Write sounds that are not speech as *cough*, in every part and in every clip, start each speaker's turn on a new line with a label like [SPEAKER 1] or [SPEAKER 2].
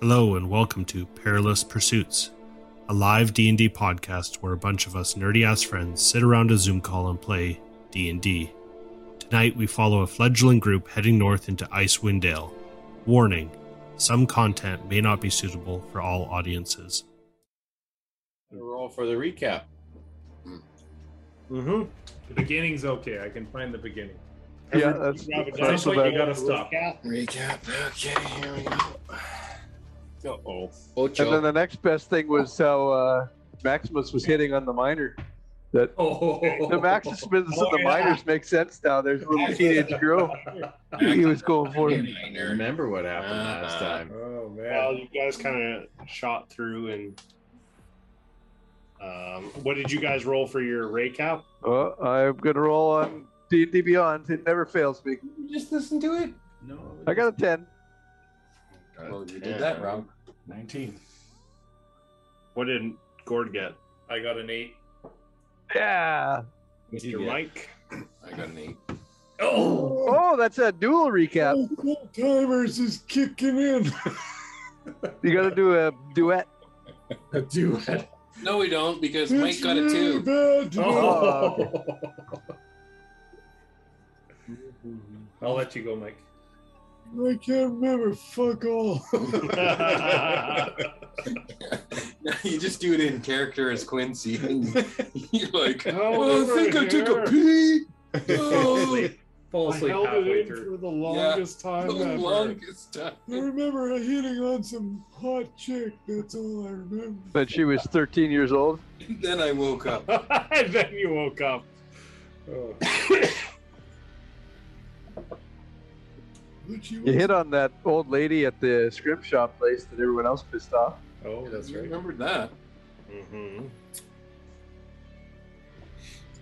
[SPEAKER 1] Hello and welcome to Perilous Pursuits, a live D&D podcast where a bunch of us nerdy ass friends sit around a Zoom call and play D&D. Tonight we follow a fledgling group heading north into Icewind Dale. Warning: some content may not be suitable for all audiences.
[SPEAKER 2] Roll for the recap.
[SPEAKER 3] Mm-hmm. The beginning's okay. I can find the beginning.
[SPEAKER 4] Yeah, that's-
[SPEAKER 3] Every-
[SPEAKER 4] that's
[SPEAKER 3] that's what
[SPEAKER 4] about-
[SPEAKER 3] you gotta stop.
[SPEAKER 2] Recap. Okay, here we go. Uh oh.
[SPEAKER 4] And then the next best thing was how uh, Maximus was hitting on the miner. That
[SPEAKER 3] Oh,
[SPEAKER 4] the Maximus and the miners make sense now. There's a little teenage girl
[SPEAKER 3] *laughs*
[SPEAKER 4] he was going for. it.
[SPEAKER 2] I
[SPEAKER 5] Remember what happened last
[SPEAKER 2] Ah.
[SPEAKER 5] time.
[SPEAKER 3] Oh
[SPEAKER 6] Well,
[SPEAKER 3] man.
[SPEAKER 6] you guys kind of shot through and. Um, what did you guys roll for your ray cap?
[SPEAKER 4] Oh, I'm gonna roll on D and D Beyond. It never fails me.
[SPEAKER 2] just listen to it.
[SPEAKER 5] No.
[SPEAKER 4] I got a ten.
[SPEAKER 2] Well, you did that, Rob.
[SPEAKER 5] 19.
[SPEAKER 6] What did Gord get?
[SPEAKER 3] I got an eight.
[SPEAKER 4] Yeah.
[SPEAKER 5] What'd you
[SPEAKER 6] Your
[SPEAKER 5] get?
[SPEAKER 6] Mike?
[SPEAKER 2] I got an eight.
[SPEAKER 3] Oh,
[SPEAKER 4] Oh, that's a dual recap.
[SPEAKER 3] timers is kicking in.
[SPEAKER 4] You gotta do a duet.
[SPEAKER 3] Do it.
[SPEAKER 2] No, we don't because Mike got a two.
[SPEAKER 4] Oh,
[SPEAKER 3] I'll let you go, Mike.
[SPEAKER 6] I can't remember. Fuck *laughs* all.
[SPEAKER 2] *laughs* you just do it in character as Quincy, and you're like,
[SPEAKER 6] Oh,
[SPEAKER 2] "Well, I think I
[SPEAKER 6] over
[SPEAKER 2] took a
[SPEAKER 6] here."
[SPEAKER 2] pee.
[SPEAKER 3] Fall
[SPEAKER 2] Oh,
[SPEAKER 3] asleep. Fall
[SPEAKER 6] I
[SPEAKER 3] asleep
[SPEAKER 6] held it
[SPEAKER 3] halfway
[SPEAKER 6] in
[SPEAKER 3] through.
[SPEAKER 6] for the
[SPEAKER 2] longest
[SPEAKER 6] longest time
[SPEAKER 2] the
[SPEAKER 6] ever.
[SPEAKER 2] longest time.
[SPEAKER 6] remember hitting on some hot chick. That's all I remember.
[SPEAKER 4] But she was 13 years old.
[SPEAKER 2] then I woke up.
[SPEAKER 6] *laughs* and then you woke up. *coughs*
[SPEAKER 3] Oh.
[SPEAKER 4] You hit on that old lady at the script shop place that everyone else pissed off.
[SPEAKER 3] oh, that's
[SPEAKER 2] I
[SPEAKER 3] right.
[SPEAKER 2] remembered that.
[SPEAKER 6] Mm-hmm.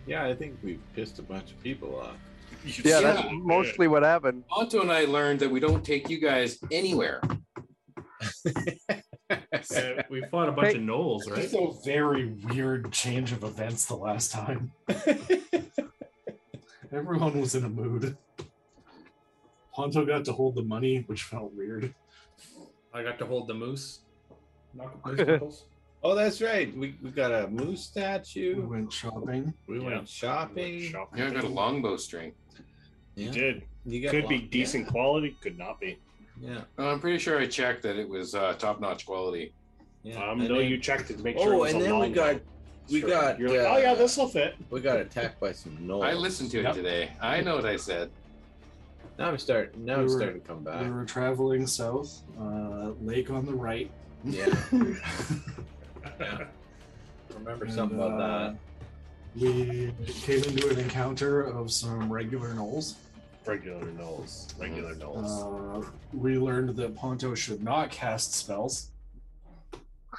[SPEAKER 5] Yeah, I think we've pissed a bunch of people off.
[SPEAKER 4] Yeah,
[SPEAKER 2] Yeah.
[SPEAKER 4] that's mostly what happened. *laughs*
[SPEAKER 2] Otto and I learned that we don't take you guys anywhere.
[SPEAKER 3] Yeah, we fought a bunch
[SPEAKER 4] Hey.
[SPEAKER 3] of Knowles, right?
[SPEAKER 7] It's a very weird change of events the last time. *laughs* Everyone was in a mood. Honto got to hold the money, which felt weird.
[SPEAKER 3] I got to hold the moose.
[SPEAKER 5] Oh, that's right. We, we got a moose
[SPEAKER 7] We
[SPEAKER 5] statue.
[SPEAKER 7] went shopping.
[SPEAKER 5] We
[SPEAKER 6] Yeah.
[SPEAKER 5] went shopping.
[SPEAKER 6] Shopping.
[SPEAKER 2] Yeah, I got a longbow string.
[SPEAKER 5] Yeah.
[SPEAKER 6] *laughs* Did
[SPEAKER 5] You got
[SPEAKER 6] could be
[SPEAKER 5] one.
[SPEAKER 6] decent quality, could not be. Um,
[SPEAKER 5] Yeah.
[SPEAKER 2] And Uh, I'm pretty sure I checked that it was uh, top-notch quality.
[SPEAKER 5] yeah. yeah.
[SPEAKER 6] Um,
[SPEAKER 5] And
[SPEAKER 6] no,
[SPEAKER 5] then-
[SPEAKER 6] you checked it to make sure. it
[SPEAKER 5] Oh,
[SPEAKER 6] was
[SPEAKER 5] and
[SPEAKER 6] a
[SPEAKER 5] then we
[SPEAKER 6] long
[SPEAKER 5] got
[SPEAKER 6] one.
[SPEAKER 5] we
[SPEAKER 6] Sure.
[SPEAKER 5] got
[SPEAKER 6] You're like,
[SPEAKER 5] uh,
[SPEAKER 6] oh yeah, this will fit.
[SPEAKER 5] we got attacked by
[SPEAKER 6] *laughs*
[SPEAKER 5] some gnolls.
[SPEAKER 8] Oh.
[SPEAKER 2] I listened to it
[SPEAKER 7] Yep.
[SPEAKER 2] today. I know what I said.
[SPEAKER 5] Now I'm starting. Now
[SPEAKER 7] We
[SPEAKER 5] I'm
[SPEAKER 7] were-
[SPEAKER 5] starting to come back.
[SPEAKER 7] We were traveling south, uh, lake on the right.
[SPEAKER 5] *laughs* Yeah. yeah. *laughs* Remember
[SPEAKER 7] and,
[SPEAKER 5] something about
[SPEAKER 7] uh,
[SPEAKER 5] that?
[SPEAKER 7] We came into an encounter of some regular gnolls.
[SPEAKER 6] Regular knolls. Regular knolls.
[SPEAKER 7] Uh, we learned that Ponto should not cast spells.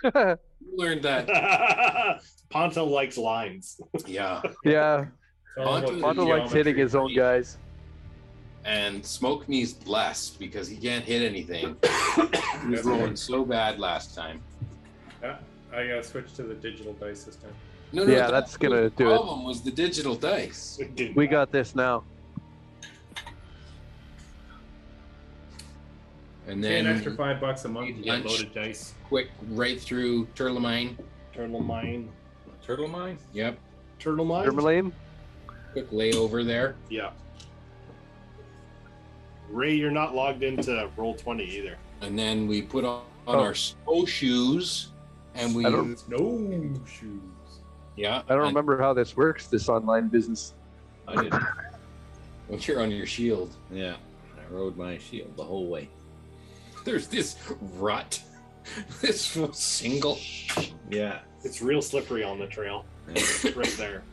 [SPEAKER 2] You learned that.
[SPEAKER 6] *laughs* Ponta likes lines.
[SPEAKER 2] Yeah.
[SPEAKER 4] yeah, Mondo
[SPEAKER 2] Mondo
[SPEAKER 4] likes hitting his own guys.
[SPEAKER 2] And Smoke Knee's blessed because he can't hit
[SPEAKER 3] *coughs*
[SPEAKER 2] anything. he was rolling so bad last time.
[SPEAKER 3] I gotta switch to the digital dice this time.
[SPEAKER 2] No,
[SPEAKER 4] Yeah,
[SPEAKER 2] that
[SPEAKER 4] that's
[SPEAKER 2] was
[SPEAKER 4] gonna
[SPEAKER 2] the
[SPEAKER 4] do it.
[SPEAKER 2] problem was the digital dice.
[SPEAKER 4] We got this now.
[SPEAKER 2] And
[SPEAKER 3] Pay an
[SPEAKER 2] then
[SPEAKER 3] extra five bucks a month to get
[SPEAKER 2] Lunch.
[SPEAKER 3] loaded dice.
[SPEAKER 2] quick right through Turlemine.
[SPEAKER 6] turtle mine.
[SPEAKER 5] Turtle mine.
[SPEAKER 2] Yep.
[SPEAKER 6] Turtle mine.
[SPEAKER 4] Germaline?
[SPEAKER 2] Quick layover there.
[SPEAKER 6] Yeah. Ray, you're not logged into roll twenty either.
[SPEAKER 2] And then we put on, on
[SPEAKER 4] Oh.
[SPEAKER 2] our snow shoes and we
[SPEAKER 4] I don't-
[SPEAKER 3] No shoes.
[SPEAKER 2] yeah.
[SPEAKER 4] I
[SPEAKER 2] and
[SPEAKER 4] don't remember how this works, this online business.
[SPEAKER 5] I didn't.
[SPEAKER 2] Once you're on your shield, *laughs*
[SPEAKER 5] Yeah. I rode my shield the whole way.
[SPEAKER 2] there's this rut. *laughs* This single.
[SPEAKER 5] Yeah.
[SPEAKER 6] It's real slippery on the trail. right there.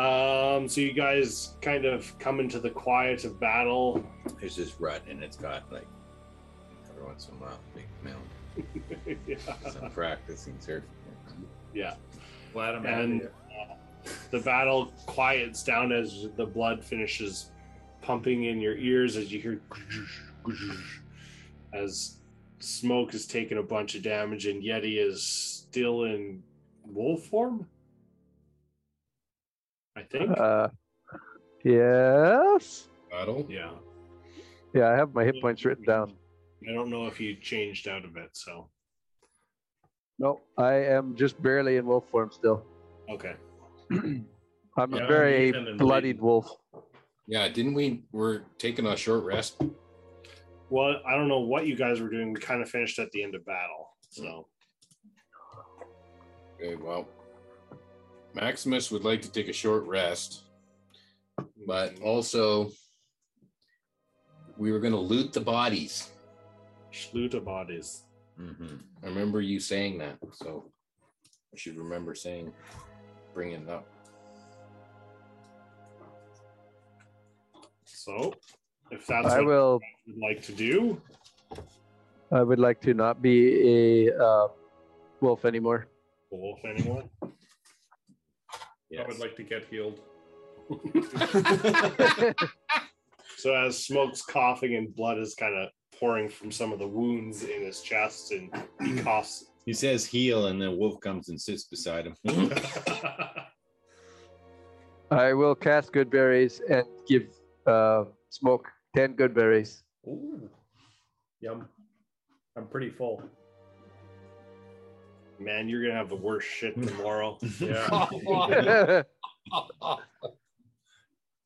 [SPEAKER 6] Um, so you guys kind of come into the quiet of battle. *laughs*
[SPEAKER 5] There's this rut, and it's got like every once in a while, big mound. So I'm practicing surfing.
[SPEAKER 3] Glad I'm
[SPEAKER 6] And-
[SPEAKER 3] out of
[SPEAKER 6] the battle quiets down as the blood finishes pumping in your ears as you hear *sniffs* as smoke has taken a bunch of damage and Yeti is still in wolf form. I think.
[SPEAKER 4] Uh, yes?
[SPEAKER 2] Bottle.
[SPEAKER 6] Yeah.
[SPEAKER 4] Yeah, I have my hit points written down.
[SPEAKER 6] I don't know if you changed out of it. So
[SPEAKER 4] No, I am just barely in wolf form still.
[SPEAKER 6] okay.
[SPEAKER 4] I'm
[SPEAKER 7] Yeah,
[SPEAKER 4] a very
[SPEAKER 7] Ethan and
[SPEAKER 4] bloodied wolf.
[SPEAKER 2] Yeah, didn't we? We're taking a short rest.
[SPEAKER 6] Well, I don't know what you guys were doing. We kind of finished at the end of battle. So
[SPEAKER 2] Okay, well, Maximus would like to take a short rest, but also we were going to loot the bodies.
[SPEAKER 6] Schluta bodies.
[SPEAKER 8] Mm-hmm.
[SPEAKER 2] I remember you saying that, so I should remember saying, bringing it up.
[SPEAKER 6] So if that's
[SPEAKER 4] I
[SPEAKER 6] what
[SPEAKER 4] will.
[SPEAKER 6] you'd like to do,
[SPEAKER 4] I would like to not be a uh, wolf anymore.
[SPEAKER 6] the wolf anyone?
[SPEAKER 7] I would like to get healed.
[SPEAKER 6] So as smoke's coughing and blood is kind of pouring from some of the wounds in his chest, and
[SPEAKER 7] *clears throat*
[SPEAKER 6] he coughs.
[SPEAKER 2] He says heal, and then Wolf comes and sits beside him.
[SPEAKER 4] I will cast good berries and give uh, smoke ten good berries.
[SPEAKER 7] *laughs* Ooh. Yum. I'm pretty full.
[SPEAKER 6] Man, you're gonna have the worst shit tomorrow.
[SPEAKER 7] *laughs* Yeah.
[SPEAKER 4] They're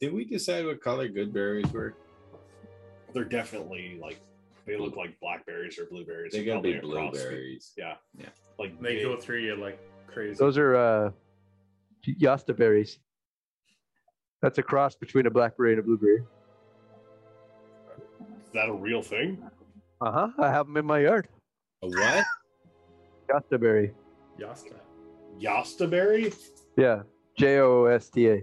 [SPEAKER 2] Did we decide what color good berries were?
[SPEAKER 6] *laughs* They're definitely like they look like blackberries or blueberries.
[SPEAKER 2] They gotta be
[SPEAKER 6] Probably a cross between-
[SPEAKER 2] blueberries.
[SPEAKER 6] Like
[SPEAKER 7] They
[SPEAKER 6] big.
[SPEAKER 7] go through you like
[SPEAKER 4] *laughs*
[SPEAKER 7] crazy.
[SPEAKER 4] Those are uh, yasta berries. That's a cross between a blackberry and a blueberry.
[SPEAKER 6] Is that a real thing?
[SPEAKER 4] Uh huh. I have them in my yard.
[SPEAKER 2] A what?
[SPEAKER 4] Yasta berry.
[SPEAKER 7] Yasta.
[SPEAKER 6] Yastaberry?
[SPEAKER 4] Yeah. J O S T A.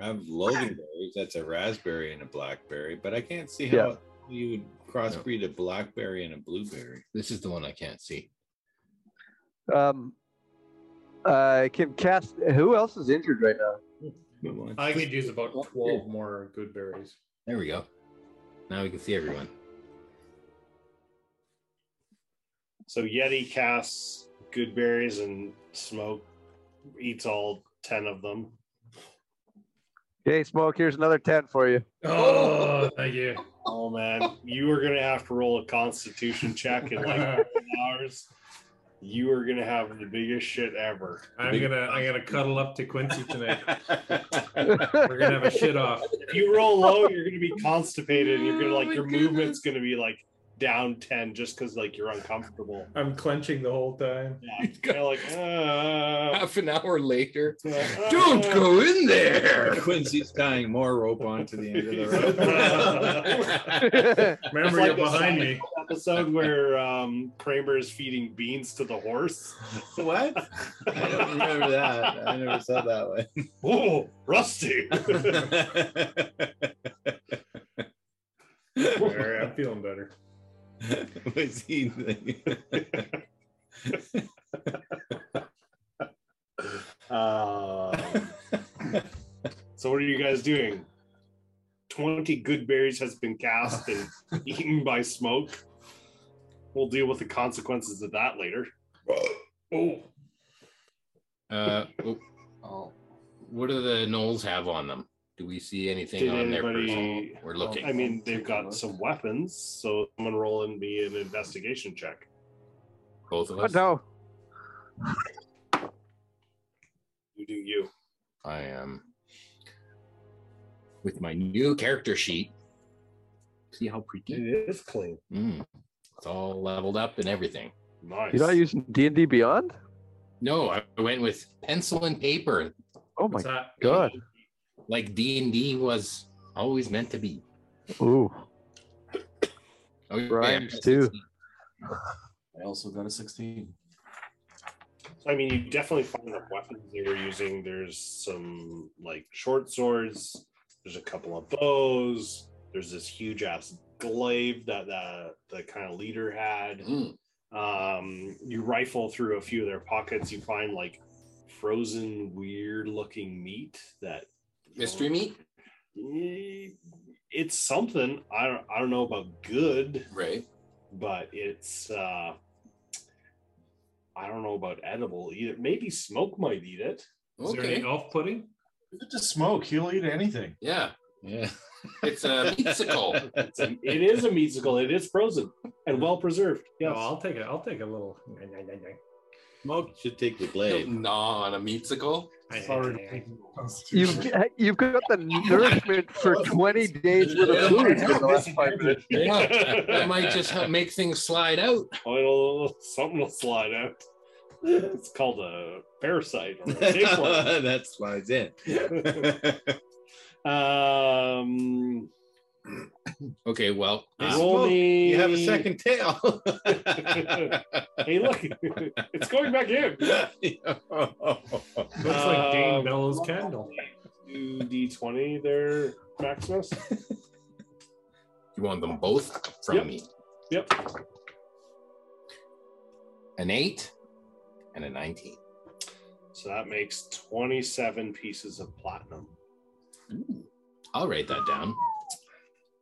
[SPEAKER 2] I have Logan berries. That's a raspberry and a blackberry, but I can't see how
[SPEAKER 4] Yeah.
[SPEAKER 2] you would crossbreed a blackberry and a blueberry. This is the one I can't see.
[SPEAKER 4] Um, I can cast. Who else is injured right now?
[SPEAKER 7] I could use about 12 more good berries.
[SPEAKER 2] There we go. Now we can see everyone.
[SPEAKER 6] So Yeti casts good berries and smoke eats all ten of them.
[SPEAKER 4] Hey, smoke. Here's another ten for you. *laughs*
[SPEAKER 7] Oh, thank you.
[SPEAKER 6] Oh
[SPEAKER 9] *laughs*
[SPEAKER 6] man, you are gonna have to roll a constitution check in like
[SPEAKER 7] *laughs*
[SPEAKER 6] ten hours. You are gonna have the biggest shit ever.
[SPEAKER 7] I'm gonna I'm gonna cuddle up to Quincy tonight. *laughs*
[SPEAKER 8] *laughs*
[SPEAKER 7] We're gonna have a shit off.
[SPEAKER 6] If you roll low, you're gonna be constipated and you're gonna like
[SPEAKER 9] Oh,
[SPEAKER 6] your
[SPEAKER 9] my goodness.
[SPEAKER 6] movement's gonna be like down ten just because like you're
[SPEAKER 7] *laughs*
[SPEAKER 6] uncomfortable.
[SPEAKER 7] I'm clenching the whole time.
[SPEAKER 6] Yeah, kind of like uh,
[SPEAKER 2] Half an hour later.
[SPEAKER 6] uh,
[SPEAKER 2] in there. Quincy's tying more rope onto the end of the rope.
[SPEAKER 7] Remember,
[SPEAKER 6] It's
[SPEAKER 7] you're
[SPEAKER 6] like the
[SPEAKER 7] behind me.
[SPEAKER 6] *laughs* episode where um Kramer is feeding beans to the horse. *laughs*
[SPEAKER 2] what? I don't remember that. I never saw that one.
[SPEAKER 6] Oh, Rusty.
[SPEAKER 7] All right, I'm feeling better.
[SPEAKER 2] Was he the- Uh,
[SPEAKER 6] Um, *laughs* so what are you guys doing? 20 good berries has been cast
[SPEAKER 2] *laughs*
[SPEAKER 6] and eaten by smoke. We'll deal with the consequences of that later.
[SPEAKER 7] Oh,
[SPEAKER 2] uh, oh, oh, what do the gnolls have on them? Do we see anything
[SPEAKER 6] Did
[SPEAKER 2] on their
[SPEAKER 6] anybody-
[SPEAKER 2] person? We're looking.
[SPEAKER 6] I mean, they've got some weapons, so I'm gonna roll and be an investigation check.
[SPEAKER 2] Both of
[SPEAKER 4] Oh,
[SPEAKER 2] us.
[SPEAKER 4] no.
[SPEAKER 6] You do you.
[SPEAKER 2] I am with my new character sheet. See how pretty?
[SPEAKER 6] It is clean.
[SPEAKER 2] Mm, it's all leveled up and everything.
[SPEAKER 6] Nice.
[SPEAKER 4] You're not using D and D Beyond?
[SPEAKER 2] No, I went with pencil and paper,
[SPEAKER 4] Oh my
[SPEAKER 7] what's that?
[SPEAKER 4] god.
[SPEAKER 2] like D and D was always meant to be.
[SPEAKER 4] Ooh.
[SPEAKER 2] Oh, yeah,
[SPEAKER 4] Rhymes
[SPEAKER 2] I
[SPEAKER 4] too.
[SPEAKER 2] see.
[SPEAKER 10] I also got a 16.
[SPEAKER 6] So, I mean, you definitely find the weapons they were using. There's some like short swords. There's a couple of bows. There's this huge ass glaive that the the kind of leader had.
[SPEAKER 2] Mm,
[SPEAKER 6] Um, you rifle through a few of their pockets. You find like frozen, weird looking meat that
[SPEAKER 2] mystery meat,
[SPEAKER 6] Eh, It's something I don't I don't know about good,
[SPEAKER 2] right?
[SPEAKER 6] but it's uh I don't know about edible either. Maybe smoke might eat it.
[SPEAKER 7] Is there any
[SPEAKER 2] Okay.
[SPEAKER 7] elf pudding?
[SPEAKER 11] Just smoke. He'll eat anything.
[SPEAKER 2] Yeah. Yeah.
[SPEAKER 12] It's
[SPEAKER 6] *laughs*
[SPEAKER 12] a pizzicle.
[SPEAKER 6] *laughs* It's an, it is a musical. It is frozen and well preserved.
[SPEAKER 3] No,
[SPEAKER 6] Yes.
[SPEAKER 3] I'll take it. I'll take a little.
[SPEAKER 8] Smoke should take the
[SPEAKER 12] Don't
[SPEAKER 8] *laughs* blade.
[SPEAKER 12] Gnaw on a meatsicle.
[SPEAKER 7] Sorry.
[SPEAKER 4] You've, *laughs* you've got the nourishment for 20 days worth of food in the last five minutes.
[SPEAKER 12] Yeah.
[SPEAKER 6] *laughs*
[SPEAKER 2] *laughs*
[SPEAKER 12] That might just ha- make things slide out.
[SPEAKER 6] Oh, it'll, *laughs* something will slide out. It's called a parasite
[SPEAKER 8] *laughs*
[SPEAKER 6] or a tapeworm.
[SPEAKER 8] that slides in.
[SPEAKER 6] um,
[SPEAKER 2] Okay, well,
[SPEAKER 8] Hey,
[SPEAKER 6] roll
[SPEAKER 8] Smoke,
[SPEAKER 6] me.
[SPEAKER 8] You have a second tail. *laughs*
[SPEAKER 6] *laughs* Hey, look, *laughs* it's going back in.
[SPEAKER 8] *laughs*
[SPEAKER 3] Looks like
[SPEAKER 6] Um,
[SPEAKER 7] Uh,
[SPEAKER 3] Dane Bellow's candle.
[SPEAKER 6] Two d twenty there, Maximus.
[SPEAKER 2] you want them both from
[SPEAKER 6] Yep.
[SPEAKER 2] me?
[SPEAKER 6] Yep.
[SPEAKER 2] An eight and a 19.
[SPEAKER 6] So that makes twenty seven pieces of platinum.
[SPEAKER 2] I'll write that down.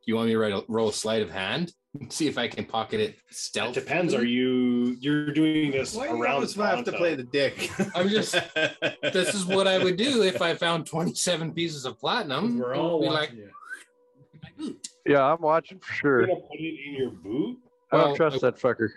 [SPEAKER 2] You want me to write a, roll a sleight of hand? *laughs* See if I can pocket it
[SPEAKER 6] It
[SPEAKER 2] stealth.
[SPEAKER 6] depends. Are you you're doing this
[SPEAKER 8] Why do you
[SPEAKER 6] around?
[SPEAKER 8] always have to
[SPEAKER 6] Toronto?
[SPEAKER 8] play the dick? *laughs*
[SPEAKER 2] I'm just- This is what I would do if I found 27 pieces of platinum.
[SPEAKER 3] We're all
[SPEAKER 2] Be
[SPEAKER 3] watching
[SPEAKER 2] like,
[SPEAKER 3] you.
[SPEAKER 4] Yeah, I'm watching for
[SPEAKER 6] You're
[SPEAKER 4] sure.
[SPEAKER 6] gonna put it in your boot.
[SPEAKER 4] I
[SPEAKER 2] Well,
[SPEAKER 4] don't trust that fucker.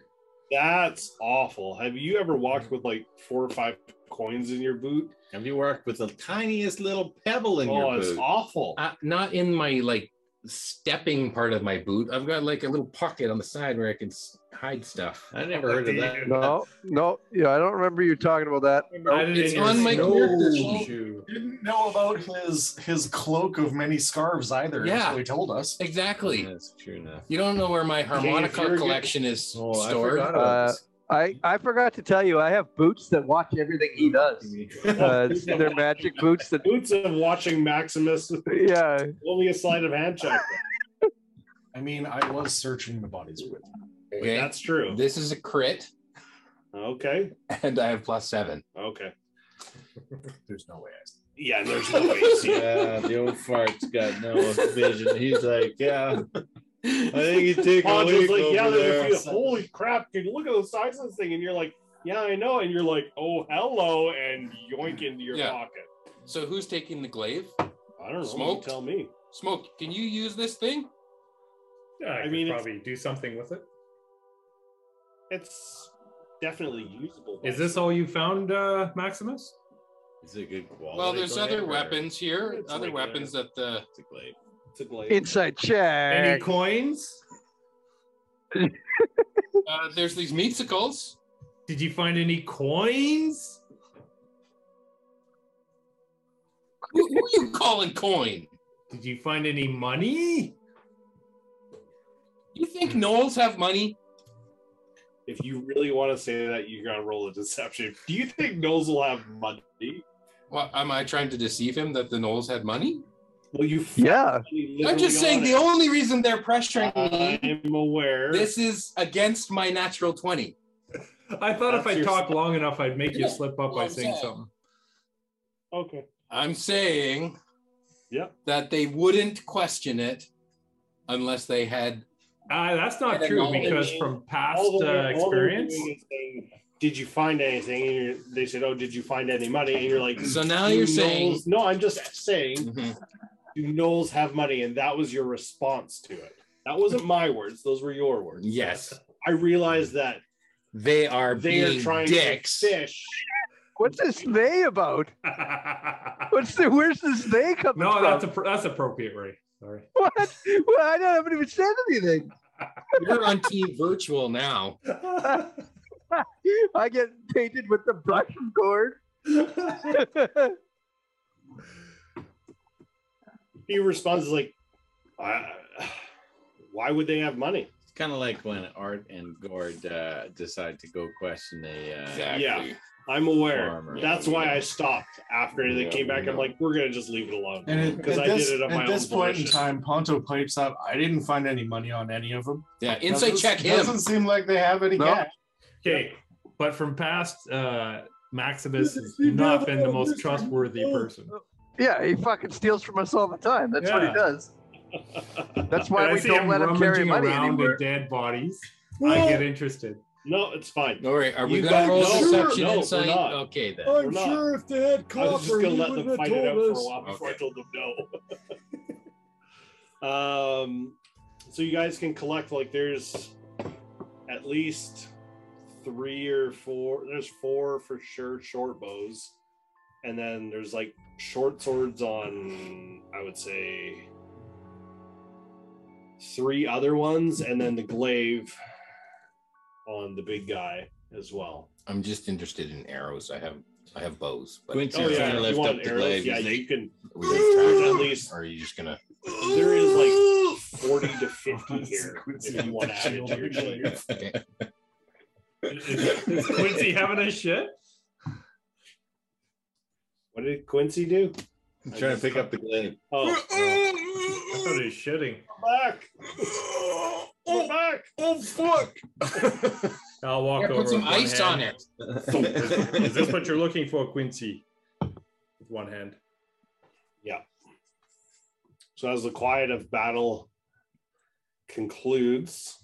[SPEAKER 6] That's awful. Have you ever walked with like four or five coins in your boot?
[SPEAKER 8] have you worked with the tiniest little pebble in
[SPEAKER 6] oh,
[SPEAKER 8] your
[SPEAKER 6] it's
[SPEAKER 8] boot?
[SPEAKER 6] awful.
[SPEAKER 2] uh, not in my like stepping part of my boot. I've got like a little pocket on the side where I can s- hide stuff.
[SPEAKER 8] I never heard of that.
[SPEAKER 4] No, no, yeah, I don't remember you talking about that.
[SPEAKER 2] It's
[SPEAKER 3] in your
[SPEAKER 2] on my
[SPEAKER 3] snow
[SPEAKER 2] character
[SPEAKER 3] shoe.
[SPEAKER 7] Didn't know about his his cloak of many scarves either.
[SPEAKER 2] Yeah.
[SPEAKER 7] until he told us.
[SPEAKER 2] Exactly.
[SPEAKER 8] That's true enough.
[SPEAKER 2] You don't know where my harmonica
[SPEAKER 6] you're good-
[SPEAKER 2] collection is
[SPEAKER 8] Oh, I
[SPEAKER 2] stored.
[SPEAKER 8] forgot
[SPEAKER 4] Uh,
[SPEAKER 8] about this.
[SPEAKER 4] I, I forgot to tell you, I have boots that watch everything he does. Uh, it's- they're magic boots that,
[SPEAKER 6] Boots of watching Maximus.
[SPEAKER 4] yeah,
[SPEAKER 6] Only a sleight of hand check.
[SPEAKER 7] I mean, I was searching the bodies with.
[SPEAKER 2] *laughs* Okay.
[SPEAKER 6] That's true.
[SPEAKER 2] This is a crit, *laughs*
[SPEAKER 6] Okay.
[SPEAKER 2] and I have plus seven.
[SPEAKER 6] Okay.
[SPEAKER 7] There's no way. I
[SPEAKER 6] Yeah, there's no
[SPEAKER 8] *laughs*
[SPEAKER 6] way. you see it.
[SPEAKER 8] *laughs* yeah, the old fart's got no vision. He's like, yeah. I think he took a
[SPEAKER 6] Hodge was
[SPEAKER 8] leak
[SPEAKER 6] like, yeah,
[SPEAKER 8] over
[SPEAKER 6] there's a
[SPEAKER 8] there.
[SPEAKER 6] few. Holy crap, dude. Look at the size of this thing. And you're like, yeah, I know. And you're like, oh, hello. And yoink into your
[SPEAKER 2] Yeah.
[SPEAKER 6] pocket.
[SPEAKER 2] So who's taking the glaive?
[SPEAKER 6] I don't know. You
[SPEAKER 2] Smoked?
[SPEAKER 6] tell me.
[SPEAKER 2] Smoke, can you use this thing?
[SPEAKER 3] Yeah, I,
[SPEAKER 6] I
[SPEAKER 3] could
[SPEAKER 6] mean, it's-
[SPEAKER 3] probably do something with it.
[SPEAKER 6] It's definitely usable.
[SPEAKER 3] Is this all you found, uh, Maximus?
[SPEAKER 8] It's a good quality.
[SPEAKER 2] well, there's
[SPEAKER 8] blade
[SPEAKER 2] other
[SPEAKER 8] or-
[SPEAKER 2] weapons here.
[SPEAKER 6] It's
[SPEAKER 2] other
[SPEAKER 6] regular.
[SPEAKER 2] weapons that the
[SPEAKER 8] *laughs* It's a blade.
[SPEAKER 6] It's a glaive.
[SPEAKER 4] inside
[SPEAKER 3] Any
[SPEAKER 4] check.
[SPEAKER 3] coins?
[SPEAKER 2] uh, there's these meatsicles.
[SPEAKER 3] Did you find any coins?
[SPEAKER 2] Who, who are you calling coin?
[SPEAKER 3] Did you find any money?
[SPEAKER 2] You think
[SPEAKER 8] Hmm.
[SPEAKER 2] Knowles have money?
[SPEAKER 6] if you really want to say that, you're gonna roll a deception. Do you think Knowles will have money?
[SPEAKER 2] What, am I trying to deceive him that the Knowles had money?
[SPEAKER 6] Well, you.
[SPEAKER 4] Yeah,
[SPEAKER 2] I'm just saying the only reason they're pressuring me
[SPEAKER 6] I'm aware.
[SPEAKER 2] this is against my natural 20.
[SPEAKER 3] I thought if
[SPEAKER 6] That's
[SPEAKER 3] I
[SPEAKER 6] your-
[SPEAKER 3] talked long enough, I'd make you
[SPEAKER 2] Yeah,
[SPEAKER 3] slip up
[SPEAKER 2] well,
[SPEAKER 3] by
[SPEAKER 2] I'm
[SPEAKER 3] saying
[SPEAKER 2] saying.
[SPEAKER 3] something.
[SPEAKER 6] Okay.
[SPEAKER 2] I'm saying
[SPEAKER 6] Yep.
[SPEAKER 2] that they wouldn't question it unless they had
[SPEAKER 3] Uh, that's
[SPEAKER 2] And
[SPEAKER 3] not
[SPEAKER 2] then
[SPEAKER 3] true
[SPEAKER 2] all the-
[SPEAKER 3] because from past
[SPEAKER 6] All the-
[SPEAKER 3] uh,
[SPEAKER 6] all they're
[SPEAKER 3] experience,
[SPEAKER 6] doing is saying, Did you find anything? And you're, they said, "Oh, did you find any money?" And you're like,
[SPEAKER 2] *clears throat* So now
[SPEAKER 6] "Do
[SPEAKER 2] you're
[SPEAKER 6] Knowles-"
[SPEAKER 2] saying- Mm-hmm.
[SPEAKER 6] no." I'm just saying, do Knowles have money? And that was your response to it. That wasn't my words; those were your words.
[SPEAKER 2] yes,
[SPEAKER 6] I realized that
[SPEAKER 2] they are
[SPEAKER 6] they are
[SPEAKER 2] being
[SPEAKER 6] trying
[SPEAKER 2] dicks.
[SPEAKER 6] to fish.
[SPEAKER 4] what's this they about? What's the where's this they coming
[SPEAKER 3] no,
[SPEAKER 4] from?
[SPEAKER 3] that's a, that's appropriate, Ray. Sorry.
[SPEAKER 4] what? Well, I don't- I haven't even said anything.
[SPEAKER 2] You're on team virtual now.
[SPEAKER 4] *laughs* I get painted with the brush and
[SPEAKER 3] *laughs*
[SPEAKER 4] cord.
[SPEAKER 6] He responds like, I, "Why would they have money?"
[SPEAKER 8] It's kind of like when Art and Gord uh, decide to go question the. Uh,
[SPEAKER 6] Yeah. I'm aware.
[SPEAKER 8] Farmer.
[SPEAKER 6] That's why I stopped after they came back. I'm like, we're gonna just leave it alone.
[SPEAKER 7] And at,
[SPEAKER 6] 'Cause
[SPEAKER 7] at
[SPEAKER 6] I did
[SPEAKER 7] this,
[SPEAKER 6] it of my
[SPEAKER 7] at this
[SPEAKER 6] own
[SPEAKER 7] point in
[SPEAKER 6] volition.
[SPEAKER 7] time, Ponto pipes up. I didn't find any money on any of them.
[SPEAKER 2] Yeah, insight
[SPEAKER 7] Doesn't-
[SPEAKER 2] check him.
[SPEAKER 7] Doesn't seem like they have any
[SPEAKER 4] No.
[SPEAKER 7] cash.
[SPEAKER 3] Okay, but from past, uh, Maximus has not been the most trustworthy person.
[SPEAKER 4] Yeah, he fucking steals from us all the time. That's what he
[SPEAKER 3] Yeah.
[SPEAKER 4] does. That's why
[SPEAKER 3] When I
[SPEAKER 4] we
[SPEAKER 3] see
[SPEAKER 4] don't let him carry
[SPEAKER 3] rummaging
[SPEAKER 4] money
[SPEAKER 3] around
[SPEAKER 4] anymore.
[SPEAKER 3] the dead bodies. I
[SPEAKER 6] Well,
[SPEAKER 3] get interested.
[SPEAKER 6] no, it's fine.
[SPEAKER 2] All right, are we
[SPEAKER 6] You
[SPEAKER 2] gonna
[SPEAKER 6] guys-
[SPEAKER 2] roll
[SPEAKER 6] no,
[SPEAKER 2] deception
[SPEAKER 6] no, we're
[SPEAKER 2] insight?
[SPEAKER 6] not.
[SPEAKER 2] Okay then.
[SPEAKER 6] I'm sure
[SPEAKER 8] if they had
[SPEAKER 6] I was just gonna let them fight it out for a while before I
[SPEAKER 2] Okay.
[SPEAKER 6] told them no. *laughs* Um, so you guys can collect like there's at least three or four. There's four for sure short bows, and then there's like short swords on I would say three other ones, and then the glaive on the big guy as well.
[SPEAKER 2] I'm just interested in arrows. I have I have bows. But
[SPEAKER 8] Quincy,
[SPEAKER 6] Oh
[SPEAKER 8] You're
[SPEAKER 6] yeah,
[SPEAKER 8] gonna
[SPEAKER 6] if
[SPEAKER 8] lift
[SPEAKER 6] you
[SPEAKER 8] up
[SPEAKER 6] want
[SPEAKER 8] the
[SPEAKER 6] arrows,
[SPEAKER 8] glaive,
[SPEAKER 6] yeah,
[SPEAKER 8] you
[SPEAKER 6] you can.
[SPEAKER 2] Are we gonna
[SPEAKER 6] There's
[SPEAKER 2] track
[SPEAKER 6] at least
[SPEAKER 2] them, or are you just gonna?
[SPEAKER 6] there is like forty to fifty here if you want to add it to your shit.
[SPEAKER 2] Okay.
[SPEAKER 3] *laughs* Is Quincy having a shit?
[SPEAKER 6] What did Quincy do?
[SPEAKER 8] I'm trying to pick up the glaive.
[SPEAKER 6] Oh,
[SPEAKER 8] *laughs*
[SPEAKER 3] I thought he was shitting.
[SPEAKER 6] we're back. We're back.
[SPEAKER 2] Oh fuck!
[SPEAKER 3] I'll walk
[SPEAKER 2] Yeah,
[SPEAKER 3] over.
[SPEAKER 2] put some
[SPEAKER 3] with one
[SPEAKER 2] ice
[SPEAKER 3] hand.
[SPEAKER 2] on it. *laughs*
[SPEAKER 3] Is this what you're looking for, Quincy? With one hand.
[SPEAKER 6] So as the quiet of battle concludes,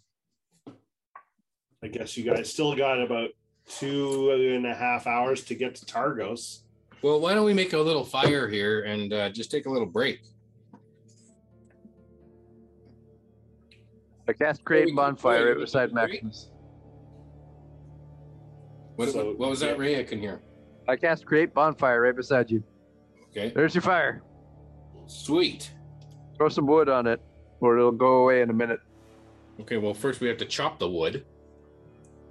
[SPEAKER 6] I guess you guys still got about two and a half hours to get to Targos.
[SPEAKER 2] Well, why don't we make a little fire here and uh, just take a little break?
[SPEAKER 4] I cast Create Bonfire right beside Maximus.
[SPEAKER 2] What,
[SPEAKER 6] So-
[SPEAKER 2] what was that, Ray? I can hear.
[SPEAKER 4] I cast Create Bonfire right beside you.
[SPEAKER 2] Okay.
[SPEAKER 4] There's your fire.
[SPEAKER 2] Sweet.
[SPEAKER 4] Throw some wood on it, or it'll go away in a minute.
[SPEAKER 2] Okay. Well, first we have to chop the wood.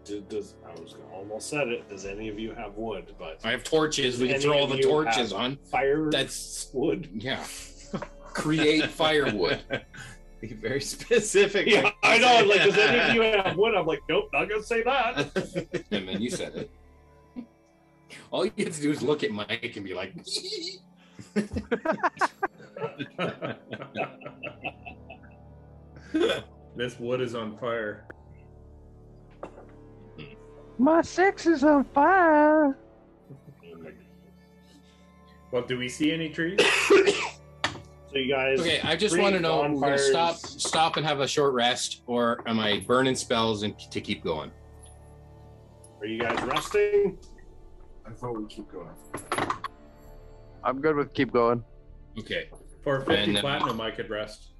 [SPEAKER 6] Did, does I was gonna almost said it? Does any of you have wood? But
[SPEAKER 2] I have torches. We can
[SPEAKER 6] Any
[SPEAKER 2] throw all
[SPEAKER 6] of
[SPEAKER 2] the
[SPEAKER 6] you
[SPEAKER 2] torches
[SPEAKER 6] have-
[SPEAKER 2] on.
[SPEAKER 6] fire
[SPEAKER 2] That's
[SPEAKER 6] wood.
[SPEAKER 2] yeah.
[SPEAKER 6] *laughs*
[SPEAKER 2] Create firewood.
[SPEAKER 8] Be very specific.
[SPEAKER 2] *laughs*
[SPEAKER 6] Yeah, I know. Like, does any of you have wood? I'm like, nope, not gonna say that.
[SPEAKER 2] and then you said it. All you have to do is look at Mike and be like,
[SPEAKER 3] This wood is on fire.
[SPEAKER 4] My sex is on fire.
[SPEAKER 3] Well, do we see any trees?
[SPEAKER 6] So you guys,
[SPEAKER 2] "Okay, I just
[SPEAKER 6] Create
[SPEAKER 2] want to know, we're gonna
[SPEAKER 6] bonfires.
[SPEAKER 2] stop, stop, and have a short rest, or am I burning spells and to keep going?"
[SPEAKER 6] are you guys resting?
[SPEAKER 7] I thought we'd keep going.
[SPEAKER 4] I'm good with keep going.
[SPEAKER 2] Okay,
[SPEAKER 3] For 50
[SPEAKER 2] And, uh,
[SPEAKER 3] platinum, I could rest.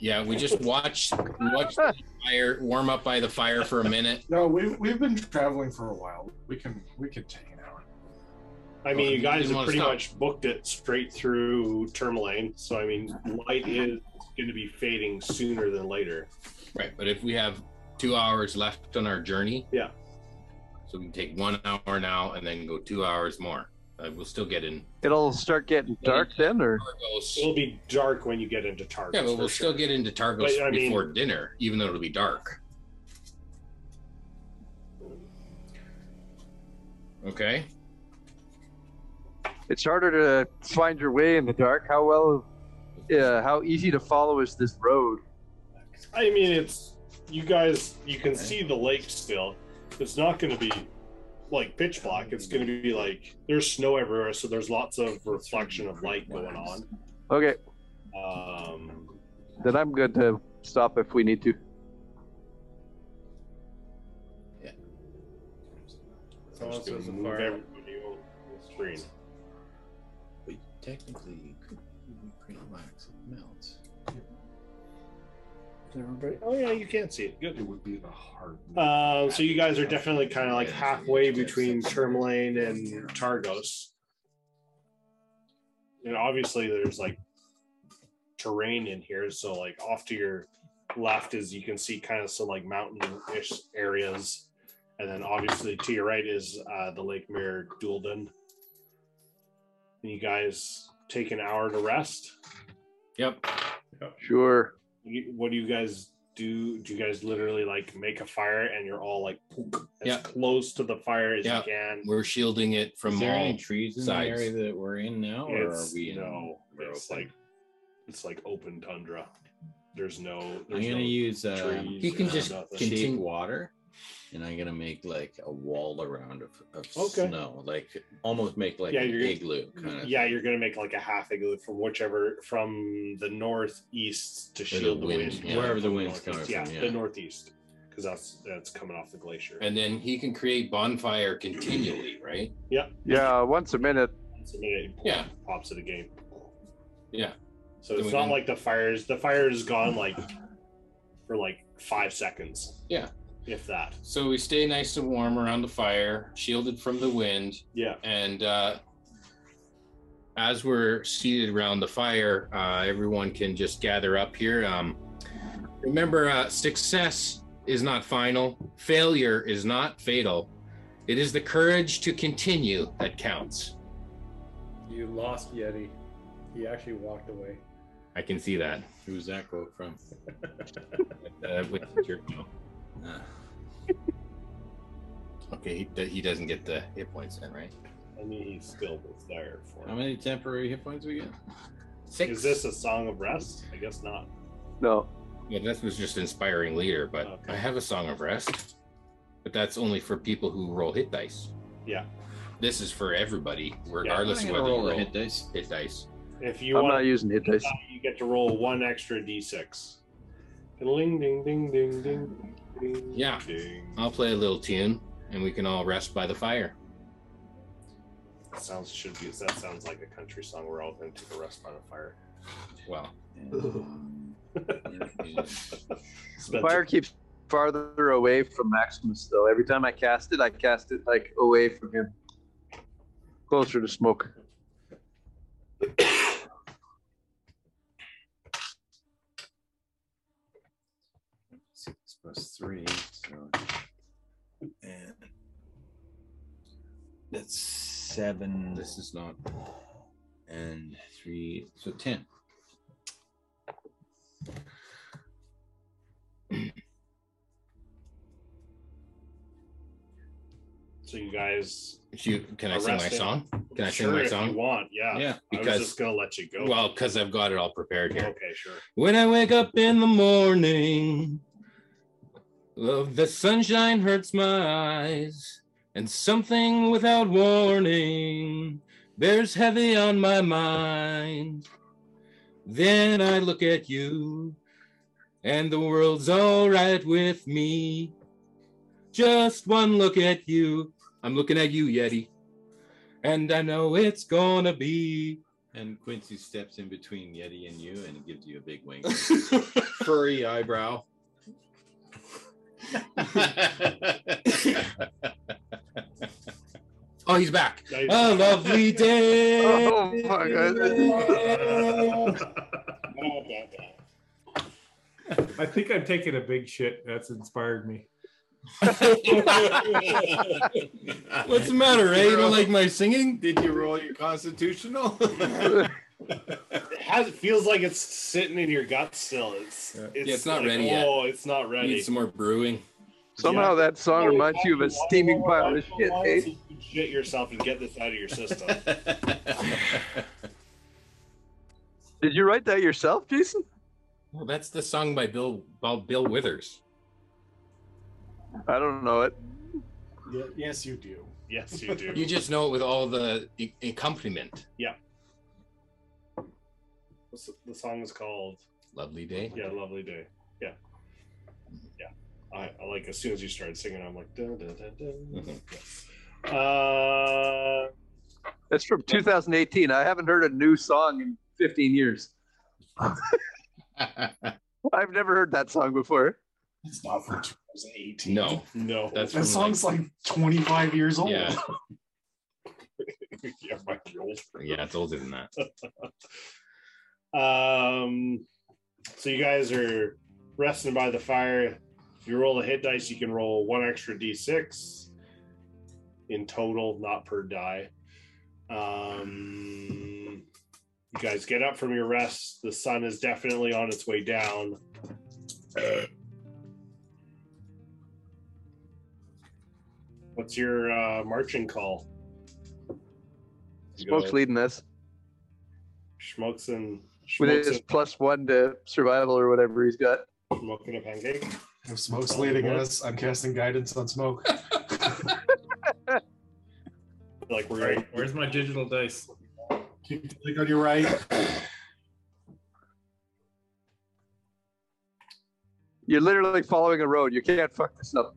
[SPEAKER 2] yeah, we just watch, watch the fire, warm up by the fire for a minute.
[SPEAKER 7] No, we've we've been traveling for a while. We can we can take an hour.
[SPEAKER 6] I mean, you
[SPEAKER 2] You
[SPEAKER 6] guys
[SPEAKER 2] didn't
[SPEAKER 6] have
[SPEAKER 2] wanna
[SPEAKER 6] pretty
[SPEAKER 2] stop.
[SPEAKER 6] much booked it straight through Tourmaline. So I mean, light is going to be fading sooner than later.
[SPEAKER 2] Right, but if we have two hours left on our journey,
[SPEAKER 6] Yeah.
[SPEAKER 2] so we can take one hour now and then go two hours more. Uh, we'll still get in.
[SPEAKER 4] It'll start getting dark then, or
[SPEAKER 2] Targos.
[SPEAKER 6] It'll be dark when you get into Targos.
[SPEAKER 2] Yeah, but
[SPEAKER 6] for
[SPEAKER 2] we'll
[SPEAKER 6] sure.
[SPEAKER 2] still get into Targos
[SPEAKER 6] But, I mean-
[SPEAKER 2] before dinner, even though it'll be dark. Okay.
[SPEAKER 4] it's harder to find your way in the dark. How well, yeah, how easy to follow is this road?
[SPEAKER 6] I mean, it's you guys. You can see the lake still. It's not going to be like pitch black. It's going to be like there's snow everywhere, so there's lots of reflection of light going on.
[SPEAKER 4] Okay,
[SPEAKER 6] Um,
[SPEAKER 4] then I'm good to stop if we need to.
[SPEAKER 6] I'm just going to move everybody over to the screen.
[SPEAKER 13] But technically, you could print wax. It melts.
[SPEAKER 6] Everybody. Oh yeah, you can see it. Good.
[SPEAKER 7] It would be the hard.
[SPEAKER 6] Um, so you guys are definitely kind of like halfway between Tourmaline and Targos. And obviously there's like terrain in here, so like off to your left is you can see kind of some like mountain-ish areas. And then obviously to your right is uh, the Lake Mirror Dulden. And you guys take an hour to rest.
[SPEAKER 2] Yep.
[SPEAKER 4] Sure.
[SPEAKER 6] You- what do you guys do? Do you guys literally like make a fire and you're all like pook, as
[SPEAKER 2] Yeah.
[SPEAKER 6] close to the fire as
[SPEAKER 2] Yeah.
[SPEAKER 6] you can?
[SPEAKER 2] We're shielding it
[SPEAKER 8] Is
[SPEAKER 2] *laughs* from
[SPEAKER 8] there
[SPEAKER 2] all.
[SPEAKER 8] any trees in
[SPEAKER 2] sides.
[SPEAKER 8] the area that we're in now, or are
[SPEAKER 6] It's,
[SPEAKER 8] we in?
[SPEAKER 6] no,
[SPEAKER 8] we're
[SPEAKER 6] it's
[SPEAKER 8] open?
[SPEAKER 6] like it's like open tundra. There's no.
[SPEAKER 8] I'm
[SPEAKER 6] There's
[SPEAKER 8] gonna
[SPEAKER 6] no
[SPEAKER 8] use uh,
[SPEAKER 6] trees
[SPEAKER 2] you can
[SPEAKER 6] or
[SPEAKER 2] just
[SPEAKER 6] nothing.
[SPEAKER 2] continue-
[SPEAKER 8] shape water, and I'm gonna make like a wall around of, of
[SPEAKER 6] Okay.
[SPEAKER 8] snow, like almost make like
[SPEAKER 6] Yeah,
[SPEAKER 8] an
[SPEAKER 6] you're-
[SPEAKER 8] igloo kind of.
[SPEAKER 6] Yeah, you're gonna make like a half igloo from whichever from the northeast to shield the wind,
[SPEAKER 8] wind, yeah. Wherever the
[SPEAKER 6] From
[SPEAKER 8] wind's coming
[SPEAKER 6] northeast.
[SPEAKER 8] from,
[SPEAKER 6] Yeah,
[SPEAKER 8] yeah.
[SPEAKER 6] the northeast, because that's that's coming off the glacier.
[SPEAKER 2] And then he can create bonfire continually, right?
[SPEAKER 4] Yeah, once a minute.
[SPEAKER 6] Once a minute, it
[SPEAKER 2] Yeah.
[SPEAKER 6] pops it again.
[SPEAKER 2] Yeah.
[SPEAKER 6] So
[SPEAKER 2] Then
[SPEAKER 6] it's
[SPEAKER 2] we
[SPEAKER 6] not
[SPEAKER 2] can-
[SPEAKER 6] like the fire is the fire is gone like for like five seconds.
[SPEAKER 2] Yeah.
[SPEAKER 6] If that.
[SPEAKER 2] So we stay nice and warm around the fire, shielded from the wind,
[SPEAKER 6] Yeah.
[SPEAKER 2] and uh, as we're seated around the fire, uh, everyone can just gather up here. Um, remember, uh, success is not final. Failure is not fatal. It is the courage to continue that counts.
[SPEAKER 3] You lost Yeti. He actually walked away.
[SPEAKER 2] I can see that.
[SPEAKER 8] Who's that quote from?
[SPEAKER 2] Uh, with
[SPEAKER 6] *laughs*
[SPEAKER 2] Churchill.
[SPEAKER 8] Uh,
[SPEAKER 2] okay, he, he doesn't get the hit points then, right?
[SPEAKER 6] I mean he's still was there for
[SPEAKER 8] how
[SPEAKER 6] it.
[SPEAKER 8] many temporary hit points we get?
[SPEAKER 2] Six.
[SPEAKER 6] Is this a song of rest? I guess not.
[SPEAKER 4] No.
[SPEAKER 2] Yeah, that was just inspiring leader, but
[SPEAKER 6] Okay.
[SPEAKER 2] I have a song of rest. But that's only for people who roll hit dice.
[SPEAKER 6] Yeah.
[SPEAKER 2] This is for everybody, regardless of whether you roll hit,
[SPEAKER 8] dice.
[SPEAKER 2] dice.
[SPEAKER 6] If you
[SPEAKER 4] I'm
[SPEAKER 6] want
[SPEAKER 4] not using
[SPEAKER 6] *laughs*
[SPEAKER 4] hit dice.
[SPEAKER 6] you get to roll one extra d6. Ding ding ding ding ding. ding
[SPEAKER 2] Yeah.
[SPEAKER 6] Ding.
[SPEAKER 2] I'll play a little tune and we can all rest by the fire.
[SPEAKER 6] Sounds should be that sounds like a country song. We're all going to take a rest by the
[SPEAKER 2] *laughs*
[SPEAKER 6] fire.
[SPEAKER 2] Well,
[SPEAKER 14] Um,
[SPEAKER 6] Spencer-
[SPEAKER 4] Fire keeps farther away from Maximus, though. Every time I cast it, I cast it like away from him, closer to smoke.
[SPEAKER 14] six plus three, so and that's seven.
[SPEAKER 2] this is not.
[SPEAKER 14] and three, so ten.
[SPEAKER 6] So you
[SPEAKER 4] *laughs*
[SPEAKER 6] guys
[SPEAKER 2] You, can I sing my
[SPEAKER 6] Arresting.
[SPEAKER 2] song? Can I sing
[SPEAKER 6] Sure,
[SPEAKER 2] my
[SPEAKER 6] if
[SPEAKER 2] song?
[SPEAKER 6] you want, yeah.
[SPEAKER 2] Yeah,
[SPEAKER 6] I
[SPEAKER 2] because-
[SPEAKER 6] was just gonna let you go.
[SPEAKER 2] Well, because I've got it all prepared here.
[SPEAKER 6] okay, sure.
[SPEAKER 2] When I wake up in the morning, well, the sunshine hurts my eyes, and something without warning bears heavy on my mind. Then I look at you, and the world's all right with me. Just one look at you. I'm looking at you, Yeti. And I know it's gonna be.
[SPEAKER 8] And Quincy steps in between Yeti and you and gives you a big wink.
[SPEAKER 2] *laughs*
[SPEAKER 8] Furry eyebrow. *laughs*
[SPEAKER 2] Oh, he's back.
[SPEAKER 6] Now you-
[SPEAKER 2] A lovely day.
[SPEAKER 4] Oh my
[SPEAKER 2] god.
[SPEAKER 3] I think I'm taking a big shit. That's inspired me.
[SPEAKER 2] *laughs* What's the matter, eh? You don't like my singing?
[SPEAKER 8] Did you roll your constitutional? *laughs*
[SPEAKER 6] It has it feels like it's sitting in your gut still. It's
[SPEAKER 8] Yeah.
[SPEAKER 2] Yeah, it's not
[SPEAKER 6] like,
[SPEAKER 2] ready yet.
[SPEAKER 6] Oh, it's not ready.
[SPEAKER 2] Need some
[SPEAKER 8] *laughs*
[SPEAKER 2] more brewing.
[SPEAKER 4] Somehow that song
[SPEAKER 6] Oh,
[SPEAKER 4] reminds you of a
[SPEAKER 6] why-
[SPEAKER 4] steaming
[SPEAKER 6] why-
[SPEAKER 4] pile of
[SPEAKER 6] why-
[SPEAKER 4] shit,
[SPEAKER 6] why
[SPEAKER 4] eh?
[SPEAKER 6] don't you Shit yourself and get this out of your system.
[SPEAKER 4] Did you write that yourself, Jason?
[SPEAKER 2] Well, that's the song by Bill by Bill Withers.
[SPEAKER 4] I don't know it.
[SPEAKER 7] Ye- yes, you do.
[SPEAKER 6] yes, you do.
[SPEAKER 2] You just know it with all the
[SPEAKER 5] e,
[SPEAKER 2] ac- accompaniment.
[SPEAKER 6] What's- the song is called
[SPEAKER 2] Lovely day.
[SPEAKER 6] Yeah, Lovely Day. Yeah. Yeah. I, I like as soon as you started singing, I'm like dun, dun, dun, dun.
[SPEAKER 2] Mm-hmm.
[SPEAKER 6] Uh
[SPEAKER 4] That's from 2018. I haven't heard a new song in 15 years. I've never heard that song before.
[SPEAKER 7] It's not from 2018.
[SPEAKER 2] no,
[SPEAKER 6] no.
[SPEAKER 2] that's
[SPEAKER 7] That
[SPEAKER 2] from,
[SPEAKER 7] song's like 25 years old.
[SPEAKER 2] Yeah.
[SPEAKER 6] *laughs* yeah, my old
[SPEAKER 2] like- yeah, it's older than that.
[SPEAKER 6] Um, so you guys are resting by the fire. If you roll a hit dice, you can roll one extra d6 in total, not per die. Um, you guys get up from your rest. The sun is definitely on its way down. What's your uh, marching call?
[SPEAKER 4] Smoke's leading us
[SPEAKER 6] Schmucks and
[SPEAKER 4] with
[SPEAKER 6] Schmucks
[SPEAKER 4] his
[SPEAKER 6] and,
[SPEAKER 4] plus one to survival or whatever he's got.
[SPEAKER 6] Schmuck and a pancake.
[SPEAKER 7] If smoke's leading
[SPEAKER 6] What?
[SPEAKER 7] us, I'm casting guidance on
[SPEAKER 15] *laughs*
[SPEAKER 7] smoke.
[SPEAKER 6] Like we're
[SPEAKER 3] Right. Where's my digital dice?
[SPEAKER 7] Keep the link on your right.
[SPEAKER 4] You're literally following a road. You can't fuck this up.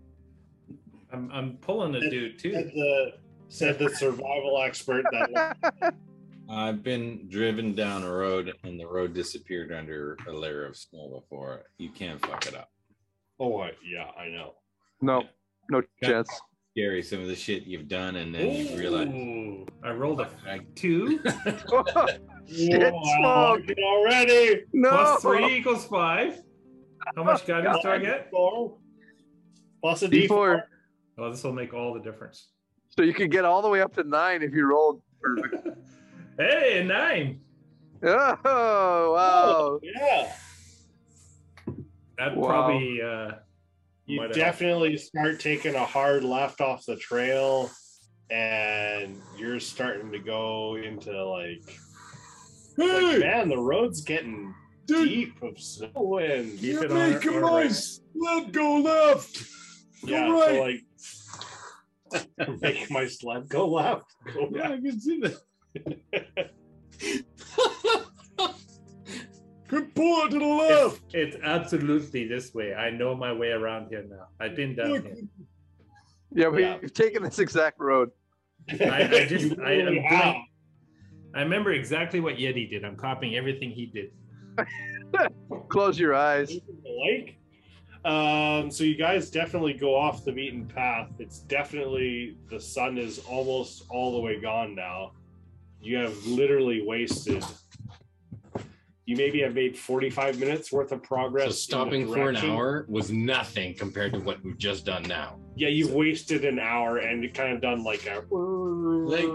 [SPEAKER 3] I'm, I'm pulling a dude too.
[SPEAKER 6] said the said the survival expert that
[SPEAKER 5] I've been driven down a road and the road disappeared under a layer of snow before. You can't fuck it up.
[SPEAKER 6] Oh, I, yeah, I know.
[SPEAKER 4] No, no chance. *laughs*
[SPEAKER 5] Scary, some of the shit you've done, and then you realize
[SPEAKER 3] Ooh, I
[SPEAKER 8] *laughs*
[SPEAKER 3] rolled a two
[SPEAKER 6] Oh,
[SPEAKER 4] Shit,
[SPEAKER 6] Wow,
[SPEAKER 4] smoke.
[SPEAKER 6] already.
[SPEAKER 4] No.
[SPEAKER 3] plus
[SPEAKER 4] Oh.
[SPEAKER 3] three equals five. How much guidance do I get?
[SPEAKER 6] Four. Plus a
[SPEAKER 4] D4.
[SPEAKER 6] D4.
[SPEAKER 3] Oh, this will make all the difference.
[SPEAKER 4] So you could get all the way up to nine if you rolled. *laughs*
[SPEAKER 3] Hey, a nine.
[SPEAKER 4] Oh, wow.
[SPEAKER 6] Yeah.
[SPEAKER 3] That
[SPEAKER 4] Wow.
[SPEAKER 3] probably uh,
[SPEAKER 6] You
[SPEAKER 3] might have-
[SPEAKER 6] definitely start taking a hard left off the trail and you're starting to go into like, like, man, the road's getting deep of snow and
[SPEAKER 3] keep it on. Make noise.
[SPEAKER 7] Let go left.
[SPEAKER 6] yeah, so like *laughs* make my slab go left. Go left.
[SPEAKER 15] I can see that.
[SPEAKER 7] Good pull it to the
[SPEAKER 2] Oh.
[SPEAKER 3] It's,
[SPEAKER 7] left.
[SPEAKER 3] it's absolutely this way. I know my way around here now. I've been down here.
[SPEAKER 4] Yeah, we-
[SPEAKER 6] Yeah.
[SPEAKER 4] we've taken this exact road.
[SPEAKER 3] I,
[SPEAKER 6] *laughs*
[SPEAKER 3] I just, I, am
[SPEAKER 6] Really have.
[SPEAKER 3] doing, I remember exactly what Yeti did. I'm copying everything he did.
[SPEAKER 4] Close your eyes. *laughs*
[SPEAKER 6] lake. Um, so you guys definitely go off the beaten path. It's definitely the sun is almost all the way gone now. You have literally wasted. You maybe have made forty-five minutes worth of progress.
[SPEAKER 5] so
[SPEAKER 6] in the
[SPEAKER 5] stopping for an
[SPEAKER 6] direction-
[SPEAKER 5] hour was nothing compared to what we've just done now.
[SPEAKER 6] Yeah, you've wasted an hour and you kind of done like a.
[SPEAKER 5] Like,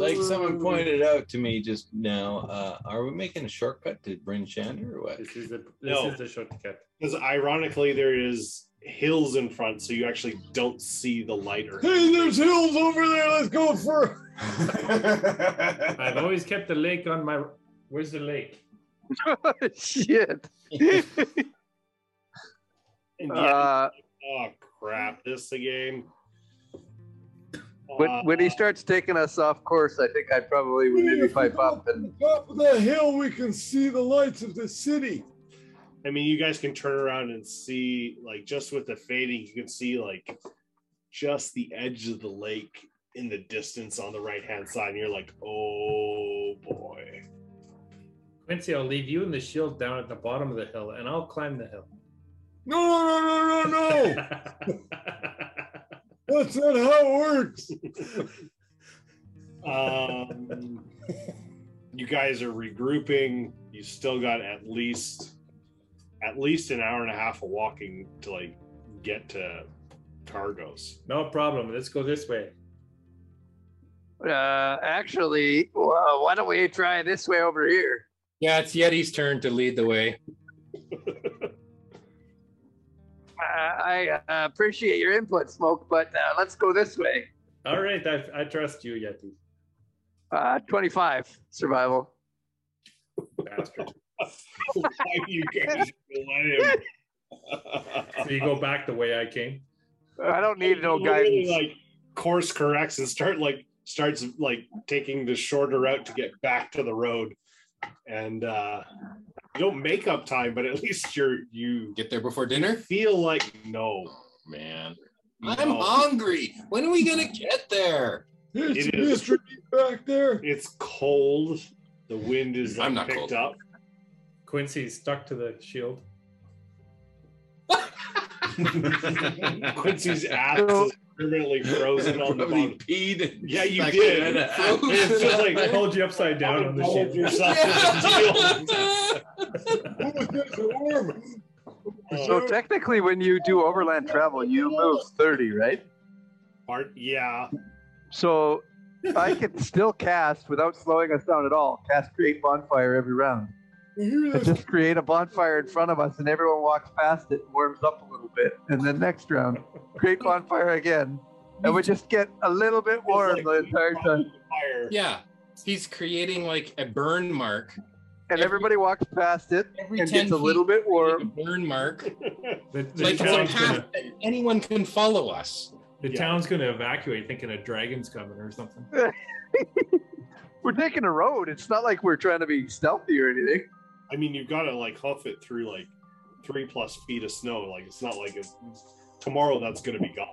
[SPEAKER 5] like someone pointed out to me just now, uh, are we making a shortcut to Bryn Shander or what?
[SPEAKER 3] This is a this
[SPEAKER 6] No.
[SPEAKER 3] is a shortcut.
[SPEAKER 6] Because ironically, there is hills in front, so you actually don't see the light. Or
[SPEAKER 7] Hey, there's hills over there. Let's go for.
[SPEAKER 3] I've always kept the lake on my. Where's the lake?
[SPEAKER 4] Shit.
[SPEAKER 6] And yeah,
[SPEAKER 4] Uh,
[SPEAKER 6] oh crap! This again.
[SPEAKER 4] when, when he starts taking us off course, I think I probably would maybe pipe up and
[SPEAKER 7] Top of that hill, we can see the lights of the city.
[SPEAKER 6] Uh, I mean, you guys can turn around and see, like, just with the fading, you can see, like, just the edge of the lake in the distance on the right hand side. And you're like, oh boy.
[SPEAKER 3] Quincy, I'll leave you and the shield down at the bottom of the hill, and I'll climb the hill.
[SPEAKER 7] No, no, no, no, no, no. That's not how it works.
[SPEAKER 6] Um, you guys are regrouping. You still got at least, at least an hour and a half of walking to, like, get to Targos.
[SPEAKER 3] *laughs*
[SPEAKER 6] *laughs*
[SPEAKER 3] no problem. Let's go this way.
[SPEAKER 4] Uh, actually, well, why don't we try this way over here?
[SPEAKER 5] Yeah, it's Yeti's turn to lead the way.
[SPEAKER 4] I, I uh, appreciate your input, Smoke, but uh, let's go this way.
[SPEAKER 3] All right, I, I trust you, Yeti.
[SPEAKER 4] Uh, 25 survival.
[SPEAKER 3] Bastard.
[SPEAKER 6] Why you guys let him?
[SPEAKER 3] *laughs* So you go back the way I came.
[SPEAKER 4] I don't need no
[SPEAKER 6] You literally,
[SPEAKER 4] guidance.
[SPEAKER 6] Like course corrects and start like starts like taking the shorter route to get back to the road, and uh you don't make up time, but at *laughs* least you're you
[SPEAKER 5] Get there before dinner?
[SPEAKER 6] feel like no.
[SPEAKER 5] Man.
[SPEAKER 6] I'm
[SPEAKER 5] I'm
[SPEAKER 6] No.
[SPEAKER 5] hungry. When are we going to get there?
[SPEAKER 7] There's
[SPEAKER 6] It
[SPEAKER 7] a
[SPEAKER 6] is.
[SPEAKER 7] mystery back there.
[SPEAKER 6] It's cold. The wind is like
[SPEAKER 5] I'm not
[SPEAKER 6] picked
[SPEAKER 5] cold.
[SPEAKER 6] up.
[SPEAKER 3] Quincy's stuck to the shield.
[SPEAKER 6] *laughs*
[SPEAKER 5] *laughs*
[SPEAKER 6] Quincy's ass is permanently frozen on the
[SPEAKER 5] Probably
[SPEAKER 6] bottom.
[SPEAKER 5] peed. and
[SPEAKER 6] Yeah, you
[SPEAKER 5] stuck
[SPEAKER 6] did.
[SPEAKER 5] it *laughs* in.
[SPEAKER 6] *laughs* It's just
[SPEAKER 5] *laughs*
[SPEAKER 6] like oh.
[SPEAKER 3] I hold you upside down on the
[SPEAKER 6] hold
[SPEAKER 3] shield.
[SPEAKER 6] yourself *laughs* to the
[SPEAKER 7] Oh, it's warm.
[SPEAKER 6] deal.
[SPEAKER 4] *laughs* so technically, when you do overland travel, you move 30, right?
[SPEAKER 6] Part- yeah.
[SPEAKER 4] So I can still cast without slowing us down at all. Cast create bonfire every round.
[SPEAKER 7] We hear
[SPEAKER 4] And
[SPEAKER 7] this.
[SPEAKER 4] just create a bonfire in front of us, and everyone walks past it, warms up a little bit, and then next round, create bonfire again, and we just get a little bit warm
[SPEAKER 6] It's
[SPEAKER 4] the
[SPEAKER 6] like
[SPEAKER 4] entire time.
[SPEAKER 6] fire.
[SPEAKER 5] *laughs* yeah. He's creating like a burn mark.
[SPEAKER 4] and
[SPEAKER 5] Every-
[SPEAKER 4] everybody walks past it
[SPEAKER 5] Every
[SPEAKER 4] and
[SPEAKER 5] 10
[SPEAKER 4] gets a
[SPEAKER 5] feet,
[SPEAKER 4] little bit
[SPEAKER 5] A
[SPEAKER 4] warm.
[SPEAKER 5] burn
[SPEAKER 8] *laughs*
[SPEAKER 5] mark.
[SPEAKER 3] The, the
[SPEAKER 5] Like it's a
[SPEAKER 3] town's,
[SPEAKER 5] path
[SPEAKER 3] gonna,
[SPEAKER 5] that anyone can follow us.
[SPEAKER 3] the
[SPEAKER 6] Yeah.
[SPEAKER 3] town's gonna evacuate thinking a dragon's coming or something.
[SPEAKER 4] We're taking a road. It's not like we're trying to be stealthy or anything.
[SPEAKER 6] *laughs* I mean, you've got to like huff it through like three plus feet of snow. Like it's not like it's, tomorrow that's going to be gone.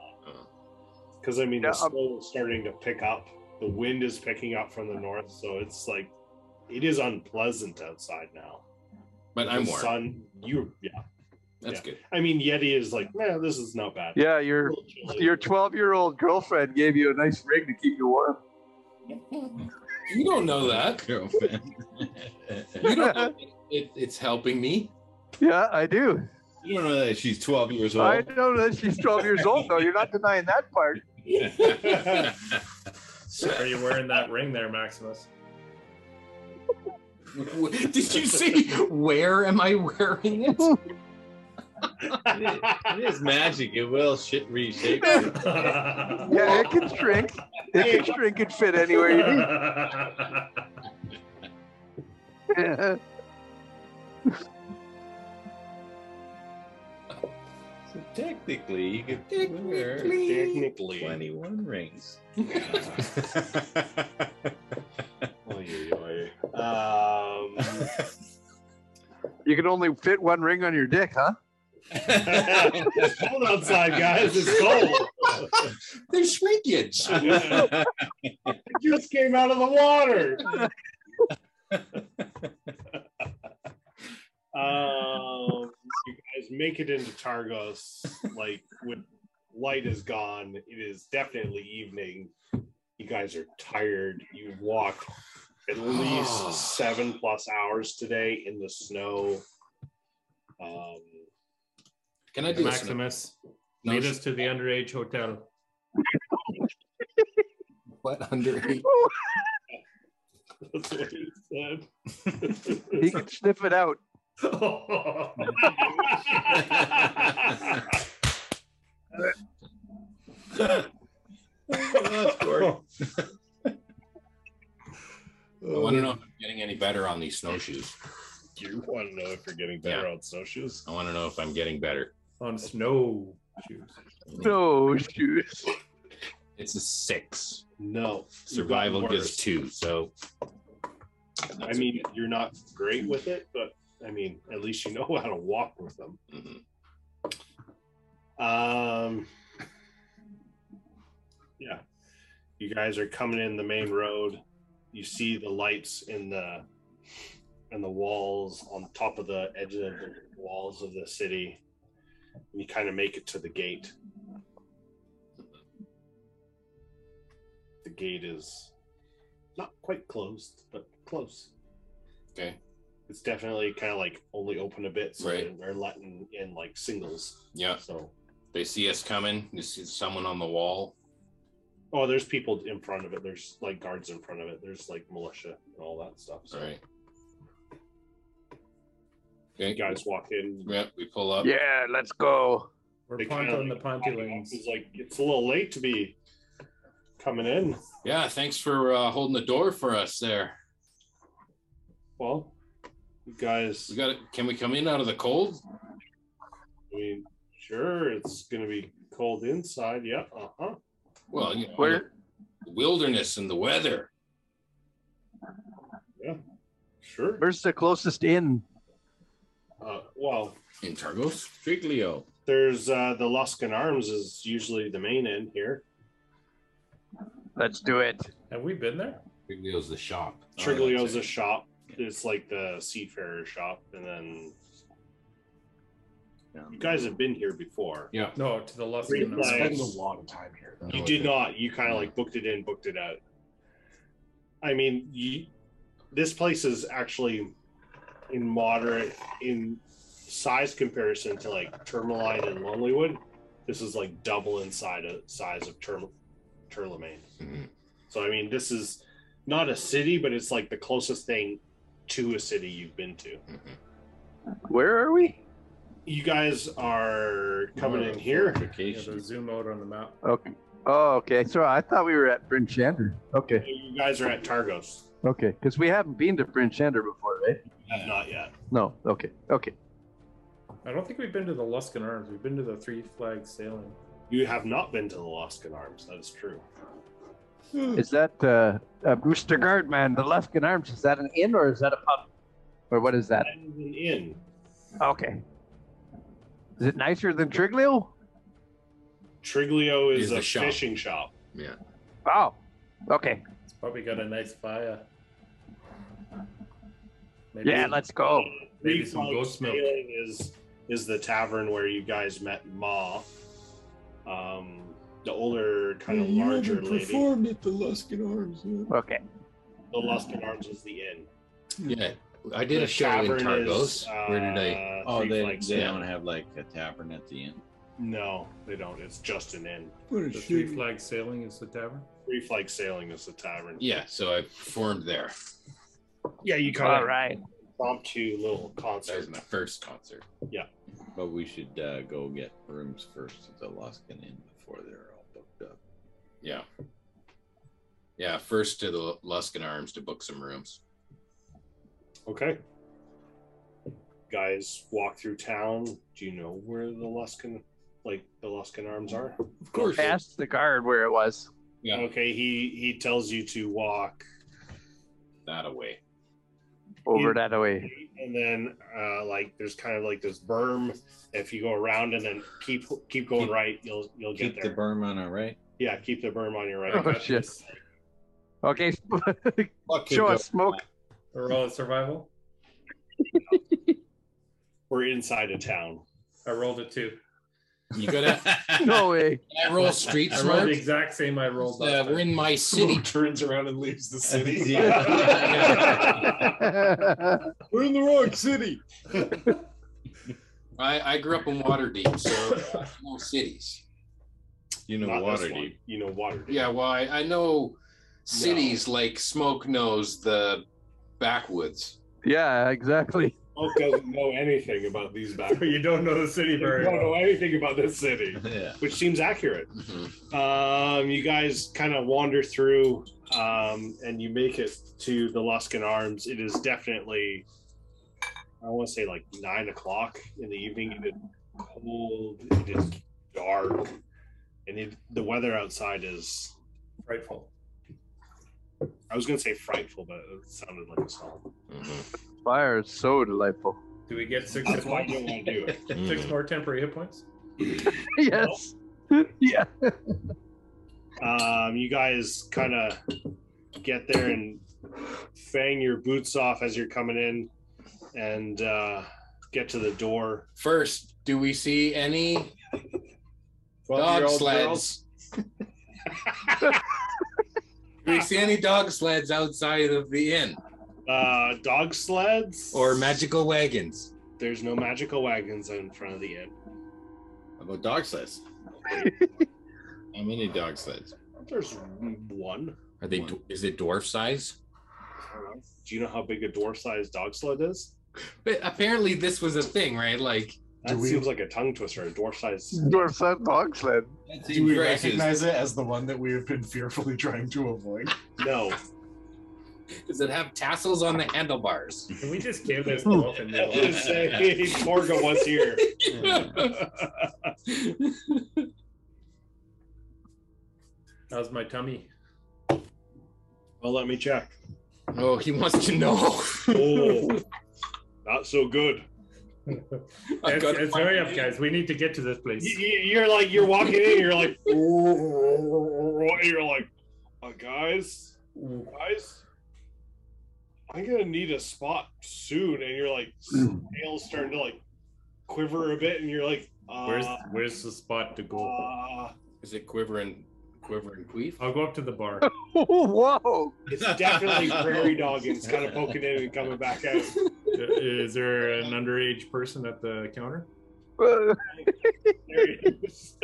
[SPEAKER 6] Because I mean,
[SPEAKER 4] Yeah,
[SPEAKER 6] the
[SPEAKER 4] I'm-
[SPEAKER 6] snow is starting to pick up. The wind is picking up from the north, so it's like it is unpleasant outside now.
[SPEAKER 2] But I'm
[SPEAKER 6] the
[SPEAKER 2] warm.
[SPEAKER 6] sun. You, yeah.
[SPEAKER 2] That's
[SPEAKER 6] yeah.
[SPEAKER 2] good.
[SPEAKER 6] I mean, Yeti is like, man, this is not bad.
[SPEAKER 4] Yeah, your your 12 year old girlfriend gave you a nice ring to keep you warm.
[SPEAKER 2] You don't know that.
[SPEAKER 8] Girlfriend.
[SPEAKER 5] *laughs*
[SPEAKER 2] You don't know that *laughs* it, it's helping me.
[SPEAKER 4] Yeah, I do.
[SPEAKER 8] you don't know that she's 12 years old.
[SPEAKER 4] I know that she's 12 years old though. You're not denying that part.
[SPEAKER 8] *laughs*
[SPEAKER 3] Are you wearing that ring there, Maximus? *laughs*
[SPEAKER 2] Did you see where am I wearing it?
[SPEAKER 8] It is- it is magic. It will shit reshape.
[SPEAKER 4] Yeah, it can shrink. It can shrink and fit anywhere
[SPEAKER 3] *laughs*
[SPEAKER 4] you need. *laughs* Yeah.
[SPEAKER 8] So technically, you could wear
[SPEAKER 6] Technically.
[SPEAKER 8] 21 rings.
[SPEAKER 6] Oy, oy, oy. Um, *laughs*
[SPEAKER 4] You can only fit one ring on your dick, huh?
[SPEAKER 6] it's cold outside, guys. It's cold.
[SPEAKER 8] *laughs*
[SPEAKER 2] There's shrinkage.
[SPEAKER 6] I just came out of the water. *laughs* um, you guys make it into Targos. Like when light is gone, it is definitely evening. You guys are tired. You've walked at *sighs* least seven plus hours today in the snow. Um, *laughs*
[SPEAKER 2] Can I do this?
[SPEAKER 3] Maximus,
[SPEAKER 2] No,
[SPEAKER 3] lead us to the underage hotel.
[SPEAKER 2] what under
[SPEAKER 6] that's what he said. *laughs*
[SPEAKER 4] He can sniff it out.
[SPEAKER 2] I want to know if I'm getting any better on these snowshoes.
[SPEAKER 6] you want to know if you're getting better on snowshoes?
[SPEAKER 2] I want to know if I'm getting better.
[SPEAKER 3] On snow shoes.
[SPEAKER 4] No shoes.
[SPEAKER 2] It's a six.
[SPEAKER 6] No.
[SPEAKER 2] Survival gives
[SPEAKER 6] gives.
[SPEAKER 2] two. So
[SPEAKER 6] I mean, you're not great with it, but I mean, at least you know *laughs* how to walk with them.
[SPEAKER 2] Mhm.
[SPEAKER 6] Um, yeah, you guys are coming in the main road. You see the lights in the in the walls on top of the edge of the walls of the city. You kind of make it to the gate. The gate is not quite closed, but close.
[SPEAKER 2] Okay.
[SPEAKER 6] It's definitely kind of like only open a bit, so
[SPEAKER 2] Right.
[SPEAKER 6] they're letting in like singles.
[SPEAKER 2] yeah,
[SPEAKER 6] So
[SPEAKER 2] they see us coming. They see someone on the wall.
[SPEAKER 6] Oh, there's people in front of it. There's like guards in front of it. There's like militia and all that stuff. So
[SPEAKER 2] All right. Okay.
[SPEAKER 6] you guys walk in.
[SPEAKER 2] Yep, we pull up.
[SPEAKER 4] Yeah, let's go.
[SPEAKER 3] We're
[SPEAKER 6] They
[SPEAKER 3] Ponto
[SPEAKER 6] kinda
[SPEAKER 3] on the
[SPEAKER 6] like-
[SPEAKER 3] Ponty lanes.
[SPEAKER 6] It's like it's a little late to be coming in.
[SPEAKER 2] Yeah, thanks for uh, holding the door for us there.
[SPEAKER 6] Well, you guys.
[SPEAKER 2] We got it. Can we come in out of the cold?
[SPEAKER 6] I mean, sure, it's gonna be cold inside. Yeah. Uh huh.
[SPEAKER 2] Well, you know,
[SPEAKER 4] Where?
[SPEAKER 2] the wilderness and the weather.
[SPEAKER 6] Sure.
[SPEAKER 4] Where's the closest inn?
[SPEAKER 6] Uh, well,
[SPEAKER 2] In Targos? Triglio.
[SPEAKER 6] there's uh, the Luskin Arms is usually the main end here.
[SPEAKER 7] Oh,
[SPEAKER 4] Let's do it.
[SPEAKER 3] Have we been there?
[SPEAKER 2] Triglio's the shop. Oh,
[SPEAKER 6] Triglio's a shop. It's like the seafarer shop, and then you guys have been here before.
[SPEAKER 2] Yeah.
[SPEAKER 3] No, to the left.
[SPEAKER 6] Green
[SPEAKER 3] No.
[SPEAKER 6] flag.
[SPEAKER 7] spend a lot of time here. though.
[SPEAKER 6] You did not. You kind of like booked it in, booked it out. I mean, you, this place is actually in moderate in size comparison to like Tourmaline and Lonelywood. This is like double in size of, size of Tourm- Tourmaline.
[SPEAKER 2] Mhm.
[SPEAKER 6] So I mean, this is not a city, but it's like the closest thing to a city you've been to.
[SPEAKER 2] Mhm.
[SPEAKER 4] Where are we?
[SPEAKER 6] You guys are coming
[SPEAKER 2] Oh,
[SPEAKER 6] in here.
[SPEAKER 3] Yeah, the zoom out on the map.
[SPEAKER 4] Okay. Oh, okay. So I thought we were at Bryn Shander. Okay.
[SPEAKER 6] You guys are at Targos.
[SPEAKER 4] Okay. Because we haven't been to Bryn Shander before, right?
[SPEAKER 6] Not yet.
[SPEAKER 4] No. Okay. Okay.
[SPEAKER 3] I don't think we've been to the Luskin Arms. We've been to the Three Flags Sailing.
[SPEAKER 6] You have not been to the Luskin Arms. That is true.
[SPEAKER 4] Is that uh, uh, Mr. Guardman, the Luskin Arms? Is that an inn or is that a pub? Or what is that?
[SPEAKER 6] That is an inn.
[SPEAKER 4] Okay. Is it nicer than Triglio?
[SPEAKER 6] Triglio is,
[SPEAKER 2] Is
[SPEAKER 6] a
[SPEAKER 2] the shop.
[SPEAKER 6] fishing shop.
[SPEAKER 4] Wow. Okay.
[SPEAKER 3] It's probably got a nice fire. Maybe,
[SPEAKER 4] Yeah, let's go.
[SPEAKER 3] maybe some
[SPEAKER 6] Reflux
[SPEAKER 3] ghost milk.
[SPEAKER 6] Sailing is is the tavern where you guys met Ma. Um, the older, kind of larger lady.
[SPEAKER 16] at the Luskin Arms.
[SPEAKER 4] Okay.
[SPEAKER 6] The Luskin Arms is the inn.
[SPEAKER 2] Yeah, I did
[SPEAKER 6] The
[SPEAKER 2] a show in
[SPEAKER 6] tavern
[SPEAKER 2] Targos.
[SPEAKER 6] is,
[SPEAKER 2] Where did I?
[SPEAKER 6] uh,
[SPEAKER 8] Oh, they,
[SPEAKER 6] Reflux
[SPEAKER 8] they
[SPEAKER 6] Sailing.
[SPEAKER 8] don't have like a tavern at the end.
[SPEAKER 6] No, they don't. It's just an inn.
[SPEAKER 16] What a
[SPEAKER 3] The Three
[SPEAKER 16] shit.
[SPEAKER 3] Flag Sailing is the tavern.
[SPEAKER 6] Reflex Sailing is the tavern.
[SPEAKER 2] Yeah, so I performed there.
[SPEAKER 6] Yeah, you
[SPEAKER 4] All
[SPEAKER 6] kind of
[SPEAKER 4] right.
[SPEAKER 6] impromptu little
[SPEAKER 2] That was
[SPEAKER 6] concert.
[SPEAKER 2] my first concert.
[SPEAKER 8] But we should uh, go get rooms first at the Luskin Inn before they're all booked up.
[SPEAKER 2] Yeah. Yeah, first to the Luskin Arms to book some rooms.
[SPEAKER 6] Okay. Guys walk through town. Do you know where the Luskin, like the Luskin Arms are?
[SPEAKER 2] Of course.
[SPEAKER 4] Past the guard where it was.
[SPEAKER 2] Yeah.
[SPEAKER 6] Okay, he he tells you to walk,
[SPEAKER 2] That away.
[SPEAKER 4] Over that way.
[SPEAKER 6] and then uh, like there's kind of like this berm. If you go around and then keep keep going
[SPEAKER 8] Keep-
[SPEAKER 6] right, you'll you'll get
[SPEAKER 8] Keep the
[SPEAKER 6] there.
[SPEAKER 8] berm on our right.
[SPEAKER 6] yeah, keep the berm on your right.
[SPEAKER 8] *laughs*
[SPEAKER 4] Oh shit. Okay. *laughs* Show us smoke.
[SPEAKER 3] The roll of survival.
[SPEAKER 6] We're inside of town.
[SPEAKER 3] I rolled it too.
[SPEAKER 2] You gotta
[SPEAKER 4] No
[SPEAKER 6] *laughs*
[SPEAKER 4] way.
[SPEAKER 2] I roll street
[SPEAKER 3] I rolled
[SPEAKER 2] smart.
[SPEAKER 3] the exact same I rolled
[SPEAKER 2] Uh,
[SPEAKER 3] last
[SPEAKER 2] we're
[SPEAKER 3] time.
[SPEAKER 2] in my city.
[SPEAKER 7] turns around and leaves
[SPEAKER 5] *laughs*
[SPEAKER 7] the city. *laughs*
[SPEAKER 8] We're in the wrong city.
[SPEAKER 2] I, I grew up in Waterdeep, so I know cities.
[SPEAKER 8] You know,
[SPEAKER 6] Not this
[SPEAKER 8] Waterdeep.
[SPEAKER 6] one. You know Waterdeep.
[SPEAKER 2] Yeah, well, I, I know cities like Smoke knows the backwoods.
[SPEAKER 4] yeah, exactly.
[SPEAKER 6] Smoke doesn't know anything about these
[SPEAKER 3] *laughs*
[SPEAKER 6] back.
[SPEAKER 3] you don't know the city
[SPEAKER 6] You
[SPEAKER 3] very
[SPEAKER 6] don't know
[SPEAKER 3] well.
[SPEAKER 6] anything about this city,
[SPEAKER 2] *laughs*
[SPEAKER 8] Yeah.
[SPEAKER 6] which seems accurate.
[SPEAKER 2] Mm-hmm.
[SPEAKER 6] Um, you guys kind of wander through, um, and you make it to the Luskin Arms. It is definitely, I want to say, like nine o'clock in the evening. It is cold. It is dark, and it, the weather outside is.
[SPEAKER 3] Frightful.
[SPEAKER 6] I was gonna say frightful, but it sounded like a song.
[SPEAKER 2] Mm-hmm.
[SPEAKER 4] Fire is so delightful. *laughs*
[SPEAKER 3] Do we get six hit
[SPEAKER 6] That's why I
[SPEAKER 3] points?
[SPEAKER 6] don't want to do it.
[SPEAKER 3] Six more temporary hit points?
[SPEAKER 4] Yes. yeah.
[SPEAKER 6] Um, you guys kind of get there and fang your boots off as you're coming in, and uh, get to the door.
[SPEAKER 2] First, do we see any dog
[SPEAKER 8] 12-year-old
[SPEAKER 2] sleds? do we see any dog sleds outside of the inn
[SPEAKER 6] Uh, dog sleds
[SPEAKER 2] or magical wagons?
[SPEAKER 6] There's no magical wagons in front of the inn.
[SPEAKER 8] How about dog sleds?
[SPEAKER 2] How many dog sleds?
[SPEAKER 6] There's one.
[SPEAKER 2] Are they? Is it dwarf size?
[SPEAKER 6] Do you know how big a dwarf-sized dog sled is?
[SPEAKER 2] But apparently, this was a thing, right? Like,
[SPEAKER 6] That
[SPEAKER 7] Do we-
[SPEAKER 6] seems like a tongue twister. A
[SPEAKER 7] *laughs*
[SPEAKER 6] dwarf-sized.
[SPEAKER 4] Dwarf Sun Dog Sled.
[SPEAKER 7] Do we
[SPEAKER 2] Graces.
[SPEAKER 7] recognize it as the one that we have been fearfully trying to avoid? *laughs*
[SPEAKER 6] No,
[SPEAKER 2] does it have tassels on the handlebars?
[SPEAKER 3] Can we just
[SPEAKER 6] *laughs*
[SPEAKER 3] give this to Wolf and move on?
[SPEAKER 6] Just say, Torgo was here.
[SPEAKER 3] How's my tummy?
[SPEAKER 6] Well, let me check.
[SPEAKER 2] oh, he wants to *laughs* know.
[SPEAKER 6] Oh, not so good.
[SPEAKER 2] I've
[SPEAKER 3] It's,
[SPEAKER 2] got to
[SPEAKER 3] it's
[SPEAKER 2] find-
[SPEAKER 3] hurry up, guys. We need to get to this
[SPEAKER 6] Y-
[SPEAKER 3] place.
[SPEAKER 6] y- You're like you're walking in. You're like *laughs* you're like, uh, guys, guys. I'm gonna need a spot soon, and you're like tail's starting to like quiver a bit, and you're like, uh,
[SPEAKER 3] Where's where's the spot to go?
[SPEAKER 6] uh,
[SPEAKER 2] Is it quivering, quivering queef? *laughs*
[SPEAKER 3] *laughs* I'll go up to the bar.
[SPEAKER 4] *laughs*
[SPEAKER 6] *laughs*
[SPEAKER 4] Whoa.
[SPEAKER 6] it's definitely
[SPEAKER 3] *laughs*
[SPEAKER 6] prairie dogging. It's kind of poking in and coming back out. *laughs*
[SPEAKER 3] Is there an underage person at the counter?
[SPEAKER 6] There it is. *laughs*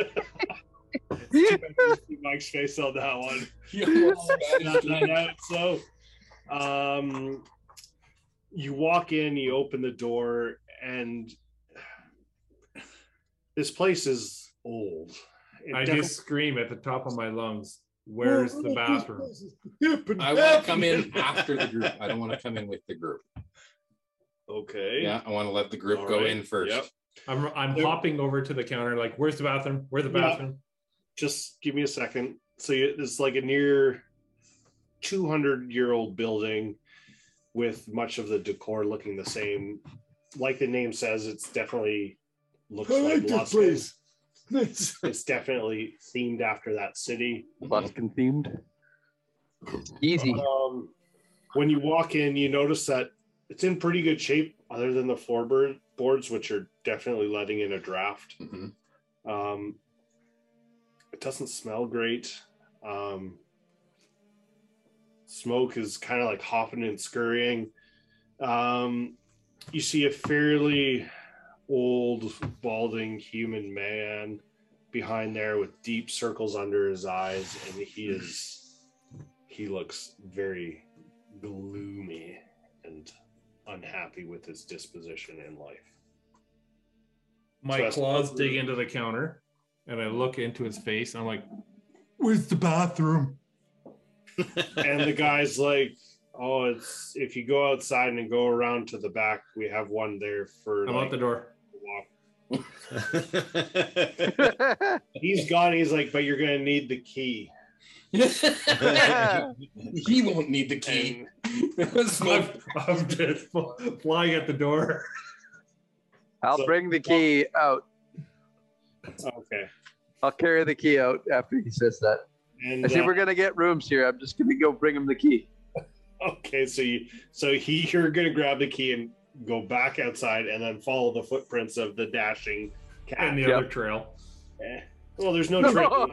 [SPEAKER 6] It's too bad you see Mike's face on that one. Not that out, so, um, you walk in, you open the door, and this place is old. It
[SPEAKER 3] I
[SPEAKER 6] definitely-
[SPEAKER 3] just scream at the top of my lungs. Where's the bathroom?
[SPEAKER 6] *laughs*
[SPEAKER 2] I want to come in after the group. I don't want to come in with the group.
[SPEAKER 6] okay.
[SPEAKER 2] Yeah, I want to let the group
[SPEAKER 6] All
[SPEAKER 2] go
[SPEAKER 6] right.
[SPEAKER 2] in first.
[SPEAKER 6] Yep.
[SPEAKER 3] I'm I'm
[SPEAKER 6] There-
[SPEAKER 3] hopping over to the counter. Like, where's the bathroom? Where's the
[SPEAKER 6] Yeah.
[SPEAKER 3] bathroom?
[SPEAKER 6] Just give me a second. So you- it's like a near 200 year old building with much of the decor looking the same. Like the name says, it's definitely looks like, Las Vegas.
[SPEAKER 7] Nice.
[SPEAKER 6] It's definitely themed after that city.
[SPEAKER 4] Luskin themed. Easy. *laughs*
[SPEAKER 6] Um, when you walk in, you notice that it's in pretty good shape, other than the floorboard boards, which are definitely letting in a draft.
[SPEAKER 15] *laughs*
[SPEAKER 2] Mhm.
[SPEAKER 6] Um, it doesn't smell great. Um, smoke is kind of like hopping and scurrying. Um, you see a fairly old, balding human man behind there with deep circles under his eyes, and he is he looks very gloomy and unhappy with his disposition in life.
[SPEAKER 3] My
[SPEAKER 6] Trust
[SPEAKER 3] claws
[SPEAKER 6] me.
[SPEAKER 3] dig into the counter and I look into his face. And I'm like, where's the bathroom?
[SPEAKER 6] and the guy's like, "Oh, it's if you go outside and go around to the back, we have one there for
[SPEAKER 3] I'm
[SPEAKER 6] like,
[SPEAKER 3] out the door.
[SPEAKER 6] walk."
[SPEAKER 4] yeah.
[SPEAKER 6] He's gone. He's like, "But you're gonna need the key."
[SPEAKER 2] He won't need the key.
[SPEAKER 6] And
[SPEAKER 2] Smoke.
[SPEAKER 3] I'm, *laughs* I'm just flying at the door.
[SPEAKER 4] I'll bring the key out.
[SPEAKER 6] okay,
[SPEAKER 4] I'll carry the key out after he says that. I
[SPEAKER 6] and
[SPEAKER 4] see
[SPEAKER 6] uh,
[SPEAKER 4] we're gonna get rooms here. I'm just gonna go bring him the key. *laughs*
[SPEAKER 6] uh, okay, so you so he you're gonna grab the key and go back outside, and then follow the footprints of the dashing cat.
[SPEAKER 3] And the
[SPEAKER 4] Yep.
[SPEAKER 3] other trail.
[SPEAKER 6] Eh, Well, there's no trail.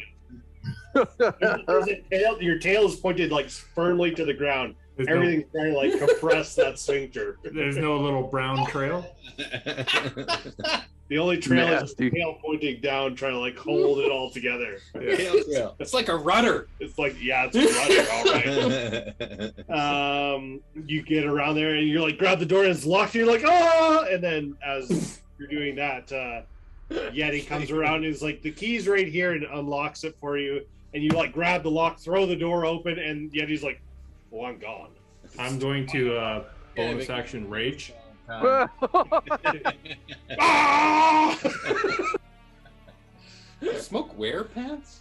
[SPEAKER 6] There's a tail, your tail is pointed like firmly to the ground.
[SPEAKER 3] There's no-
[SPEAKER 6] Everything's trying to like compress that sphincter.
[SPEAKER 3] There's no little brown trail.
[SPEAKER 6] The only trail is
[SPEAKER 4] Nasty.
[SPEAKER 6] the tail pointing down, trying to like hold it all together. *laughs*
[SPEAKER 2] It's like a rudder.
[SPEAKER 6] It's like, yeah, it's
[SPEAKER 8] *laughs*
[SPEAKER 6] running, all right. Um, you get around there and you're like, grab the door and it's locked. And you're like, ah! And then as you're doing that, uh, Yeti comes around and is like, the key's right here and unlocks it for you. And you like grab the lock, throw the door open, and Yeti's like, well, I'm gone.
[SPEAKER 3] I'm going to
[SPEAKER 8] Yeah,
[SPEAKER 3] uh, bonus
[SPEAKER 8] make-
[SPEAKER 3] action rage.
[SPEAKER 6] Ah!
[SPEAKER 2] Smoke wear pants?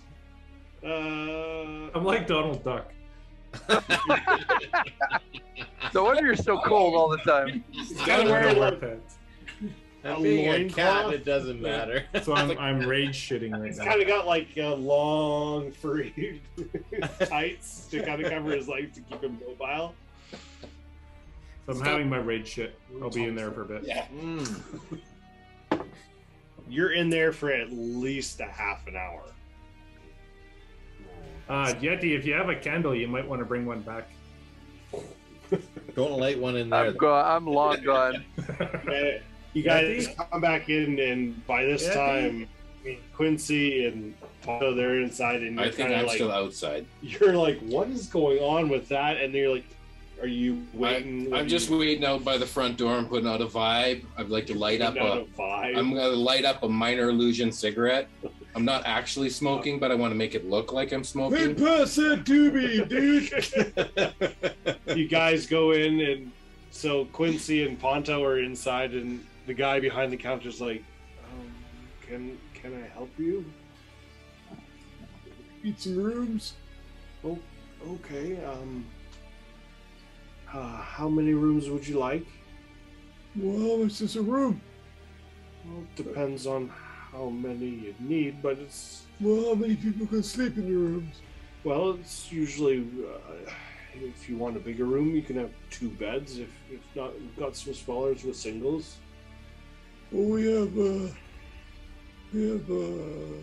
[SPEAKER 6] uh,
[SPEAKER 3] I'm like Donald Duck.
[SPEAKER 4] no wonder you're so cold all the time.
[SPEAKER 6] gotta wear like
[SPEAKER 3] pants.
[SPEAKER 6] a
[SPEAKER 15] Being a cat,
[SPEAKER 6] loincloth.
[SPEAKER 15] it doesn't matter. *laughs*
[SPEAKER 3] So I'm, I'm rage shitting right
[SPEAKER 6] He's
[SPEAKER 3] now.
[SPEAKER 6] kind of got like a long furry *laughs* tights to kind of cover his legs to keep him mobile.
[SPEAKER 3] So I'm having my rage shit. I'll be in there for a bit.
[SPEAKER 2] Yeah.
[SPEAKER 6] You're in there for at least a half an
[SPEAKER 15] *laughs*
[SPEAKER 6] hour.
[SPEAKER 3] Uh, Yeti, if you have a candle, you might want to bring one back.
[SPEAKER 15] Don't light one in
[SPEAKER 6] *laughs*
[SPEAKER 15] there.
[SPEAKER 4] I'm gone. I'm long gone.
[SPEAKER 6] And You guys come back in, and by this
[SPEAKER 3] Yeah.
[SPEAKER 6] time, I mean, Quincy and Tonto, they're inside, and
[SPEAKER 2] I
[SPEAKER 6] you're
[SPEAKER 2] think
[SPEAKER 6] kind of
[SPEAKER 2] I'm
[SPEAKER 6] like,
[SPEAKER 2] still outside.
[SPEAKER 6] you're like, what is going on with that? And you're like, are you waiting? What
[SPEAKER 2] I'm
[SPEAKER 6] are
[SPEAKER 2] just
[SPEAKER 6] you
[SPEAKER 2] waiting out by the front door. I'm putting out a vibe. I'd like to light up
[SPEAKER 6] putting out
[SPEAKER 2] a.
[SPEAKER 6] vibe.
[SPEAKER 2] I'm gonna light up a minor illusion cigarette. I'm not actually smoking, but I want to make it look like I'm smoking.
[SPEAKER 15] pass that doobie,
[SPEAKER 6] *laughs*
[SPEAKER 15] dude.
[SPEAKER 6] you guys go in and so Quincy and Ponto are inside and the guy behind the counter's like, um, can can I help you?
[SPEAKER 15] Need some rooms.
[SPEAKER 6] Oh okay, um uh, how many rooms would you like?
[SPEAKER 15] Well, this is a room.
[SPEAKER 6] Well, it depends on how many you need, but it's
[SPEAKER 15] Well, how many people can sleep in your rooms?
[SPEAKER 6] well, it's usually uh, if you want a bigger room, you can have two beds. If if not, we've got some smallers with singles.
[SPEAKER 15] Well, we have, uh, we have, uh,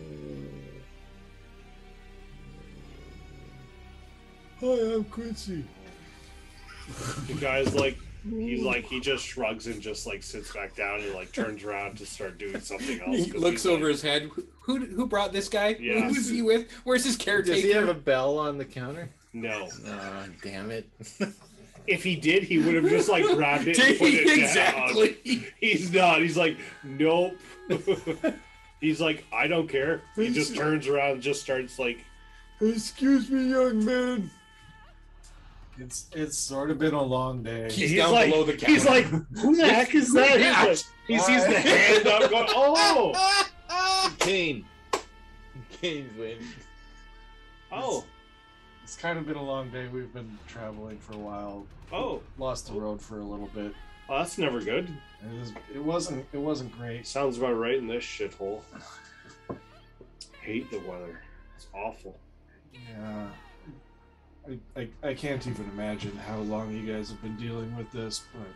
[SPEAKER 15] hi, I'm Quincy.
[SPEAKER 6] The guy's like, He's like he just shrugs and just like sits back down and like turns around to start doing something else.
[SPEAKER 2] He
[SPEAKER 6] 'cause
[SPEAKER 2] looks
[SPEAKER 6] he's like-
[SPEAKER 2] over his head. Who who brought this guy?
[SPEAKER 6] Yeah.
[SPEAKER 2] Who's he with? Where's his caretaker?
[SPEAKER 15] Does he have a bell on the counter?
[SPEAKER 6] no.
[SPEAKER 15] Oh, damn it.
[SPEAKER 6] If he did, he would have just like grabbed it and put it down.
[SPEAKER 2] exactly.
[SPEAKER 6] He's not. He's like, nope. *laughs* He's like, I don't care. He just turns around and just starts like,
[SPEAKER 15] Excuse me, young man.
[SPEAKER 7] It's it's sort of been a long day.
[SPEAKER 2] He's,
[SPEAKER 6] He's
[SPEAKER 2] down
[SPEAKER 6] like-
[SPEAKER 2] below the counter.
[SPEAKER 6] he's like, who the heck is that? He's like, he sees the hand up going, oh,
[SPEAKER 15] Kane. Kane's
[SPEAKER 6] *laughs*
[SPEAKER 15] *laughs* waiting.
[SPEAKER 6] oh,
[SPEAKER 7] It's kind of been a long day. We've been traveling for a while.
[SPEAKER 6] oh.
[SPEAKER 7] Lost the road for a little bit.
[SPEAKER 6] Oh, that's never good.
[SPEAKER 7] It, was, it wasn't it wasn't
[SPEAKER 6] It
[SPEAKER 7] great.
[SPEAKER 6] sounds about right in this shithole. Hate the weather. It's awful.
[SPEAKER 7] Yeah. I, I, I can't even imagine how long you guys have been dealing with this, but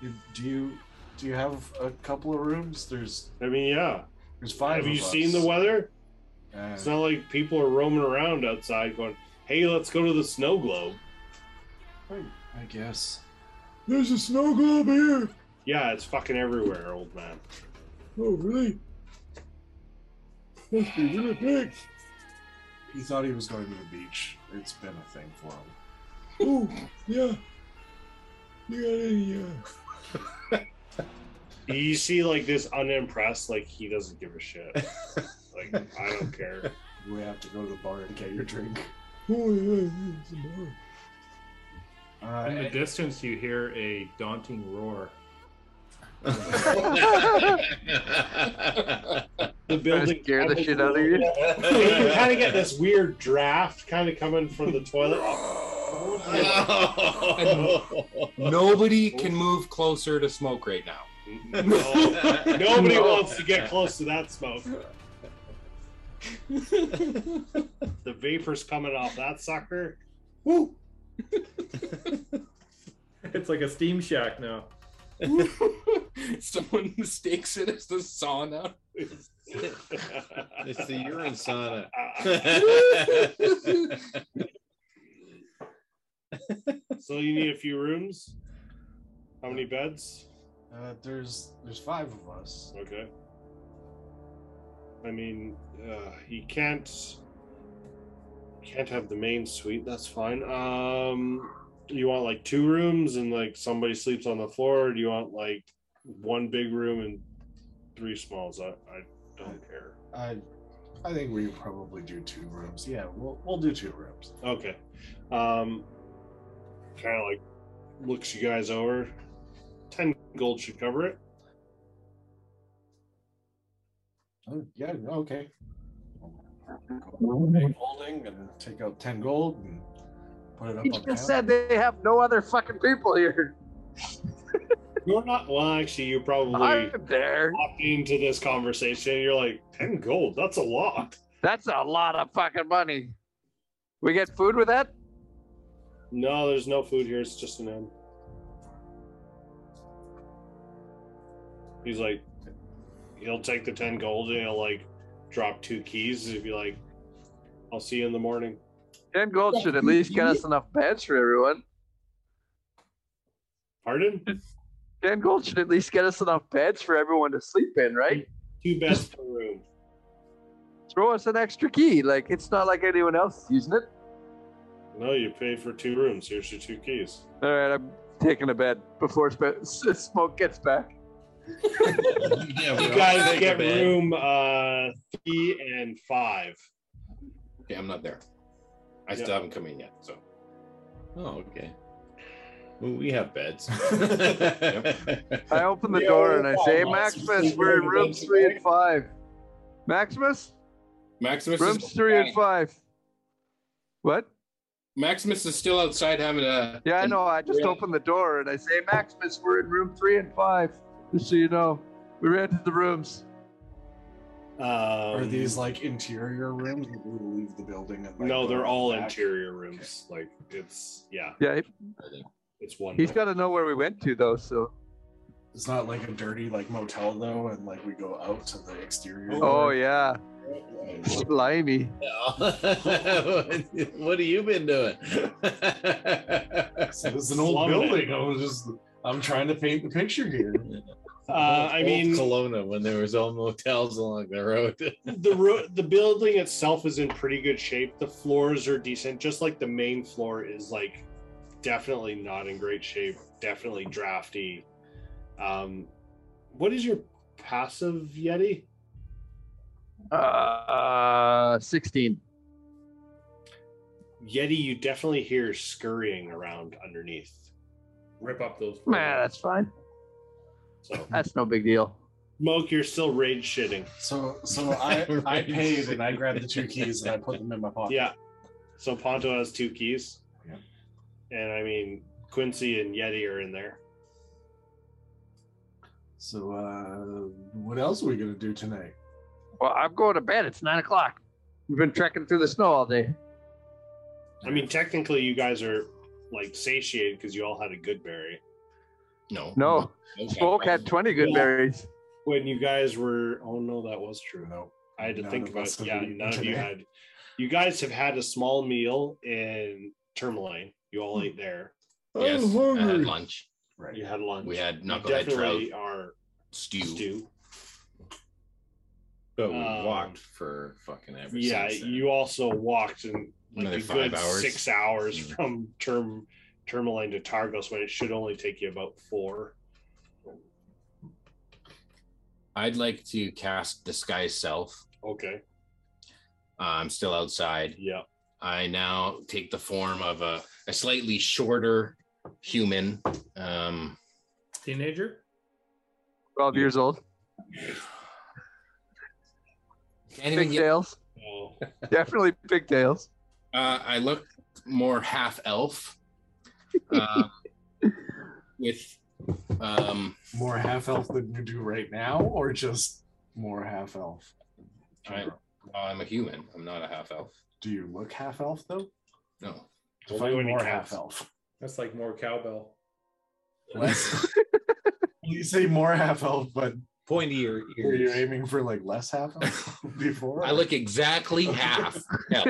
[SPEAKER 7] you, do you do you have a couple of rooms? There's
[SPEAKER 6] I mean, yeah.
[SPEAKER 7] there's five.
[SPEAKER 6] Have you
[SPEAKER 7] of
[SPEAKER 6] seen
[SPEAKER 7] us.
[SPEAKER 6] the weather?
[SPEAKER 7] Yeah.
[SPEAKER 6] It's not like people are roaming around outside going, "Hey, let's go to the snow globe."
[SPEAKER 7] I- I guess.
[SPEAKER 15] There's a snow globe here.
[SPEAKER 6] Yeah, it's fucking everywhere, old man.
[SPEAKER 15] Oh, really? Must be really big.
[SPEAKER 7] He thought he was going to the beach. It's been a thing for him.
[SPEAKER 15] Oh, yeah. You got any? Uh...
[SPEAKER 6] You see, like this unimpressed, like he doesn't give a
[SPEAKER 15] *laughs*
[SPEAKER 6] shit. Like I don't care.
[SPEAKER 7] You have to go to the bar and get your drink.
[SPEAKER 15] Oh, yeah, it's a bar.
[SPEAKER 3] In the
[SPEAKER 7] Uh,
[SPEAKER 3] distance, you hear a daunting roar.
[SPEAKER 15] *laughs*
[SPEAKER 6] *laughs* The building
[SPEAKER 4] scare the shit out of
[SPEAKER 6] *laughs*
[SPEAKER 4] you.
[SPEAKER 6] You can kind of get this weird draft kind of coming from the toilet.
[SPEAKER 15] *laughs*
[SPEAKER 5] Nobody can move closer to smoke right now.
[SPEAKER 6] Nobody wants to get close to that smoke. the vapor's coming off that sucker.
[SPEAKER 5] Woo!
[SPEAKER 3] *laughs* It's like a steam shack now.
[SPEAKER 2] *laughs*
[SPEAKER 5] Someone mistakes it as the sauna.
[SPEAKER 15] It's the
[SPEAKER 6] *laughs*
[SPEAKER 15] urine sauna. *laughs*
[SPEAKER 6] so you need a few rooms. How many beds?
[SPEAKER 7] uh, there's there's five of us.
[SPEAKER 6] Okay. I mean, uh, you can't can't have the main suite. That's fine. Um, you want like two rooms and like somebody sleeps on the floor. Or do you want like one big room and three smalls? I, I don't care.
[SPEAKER 7] I I think we probably do two rooms. Yeah, we'll we'll do two rooms.
[SPEAKER 6] Okay. Um, kind of like looks you guys over. Ten gold should cover it.
[SPEAKER 7] Oh, yeah, okay. Holding, holding and take out ten gold and put it up
[SPEAKER 4] He
[SPEAKER 7] on
[SPEAKER 4] just
[SPEAKER 7] the
[SPEAKER 4] said they have no other fucking people here.
[SPEAKER 6] You're not. Well, actually, you probably.
[SPEAKER 4] I'm there.
[SPEAKER 6] walked into this conversation, you're like, 10 gold, that's a lot.
[SPEAKER 4] That's a lot of fucking money. We get food with that?
[SPEAKER 6] No, there's no food here, it's just an inn. He's like, he'll take the 10 gold and he'll like drop two keys and be like, I'll see you in the morning.
[SPEAKER 4] Ten gold should at least get us enough beds for everyone.
[SPEAKER 6] Pardon?
[SPEAKER 4] Ten gold should at least get us enough beds for everyone to sleep in, right?
[SPEAKER 6] Two beds per room.
[SPEAKER 4] Throw us an extra key. Like it's not like anyone else is using it.
[SPEAKER 6] No, you paid for two rooms. Here's your two keys.
[SPEAKER 4] All right, I'm taking a bed before sp- s- smoke gets back.
[SPEAKER 15] yeah,
[SPEAKER 6] You guys get room uh, three and five.
[SPEAKER 5] Okay, I'm not there.
[SPEAKER 6] I
[SPEAKER 5] still haven't come in yet, so.
[SPEAKER 15] Oh, okay. Well, we
[SPEAKER 8] *laughs*
[SPEAKER 15] have beds. *laughs*
[SPEAKER 4] I open the door and I say, Maximus, we're in rooms three and five. Maximus,
[SPEAKER 5] Maximus
[SPEAKER 4] rooms three and five. What?
[SPEAKER 5] Maximus is still outside having a.
[SPEAKER 4] Yeah, I know. I just
[SPEAKER 5] Yeah.
[SPEAKER 4] opened the door and I say, Maximus, we're in room three and five. Just so you know, we rented the rooms.
[SPEAKER 6] Um,
[SPEAKER 7] Are these like interior rooms? that We leave the building. And, like,
[SPEAKER 6] no,
[SPEAKER 7] go
[SPEAKER 6] they're all
[SPEAKER 7] back?
[SPEAKER 6] interior rooms. Like, it's, yeah,
[SPEAKER 4] Yeah, he-
[SPEAKER 6] it's one.
[SPEAKER 4] he's
[SPEAKER 6] room.
[SPEAKER 4] got to know where we went to, though. So,
[SPEAKER 7] It's not like a dirty like motel though, and like we go out to the exterior.
[SPEAKER 4] oh, yeah, slimy.
[SPEAKER 15] what have you been doing?
[SPEAKER 7] So it's an old
[SPEAKER 6] Slum
[SPEAKER 7] building.
[SPEAKER 6] it.
[SPEAKER 7] I was just I'm trying to paint the picture here.
[SPEAKER 6] *laughs* Uh, I
[SPEAKER 15] Old
[SPEAKER 6] mean,
[SPEAKER 15] Kelowna when there was all motels along the road. *laughs*
[SPEAKER 6] the ro- the building itself is in pretty good shape. The floors are decent, just like the main floor is like definitely not in great shape. Definitely drafty. Um, what is your passive Yeti?
[SPEAKER 4] Uh, 16.
[SPEAKER 6] Yeti, you definitely hear scurrying around underneath.
[SPEAKER 3] Rip up those.
[SPEAKER 4] Man, that's fine. *laughs*
[SPEAKER 6] So,
[SPEAKER 4] That's no big deal.
[SPEAKER 6] Moke, you're still rage shitting.
[SPEAKER 7] So
[SPEAKER 6] *laughs*
[SPEAKER 7] so I I
[SPEAKER 15] Right.
[SPEAKER 7] paid and I grabbed the two keys and I put them in my pocket.
[SPEAKER 6] Yeah. So Ponto has two keys.
[SPEAKER 7] Yeah.
[SPEAKER 6] And I mean, Quincy and Yeti are in there.
[SPEAKER 7] So uh what else are we gonna do tonight?
[SPEAKER 4] Well, I'm going to bed. It's nine o'clock. We've been trekking through the snow all day.
[SPEAKER 6] I mean, technically, you guys are like satiated because you all had a good berry.
[SPEAKER 2] No.
[SPEAKER 4] No,
[SPEAKER 2] Okay.
[SPEAKER 4] Smoke had 20 good
[SPEAKER 6] Yeah.
[SPEAKER 4] berries.
[SPEAKER 6] When you guys were, oh no, that was true.
[SPEAKER 7] No.
[SPEAKER 6] I had to
[SPEAKER 7] None
[SPEAKER 6] think
[SPEAKER 7] of
[SPEAKER 6] about
[SPEAKER 7] us
[SPEAKER 6] it. Yeah,
[SPEAKER 7] have eaten
[SPEAKER 6] none of you
[SPEAKER 7] today.
[SPEAKER 6] had. You guys have had a small meal in Tourmaline. You
[SPEAKER 7] Hmm.
[SPEAKER 6] all ate there.
[SPEAKER 2] Yes, I
[SPEAKER 6] uh,
[SPEAKER 2] had lunch.
[SPEAKER 7] Right.
[SPEAKER 6] You had lunch.
[SPEAKER 2] We had
[SPEAKER 6] You
[SPEAKER 2] knucklehead trout
[SPEAKER 6] definitely are
[SPEAKER 2] stew.
[SPEAKER 6] stew.
[SPEAKER 8] But we
[SPEAKER 6] Um,
[SPEAKER 8] walked for fucking ever
[SPEAKER 6] Yeah,
[SPEAKER 8] since then.
[SPEAKER 6] you also walked in like
[SPEAKER 8] Another
[SPEAKER 6] a
[SPEAKER 8] five
[SPEAKER 6] good
[SPEAKER 8] hours.
[SPEAKER 6] six hours
[SPEAKER 8] Mm.
[SPEAKER 6] from term Tourmaline to Targos when it should only take you about four.
[SPEAKER 2] I'd like to cast disguise self.
[SPEAKER 6] Okay.
[SPEAKER 2] Uh, I'm still outside.
[SPEAKER 6] Yeah.
[SPEAKER 2] I now take the form of a, a slightly shorter human. Um,
[SPEAKER 3] Teenager?
[SPEAKER 4] 12 years old.
[SPEAKER 2] can't even get,
[SPEAKER 4] Pigtails.
[SPEAKER 6] Oh,
[SPEAKER 4] Definitely pigtails.
[SPEAKER 2] uh, I look more half
[SPEAKER 4] *laughs*
[SPEAKER 2] elf uh, with um,
[SPEAKER 7] More half elf than you do right now, or just more half elf?
[SPEAKER 2] I, well, I'm a human. I'm not a half elf.
[SPEAKER 7] Do you look half elf though?
[SPEAKER 2] No.
[SPEAKER 6] Don't
[SPEAKER 7] Define
[SPEAKER 6] do any
[SPEAKER 7] more
[SPEAKER 6] counts.
[SPEAKER 7] half elf.
[SPEAKER 3] That's like more cowbell.
[SPEAKER 7] You say more half elf, but
[SPEAKER 8] pointier
[SPEAKER 7] were you
[SPEAKER 8] ears.
[SPEAKER 7] aiming for like less half
[SPEAKER 2] *laughs*
[SPEAKER 7] elf before?
[SPEAKER 2] I look exactly half. elf.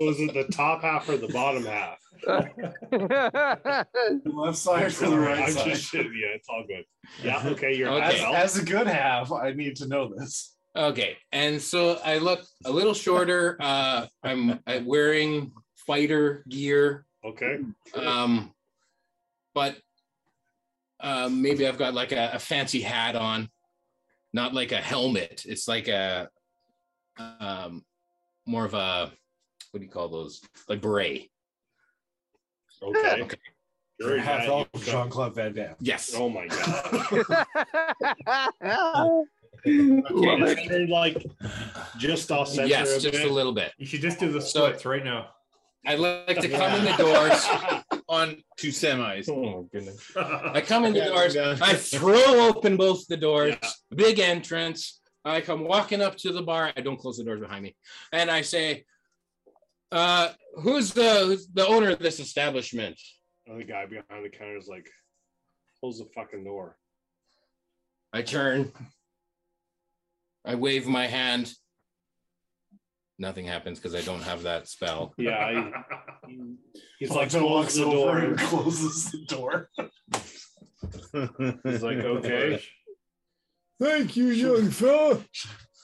[SPEAKER 6] was it the top half or the bottom half?
[SPEAKER 7] the *laughs* left side for the
[SPEAKER 6] Sorry,
[SPEAKER 7] right
[SPEAKER 6] I'm
[SPEAKER 7] side.
[SPEAKER 6] just shitting you. It's all good. Yeah. Okay. You're
[SPEAKER 2] Okay.
[SPEAKER 7] As,
[SPEAKER 6] half elf.
[SPEAKER 7] as a good half, I need to know this.
[SPEAKER 2] Okay, and so I look a little shorter. Uh, I'm, I'm wearing fighter gear,
[SPEAKER 6] Okay.
[SPEAKER 2] um, but um, maybe I've got like a, a fancy hat on, not like a helmet. It's like a um, more of a what do you call those? Like beret.
[SPEAKER 6] Okay.
[SPEAKER 2] Okay.
[SPEAKER 6] You're
[SPEAKER 7] half
[SPEAKER 6] half
[SPEAKER 7] elf, Jean Claude Van Damme.
[SPEAKER 2] Yes.
[SPEAKER 6] Oh my
[SPEAKER 7] *laughs*
[SPEAKER 6] god.
[SPEAKER 2] Okay.
[SPEAKER 6] Is there, like just off center
[SPEAKER 2] Yes,
[SPEAKER 6] a
[SPEAKER 2] just
[SPEAKER 6] *laughs* bit?
[SPEAKER 2] a little bit.
[SPEAKER 3] You should just do the
[SPEAKER 2] So-
[SPEAKER 3] splits right now.
[SPEAKER 2] I like to come in the doors on.
[SPEAKER 8] Two semis.
[SPEAKER 2] Oh goodness. I come in the doors.
[SPEAKER 15] *laughs*
[SPEAKER 8] Yeah.
[SPEAKER 2] I throw open both the doors, big entrance. I come walking up to the bar. I don't close the doors behind me. And I say, uh, who's the who's the owner of this establishment?
[SPEAKER 6] And the guy behind the counter is like, close the fucking door.
[SPEAKER 2] I turn. I wave my hand. Nothing happens because I don't have that spell.
[SPEAKER 6] Yeah.
[SPEAKER 7] *laughs*
[SPEAKER 6] I, he's like,
[SPEAKER 7] Plato
[SPEAKER 6] close the
[SPEAKER 7] Oh, over
[SPEAKER 6] door.
[SPEAKER 7] and closes the door.
[SPEAKER 6] He's
[SPEAKER 7] *laughs*
[SPEAKER 6] like, okay.
[SPEAKER 8] Thank you, young fella.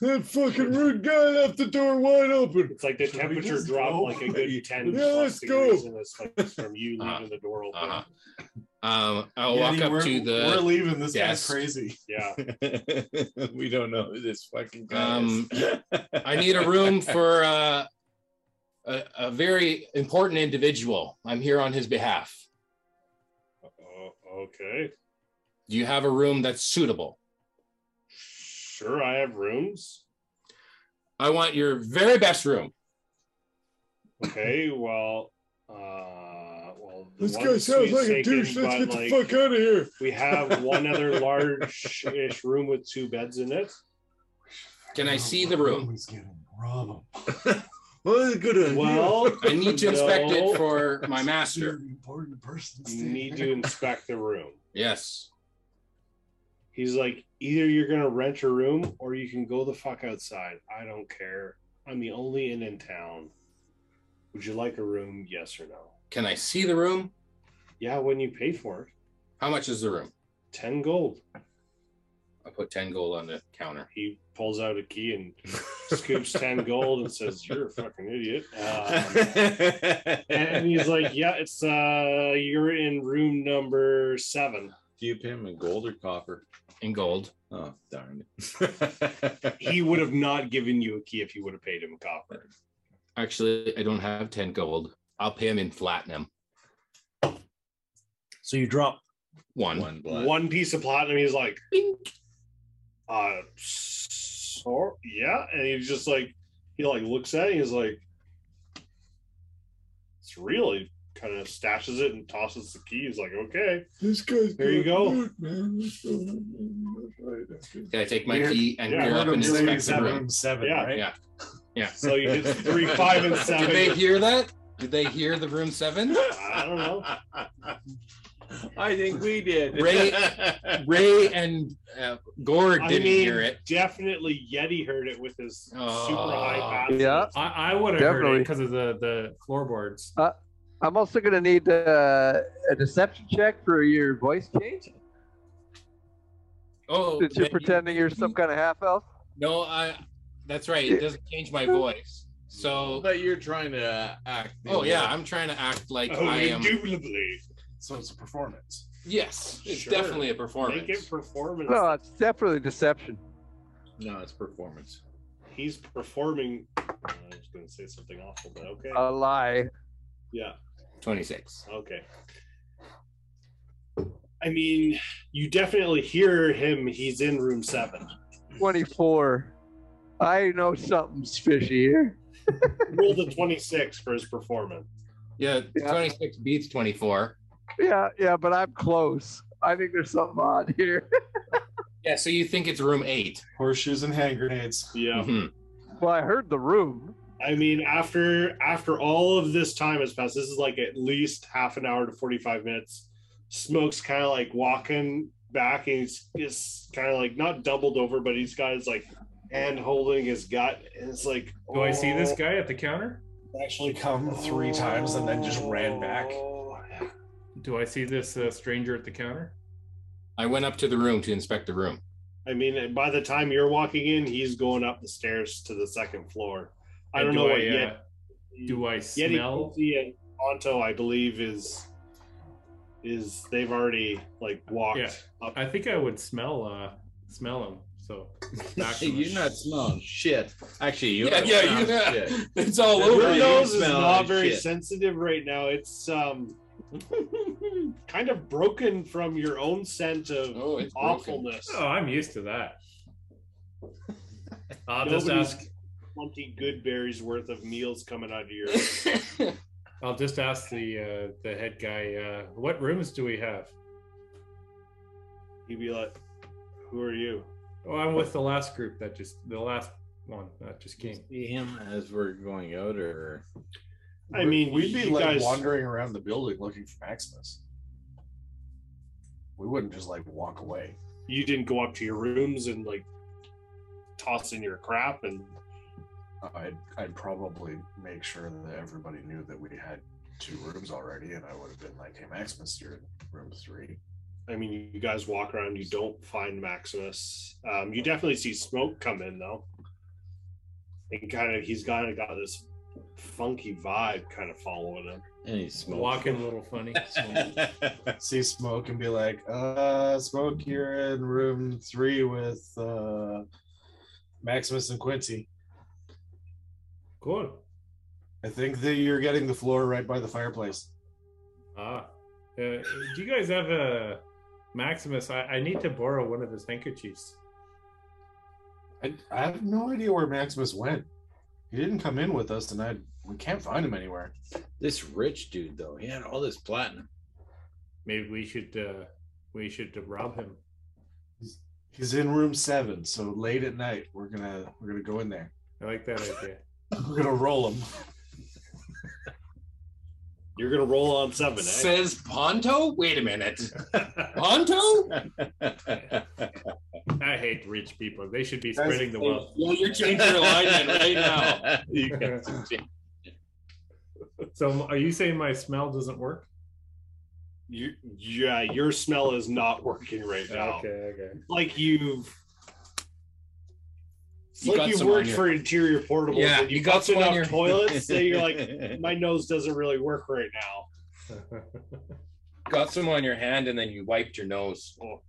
[SPEAKER 8] That fucking rude guy left the door wide open.
[SPEAKER 6] It's like the
[SPEAKER 7] Should we
[SPEAKER 6] temperature
[SPEAKER 7] just
[SPEAKER 6] dropped
[SPEAKER 7] go?
[SPEAKER 6] like a good 10
[SPEAKER 8] Yeah,
[SPEAKER 6] plus
[SPEAKER 8] let's go.
[SPEAKER 6] degrees and it's like from you leaving
[SPEAKER 2] Uh-huh.
[SPEAKER 6] the door open.
[SPEAKER 2] Uh-huh. Um, I'll walk
[SPEAKER 7] Yeti,
[SPEAKER 2] up
[SPEAKER 7] we're-
[SPEAKER 2] to
[SPEAKER 7] We're
[SPEAKER 2] the
[SPEAKER 7] leaving. This
[SPEAKER 2] desk.
[SPEAKER 7] guy's crazy.
[SPEAKER 6] Yeah.
[SPEAKER 8] *laughs* we don't know who this fucking guy
[SPEAKER 2] Um,
[SPEAKER 8] is.
[SPEAKER 2] I
[SPEAKER 8] *laughs*
[SPEAKER 2] need a room for uh, a, a very important individual. I'm here on his behalf.
[SPEAKER 6] Oh, okay.
[SPEAKER 2] Do you have a room that's suitable?
[SPEAKER 6] Sure, I have rooms.
[SPEAKER 2] I want your very best room.
[SPEAKER 6] Okay, *laughs* well, uh, well, the
[SPEAKER 8] This
[SPEAKER 6] one
[SPEAKER 8] guy sounds
[SPEAKER 6] suite's
[SPEAKER 8] like a
[SPEAKER 6] taken,
[SPEAKER 8] douche. Let's
[SPEAKER 6] but,
[SPEAKER 8] get the
[SPEAKER 6] like,
[SPEAKER 8] fuck out of here. *laughs*
[SPEAKER 6] We have one other large-ish room with two beds in it.
[SPEAKER 2] Can I see the room?
[SPEAKER 7] He's Oh, getting robbed.
[SPEAKER 8] Well, this is good idea.
[SPEAKER 6] Well,
[SPEAKER 2] I need to
[SPEAKER 8] *laughs*
[SPEAKER 2] inspect
[SPEAKER 6] no,
[SPEAKER 2] it for my
[SPEAKER 7] You're
[SPEAKER 2] master.
[SPEAKER 7] an important person.
[SPEAKER 6] You
[SPEAKER 7] *laughs*
[SPEAKER 6] need to inspect the room.
[SPEAKER 2] Yes.
[SPEAKER 6] He's like, either you're gonna rent a room or you can go the fuck outside. I don't care. I'm the only inn in town. Would you like a room? Yes or no?
[SPEAKER 2] Can I see the room?
[SPEAKER 6] Yeah, when you pay for it,
[SPEAKER 2] How much is the room?
[SPEAKER 6] ten gold.
[SPEAKER 2] I put 10 gold on the counter.
[SPEAKER 6] He pulls out a key and scoops *laughs* 10 gold and says, You're a fucking idiot.
[SPEAKER 8] *laughs*
[SPEAKER 6] Um, and, and
[SPEAKER 8] and
[SPEAKER 6] he's like, Yeah, it's uh, you're in room number seven.
[SPEAKER 8] Do you pay him in gold or copper?
[SPEAKER 2] In gold.
[SPEAKER 8] Oh, darn it. *laughs*
[SPEAKER 6] He would have not given you a key if you would have paid him copper.
[SPEAKER 2] Actually, I don't have 10 gold. I'll pay him in platinum.
[SPEAKER 6] So you drop
[SPEAKER 2] One.
[SPEAKER 8] One blood.
[SPEAKER 6] one piece of platinum. He's like, Uh, so yeah. And he's just like, he like looks at it. He's like, It's real. He kind of stashes it and tosses the key. He's like, Okay.
[SPEAKER 8] This guy's
[SPEAKER 6] There you go.
[SPEAKER 8] good, man. Let's go. That's right.
[SPEAKER 2] Can I take my
[SPEAKER 7] Yeah.
[SPEAKER 2] key and
[SPEAKER 6] Yeah,
[SPEAKER 2] clear
[SPEAKER 6] we're
[SPEAKER 2] up
[SPEAKER 7] Room
[SPEAKER 2] and
[SPEAKER 7] seven,
[SPEAKER 2] inspect the
[SPEAKER 7] seven,
[SPEAKER 2] room?
[SPEAKER 7] room seven,
[SPEAKER 6] Yeah.
[SPEAKER 7] right?
[SPEAKER 2] Yeah.
[SPEAKER 6] So you get three, five, and
[SPEAKER 2] Did
[SPEAKER 6] seven.
[SPEAKER 2] they hear that?
[SPEAKER 5] Did they hear the room
[SPEAKER 6] *laughs*
[SPEAKER 5] seven?
[SPEAKER 6] I don't know.
[SPEAKER 8] I think we did. *laughs*
[SPEAKER 5] Ray, Ray, and uh, Gore
[SPEAKER 6] I
[SPEAKER 5] didn't
[SPEAKER 6] mean,
[SPEAKER 5] hear it.
[SPEAKER 6] definitely Yeti heard it with his super
[SPEAKER 5] Oh.
[SPEAKER 6] high pass.
[SPEAKER 4] Yeah.
[SPEAKER 3] I, I would have heard it
[SPEAKER 4] Definitely.
[SPEAKER 3] because of the the floorboards.
[SPEAKER 4] I'm also gonna need uh, a deception check for your voice change.
[SPEAKER 5] Oh,
[SPEAKER 4] Since you're
[SPEAKER 5] Yeti-
[SPEAKER 4] pretending you're some kind of half elf.
[SPEAKER 5] No, I. That's right. It doesn't change my voice. So,
[SPEAKER 8] But you're trying to act. the
[SPEAKER 5] oh yeah,
[SPEAKER 8] way.
[SPEAKER 5] I'm trying to act like
[SPEAKER 6] Oh,
[SPEAKER 5] I am.
[SPEAKER 6] indubitably.
[SPEAKER 7] So it's a performance.
[SPEAKER 5] Yes, it's
[SPEAKER 6] Sure.
[SPEAKER 5] definitely a
[SPEAKER 6] Make it
[SPEAKER 5] performance.
[SPEAKER 6] performance.
[SPEAKER 4] No, it's definitely deception.
[SPEAKER 8] No, it's performance.
[SPEAKER 6] He's performing. I was going to say something awful, but okay.
[SPEAKER 4] A lie.
[SPEAKER 6] yeah.
[SPEAKER 5] Twenty six.
[SPEAKER 6] Okay. I mean, you definitely hear him. He's in room seven.
[SPEAKER 4] 24. I know something's fishy here.
[SPEAKER 6] Roll the 26 for his performance.
[SPEAKER 5] Yeah,
[SPEAKER 4] Yeah.
[SPEAKER 5] twenty six beats twenty four.
[SPEAKER 4] Yeah, yeah, but I'm close. I think there's something odd here.
[SPEAKER 5] Yeah, so you think it's room 8
[SPEAKER 7] Horseshoes and hand grenades.
[SPEAKER 6] Yeah.
[SPEAKER 5] Mhm.
[SPEAKER 4] Well, I heard the room.
[SPEAKER 6] I mean, after after all of this time has passed, this is like at least half an hour to forty five minutes. Smoke's kind of like walking back, and he's just kind of like not doubled over, but he's got his like hand holding his gut, and it's like,
[SPEAKER 3] Do I see
[SPEAKER 6] Oh.
[SPEAKER 3] this guy at the counter?
[SPEAKER 7] Actually, come three times and then just ran back.
[SPEAKER 3] Do I see this uh, stranger at the counter?
[SPEAKER 5] I went up to the room to inspect the room. *laughs*
[SPEAKER 6] I mean, and by the time you're walking in, he's going up the stairs to the second floor. I don't
[SPEAKER 3] And do
[SPEAKER 6] know what
[SPEAKER 3] I,
[SPEAKER 6] yet.
[SPEAKER 3] uh, do I
[SPEAKER 6] Yeti
[SPEAKER 3] smell?
[SPEAKER 6] Kofi, and Onto, I believe, is is they've already like walked
[SPEAKER 3] Yeah.
[SPEAKER 6] up.
[SPEAKER 3] I think I would smell uh smell him.
[SPEAKER 8] *laughs*
[SPEAKER 3] So back to
[SPEAKER 8] Hey, you're
[SPEAKER 3] him.
[SPEAKER 8] not smelling shit. Actually, you.
[SPEAKER 5] Yeah,
[SPEAKER 8] are
[SPEAKER 5] yeah, you-
[SPEAKER 8] smelling
[SPEAKER 5] yeah.
[SPEAKER 2] *laughs*
[SPEAKER 8] shit.
[SPEAKER 5] It's all
[SPEAKER 8] The
[SPEAKER 6] *laughs*
[SPEAKER 5] over.
[SPEAKER 6] Your
[SPEAKER 8] you
[SPEAKER 6] nose is
[SPEAKER 8] smell
[SPEAKER 6] not
[SPEAKER 8] like
[SPEAKER 6] very
[SPEAKER 8] shit.
[SPEAKER 6] sensitive right now. It's um kind of broken from your own scent of
[SPEAKER 5] Oh, it's
[SPEAKER 6] *laughs*
[SPEAKER 5] awful.
[SPEAKER 6] awfulness.
[SPEAKER 3] Oh, I'm used to
[SPEAKER 8] *laughs*
[SPEAKER 3] that. I'll just
[SPEAKER 6] Nobody's-
[SPEAKER 3] ask.
[SPEAKER 6] Twenty good berries worth of meals coming out of your.
[SPEAKER 3] I'll just ask the uh, the head guy. Uh, what rooms do we have?
[SPEAKER 6] He'd be like, "Who are you?"
[SPEAKER 3] Oh, I'm with the last group that just the last one that just
[SPEAKER 8] Do you
[SPEAKER 3] came.
[SPEAKER 8] See him as we're going out, or
[SPEAKER 6] I mean,
[SPEAKER 7] we'd be
[SPEAKER 6] you
[SPEAKER 7] like
[SPEAKER 6] guys-
[SPEAKER 7] wandering around the building looking for Maximus. We wouldn't just like walk away.
[SPEAKER 6] You didn't go up to your rooms and like toss in your crap and
[SPEAKER 7] I'd I'd probably make sure that everybody knew that we had two rooms already, and I would have been like, "Hey, Maximus, you're in room three.
[SPEAKER 6] I mean, you guys walk around, you don't find Maximus. Um, you definitely see smoke come in though. And kind of, he's kind of got this funky vibe kind of following him.
[SPEAKER 8] and he smells.
[SPEAKER 3] Walking a little
[SPEAKER 8] *laughs*
[SPEAKER 3] funny.
[SPEAKER 7] See smoke and be like, "Uh, smoke, you're in room three with uh, Maximus and Quincy.
[SPEAKER 3] Cool.
[SPEAKER 7] I think that you're getting the floor right by the fireplace."
[SPEAKER 3] Ah, uh, do you guys have a Maximus? I, I need to borrow one of his handkerchiefs.
[SPEAKER 7] I, I have no idea where Maximus went. He didn't come in with us, and I we can't find him anywhere.
[SPEAKER 8] *laughs* this rich dude though, he had all this platinum.
[SPEAKER 3] Maybe we should uh, we should rob him.
[SPEAKER 7] He's in room seven, so late at night we're gonna we're gonna go in there. *laughs*
[SPEAKER 3] I like that idea.
[SPEAKER 7] We're gonna roll him.
[SPEAKER 6] You're gonna roll on seven, eh?
[SPEAKER 5] Says Ponto? Wait a
[SPEAKER 6] *laughs*
[SPEAKER 5] minute. Ponto?
[SPEAKER 3] I hate rich people. They should be spreading the wealth.
[SPEAKER 2] *laughs*
[SPEAKER 5] Well, you're changing your alignment right now.
[SPEAKER 8] *laughs*
[SPEAKER 3] *laughs*
[SPEAKER 8] You got-
[SPEAKER 3] so are you saying my smell doesn't work?
[SPEAKER 6] You, yeah, your smell is not working right now.
[SPEAKER 3] Okay, okay.
[SPEAKER 6] Like you've. It's
[SPEAKER 5] You got
[SPEAKER 6] like you've
[SPEAKER 5] some on
[SPEAKER 6] worked
[SPEAKER 5] your-
[SPEAKER 6] for interior portables.
[SPEAKER 5] Yeah,
[SPEAKER 6] and
[SPEAKER 5] you
[SPEAKER 6] you
[SPEAKER 5] got
[SPEAKER 6] got
[SPEAKER 5] some on
[SPEAKER 6] enough
[SPEAKER 5] your- *laughs*
[SPEAKER 6] toilets that you're like, my nose doesn't really work right now.
[SPEAKER 5] Got some on your hand and then you wiped your nose.
[SPEAKER 6] Oh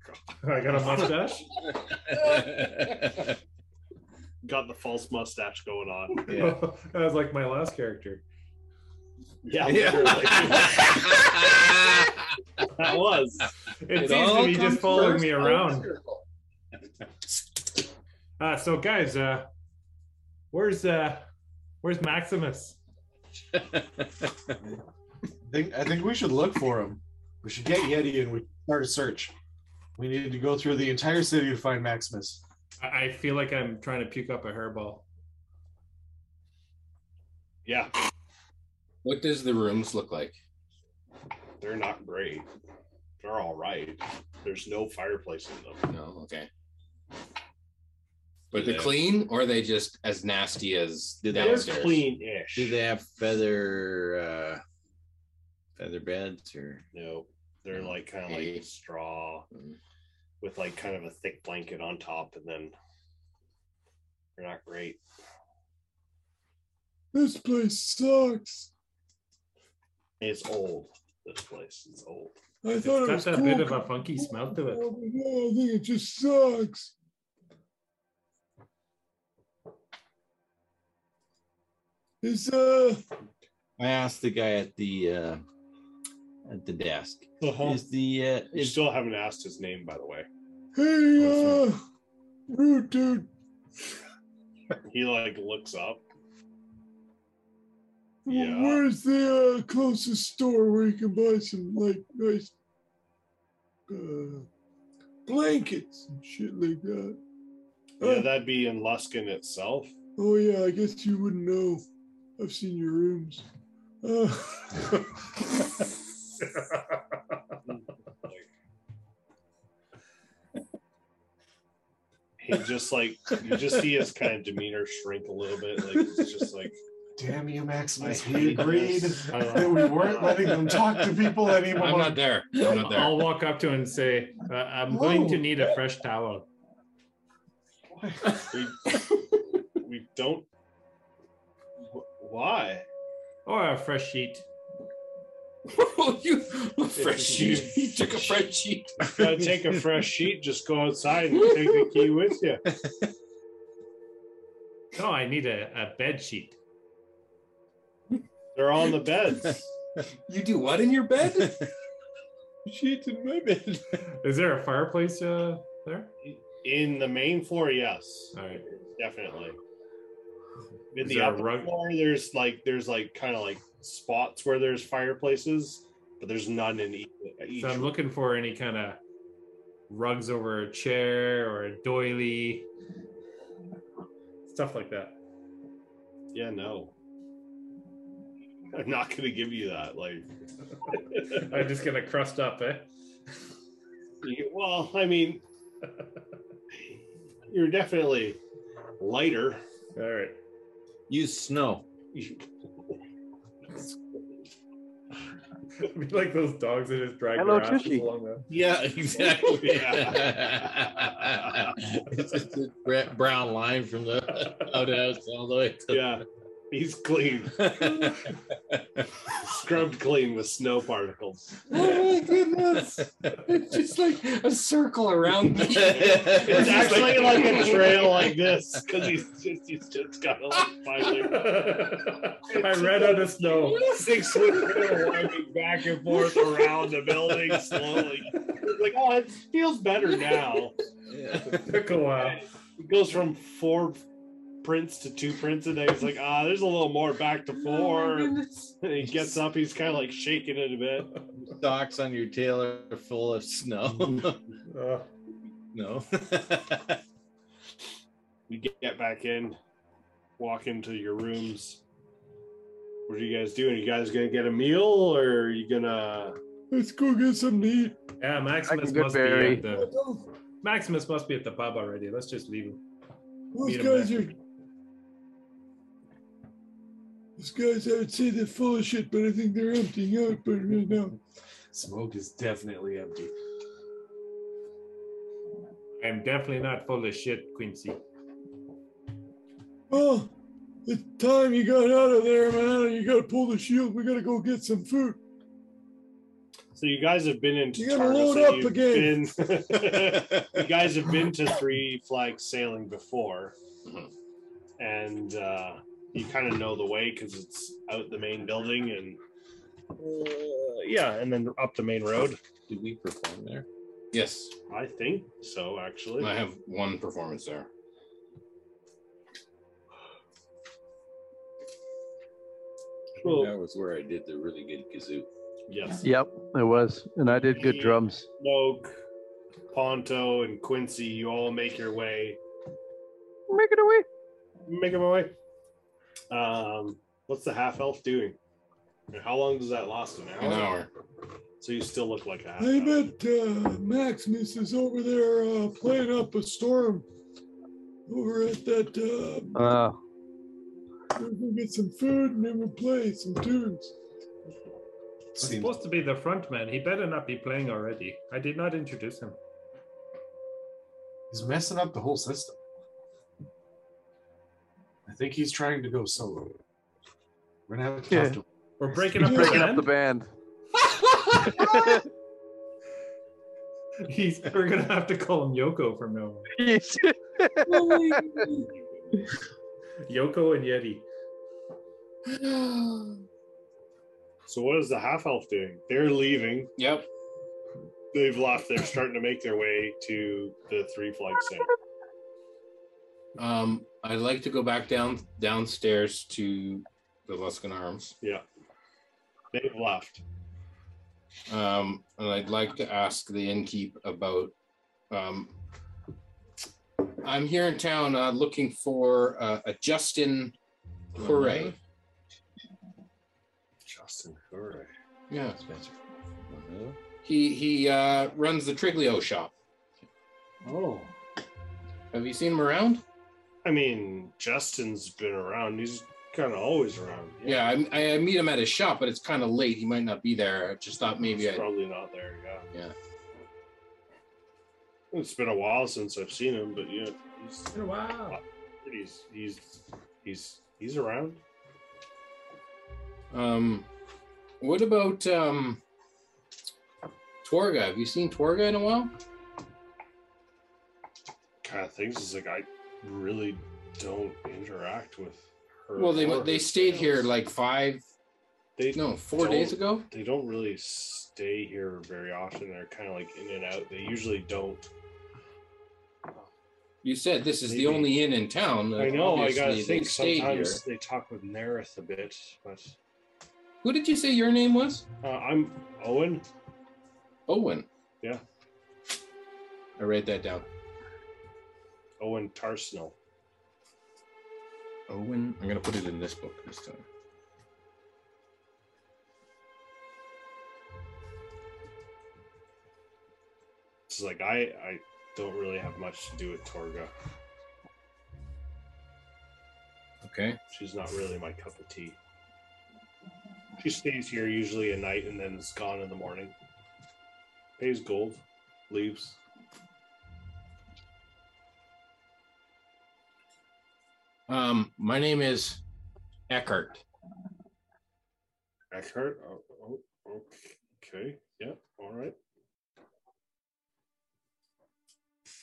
[SPEAKER 6] god,
[SPEAKER 3] *laughs* I got a mustache.
[SPEAKER 6] got the false mustache going on.
[SPEAKER 5] *laughs*
[SPEAKER 8] yeah.
[SPEAKER 3] *laughs* that was like my last character.
[SPEAKER 5] *laughs*
[SPEAKER 6] Yeah, literally.
[SPEAKER 5] Yeah.
[SPEAKER 6] that was.
[SPEAKER 3] It,
[SPEAKER 5] It
[SPEAKER 3] seems to
[SPEAKER 5] all
[SPEAKER 3] be
[SPEAKER 5] comes
[SPEAKER 3] just following me
[SPEAKER 5] full
[SPEAKER 3] around.
[SPEAKER 5] circle.
[SPEAKER 3] Uh, so guys, uh, where's uh, where's Maximus?
[SPEAKER 7] I think I think we should look for him. We should get Yeti and we start a search. We need to go through the entire city to find Maximus.
[SPEAKER 3] I, I feel like I'm trying to puke up a hairball.
[SPEAKER 6] Yeah.
[SPEAKER 5] What does the rooms look like?
[SPEAKER 6] They're not great. They're all right. There's no fireplace in them.
[SPEAKER 5] No, okay.
[SPEAKER 6] But
[SPEAKER 5] But they're
[SPEAKER 6] they-
[SPEAKER 5] clean, or are they just as nasty as
[SPEAKER 8] Did they
[SPEAKER 6] They're
[SPEAKER 5] downstairs?
[SPEAKER 8] *laughs*
[SPEAKER 6] clean-ish.
[SPEAKER 8] Do they have feather uh, feather beds or?
[SPEAKER 6] No, they're like kind of
[SPEAKER 5] Okay.
[SPEAKER 6] like straw
[SPEAKER 5] Mm.
[SPEAKER 6] with like kind of a thick blanket on top, and then they're not great.
[SPEAKER 15] This place sucks.
[SPEAKER 6] It's old. This place is old.
[SPEAKER 15] I
[SPEAKER 3] It's
[SPEAKER 15] thought it
[SPEAKER 3] got
[SPEAKER 15] was
[SPEAKER 3] that
[SPEAKER 15] cool.
[SPEAKER 3] bit of a funky smell to it.
[SPEAKER 15] Oh, no, I think it just sucks. It's uh,
[SPEAKER 8] I asked the guy at the uh, at the desk.
[SPEAKER 6] The
[SPEAKER 8] Is the uh,
[SPEAKER 6] You
[SPEAKER 8] is Oh,
[SPEAKER 6] still haven't asked his name, by the way.
[SPEAKER 15] hey, uh, rude dude.
[SPEAKER 6] He like looks up.
[SPEAKER 15] w-
[SPEAKER 6] Yeah.
[SPEAKER 15] Where's the uh, closest store where you can buy some like nice uh, blankets and shit like that?
[SPEAKER 6] Yeah,
[SPEAKER 15] Uh,
[SPEAKER 6] that'd be in Luskin itself.
[SPEAKER 15] Oh yeah, I guess you wouldn't know. I've seen your rooms. Uh,
[SPEAKER 6] He just like you just see his kind of demeanor shrink a little bit. Like it's just like
[SPEAKER 7] *laughs* Damn you, Maximus.
[SPEAKER 6] I
[SPEAKER 7] He
[SPEAKER 6] hate
[SPEAKER 7] agreed
[SPEAKER 6] this.
[SPEAKER 3] I
[SPEAKER 7] *laughs* that
[SPEAKER 3] love-
[SPEAKER 7] we weren't letting them talk to people anymore.
[SPEAKER 5] I'm not there. I'm not
[SPEAKER 3] *laughs*
[SPEAKER 5] there.
[SPEAKER 3] I'll walk up to him and say, uh, "I'm going to need a fresh towel."
[SPEAKER 6] we, we don't. wh- Why?
[SPEAKER 3] Or a fresh sheet.
[SPEAKER 5] you *laughs* fresh sheet. *laughs* You took a fresh sheet.
[SPEAKER 6] Gotta take a fresh sheet. Just go outside and take the key with you.
[SPEAKER 3] No, I need a, a bed sheet.
[SPEAKER 6] They're on the beds.
[SPEAKER 5] You do what in your *laughs* bed?
[SPEAKER 8] sheets and women?
[SPEAKER 3] Is there a fireplace uh, there?
[SPEAKER 6] In the main floor, yes,
[SPEAKER 3] All right.
[SPEAKER 6] definitely. In
[SPEAKER 3] Is
[SPEAKER 6] the
[SPEAKER 3] there a
[SPEAKER 6] upper
[SPEAKER 3] rug-
[SPEAKER 6] floor, there's like there's like kind of like spots where there's fireplaces, but there's none in each. each
[SPEAKER 3] So I'm looking for any kind of rugs over a chair or a doily, stuff like that.
[SPEAKER 6] Yeah, no. I'm not gonna give you that. Like, *laughs*
[SPEAKER 3] I'm just gonna crust up, eh? *laughs*
[SPEAKER 6] you- well, I mean, you're definitely
[SPEAKER 3] *laughs*
[SPEAKER 6] lighter.
[SPEAKER 3] All right.
[SPEAKER 8] Use snow.
[SPEAKER 3] Be like those dogs that just drag
[SPEAKER 4] Hello,
[SPEAKER 3] their asses
[SPEAKER 4] Tushy.
[SPEAKER 3] along the.
[SPEAKER 8] Yeah, *laughs* exactly.
[SPEAKER 6] Yeah.
[SPEAKER 8] it's just a bre- brown line from the outhouse all the
[SPEAKER 15] *laughs*
[SPEAKER 8] way *laughs* to.
[SPEAKER 6] Yeah, he's clean, scrubbed clean with snow particles.
[SPEAKER 5] oh my goodness! It's just like a circle around me.
[SPEAKER 6] It's actually like a trail like *laughs* this because he's just he's just got *laughs* a like five like,
[SPEAKER 3] *laughs* I ran out of snow.
[SPEAKER 6] *laughs* six foot trail winding back and forth around the building slowly. Like, oh, it feels better now.
[SPEAKER 3] Took a while.
[SPEAKER 6] It goes from four prints to two prints a day. He's like, ah, there's a little more back to four. And he gets up, he's kind of like shaking it a bit.
[SPEAKER 8] Socks on your tail are full of
[SPEAKER 6] *laughs*
[SPEAKER 8] snow. *laughs*
[SPEAKER 3] Uh,
[SPEAKER 8] no. *laughs*
[SPEAKER 6] We get get back in, walk into your rooms. What are you guys doing? You guys gonna get a meal or are you gonna
[SPEAKER 15] let's go get some to eat.
[SPEAKER 3] yeah, Maximus
[SPEAKER 4] good
[SPEAKER 3] must
[SPEAKER 4] berry.
[SPEAKER 3] be at the Maximus must be at the pub already. Let's just leave him.
[SPEAKER 15] Those
[SPEAKER 3] Meet 'em
[SPEAKER 15] guys
[SPEAKER 3] there.
[SPEAKER 15] are. Those guys, I would say they're full of shit, but I think they're emptying out right now.
[SPEAKER 7] Smoke is definitely empty.
[SPEAKER 3] I'm definitely not full of shit, Quincy.
[SPEAKER 15] Well, Oh, it's time you got out of there, man. You gotta pull the shield. We gotta go get some food.
[SPEAKER 6] so you guys have been into
[SPEAKER 15] You gotta
[SPEAKER 6] Targus
[SPEAKER 15] load
[SPEAKER 6] and
[SPEAKER 15] up
[SPEAKER 6] you've
[SPEAKER 15] again.
[SPEAKER 6] been-
[SPEAKER 15] *laughs*
[SPEAKER 6] you guys have been to three flags sailing before and uh, you kind of know the way because it's out the main building and uh, yeah and then up the main road
[SPEAKER 8] Did we perform there?
[SPEAKER 5] Yes,
[SPEAKER 6] i think so actually
[SPEAKER 5] I have one performance there.
[SPEAKER 6] Well-
[SPEAKER 8] that was where I did the really good kazoo.
[SPEAKER 6] yes
[SPEAKER 4] Yep, it was, and I did good drums.
[SPEAKER 6] smoke ponto and quincy you all make your way
[SPEAKER 4] Make it away.
[SPEAKER 6] make your way um what's the half elf doing And How long does that last? An hour?
[SPEAKER 2] An hour.
[SPEAKER 6] So you still look like a half
[SPEAKER 15] I
[SPEAKER 6] hour.
[SPEAKER 15] bet uh, Maximus is over there uh, playing up a storm over at that. Uh,
[SPEAKER 4] Uh,
[SPEAKER 15] we're gonna get some food and then we'll play some tunes.
[SPEAKER 3] He's supposed to be the front man. He better not be playing already. I did not introduce him.
[SPEAKER 7] He's messing up the whole system. I think he's trying to go solo. We're gonna have to talk
[SPEAKER 4] Yeah.
[SPEAKER 7] to him.
[SPEAKER 3] We're breaking up,
[SPEAKER 4] breaking up the *laughs* band.
[SPEAKER 3] band. *laughs* He's, we're gonna have to call him Yoko from now on.
[SPEAKER 15] Oh,
[SPEAKER 3] Yoko and Yeti.
[SPEAKER 6] So what is the half elf doing? They're leaving.
[SPEAKER 2] Yep.
[SPEAKER 6] They've left. They're starting to make their way to the three flights down.
[SPEAKER 2] Um, I'd like to go back down downstairs to the Luskin Arms.
[SPEAKER 6] They've left.
[SPEAKER 2] Um, and I'd like to ask the innkeep about. Um, I'm here in town uh, looking for uh, a Justin Hooray.
[SPEAKER 6] Justin, hooray!
[SPEAKER 2] Yeah,
[SPEAKER 8] Spencer. Well,
[SPEAKER 2] he he uh, runs the Triglio shop.
[SPEAKER 6] Oh,
[SPEAKER 2] Have you seen him around?
[SPEAKER 6] I mean, Justin's been around. He's kind of always around.
[SPEAKER 2] Yeah, I, I meet him at his shop, but it's kind of late. He might not be there. I just thought maybe
[SPEAKER 6] He's
[SPEAKER 2] I.
[SPEAKER 6] probably not there. Yeah.
[SPEAKER 2] Yeah.
[SPEAKER 6] It's been a while since I've seen him, but yeah, he's
[SPEAKER 3] Wow.
[SPEAKER 6] he's he's he's, he's around.
[SPEAKER 2] Um, what about um, Torga? Have you seen Torga in a while?
[SPEAKER 6] Kind of things is like I really don't interact with her.
[SPEAKER 2] Well, they
[SPEAKER 6] or
[SPEAKER 2] they
[SPEAKER 6] her
[SPEAKER 2] stayed here
[SPEAKER 6] sales.
[SPEAKER 2] like five,
[SPEAKER 6] they
[SPEAKER 2] no, 4
[SPEAKER 6] don't-
[SPEAKER 2] days ago.
[SPEAKER 6] They don't really stay here very often. They're kind of like in and out. They usually don't.
[SPEAKER 2] You said this is the
[SPEAKER 6] Maybe.
[SPEAKER 2] only inn in town.
[SPEAKER 6] I know. I gotta
[SPEAKER 2] Obviously, they
[SPEAKER 6] think
[SPEAKER 2] stayed
[SPEAKER 6] sometimes they talk with Nareth a bit, but
[SPEAKER 2] Who did you say your name was?
[SPEAKER 6] uh, I'm Owen.
[SPEAKER 2] Owen.
[SPEAKER 6] Yeah.
[SPEAKER 2] I write that down.
[SPEAKER 6] Owen Tarsnell.
[SPEAKER 2] Owen. I'm gonna put it in this book this time.
[SPEAKER 6] It's like I I don't really have much to do with Torga.
[SPEAKER 2] Okay.
[SPEAKER 6] She's not really my cup of tea. She stays here usually at night and then is gone in the morning. Pays gold, leaves.
[SPEAKER 2] Um, my name is Eckhart.
[SPEAKER 6] Eckhart. Oh, oh, okay. Yeah. All right.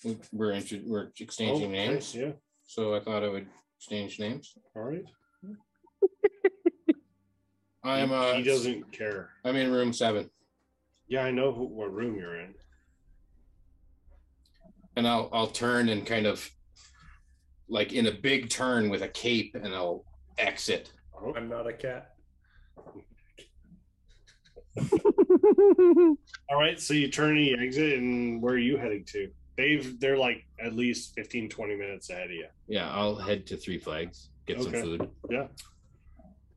[SPEAKER 2] We- We're inter- we're exchanging
[SPEAKER 6] Okay,
[SPEAKER 2] names,
[SPEAKER 6] Oh, Yeah.
[SPEAKER 2] so I thought I would exchange names.
[SPEAKER 6] All right.
[SPEAKER 2] I'm uh,
[SPEAKER 6] he doesn't care.
[SPEAKER 2] I'm in room seven.
[SPEAKER 6] Yeah, I know who, what room you're in.
[SPEAKER 2] and I'll I'll turn and kind of like in a big turn with a cape and I'll exit.
[SPEAKER 6] Oh,
[SPEAKER 3] I'm not a cat.
[SPEAKER 6] All right, so you turn and you exit, and where are you heading to? They've they're like at least 15, 20 minutes ahead of you.
[SPEAKER 2] Yeah, I'll head to Three Flags, get
[SPEAKER 6] Okay.
[SPEAKER 2] some food.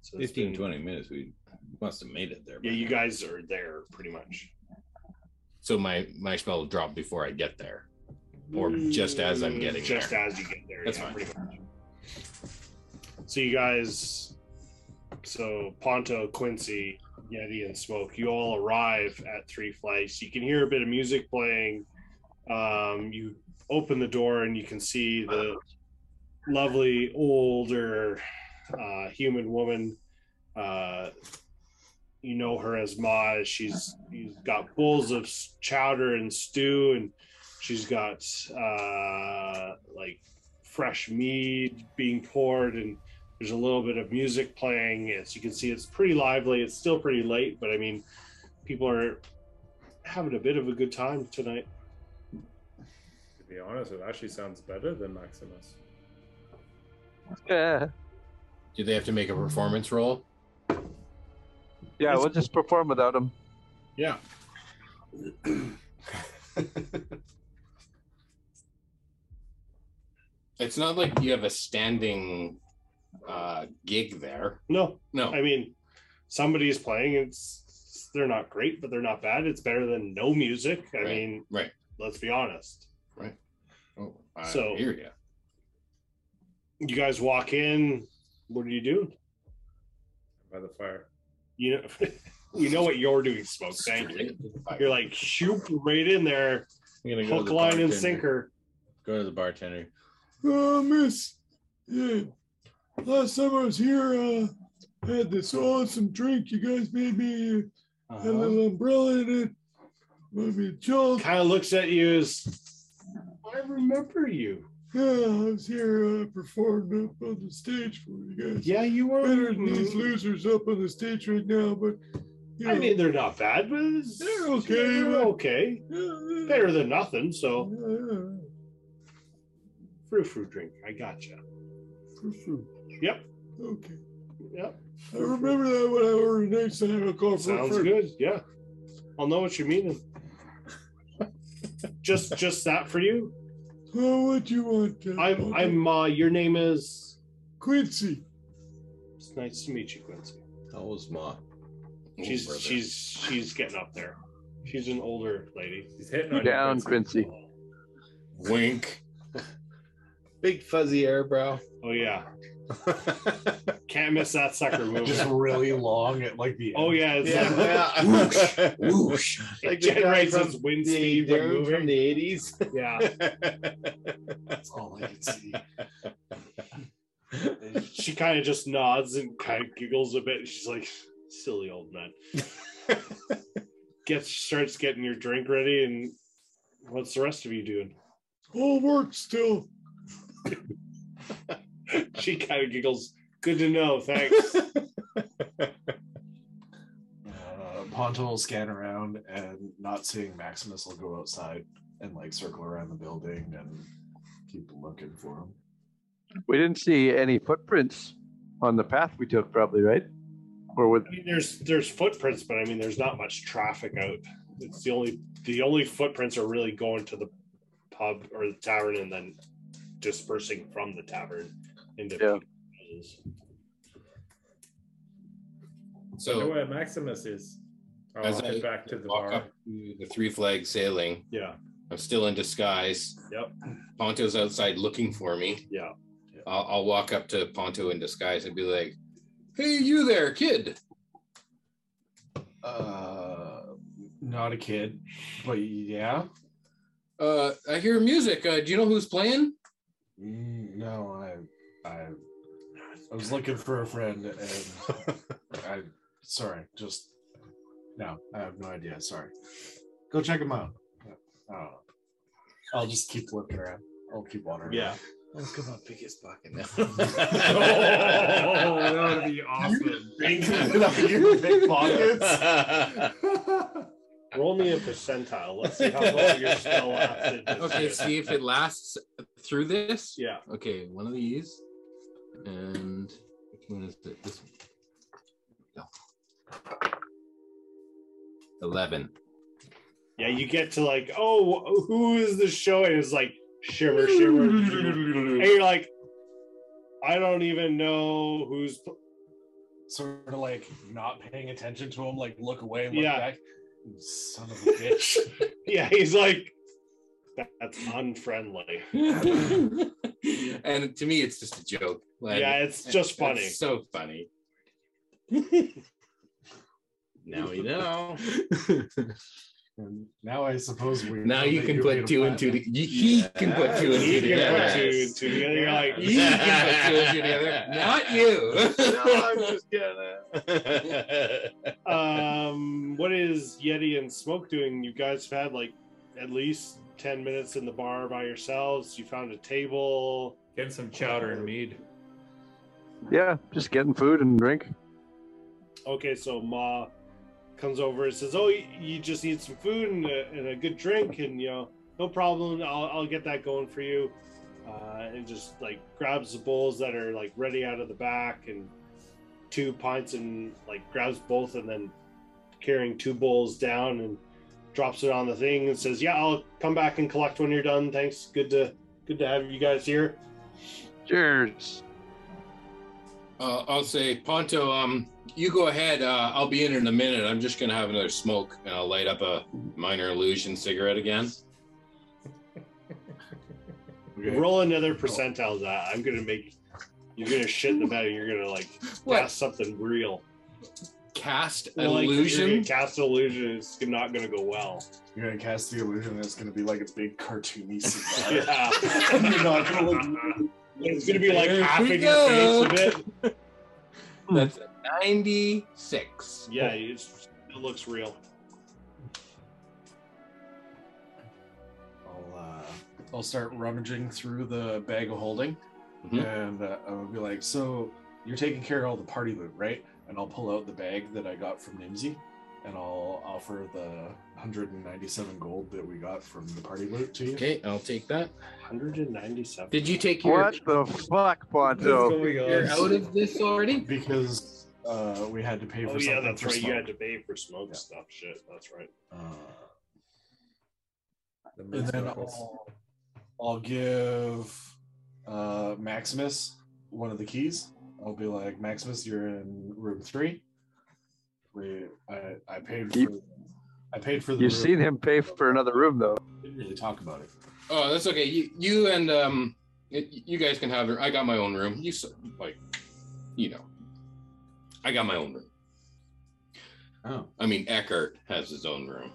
[SPEAKER 6] So it's
[SPEAKER 8] 15,
[SPEAKER 6] been-
[SPEAKER 8] 20 minutes. We must have made it there.
[SPEAKER 6] Yeah,
[SPEAKER 8] by
[SPEAKER 6] you
[SPEAKER 8] now.
[SPEAKER 6] guys are there pretty much.
[SPEAKER 2] So my my spell will drop before I get there. Or
[SPEAKER 6] Mm.
[SPEAKER 2] just as I'm getting
[SPEAKER 6] just
[SPEAKER 2] there.
[SPEAKER 6] as you get there.
[SPEAKER 2] That's
[SPEAKER 6] yeah,
[SPEAKER 2] fine.
[SPEAKER 6] pretty much. So you guys, so Ponto, Quincy, Yeti, and Smoke, you all arrive at Three Flights. You can hear a bit of music playing. Um, you open the door and you can see the lovely older uh, human woman. Uh, you know her as Ma. She's she's got bowls of s- chowder and stew and She's got uh, like fresh mead being poured, and there's a little bit of music playing. As you can see, it's pretty lively. It's still pretty late, but I mean, people are having a bit of a good time tonight.
[SPEAKER 3] To be honest, it actually sounds better than Maximus.
[SPEAKER 4] yeah,
[SPEAKER 2] Do they have to make a performance roll?
[SPEAKER 4] yeah. We'll just perform without him.
[SPEAKER 2] It's not like you have a standing uh gig there.
[SPEAKER 6] No,
[SPEAKER 2] No.
[SPEAKER 6] I mean, somebody's playing. It's they're not great, but they're not bad. It's better than no music. I
[SPEAKER 2] Right.
[SPEAKER 6] mean,
[SPEAKER 2] Right.
[SPEAKER 6] let's be honest.
[SPEAKER 2] Oh, I
[SPEAKER 6] So-
[SPEAKER 2] hear you.
[SPEAKER 6] You guys walk in. What are you doing?
[SPEAKER 5] by the fire.
[SPEAKER 6] You know, *laughs* we know what you're doing, smoke. Thank you. You're like shoot right in there,
[SPEAKER 5] I'm gonna go to
[SPEAKER 6] hook,
[SPEAKER 5] the
[SPEAKER 6] line, and
[SPEAKER 5] bartender.
[SPEAKER 6] sinker.
[SPEAKER 5] Go to the bartender.
[SPEAKER 8] Oh,
[SPEAKER 15] Uh, miss, yeah, last time I was here, uh, I had this awesome drink you guys made me. uh,
[SPEAKER 3] Uh-huh.
[SPEAKER 15] Had a little umbrella in it. Made me a jolt.
[SPEAKER 6] Kind of looks at you as I remember you.
[SPEAKER 15] Yeah, I was here uh, performing up on the stage for you guys.
[SPEAKER 6] Yeah, you were.
[SPEAKER 15] Better than these losers up on the stage right now, but you know,
[SPEAKER 6] I mean, they're not bad, but it's-
[SPEAKER 15] They're okay,
[SPEAKER 6] They're
[SPEAKER 15] but-
[SPEAKER 6] okay.
[SPEAKER 15] yeah,
[SPEAKER 6] Better than nothing. So
[SPEAKER 15] yeah, yeah.
[SPEAKER 6] fruit fruit drink. I gotcha.
[SPEAKER 15] For sure.
[SPEAKER 6] Yep.
[SPEAKER 15] Okay.
[SPEAKER 6] Yep.
[SPEAKER 15] I remember that when I ordered next time I call for
[SPEAKER 6] Sounds
[SPEAKER 15] fruit.
[SPEAKER 6] good. Yeah. I'll know what you mean. just just that for you.
[SPEAKER 15] Oh, what do you want? uh,
[SPEAKER 6] I'm I'm uh your name is
[SPEAKER 15] Quincy.
[SPEAKER 6] it's nice to meet you, Quincy.
[SPEAKER 5] How was Ma?
[SPEAKER 6] She's she's she's getting up there. She's an older lady.
[SPEAKER 5] She's hitting
[SPEAKER 4] You down, Quincy.
[SPEAKER 2] wink.
[SPEAKER 5] *laughs* Big fuzzy air, bro. *laughs*
[SPEAKER 6] Oh yeah. Can't miss that sucker move.
[SPEAKER 7] Just really long at like the
[SPEAKER 6] Oh yeah, it's
[SPEAKER 5] Yeah.
[SPEAKER 6] like, *laughs*
[SPEAKER 5] yeah.
[SPEAKER 2] Whoosh.
[SPEAKER 5] *laughs*
[SPEAKER 6] it
[SPEAKER 5] Like the guy
[SPEAKER 6] generates
[SPEAKER 5] from
[SPEAKER 6] its wind
[SPEAKER 5] the
[SPEAKER 6] speed when
[SPEAKER 5] dude
[SPEAKER 6] moving.
[SPEAKER 5] from the eighties.
[SPEAKER 6] Yeah.
[SPEAKER 5] *laughs*
[SPEAKER 7] That's all I could see.
[SPEAKER 6] she kind of just nods and kind of giggles a bit. She's like, "Silly old man."
[SPEAKER 5] *laughs*
[SPEAKER 6] Gets starts getting your drink ready, and what's the rest of you doing?
[SPEAKER 15] All work still.
[SPEAKER 6] *laughs* She kind of giggles. Good to know. Thanks.
[SPEAKER 7] Uh, Ponto will scan around and not seeing Maximus will go outside and like circle around the building and keep looking for him.
[SPEAKER 4] We didn't see any footprints on the path we took, probably, right? Or with
[SPEAKER 6] I mean, there's there's footprints, but I mean, there's not much traffic out. It's the only the only footprints are really going to the pub or the tavern, and then dispersing from the tavern into
[SPEAKER 4] Yeah.
[SPEAKER 6] houses.
[SPEAKER 3] I know
[SPEAKER 2] So
[SPEAKER 3] where Maximus is. I'll
[SPEAKER 2] As
[SPEAKER 3] head
[SPEAKER 2] I
[SPEAKER 3] back to the
[SPEAKER 2] walk
[SPEAKER 3] bar.
[SPEAKER 2] up to the three flag sailing.
[SPEAKER 6] Yeah.
[SPEAKER 2] I'm still in disguise.
[SPEAKER 6] Yep.
[SPEAKER 2] Ponto's outside looking for me.
[SPEAKER 6] Yeah.
[SPEAKER 2] I'll, I'll walk up to Ponto in disguise and be like, "Hey, you there, kid?
[SPEAKER 7] Uh, not a kid, but yeah.
[SPEAKER 2] Uh, I hear music. Uh, do you know who's playing?"
[SPEAKER 7] Mm, No, I, I, I was looking for a friend, and *laughs* I, sorry, just no, I have no idea. Sorry, go check him out. I don't know. I'll just keep looking around. I'll keep wandering.
[SPEAKER 6] Yeah.
[SPEAKER 8] Oh, come on, pick his pocket now.
[SPEAKER 3] Oh, *laughs* that would be awesome.
[SPEAKER 7] Your big pockets.
[SPEAKER 6] Roll me a percentile. Let's see how long your spell lasted. this *laughs*
[SPEAKER 2] Okay,
[SPEAKER 6] year.
[SPEAKER 2] see if it lasts through this.
[SPEAKER 6] Yeah.
[SPEAKER 2] Okay, one of these, and which one is it? This one. There we go.
[SPEAKER 6] *laughs*
[SPEAKER 2] Eleven.
[SPEAKER 6] Yeah, you get to like, oh, who is this show? And it's like shiver, shiver, shiver. and you're like, I don't even know who's. pl-
[SPEAKER 7] Sort of like not paying attention to him, like look away, look
[SPEAKER 6] Yeah.
[SPEAKER 7] back. Son of a bitch.
[SPEAKER 6] Yeah, *laughs* he's like, that's unfriendly.
[SPEAKER 2] and to me, it's just a joke. Like,
[SPEAKER 6] Yeah, it's just funny.
[SPEAKER 2] It's so funny.
[SPEAKER 5] now
[SPEAKER 6] *laughs*
[SPEAKER 5] we know.
[SPEAKER 7] *laughs* And now I suppose we.
[SPEAKER 2] Now
[SPEAKER 7] know
[SPEAKER 2] you
[SPEAKER 7] that
[SPEAKER 2] can
[SPEAKER 7] you
[SPEAKER 2] put
[SPEAKER 7] made a
[SPEAKER 2] two and two.
[SPEAKER 7] plan.
[SPEAKER 2] To, you- he can put two and
[SPEAKER 6] He
[SPEAKER 2] two
[SPEAKER 6] can put two
[SPEAKER 2] together.
[SPEAKER 6] and two together. You're
[SPEAKER 2] *laughs*
[SPEAKER 6] like,
[SPEAKER 2] He can put two *laughs* and two together. Not
[SPEAKER 6] *laughs*
[SPEAKER 2] you.
[SPEAKER 6] um, what is Yeti and Smoke doing? You guys have had like at least 10 minutes in the bar by yourselves. You found a table.
[SPEAKER 3] Getting some chowder and mead.
[SPEAKER 4] yeah, just getting food and drink.
[SPEAKER 6] Okay, so Ma comes over and says, "Oh, you, you just need some food and a, and a good drink, and you know, no problem. I'll, I'll get that going for you." Uh, and just like grabs the bowls that are like ready out of the back and two pints, and like grabs both, and then carrying two bowls down and drops it on the thing and says, "Yeah, I'll come back and collect when you're done. Thanks. Good to good to have you guys here."
[SPEAKER 4] Cheers.
[SPEAKER 2] Uh, I'll say, Ponto, um, you go ahead. Uh, I'll be in in a minute. I'm just going to have another smoke and I'll light up a minor illusion cigarette again.
[SPEAKER 6] Roll another percentile die. I'm gonna make you're gonna shit in the bed. and You're gonna like
[SPEAKER 2] What?
[SPEAKER 6] cast something real.
[SPEAKER 2] Cast
[SPEAKER 6] Like, you're gonna
[SPEAKER 2] illusion?
[SPEAKER 6] cast an illusion. It's not gonna go
[SPEAKER 7] *laughs*
[SPEAKER 6] well.
[SPEAKER 7] You're gonna cast the illusion. It's gonna be like a big cartoony cigar.
[SPEAKER 6] Yeah.
[SPEAKER 7] You're not gonna look-
[SPEAKER 6] *laughs* it's gonna be like
[SPEAKER 2] There
[SPEAKER 6] half
[SPEAKER 2] we
[SPEAKER 6] in your face
[SPEAKER 2] go.
[SPEAKER 6] a bit.
[SPEAKER 2] That's a 96.
[SPEAKER 6] Yeah, it's, it looks real.
[SPEAKER 7] I'll, uh, I'll start rummaging through the bag of holding,
[SPEAKER 2] Mhm.
[SPEAKER 7] and uh, I'll be like, "So you're taking care of all the party loot, right?" And I'll pull out the bag that I got from Nimsy, and I'll offer the 197 gold that we got from the party loot to you.
[SPEAKER 2] Okay, I'll take that.
[SPEAKER 6] 197.
[SPEAKER 2] Did you take your.
[SPEAKER 4] What the fuck, Ponto?
[SPEAKER 2] You're out of this already?
[SPEAKER 7] Because uh, we had to pay for
[SPEAKER 6] Oh
[SPEAKER 7] something.
[SPEAKER 6] yeah, that's
[SPEAKER 7] for
[SPEAKER 6] right. You
[SPEAKER 7] smoke.
[SPEAKER 6] had to pay for smoke
[SPEAKER 7] Yeah.
[SPEAKER 6] stuff. Shit, that's right.
[SPEAKER 7] Uh,
[SPEAKER 8] The
[SPEAKER 7] and then
[SPEAKER 8] miracles.
[SPEAKER 7] I'll, I'll give uh, Maximus one of the keys. I'll be like, Maximus, you're in room three. We, I, I paid. For,
[SPEAKER 4] You-
[SPEAKER 7] I paid for the.
[SPEAKER 4] You've
[SPEAKER 7] room.
[SPEAKER 4] seen him pay for another room, though.
[SPEAKER 7] Didn't really talk about it.
[SPEAKER 2] Oh, that's okay. You, you and um, y- you guys can have your. I got my own room. You s- like, you know, I got my own room.
[SPEAKER 7] Oh,
[SPEAKER 2] I mean, Eckert has his own room,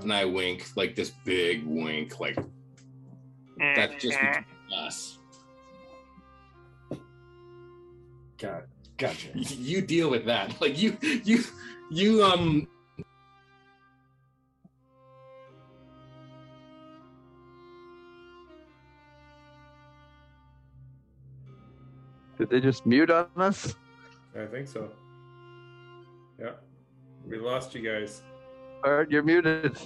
[SPEAKER 2] and I wink like this big wink, like that's just between us.
[SPEAKER 7] got, gotcha.
[SPEAKER 2] You deal with that. Like you, you, you. Um,
[SPEAKER 4] Did they just mute on us?
[SPEAKER 3] I think so. Yeah. We lost you guys.
[SPEAKER 4] Art, you're muted.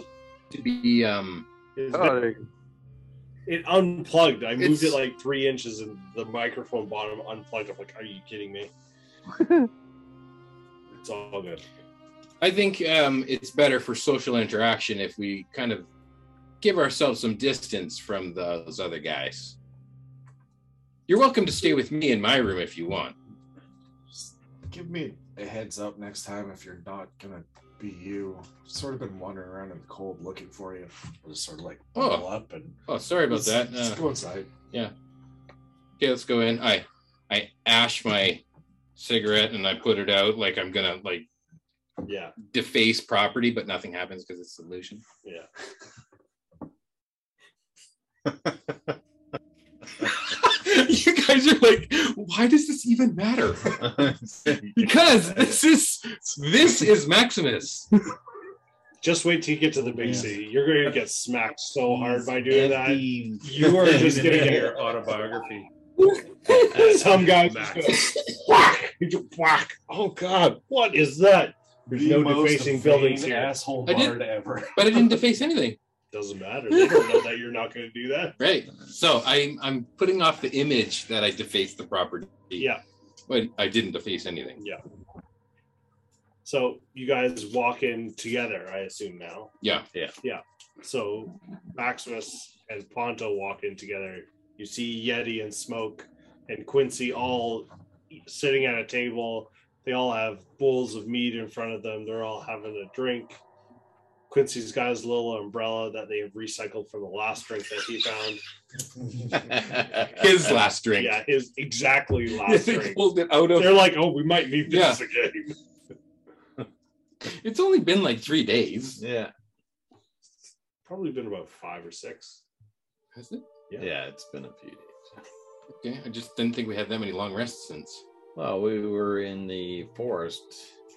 [SPEAKER 2] to be um.
[SPEAKER 6] It's-
[SPEAKER 4] Oh, there you go.
[SPEAKER 6] It unplugged. I moved it
[SPEAKER 2] It's-
[SPEAKER 6] like three inches, and the microphone bottom unplugged. I'm like, are you kidding
[SPEAKER 7] *laughs*
[SPEAKER 6] me? it's all good.
[SPEAKER 2] I think um, it's better for social interaction if we kind of give ourselves some distance from those other guys. You're welcome to stay with me in my room if you want.
[SPEAKER 7] Just give me a heads up next time if you're not gonna be you. Sort of been wandering around in the cold looking for you. I'll just sort of like
[SPEAKER 2] Oh.
[SPEAKER 7] bundle up and
[SPEAKER 2] Oh, sorry about that.
[SPEAKER 7] Let's
[SPEAKER 2] Uh,
[SPEAKER 7] *laughs* go inside.
[SPEAKER 2] okay, let's go in. I I ash my cigarette and I put it out like I'm gonna like
[SPEAKER 6] Yeah,
[SPEAKER 2] deface property, but nothing happens because it's illusion.
[SPEAKER 6] yeah.
[SPEAKER 2] *laughs* you guys are like, why does this even
[SPEAKER 6] *laughs*
[SPEAKER 2] matter? Because this is this is Maximus.
[SPEAKER 6] Just wait till you get to the big
[SPEAKER 8] Yeah.
[SPEAKER 6] city. You're going to get smacked so hard by doing that.
[SPEAKER 8] Empty.
[SPEAKER 6] You are just
[SPEAKER 3] Even
[SPEAKER 6] going
[SPEAKER 3] in
[SPEAKER 6] to
[SPEAKER 3] your autobiography.
[SPEAKER 6] get *laughs* some guys.
[SPEAKER 3] Max.
[SPEAKER 6] just go, Whack! You just Whack! Oh God! What is that? There's
[SPEAKER 7] The
[SPEAKER 6] no
[SPEAKER 7] most
[SPEAKER 6] defacing
[SPEAKER 7] vain
[SPEAKER 6] buildings here.
[SPEAKER 7] Asshole
[SPEAKER 2] I did-
[SPEAKER 7] bard ever.
[SPEAKER 2] but I didn't deface anything.
[SPEAKER 6] Doesn't matter. They don't know that you're not going to do that.
[SPEAKER 2] Right. So I'm I'm putting off the image that I defaced the property.
[SPEAKER 6] Yeah.
[SPEAKER 2] But I didn't deface anything.
[SPEAKER 6] So you guys walk in together, I assume now.
[SPEAKER 2] Yeah.
[SPEAKER 6] So Maximus and Ponto walk in together. You see Yeti and Smoke and Quincy all sitting at a table. They all have bowls of meat in front of them. They're all having a drink. Quincy's got his little umbrella that they have recycled from the last drink that he found.
[SPEAKER 2] His last drink. *laughs*
[SPEAKER 6] Yeah, his exactly last
[SPEAKER 2] they
[SPEAKER 6] drink.
[SPEAKER 2] pulled it out of.
[SPEAKER 6] They're like, oh, we might need this again.
[SPEAKER 2] It's only been like three days.
[SPEAKER 8] Yeah.
[SPEAKER 6] Probably been about five or six.
[SPEAKER 2] Has it?
[SPEAKER 6] Yeah.
[SPEAKER 8] Yeah, it's been a few days.
[SPEAKER 2] Okay. I just didn't think we had that many long rests since.
[SPEAKER 8] Well, we were in the forest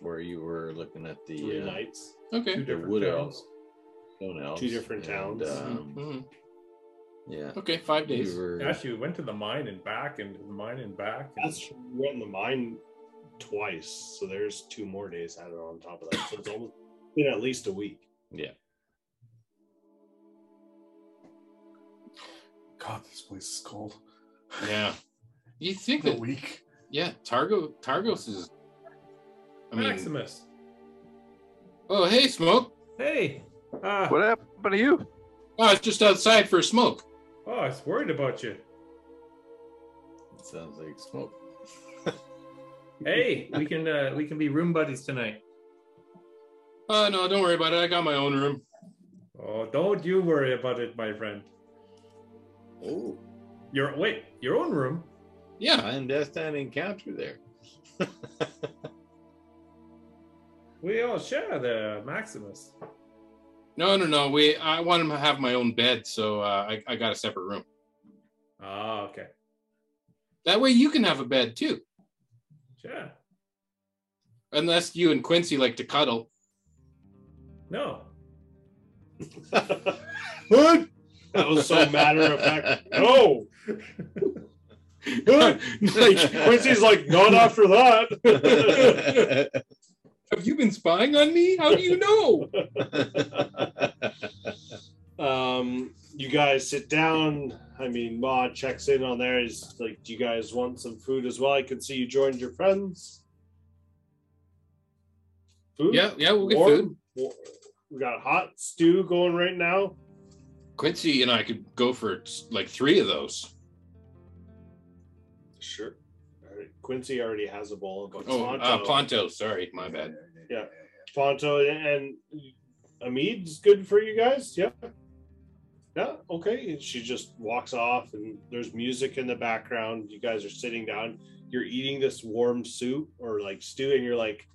[SPEAKER 8] where you were looking at the
[SPEAKER 6] Three
[SPEAKER 8] uh,
[SPEAKER 6] nights.
[SPEAKER 2] Okay.
[SPEAKER 3] Two
[SPEAKER 8] the
[SPEAKER 3] different
[SPEAKER 8] wood
[SPEAKER 3] towns.
[SPEAKER 8] elves, stone elves,
[SPEAKER 6] different
[SPEAKER 8] and,
[SPEAKER 6] towns.
[SPEAKER 8] um,
[SPEAKER 2] Mhm.
[SPEAKER 8] yeah,
[SPEAKER 2] Okay. Five days.
[SPEAKER 8] we were.
[SPEAKER 3] Actually, we went to the mine and back and to the mine and back. and-
[SPEAKER 6] That's we went in the mine twice, so there's two more
[SPEAKER 2] *laughs*
[SPEAKER 6] days added on top of that. So it's almost been at least a week.
[SPEAKER 7] God, this place is cold.
[SPEAKER 2] Yeah. You think
[SPEAKER 7] The
[SPEAKER 2] that?
[SPEAKER 7] week.
[SPEAKER 2] Yeah. Targo. Targos is. I mean.
[SPEAKER 3] Maximus.
[SPEAKER 2] Oh, hey, smoke.
[SPEAKER 3] Hey. Uh,
[SPEAKER 4] What happened to you?
[SPEAKER 2] Oh, I was just outside for a smoke.
[SPEAKER 3] oh, I was worried about you.
[SPEAKER 8] It sounds like smoke.
[SPEAKER 3] Hey, we can uh, we can be room buddies tonight.
[SPEAKER 2] Uh, no, don't worry about it. I got my own room.
[SPEAKER 3] Oh, don't you worry about it, my friend.
[SPEAKER 8] Oh,
[SPEAKER 3] Your wait, your own room.
[SPEAKER 2] Yeah.
[SPEAKER 8] clandestine encounter there. *laughs*
[SPEAKER 3] We all share the Maximus.
[SPEAKER 2] No, no, no. We I want to have my own bed, so uh, I I got a separate room.
[SPEAKER 3] Ah, okay.
[SPEAKER 2] That way you can have a bed too,
[SPEAKER 3] Sure.
[SPEAKER 2] unless you and Quincy like to cuddle.
[SPEAKER 3] No.
[SPEAKER 6] What? That was so matter of fact.
[SPEAKER 2] *laughs*
[SPEAKER 6] No. What? like Quincy's like not after
[SPEAKER 2] *laughs*
[SPEAKER 6] that.
[SPEAKER 2] Have you been spying on me? How *laughs* do you know?
[SPEAKER 6] um, you guys sit down. I mean, Ma checks in on there. He's like, "Do you guys want some food as well? I can see you joined your friends." Food?
[SPEAKER 2] yeah, yeah, we'll get
[SPEAKER 6] Warm?
[SPEAKER 2] food.
[SPEAKER 6] Wa- We got hot stew going right now.
[SPEAKER 2] Quincy and I could go for like three of those.
[SPEAKER 6] Sure. Quincy already has a bowl of
[SPEAKER 2] Oh,
[SPEAKER 6] Ponto.
[SPEAKER 2] Uh, Ponto. Sorry, my bad.
[SPEAKER 6] Ponto and Amid's good for you guys. Yeah. Yeah. Okay. And she just walks off, and there's music in the background. You guys are sitting down. You're eating this warm soup or like stew, and you're like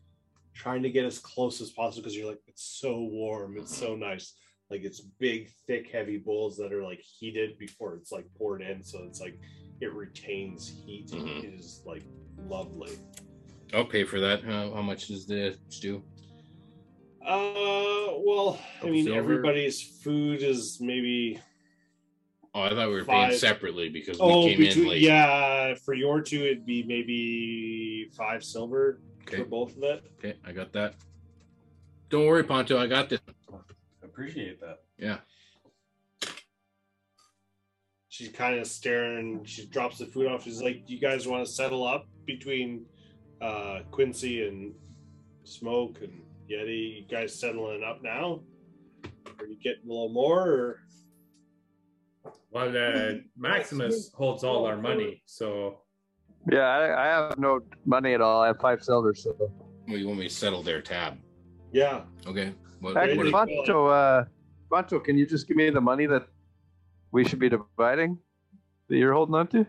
[SPEAKER 6] trying to get as close as possible because you're like, it's so warm. It's so nice. Like it's big, thick, heavy bowls that are like heated before it's like poured in. So it's like it retains heat.
[SPEAKER 2] Mhm.
[SPEAKER 6] It is like lovely.
[SPEAKER 2] I'll pay for that. Uh, how much is the stew?
[SPEAKER 6] Uh, well, I
[SPEAKER 2] Of
[SPEAKER 6] mean,
[SPEAKER 2] silver?
[SPEAKER 6] everybody's food is maybe
[SPEAKER 2] Oh, I thought we were
[SPEAKER 6] Five.
[SPEAKER 2] paying separately because we
[SPEAKER 6] oh,
[SPEAKER 2] came in
[SPEAKER 6] between,
[SPEAKER 2] late.
[SPEAKER 6] yeah, for your two, it'd be maybe five silver
[SPEAKER 2] Okay.
[SPEAKER 6] for both of it.
[SPEAKER 2] Okay, I got that. Don't worry, Ponto. I got this.
[SPEAKER 7] *laughs* Appreciate that.
[SPEAKER 2] Yeah.
[SPEAKER 6] She's kind of staring, she drops the food off. She's like, Do you guys want to settle up between uh, Quincy and Smoke and Yeti? You guys settling up now? Are you getting a little more? Or...
[SPEAKER 3] Well, uh, Maximus holds all our money, so
[SPEAKER 4] Yeah, I, I have no money at all. I have five silver, so.
[SPEAKER 2] Well, you want me to settle their tab?
[SPEAKER 6] Yeah,
[SPEAKER 2] Okay. What,
[SPEAKER 6] Back
[SPEAKER 2] what
[SPEAKER 4] Actually,
[SPEAKER 2] do-
[SPEAKER 6] to Fun-
[SPEAKER 4] Fonto, uh, Fonto, can you just give me the money that we should be dividing that you're holding on to?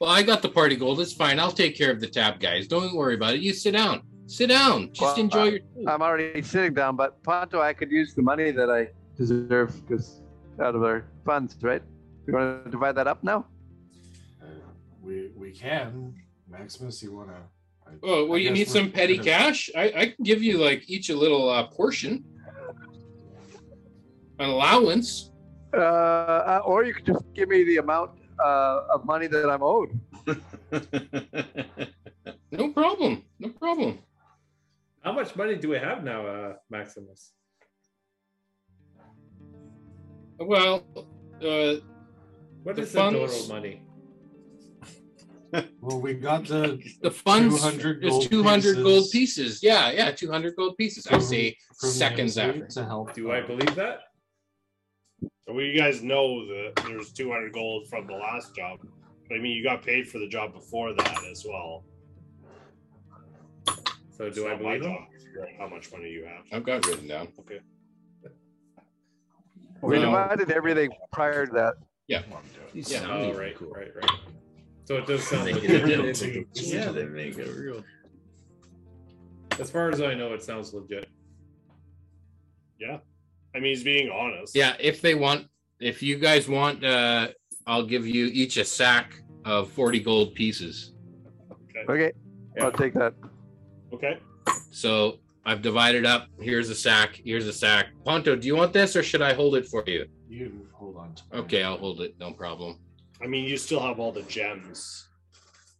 [SPEAKER 2] well, I got the party gold. It's fine. I'll take care of the tab, guys. Don't worry about it. You sit down. Sit down. Just
[SPEAKER 4] Well,
[SPEAKER 6] uh,
[SPEAKER 2] enjoy
[SPEAKER 4] I-
[SPEAKER 2] your.
[SPEAKER 4] I'm already sitting down, but Ponto, I could use the money that I deserve because out of our funds, right? You want to divide that up now?
[SPEAKER 7] Uh, we we can. Maximus, you wanna? I,
[SPEAKER 2] Oh, well,
[SPEAKER 7] I
[SPEAKER 2] you
[SPEAKER 7] guess
[SPEAKER 2] need
[SPEAKER 7] we're-
[SPEAKER 2] some petty cash? I, I can give you like each a little uh, portion, an allowance.
[SPEAKER 4] Uh, uh, or you could just give me the amount uh, of money that I'm owed.
[SPEAKER 2] No problem. No problem.
[SPEAKER 3] how much money do we have now, uh, Maximus?
[SPEAKER 2] Well, uh,
[SPEAKER 3] What
[SPEAKER 2] The
[SPEAKER 3] is the
[SPEAKER 2] funds-
[SPEAKER 3] total money?
[SPEAKER 7] Well, we got the
[SPEAKER 2] the funds
[SPEAKER 7] 200
[SPEAKER 2] is
[SPEAKER 7] gold
[SPEAKER 2] 200 gold
[SPEAKER 7] pieces.
[SPEAKER 2] pieces. Yeah, yeah, 200 gold pieces. I
[SPEAKER 7] Mhm.
[SPEAKER 2] say
[SPEAKER 7] from the
[SPEAKER 2] seconds
[SPEAKER 7] MC
[SPEAKER 2] after.
[SPEAKER 7] to help.
[SPEAKER 3] Do I
[SPEAKER 7] uh,
[SPEAKER 3] believe that?
[SPEAKER 6] Well, you guys know that there's 200 gold from the last job. But, I mean, you got paid for the job before that as well.
[SPEAKER 3] So
[SPEAKER 6] It's
[SPEAKER 3] do I
[SPEAKER 6] not my
[SPEAKER 3] believe him?
[SPEAKER 6] job to figure out How much money you have?
[SPEAKER 2] I've got it written down.
[SPEAKER 4] We Uh,
[SPEAKER 2] Well-
[SPEAKER 4] divided everything prior to that.
[SPEAKER 2] Yeah.
[SPEAKER 3] Oh, right, right, right. So it does sound
[SPEAKER 8] Make
[SPEAKER 3] legit.
[SPEAKER 8] it a deal. *laughs* Yeah, they make it real.
[SPEAKER 3] *laughs* As far as I know, it sounds legit.
[SPEAKER 6] I mean, he's being honest.
[SPEAKER 2] Yeah, if they want, if you guys want, uh, I'll give you each a sack of 40 gold pieces.
[SPEAKER 6] Okay.
[SPEAKER 4] Okay, I'll take that.
[SPEAKER 6] Okay.
[SPEAKER 2] So I've divided up. Here's a sack. Here's a sack. Ponto, do you want this or should I hold it for you?
[SPEAKER 7] You hold on. To mine.
[SPEAKER 2] Okay, I'll hold it. No problem.
[SPEAKER 6] I mean, you still have all the gems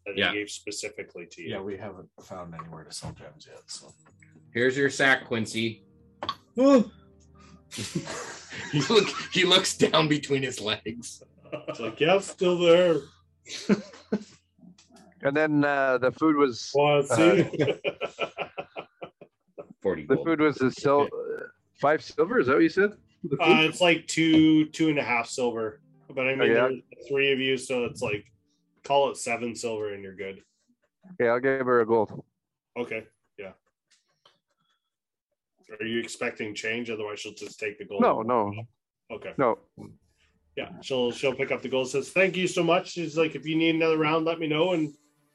[SPEAKER 6] that
[SPEAKER 2] Yeah.
[SPEAKER 6] he gave specifically to you.
[SPEAKER 7] Yeah, we haven't found anywhere to sell gems yet. So
[SPEAKER 2] Here's your sack,
[SPEAKER 6] *laughs*
[SPEAKER 2] Quincy.
[SPEAKER 15] Oh,
[SPEAKER 2] He, look, he looks down between his legs.
[SPEAKER 6] It's like, yeah, it's still there.
[SPEAKER 4] And then uh, the food was
[SPEAKER 6] Want to see? *laughs* Uh,
[SPEAKER 2] 40
[SPEAKER 4] the
[SPEAKER 2] gold.
[SPEAKER 4] food was the sil- uh, five silver. Is that what you said? The food?
[SPEAKER 6] uh, it's like two, two and a half silver. But I mean,
[SPEAKER 4] Okay, I-
[SPEAKER 6] there's three of you, so it's like Call it seven silver and you're good.
[SPEAKER 4] Okay, I'll give her a gold.
[SPEAKER 6] Okay. Yeah. Are you expecting change? Otherwise, she'll just take the gold.
[SPEAKER 4] No, no,
[SPEAKER 6] Okay.
[SPEAKER 4] no.
[SPEAKER 6] Yeah. She'll she'll pick up the gold. Says thank you so much. She's like, if you need another round, let me know, and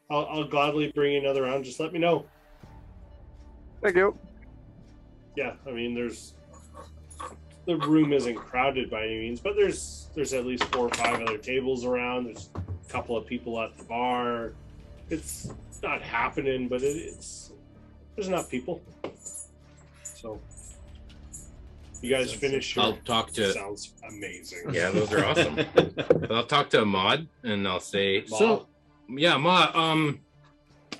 [SPEAKER 6] I'll, I'll gladly bring you another round. Just let me know.
[SPEAKER 4] Thank you.
[SPEAKER 6] Yeah. I mean, there's the room isn't crowded by any means, but there's there's at least four or five other tables around. There's a couple of people at the bar. It's it's not happening, but it, it's there's enough people. So you guys finish your
[SPEAKER 5] I'll talk to.
[SPEAKER 6] sounds amazing.
[SPEAKER 5] Yeah, those are
[SPEAKER 6] *laughs*
[SPEAKER 5] awesome. But I'll talk to Ahmad and I'll say,
[SPEAKER 6] So
[SPEAKER 5] so yeah, Ma. Um,
[SPEAKER 2] Uh,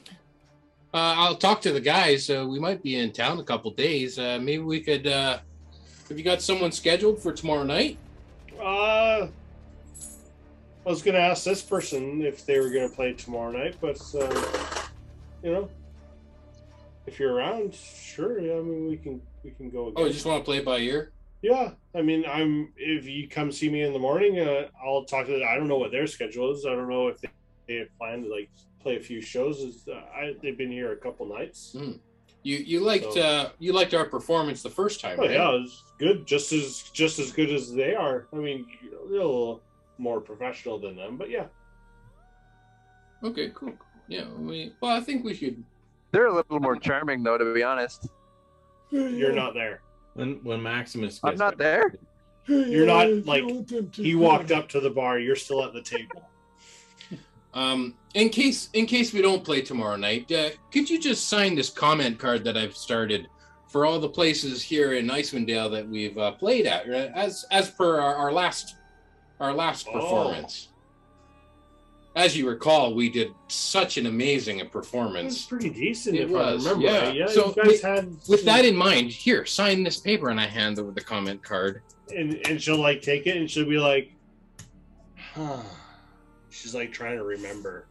[SPEAKER 2] I'll talk to the guys. Uh, we might be in town a couple days. Uh, maybe we could. Uh, have you got someone scheduled for tomorrow night?
[SPEAKER 6] uh I was gonna ask this person if they were gonna play tomorrow night, but uh, you know if you're around, sure, yeah, I mean we can we can go again.
[SPEAKER 2] Oh, you just want to play it by ear?
[SPEAKER 6] Yeah, I mean, I'm if you come see me in the morning, uh, I'll talk to. The, I don't know what their schedule is. I don't know if they, they have planned to like play a few shows. Is uh, I they've been here a couple
[SPEAKER 2] Mm,
[SPEAKER 6] nights.
[SPEAKER 2] You you liked
[SPEAKER 6] So-
[SPEAKER 2] uh, you liked our performance the first time,
[SPEAKER 6] Oh
[SPEAKER 2] right?
[SPEAKER 6] yeah, it's good. Just as just as good as they are. I mean, a little more professional than them, but yeah.
[SPEAKER 2] Okay, cool. cool. Yeah. We, well, I think we should.
[SPEAKER 4] They're a little more charming though, to be honest.
[SPEAKER 6] You're not there.
[SPEAKER 8] When when Maximus gets
[SPEAKER 4] I'm not there.
[SPEAKER 6] You're not, like, He walked up to the bar. You're still at the table.
[SPEAKER 2] Um, in case in case we don't play tomorrow night, uh, could you just sign this comment card that I've started for all the places here in Icewind-Dale that we've uh, played at, right? as as per our, our last our last
[SPEAKER 6] Oh.
[SPEAKER 2] performance. As you recall, we did such an amazing
[SPEAKER 6] It was
[SPEAKER 2] performance.
[SPEAKER 6] pretty decent,
[SPEAKER 2] It
[SPEAKER 6] if
[SPEAKER 2] was,
[SPEAKER 6] I remember.
[SPEAKER 2] yeah.
[SPEAKER 6] right. yeah
[SPEAKER 2] So
[SPEAKER 6] you guys
[SPEAKER 2] with-
[SPEAKER 6] had
[SPEAKER 2] With that in mind, here, sign this paper, and I hand over the comment card.
[SPEAKER 6] and and she'll like take it and she'll be like *sighs* she's like trying to remember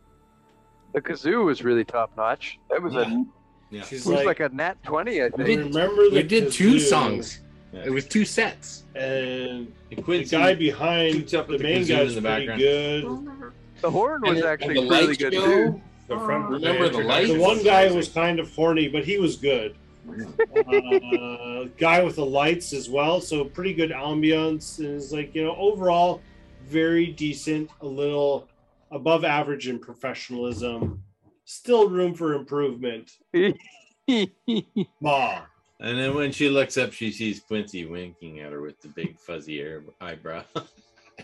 [SPEAKER 4] The kazoo was really top notch. That was a it
[SPEAKER 5] Yeah.
[SPEAKER 6] she's
[SPEAKER 4] was
[SPEAKER 6] like,
[SPEAKER 4] like a nat twenty, I
[SPEAKER 6] I
[SPEAKER 2] We
[SPEAKER 4] think.
[SPEAKER 2] did-
[SPEAKER 6] remember
[SPEAKER 2] We
[SPEAKER 6] the
[SPEAKER 2] did two
[SPEAKER 6] kazoo,
[SPEAKER 2] songs.
[SPEAKER 8] Yeah.
[SPEAKER 2] It was two sets.
[SPEAKER 6] and
[SPEAKER 8] And
[SPEAKER 6] the
[SPEAKER 8] Quincy
[SPEAKER 6] guy behind
[SPEAKER 8] toots
[SPEAKER 6] the,
[SPEAKER 8] up at the
[SPEAKER 6] main
[SPEAKER 8] kazoo
[SPEAKER 6] guy
[SPEAKER 8] in
[SPEAKER 6] is
[SPEAKER 8] the
[SPEAKER 6] pretty
[SPEAKER 8] background.
[SPEAKER 6] good
[SPEAKER 4] The
[SPEAKER 2] And
[SPEAKER 4] horn was
[SPEAKER 2] it- and
[SPEAKER 4] actually
[SPEAKER 2] the
[SPEAKER 4] really
[SPEAKER 2] light
[SPEAKER 4] good
[SPEAKER 2] show.
[SPEAKER 4] too.
[SPEAKER 6] the front
[SPEAKER 2] Remember the lights?
[SPEAKER 6] the one guy was kind of horny but he was good uh, guy with the lights as well so pretty good ambiance and it's like you know overall very decent a little above average in professionalism still room for improvement
[SPEAKER 4] *laughs*
[SPEAKER 6] Ma. *laughs*
[SPEAKER 8] And then when she looks up, she sees Quincy winking at her with the big fuzzy air eyebrow.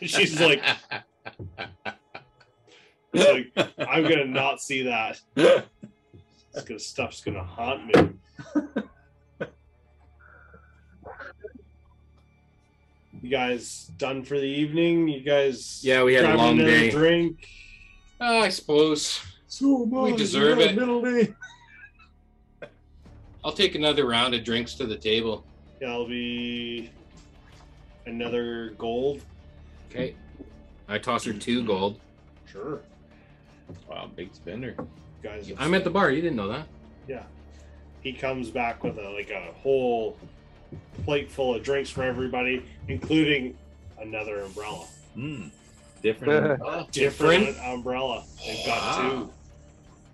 [SPEAKER 6] she's like It's
[SPEAKER 5] *laughs*
[SPEAKER 6] like, I'm gonna not see that. It's gonna, stuff's gonna haunt me. You guys done for the evening? You guys?
[SPEAKER 5] Yeah, we had a
[SPEAKER 6] grabbing
[SPEAKER 5] long
[SPEAKER 6] another
[SPEAKER 5] day.
[SPEAKER 6] Drink.
[SPEAKER 2] Uh, I suppose
[SPEAKER 15] So am I.
[SPEAKER 2] We deserve
[SPEAKER 15] Yeah,
[SPEAKER 2] it.
[SPEAKER 15] Middle name.
[SPEAKER 2] I'll take another round of drinks to the table.
[SPEAKER 6] Yeah, I'll be another gold.
[SPEAKER 5] okay, Mm-hmm. I toss her two gold.
[SPEAKER 6] Sure,
[SPEAKER 8] *laughs* wow, big spender.
[SPEAKER 6] you guys.
[SPEAKER 5] I'm at the bar. You didn't know that.
[SPEAKER 6] he comes back with a, like a whole plate full of drinks for everybody, including another umbrella.
[SPEAKER 8] Mm,
[SPEAKER 4] *laughs* Uh,
[SPEAKER 8] different.
[SPEAKER 6] different,
[SPEAKER 2] Different?
[SPEAKER 6] umbrella. They've got
[SPEAKER 5] Wow.
[SPEAKER 6] two.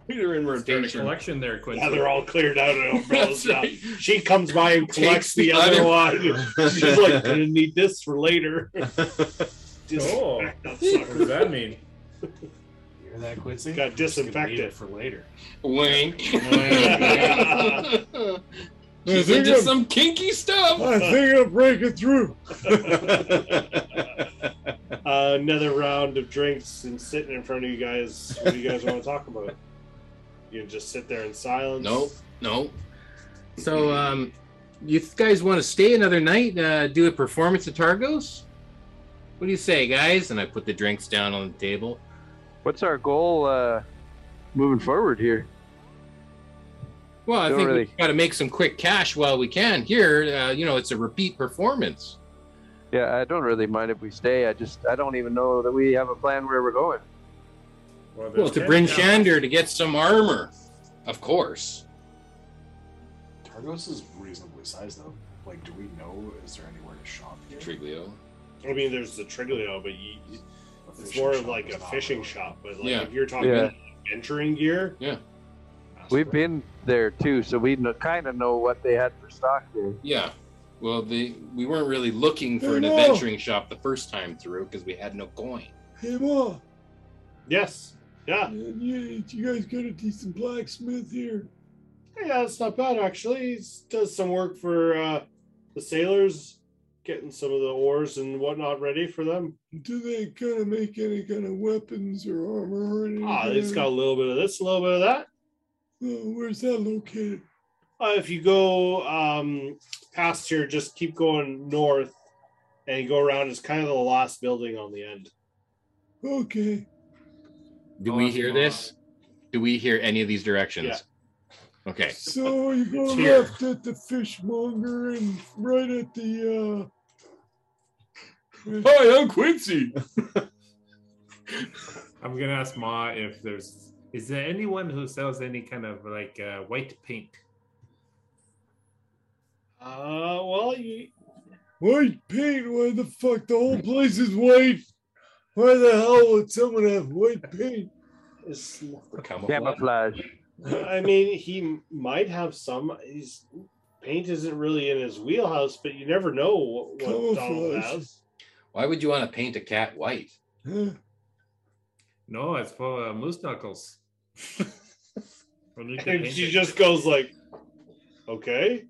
[SPEAKER 5] Peter in
[SPEAKER 3] Start a collection there,
[SPEAKER 6] Now
[SPEAKER 3] Quincy.
[SPEAKER 6] they're all cleared out of
[SPEAKER 2] *laughs*
[SPEAKER 6] umbrellas
[SPEAKER 2] That's
[SPEAKER 6] now.
[SPEAKER 2] right.
[SPEAKER 6] She comes by and collects
[SPEAKER 2] Takes the
[SPEAKER 6] the other
[SPEAKER 2] other-
[SPEAKER 6] one. She's like, gonna need this for
[SPEAKER 2] *laughs*
[SPEAKER 6] later.
[SPEAKER 3] Oh.
[SPEAKER 6] Oh, Disinfect that
[SPEAKER 3] What does
[SPEAKER 6] sucker.
[SPEAKER 3] that mean?
[SPEAKER 7] Hear that, Quincy?
[SPEAKER 6] Got
[SPEAKER 7] I'm just gonna leave
[SPEAKER 6] disinfected.
[SPEAKER 7] it for later.
[SPEAKER 5] *laughs*
[SPEAKER 2] Wink.
[SPEAKER 15] I
[SPEAKER 2] She's into
[SPEAKER 15] think, I'm,
[SPEAKER 2] some kinky stuff.
[SPEAKER 15] I think I'm breaking through.
[SPEAKER 6] Uh, another round of drinks and sitting in front of you guys. What do you guys want to talk about? You can just sit there in silence.
[SPEAKER 2] No, no. So, um, you guys want to stay another night? Uh, do a performance at Targos? What do you say, guys? And I put the drinks down on the table.
[SPEAKER 4] What's our goal uh moving forward here?
[SPEAKER 2] Well, I
[SPEAKER 4] Don't
[SPEAKER 2] think
[SPEAKER 4] really-
[SPEAKER 2] we've got to make some quick cash while we can. Here, uh, you know, it's a repeat performance.
[SPEAKER 4] Yeah, I don't really mind if we stay. I just I don't even know that we have a plan where we're going.
[SPEAKER 3] there's
[SPEAKER 2] Well, to
[SPEAKER 3] Ken
[SPEAKER 2] bring
[SPEAKER 3] now.
[SPEAKER 2] Shander to get some armor, of course.
[SPEAKER 7] Targos is reasonably sized though. Like, do we know? Is there anywhere to shop? here?
[SPEAKER 2] Triglio.
[SPEAKER 6] I mean, there's the Triglio, but you, It's more
[SPEAKER 7] shop
[SPEAKER 6] like
[SPEAKER 7] is
[SPEAKER 6] a
[SPEAKER 7] not
[SPEAKER 6] fishing
[SPEAKER 7] really-
[SPEAKER 6] shop, but like
[SPEAKER 2] Yeah.
[SPEAKER 6] if you're talking
[SPEAKER 4] Yeah.
[SPEAKER 6] adventuring gear,
[SPEAKER 2] Yeah.
[SPEAKER 4] We've been there too, so we kn kind of know what they had for stock there.
[SPEAKER 2] Yeah. Well, the we weren't really looking for an
[SPEAKER 15] No.
[SPEAKER 2] adventuring shop the first time through because we had no coin.
[SPEAKER 15] Hey, Ma,
[SPEAKER 6] Yes. Yeah.
[SPEAKER 15] you, you guys got a decent blacksmith here.
[SPEAKER 6] Yeah, it's not bad actually. He does some work for uh, the sailors, getting some of the oars and whatnot ready for them.
[SPEAKER 15] Do they kind of make any kind of weapons or armor or anything?
[SPEAKER 6] Ah, it's got a little bit of this, a little bit of that.
[SPEAKER 15] Oh, where's that located?
[SPEAKER 6] Uh, if you go um, past here, just keep going north and you go around. It's kind of the last building on the end.
[SPEAKER 15] Okay.
[SPEAKER 2] Do we hear this? Do we hear any of these directions?
[SPEAKER 6] *laughs*
[SPEAKER 2] Okay.
[SPEAKER 15] So you go
[SPEAKER 6] It's here.
[SPEAKER 15] left at the fishmonger and right at
[SPEAKER 6] *laughs*
[SPEAKER 15] the uh
[SPEAKER 8] Hi, I'm Quincy.
[SPEAKER 3] I'm gonna ask Ma if there's is there anyone who sells any kind of like uh, white paint?
[SPEAKER 6] Uh, well, you,
[SPEAKER 15] white paint. Why the fuck the whole place is white? Why the hell would someone have white paint?
[SPEAKER 6] it's,
[SPEAKER 4] Camouflage.
[SPEAKER 6] I mean, he might have some. He's, paint isn't really in his wheelhouse, but you never know what, what Donald
[SPEAKER 15] Camouflage.
[SPEAKER 6] has.
[SPEAKER 2] Why would you want to paint a cat white?
[SPEAKER 15] Huh?
[SPEAKER 3] No, it's for uh, moose knuckles. I need to
[SPEAKER 6] And
[SPEAKER 3] paint
[SPEAKER 6] she
[SPEAKER 3] it.
[SPEAKER 6] just goes like, "Okay,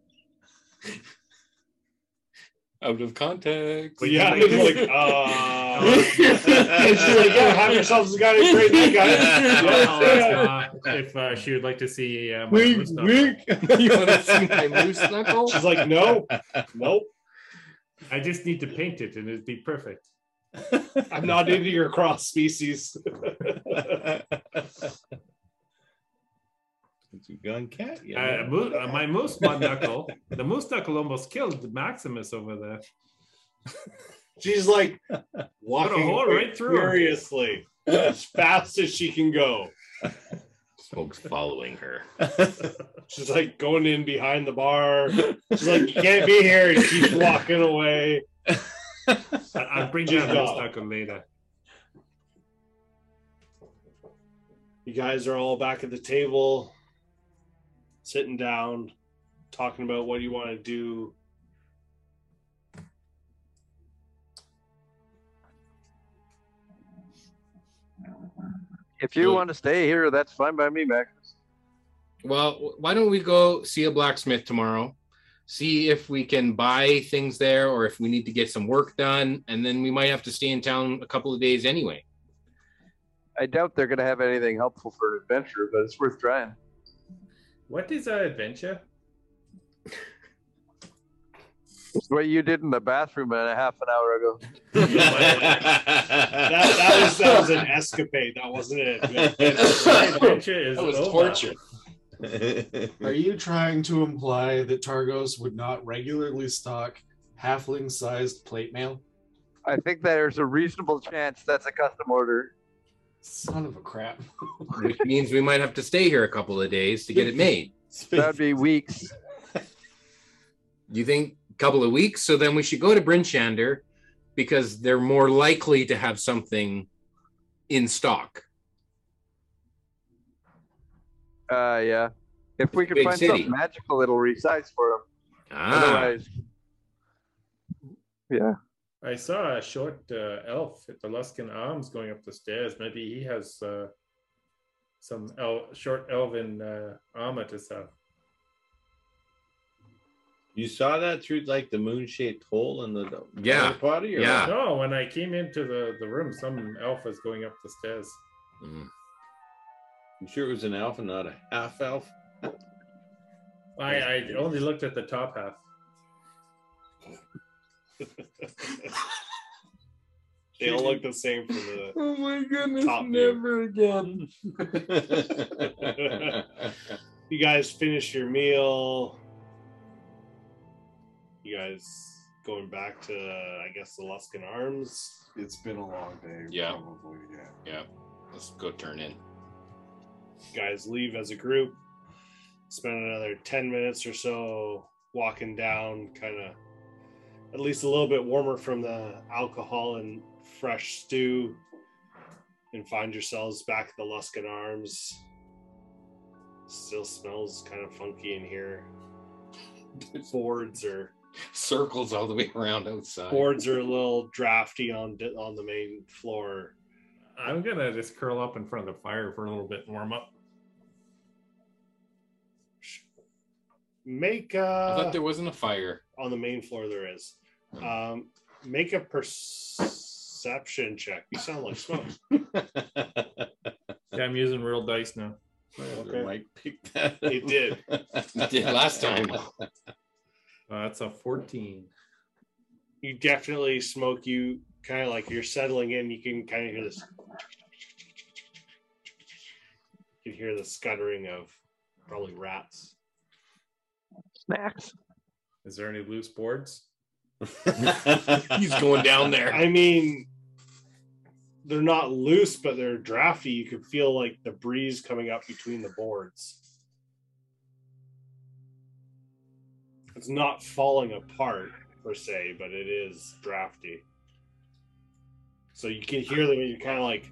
[SPEAKER 2] Out of context.
[SPEAKER 3] Wait,
[SPEAKER 6] yeah."
[SPEAKER 3] wait,
[SPEAKER 6] *laughs* It's
[SPEAKER 3] wait.
[SPEAKER 6] like, uh, and she's like, "Yeah, have yourselves a guy great guy."
[SPEAKER 3] I'll *laughs*
[SPEAKER 6] Yeah.
[SPEAKER 3] ask Ma if uh, she would like to see uh, my
[SPEAKER 15] Wink,
[SPEAKER 3] moose knuckle.
[SPEAKER 15] wink.
[SPEAKER 2] you want to see my moose knuckle?
[SPEAKER 6] She's like, "No, nope,
[SPEAKER 3] I just need to paint it and it'd be perfect.
[SPEAKER 6] I'm not into your cross species."
[SPEAKER 8] You've gone cat.
[SPEAKER 3] Uh,
[SPEAKER 8] Yeah.
[SPEAKER 3] mo- uh, my moose mud knuckle, the moose knuckle almost killed Maximus over there.
[SPEAKER 6] She's like
[SPEAKER 3] Put a
[SPEAKER 6] walking
[SPEAKER 3] hole right through him.
[SPEAKER 6] furiously as fast as she can go.
[SPEAKER 2] Smoke's following her.
[SPEAKER 6] *laughs* She's like going in behind the bar. She's like, you can't be here. And keeps walking away.
[SPEAKER 3] I- I'll bring down
[SPEAKER 6] She's
[SPEAKER 3] moose
[SPEAKER 6] gone.
[SPEAKER 3] knuckle later.
[SPEAKER 6] You guys are all back at the table, sitting down, talking about what you want to do.
[SPEAKER 4] If you want to stay here, that's fine by me, Max.
[SPEAKER 2] Well, why don't we go see a blacksmith tomorrow? See if we can buy things there or if we need to get some work done. And then we might have to stay in town a couple of days anyway.
[SPEAKER 4] I doubt they're going to have anything helpful for an adventure, but it's worth trying.
[SPEAKER 3] What is our adventure?
[SPEAKER 4] It's what you did in the bathroom a half an hour ago.
[SPEAKER 6] That, that, was, that was an escapade. That wasn't
[SPEAKER 2] *laughs*
[SPEAKER 6] it.
[SPEAKER 3] Our adventure is
[SPEAKER 2] That was
[SPEAKER 3] over.
[SPEAKER 2] torture.
[SPEAKER 7] Are you trying to imply that Targos would not regularly stock halfling-sized plate mail?
[SPEAKER 4] I think there's a reasonable chance that's a custom order.
[SPEAKER 7] Son of a crap.
[SPEAKER 2] *laughs* Which means we might have to stay here a couple of days to get it made.
[SPEAKER 4] That would be
[SPEAKER 2] *laughs*
[SPEAKER 4] weeks.
[SPEAKER 2] Do you think a couple of weeks? So then we should go to Bryn Shander because they're more likely to have something in stock.
[SPEAKER 4] Uh, yeah. If we can
[SPEAKER 2] Big
[SPEAKER 4] find
[SPEAKER 2] city.
[SPEAKER 4] something magical, it'll resize for them.
[SPEAKER 2] Ah,
[SPEAKER 4] Otherwise, yeah.
[SPEAKER 3] I saw a short uh, elf at the Luskin Arms going up the stairs. Maybe he has uh, some el- short elven uh, armor to sell.
[SPEAKER 8] You saw that through like the moon shaped hole in the
[SPEAKER 2] Yeah.
[SPEAKER 8] water potty? or-
[SPEAKER 6] Ah.
[SPEAKER 2] Yeah.
[SPEAKER 3] No, when I came into the, the room, some elf was going up the stairs.
[SPEAKER 2] Mm.
[SPEAKER 8] You sure it was an elf and not a half elf?
[SPEAKER 3] I, I only looked at the top half.
[SPEAKER 6] They all look the same from the
[SPEAKER 15] Oh my goodness,
[SPEAKER 6] Top view.
[SPEAKER 15] never again.
[SPEAKER 6] you guys finish your meal. You guys going back to, I guess, the Luskin Arms.
[SPEAKER 7] It's been a long day.
[SPEAKER 2] Yeah.
[SPEAKER 7] Probably, yeah.
[SPEAKER 2] let's go turn in.
[SPEAKER 6] You guys leave as a group. Spend another ten minutes or so walking down, kind of, at least a little bit warmer from the alcohol and fresh stew. and find yourselves back at the Luskin Arms. Still smells kind of funky in
[SPEAKER 2] *laughs*
[SPEAKER 6] here. Boards are
[SPEAKER 2] Circles all the way around outside.
[SPEAKER 6] boards are a little drafty on on the main floor.
[SPEAKER 3] I'm gonna just curl up in front of the fire for a little bit and warm up.
[SPEAKER 6] Make
[SPEAKER 2] I
[SPEAKER 6] uh,
[SPEAKER 2] thought there wasn't a fire. *laughs*
[SPEAKER 6] on the main floor there is. Um, make a perception check. You sound like smoke.
[SPEAKER 3] Yeah, I'm using real dice now.
[SPEAKER 6] Okay.
[SPEAKER 8] Mike picked that. up.
[SPEAKER 6] It did.
[SPEAKER 2] It did last time.
[SPEAKER 3] Uh, that's a 14.
[SPEAKER 6] You definitely smoke. You kind of like you're settling in. You can kind of hear this. You can hear the scuttering of probably rats.
[SPEAKER 4] Snacks.
[SPEAKER 3] Is there any loose boards?
[SPEAKER 2] He's going down there.
[SPEAKER 6] I mean, they're not loose, but they're drafty. You can feel like the breeze coming up between the boards. It's not falling apart per se, but it is drafty. So you can hear them. and You're kind of like,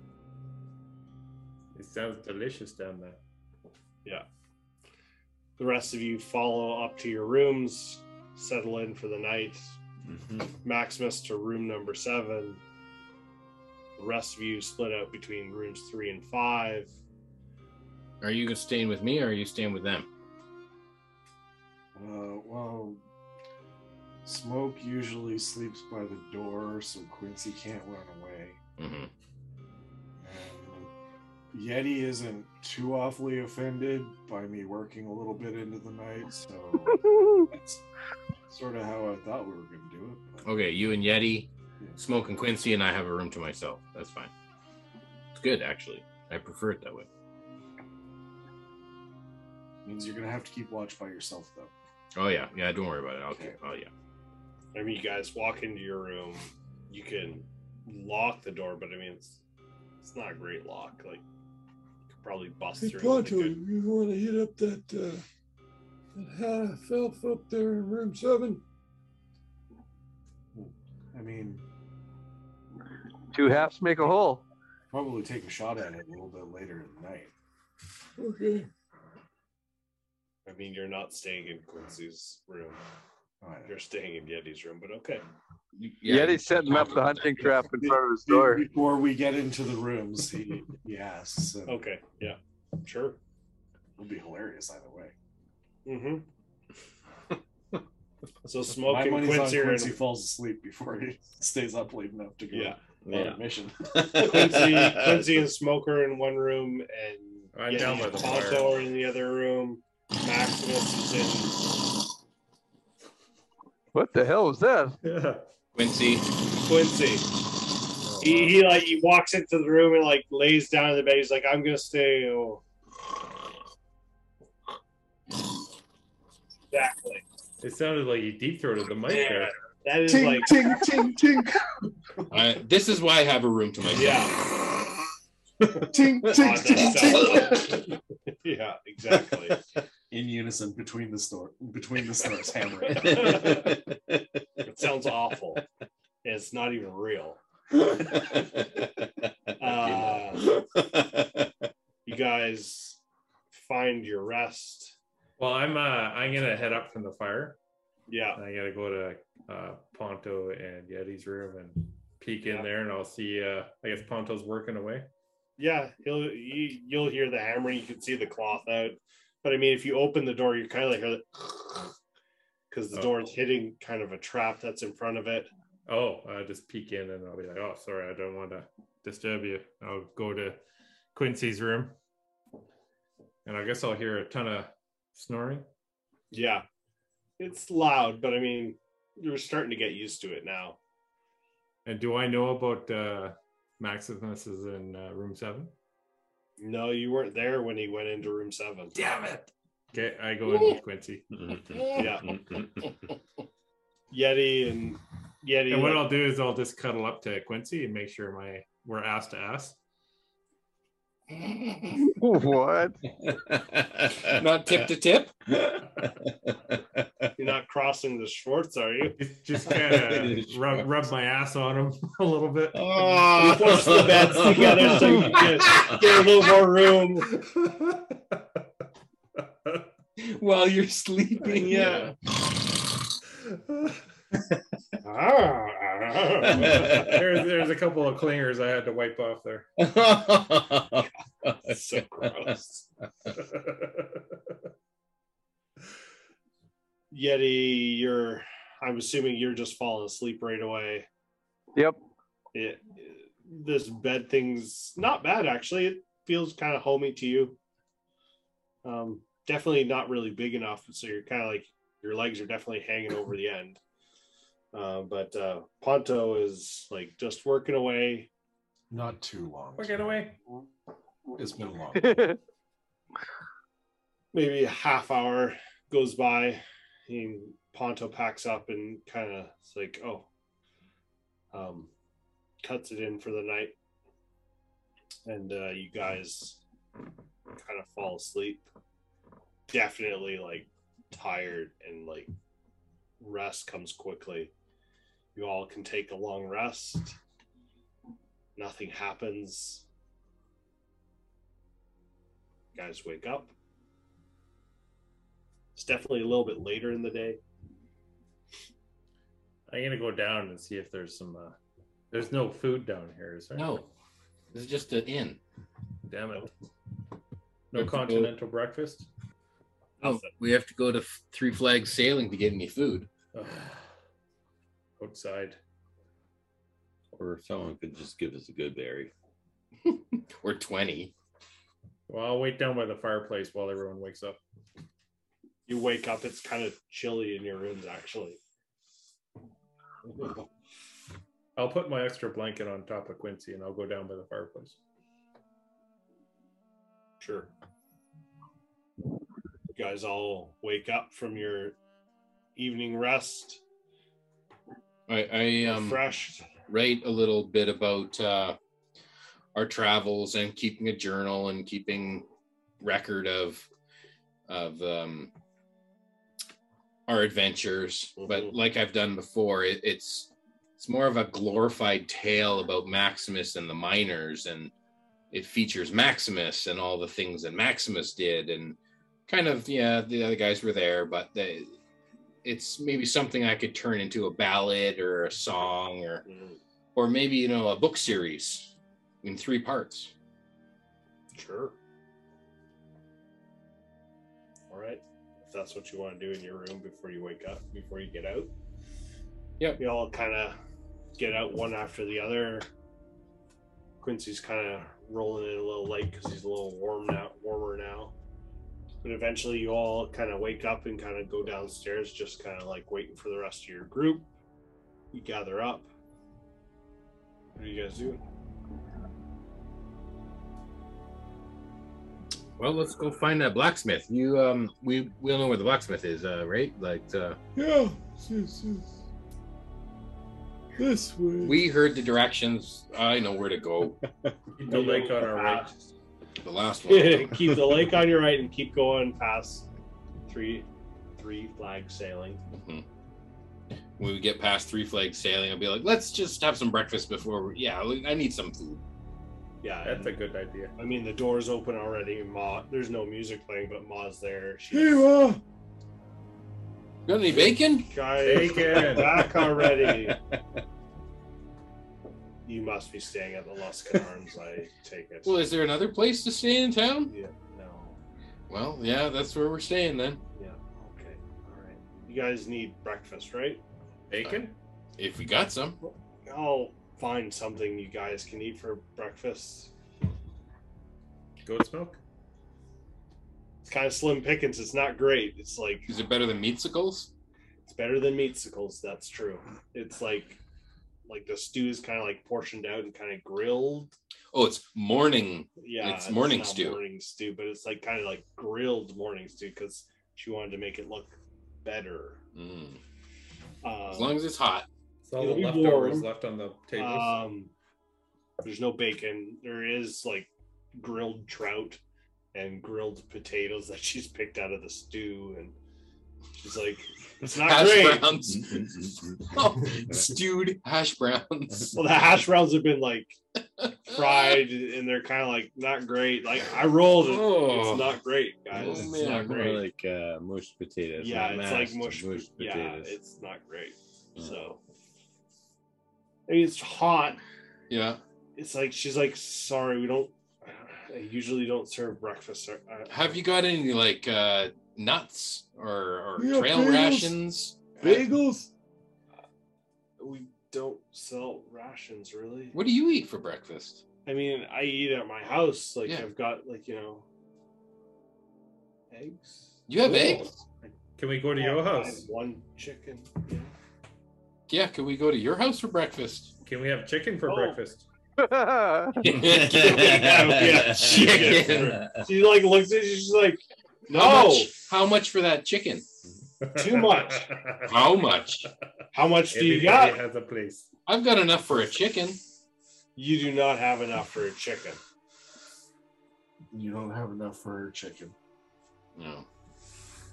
[SPEAKER 3] It sounds delicious down there.
[SPEAKER 6] the rest of you follow up to your rooms, settle in for the night.
[SPEAKER 7] Mm-hmm.
[SPEAKER 6] Maximus to room number seven. The rest of you split out between rooms three and five.
[SPEAKER 2] Are you staying with me or are you staying with them?
[SPEAKER 7] Uh, well, Smoke usually sleeps by the door, so Quincy can't run away.
[SPEAKER 2] Mhm.
[SPEAKER 7] And Yeti isn't too awfully offended by me working a little bit into the night, so that's sort of how I thought we were going to do it. but-
[SPEAKER 2] Okay, you and Yeti, Smoke and Quincy, and I have a room to myself. That's fine. It's good, actually. I prefer it that way.
[SPEAKER 7] Means you're going to have to keep watch by yourself, though.
[SPEAKER 2] Oh, yeah. Yeah, don't worry about it. I'll keep. Oh, yeah.
[SPEAKER 6] I mean, you guys walk into your room. You can lock the door, but I mean, it's it's not a great lock. Like, you could probably bust
[SPEAKER 15] Hey,
[SPEAKER 6] through. with a
[SPEAKER 15] Pronto,
[SPEAKER 6] good-
[SPEAKER 15] you want to hit up that, uh, that Hannah Phelps up there in room seven?
[SPEAKER 7] I mean,
[SPEAKER 4] Two halves make a whole.
[SPEAKER 7] probably take a shot at it a little bit later at night.
[SPEAKER 15] Okay.
[SPEAKER 6] I mean, you're not staying in Quincy's room.
[SPEAKER 3] Oh,
[SPEAKER 7] All right.
[SPEAKER 6] You're staying in Yeti's room, but okay.
[SPEAKER 4] Yeah, Yeti's setting up the hunting trap in front of his door.
[SPEAKER 7] Before we get into the rooms, he, he asks. and
[SPEAKER 6] uh, Okay. Yeah. Sure.
[SPEAKER 7] It'll be hilarious either way. *laughs*
[SPEAKER 6] Mm-hmm. so smoke
[SPEAKER 7] My
[SPEAKER 6] and
[SPEAKER 7] money's
[SPEAKER 6] Quincy,
[SPEAKER 7] on
[SPEAKER 6] are
[SPEAKER 7] Quincy
[SPEAKER 6] in,
[SPEAKER 7] falls asleep before he *laughs* stays up late enough to go
[SPEAKER 6] yeah.
[SPEAKER 7] on a mission.
[SPEAKER 6] Quincy, Quincy and Smoke are in one room, and
[SPEAKER 3] I'm
[SPEAKER 6] Yeti
[SPEAKER 3] down by
[SPEAKER 6] and
[SPEAKER 3] the
[SPEAKER 6] Tonto
[SPEAKER 3] fire.
[SPEAKER 6] are in the other room. Maximus is
[SPEAKER 4] What the hell is that?
[SPEAKER 3] Yeah.
[SPEAKER 2] Quincy.
[SPEAKER 6] in Quincy. He, he like he walks into the room and like lays down in the bed. He's like, "I'm gonna stay." Oh. Exactly.
[SPEAKER 3] It sounded like you deep throated the mic there.
[SPEAKER 6] That is
[SPEAKER 7] Ting,
[SPEAKER 6] like
[SPEAKER 7] ting, ting, ting,
[SPEAKER 2] I, this is why I have a room to myself.
[SPEAKER 6] yeah, *laughs* Oh,
[SPEAKER 7] ting, ting,
[SPEAKER 6] God,
[SPEAKER 7] ting, ting.
[SPEAKER 6] that sounds- yeah, exactly.
[SPEAKER 7] In unison between the store, between the stores, hammering.
[SPEAKER 6] It sounds awful. It's not even real. Uh, you guys find your rest.
[SPEAKER 3] Well, I'm uh, I'm gonna head up from the fire.
[SPEAKER 6] Yeah.
[SPEAKER 3] I gotta go to uh, Ponto and Yeti's room and peek in
[SPEAKER 6] Yeah.
[SPEAKER 3] there, and I'll see. Uh, I guess Ponto's working away.
[SPEAKER 6] Yeah, he'll you, you'll hear the hammering. You can see the cloth out, but I mean, if you open the door, you kind of like *sighs* hear because the
[SPEAKER 3] Oh.
[SPEAKER 6] door is hitting kind of a trap that's in front of it.
[SPEAKER 3] Oh, uh, just peek in, and I'll be like, "Oh, sorry, I don't want to disturb you." I'll go to Quincy's room, and I guess I'll hear a ton of snoring.
[SPEAKER 6] Yeah, it's loud, but I mean, you're starting to get used to it now.
[SPEAKER 3] And do I know about uh, Maximus is in uh, room seven?
[SPEAKER 6] No, you weren't there when he went into room seven.
[SPEAKER 3] Damn it! Okay, I go in with Quincy.
[SPEAKER 6] Yeah, Yeti and Yeti.
[SPEAKER 3] And what
[SPEAKER 6] like-
[SPEAKER 3] I'll do is I'll just cuddle up to Quincy and make sure my we're ass to ass.
[SPEAKER 4] What?
[SPEAKER 2] *laughs* *laughs*
[SPEAKER 4] *laughs*
[SPEAKER 2] Not tip to tip.
[SPEAKER 6] you're not crossing the Schwartz, are you?
[SPEAKER 3] Just kind of rub, rub my ass on him *laughs* a little bit.
[SPEAKER 6] *laughs* Oh, push the beds together so you can get a little more *laughs* room.
[SPEAKER 5] while you're sleeping. Yeah.
[SPEAKER 3] *laughs*
[SPEAKER 6] Ah,
[SPEAKER 3] there's, there's a couple of clingers I had to wipe off there. *laughs*
[SPEAKER 6] ah. so gross. Yeti, you're. I'm assuming you're just falling asleep right away.
[SPEAKER 4] Yep.
[SPEAKER 6] It, this bed thing's not bad actually. It feels kind of homey to you. Um, definitely not really big enough, so you're kind of like your legs are definitely hanging over the end. Uh, but uh, Ponto is like just working away.
[SPEAKER 7] Not too long.
[SPEAKER 3] Working away.
[SPEAKER 7] It's
[SPEAKER 4] *laughs*
[SPEAKER 7] been long.
[SPEAKER 6] Maybe a half hour goes by, and Ponto packs up and kind of it's like, oh, um, cuts it in for the night, and uh, you guys kind of fall asleep. Definitely like tired and like rest comes quickly. You all can take a long rest. Nothing happens. You guys wake up. It's definitely a little bit later in the day.
[SPEAKER 3] I'm gonna go down and see if there's some. Uh, there's no food down here, is there?
[SPEAKER 5] No, this is just an inn.
[SPEAKER 3] Damn it.
[SPEAKER 5] Let's
[SPEAKER 3] No
[SPEAKER 5] go.
[SPEAKER 3] continental breakfast.
[SPEAKER 5] Oh, we have to go to F- Three Flags Sailing to get any food.
[SPEAKER 3] Ugh. *sighs* Outside.
[SPEAKER 8] or if someone could just give us a good berry.
[SPEAKER 5] Or 20.
[SPEAKER 3] Well, I'll wait down by the fireplace while everyone wakes up.
[SPEAKER 6] You wake up, it's kind of chilly in your rooms actually.
[SPEAKER 3] I'll put my extra blanket on top of Quincy and I'll go down by the fireplace.
[SPEAKER 6] Sure. You guys all wake up from your evening rest,
[SPEAKER 2] I, I um,
[SPEAKER 6] refreshed.
[SPEAKER 2] write a little bit about uh, our travels and keeping a journal and keeping record of of um, our adventures. But
[SPEAKER 6] Mhm.
[SPEAKER 2] like I've done before, it, it's it's more of a glorified tale about Maximus and the miners, and it features Maximus and all the things that Maximus did, and kind of yeah, the other guys were there, but they, it's maybe something I could turn into a ballad or a song or
[SPEAKER 6] Mm,
[SPEAKER 2] or maybe you know a book series in three parts
[SPEAKER 6] Sure. All right. If that's what you want to do in your room before you wake up, before you get out.
[SPEAKER 2] Yep.
[SPEAKER 6] You all kind of get out one after the other. Quincy's kind of rolling in a little late because he's a little warm now, warmer now. But eventually, you all kind of wake up and kind of go downstairs, just kind of like waiting for the rest of your group. You gather up. What are you guys doing?
[SPEAKER 2] well let's go find that blacksmith you um we we'll know where the blacksmith is uh right like uh
[SPEAKER 15] Yeah, it's- it's- it's this way.
[SPEAKER 2] we heard the directions i know where
[SPEAKER 6] *laughs*
[SPEAKER 2] to go
[SPEAKER 3] Keep the lake on our right.
[SPEAKER 2] the last one
[SPEAKER 6] keep the lake on your right and keep going past three three flags sailing.
[SPEAKER 2] Mm-hmm. when we get past three flags sailing i'll be like let's just have some breakfast before we, yeah i need some food
[SPEAKER 6] Yeah,
[SPEAKER 3] That's
[SPEAKER 6] and,
[SPEAKER 3] a good idea.
[SPEAKER 6] I mean the door's open already. Ma, there's no music playing, but Ma's there.
[SPEAKER 15] Hey,
[SPEAKER 6] She's
[SPEAKER 15] Ma,
[SPEAKER 2] got any bacon
[SPEAKER 6] guys
[SPEAKER 3] Bacon.
[SPEAKER 6] back already.
[SPEAKER 3] *laughs*
[SPEAKER 6] You must be staying at the Luskin Arms. I take it.
[SPEAKER 2] well is there another place to stay in town
[SPEAKER 6] yeah, no,
[SPEAKER 2] well yeah that's where we're staying then
[SPEAKER 6] yeah, okay, all right. You guys need breakfast, right?
[SPEAKER 3] Bacon?
[SPEAKER 2] if we got some
[SPEAKER 6] I'll find something you guys can eat for breakfast.
[SPEAKER 3] Goat's milk?
[SPEAKER 6] It's kind of slim pickings. It's not great. It's like
[SPEAKER 2] is it better than meatsicles
[SPEAKER 6] It's better than meatsicles. That's true. It's like like the stew is kind of like portioned out and kind of grilled.
[SPEAKER 2] oh it's morning
[SPEAKER 6] Yeah,
[SPEAKER 2] It's morning
[SPEAKER 6] not
[SPEAKER 2] stew.
[SPEAKER 6] Morning stew, but it's like kind of like grilled morning stew because she wanted to make it look better.
[SPEAKER 2] Mm.
[SPEAKER 6] Um,
[SPEAKER 2] as long as it's hot
[SPEAKER 3] It's all
[SPEAKER 6] It'll
[SPEAKER 3] the
[SPEAKER 6] be
[SPEAKER 3] leftovers
[SPEAKER 6] warm.
[SPEAKER 3] left on the tables.
[SPEAKER 6] um, there's no bacon. There is like *laughs* grilled trout and grilled potatoes that she's picked out of the stew and She's like, it's not
[SPEAKER 2] Hash
[SPEAKER 6] great.
[SPEAKER 2] browns. Oh, stewed hash browns.
[SPEAKER 6] Well, the hash browns have been
[SPEAKER 2] *laughs*
[SPEAKER 6] like fried, and they're kind of like not great. Like I rolled it.
[SPEAKER 2] Oh.
[SPEAKER 6] It's not great, guys.
[SPEAKER 2] Oh,
[SPEAKER 6] it's
[SPEAKER 2] man.
[SPEAKER 6] not
[SPEAKER 8] More
[SPEAKER 6] great.
[SPEAKER 8] like uh, mushed potatoes. not
[SPEAKER 6] yeah, it's
[SPEAKER 8] mashed,
[SPEAKER 6] like mush.
[SPEAKER 8] mushed
[SPEAKER 6] yeah,
[SPEAKER 8] potatoes.
[SPEAKER 6] it's not great.
[SPEAKER 8] Yeah.
[SPEAKER 6] So I mean, it's hot.
[SPEAKER 2] Yeah.
[SPEAKER 6] It's like she's like, sorry, we don't. I usually don't serve breakfast. Or, uh, I-
[SPEAKER 2] Have you got any like uh nuts or, or
[SPEAKER 15] We got
[SPEAKER 2] trail
[SPEAKER 15] bagels.
[SPEAKER 2] rations?
[SPEAKER 15] Bagels?
[SPEAKER 6] We don't sell rations, really.
[SPEAKER 2] What do you eat for breakfast?
[SPEAKER 6] I mean, I eat at my house. Like
[SPEAKER 2] Yeah.
[SPEAKER 6] I've got like you know, eggs.
[SPEAKER 2] You have
[SPEAKER 6] Cool.
[SPEAKER 2] eggs?
[SPEAKER 3] Can we go to
[SPEAKER 6] I
[SPEAKER 3] your
[SPEAKER 6] have
[SPEAKER 3] house?
[SPEAKER 6] One chicken. Yeah.
[SPEAKER 2] Yeah, can we go to your house for breakfast? *laughs*
[SPEAKER 3] Can we have chicken for
[SPEAKER 6] Oh.
[SPEAKER 3] breakfast?
[SPEAKER 6] yeah, *laughs* chicken. She like looks at you. She's like,
[SPEAKER 2] How
[SPEAKER 6] no.
[SPEAKER 2] much, how much for that chicken?
[SPEAKER 6] Too
[SPEAKER 3] *laughs*
[SPEAKER 6] much.
[SPEAKER 2] How much?
[SPEAKER 6] How much do you
[SPEAKER 3] Everybody
[SPEAKER 6] got?
[SPEAKER 3] has a place.
[SPEAKER 2] I've got enough for a chicken.
[SPEAKER 6] You do not have enough for a chicken.
[SPEAKER 7] You don't have enough for her chicken.
[SPEAKER 2] No.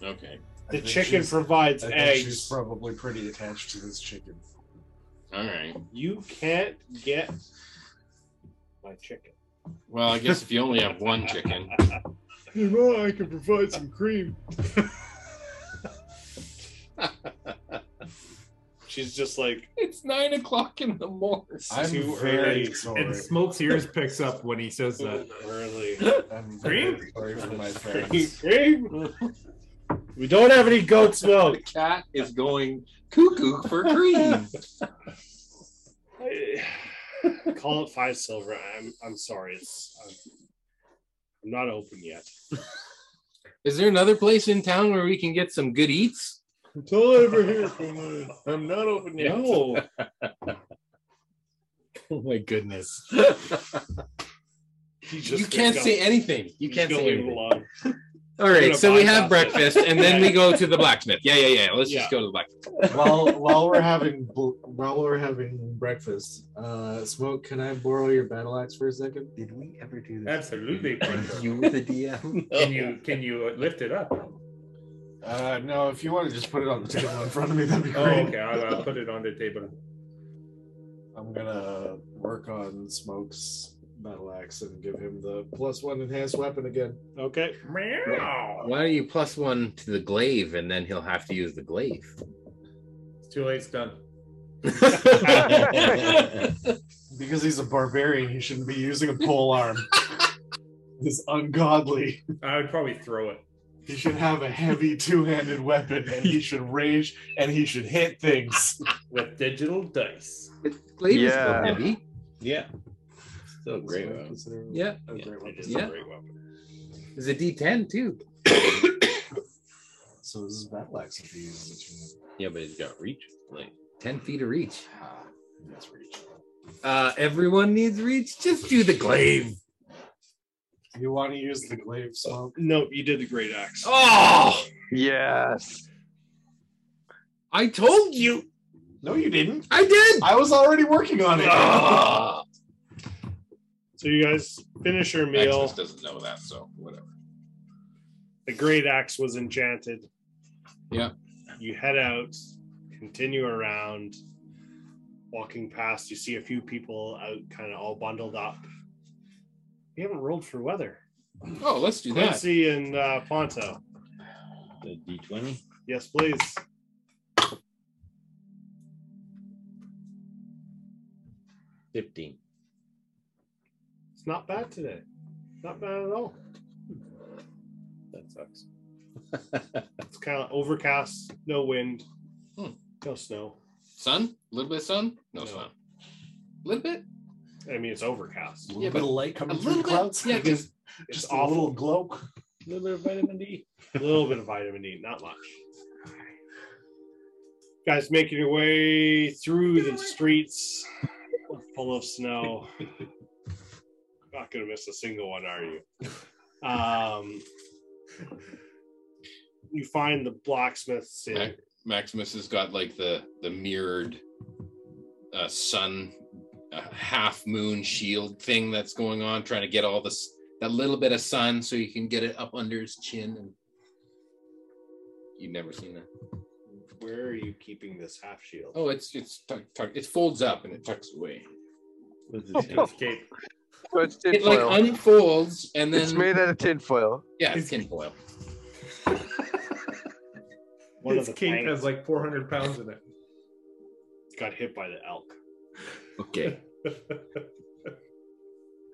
[SPEAKER 2] Okay.
[SPEAKER 7] I
[SPEAKER 6] The
[SPEAKER 7] think
[SPEAKER 6] chicken
[SPEAKER 7] she's-
[SPEAKER 6] provides
[SPEAKER 7] I think She's
[SPEAKER 6] eggs.
[SPEAKER 7] probably pretty attached to this chicken.
[SPEAKER 2] All right.
[SPEAKER 6] You can't get my chicken.
[SPEAKER 2] Well, I guess if you only have one chicken.
[SPEAKER 15] Hey, Ma, I can provide some cream.
[SPEAKER 6] She's just like
[SPEAKER 2] It's nine o'clock in the morning.
[SPEAKER 7] I'm
[SPEAKER 6] too
[SPEAKER 7] very
[SPEAKER 6] early.
[SPEAKER 7] sorry.
[SPEAKER 3] And Smoke's ears picks up when he says that.
[SPEAKER 6] early.
[SPEAKER 7] *laughs* I'm
[SPEAKER 3] Cream?
[SPEAKER 7] very sorry for my
[SPEAKER 6] *laughs*
[SPEAKER 7] friends.
[SPEAKER 6] Cream? We don't have any goat's
[SPEAKER 2] The
[SPEAKER 6] milk.
[SPEAKER 2] cat is going cuckoo for cream.
[SPEAKER 6] Call it five silver. I'm I'm sorry. It's I'm, I'm not open yet.
[SPEAKER 2] Is there another place in town where we can get some good eats?
[SPEAKER 15] It's all over here for my
[SPEAKER 8] I'm not open yet.
[SPEAKER 6] No.
[SPEAKER 8] Oh my goodness.
[SPEAKER 6] *laughs* He just
[SPEAKER 2] You can't
[SPEAKER 6] picked
[SPEAKER 2] say
[SPEAKER 6] up.
[SPEAKER 2] anything. You
[SPEAKER 6] He's
[SPEAKER 2] can't say
[SPEAKER 6] going
[SPEAKER 2] anything.
[SPEAKER 6] along.
[SPEAKER 2] All
[SPEAKER 6] We're gonna
[SPEAKER 2] right, so we have
[SPEAKER 6] bypass it.
[SPEAKER 2] breakfast, and then we go to the blacksmith. Yeah, yeah, yeah. Let's
[SPEAKER 6] Yeah.
[SPEAKER 2] just go to the blacksmith.
[SPEAKER 7] while while we're having bl- while we're having breakfast, uh, smoke. Can I borrow your battle axe for a second?
[SPEAKER 17] Did we ever do this? *laughs*
[SPEAKER 3] Absolutely. Quinto.
[SPEAKER 17] You were the DM.
[SPEAKER 3] Can
[SPEAKER 7] Oh.
[SPEAKER 3] you can you lift it
[SPEAKER 7] *laughs*
[SPEAKER 3] up? Oh,
[SPEAKER 7] Uh, no, if you want to just put it on the table in front of me, that'd be great.
[SPEAKER 3] Oh, okay. I'll, I'll put it on the table.
[SPEAKER 7] I'm gonna work on Smoke's battle axe and give him the plus one enhanced weapon *laughs* again.
[SPEAKER 6] Okay.
[SPEAKER 3] Meow.
[SPEAKER 8] Why don't you plus one to the glaive and then he'll have to use the glaive?
[SPEAKER 3] It's too late. It's done.
[SPEAKER 7] Because he's a barbarian, he shouldn't be using a pole arm. It's ungodly.
[SPEAKER 3] I would probably throw it.
[SPEAKER 7] He should have a heavy two-handed weapon, and he should rage, and he should hit things.
[SPEAKER 3] *laughs* with digital dice.
[SPEAKER 8] glaive
[SPEAKER 4] Yeah.
[SPEAKER 8] is still heavy.
[SPEAKER 6] Yeah.
[SPEAKER 8] Still great.
[SPEAKER 7] Smoke
[SPEAKER 8] one.
[SPEAKER 7] consider it
[SPEAKER 8] Yeah.
[SPEAKER 7] a great weapon.
[SPEAKER 6] It is
[SPEAKER 8] Yeah.
[SPEAKER 6] a great weapon.
[SPEAKER 8] It's a D10 too.
[SPEAKER 7] So this is battle axe if he uses it.
[SPEAKER 8] Yeah, but it's got reach. Like 10 feet of reach.
[SPEAKER 7] Ah, that's reach.
[SPEAKER 8] Uh, everyone needs reach. Just do the glaive.
[SPEAKER 7] You want to use the glaive smoke?
[SPEAKER 6] No, you did the great axe.
[SPEAKER 8] Oh,
[SPEAKER 4] Yes.
[SPEAKER 8] I told you.
[SPEAKER 7] No, you didn't.
[SPEAKER 8] I did.
[SPEAKER 7] I was already working on it.
[SPEAKER 8] Ah.
[SPEAKER 6] So you guys finish your meal.
[SPEAKER 2] Blacksmith doesn't know that, so whatever.
[SPEAKER 6] The great axe was enchanted.
[SPEAKER 2] Yeah.
[SPEAKER 6] You head out, continue around, walking past. You see a few people out, kind of all bundled up. We haven't rolled for weather.
[SPEAKER 2] Oh, let's do that.
[SPEAKER 6] Quincy and uh, Ponto.
[SPEAKER 8] The D20.
[SPEAKER 6] Yes, please.
[SPEAKER 8] Fifteen.
[SPEAKER 6] It's not bad today. Not bad at all.
[SPEAKER 8] That sucks. *laughs*
[SPEAKER 6] It's kind of overcast, no wind,
[SPEAKER 2] Hmm.
[SPEAKER 6] no snow.
[SPEAKER 2] Sun? A little bit of sun? No,
[SPEAKER 6] No.
[SPEAKER 2] sun. A little bit?
[SPEAKER 6] I mean, it's overcast.
[SPEAKER 7] A
[SPEAKER 2] Yeah,
[SPEAKER 7] little
[SPEAKER 2] but
[SPEAKER 7] bit of light
[SPEAKER 2] A
[SPEAKER 7] coming through
[SPEAKER 2] little
[SPEAKER 7] the
[SPEAKER 2] bit?
[SPEAKER 7] clouds.
[SPEAKER 2] Yeah,
[SPEAKER 7] Just- *laughs*
[SPEAKER 2] because
[SPEAKER 6] It's
[SPEAKER 7] just a
[SPEAKER 6] awful.
[SPEAKER 7] little glow.
[SPEAKER 8] A little bit of vitamin D.
[SPEAKER 6] a little bit of vitamin D, not much. Guys, making your way through the streets full
[SPEAKER 8] *laughs*
[SPEAKER 6] of snow. Not gonna miss a single one, are you? Um, you find the blacksmith's in.
[SPEAKER 2] Maximus has got like the the mirrored uh, sun uh, half moon shield thing that's going on, trying to get all this that little bit of sun so you can get it up under his chin and You've never seen that.
[SPEAKER 6] Where are you keeping this half shield?
[SPEAKER 2] Oh, it's it's tuck, tuck, it folds up and it tucks away.
[SPEAKER 4] So it's
[SPEAKER 2] It
[SPEAKER 4] tinfoil.
[SPEAKER 2] like unfolds and then
[SPEAKER 4] It's made out of tinfoil.
[SPEAKER 2] yeah, it's tinfoil.
[SPEAKER 6] One of
[SPEAKER 3] His
[SPEAKER 6] the
[SPEAKER 3] cape
[SPEAKER 6] planks.
[SPEAKER 3] has like 400 pounds in it.
[SPEAKER 6] Got hit by the elk.
[SPEAKER 8] Okay.
[SPEAKER 3] *laughs*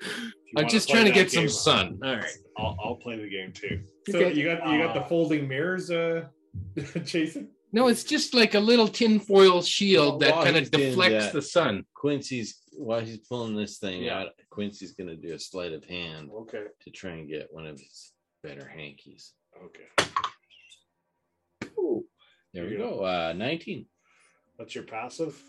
[SPEAKER 6] If you
[SPEAKER 8] I'm
[SPEAKER 6] wanna
[SPEAKER 8] just
[SPEAKER 6] play
[SPEAKER 8] trying to
[SPEAKER 6] that
[SPEAKER 8] get some
[SPEAKER 6] game,
[SPEAKER 8] sun. All right.
[SPEAKER 6] I'll, I'll play the game too.
[SPEAKER 3] So
[SPEAKER 2] Okay.
[SPEAKER 3] you got you got the
[SPEAKER 6] Uh,
[SPEAKER 3] folding mirrors, uh, *laughs* Jason.
[SPEAKER 2] No, it's just like a little tinfoil shield that
[SPEAKER 8] While
[SPEAKER 2] kind
[SPEAKER 8] he's
[SPEAKER 2] of
[SPEAKER 8] doing
[SPEAKER 2] deflects
[SPEAKER 8] that,
[SPEAKER 2] the sun.
[SPEAKER 8] Quincy's while he's pulling this thing
[SPEAKER 2] Yeah.
[SPEAKER 8] out, Quincy's gonna do a sleight of hand
[SPEAKER 3] Okay.
[SPEAKER 8] to try and get one of his better hankies.
[SPEAKER 6] Okay.
[SPEAKER 8] There we
[SPEAKER 6] Here you
[SPEAKER 8] go. Uh, 19.
[SPEAKER 6] What's your passive?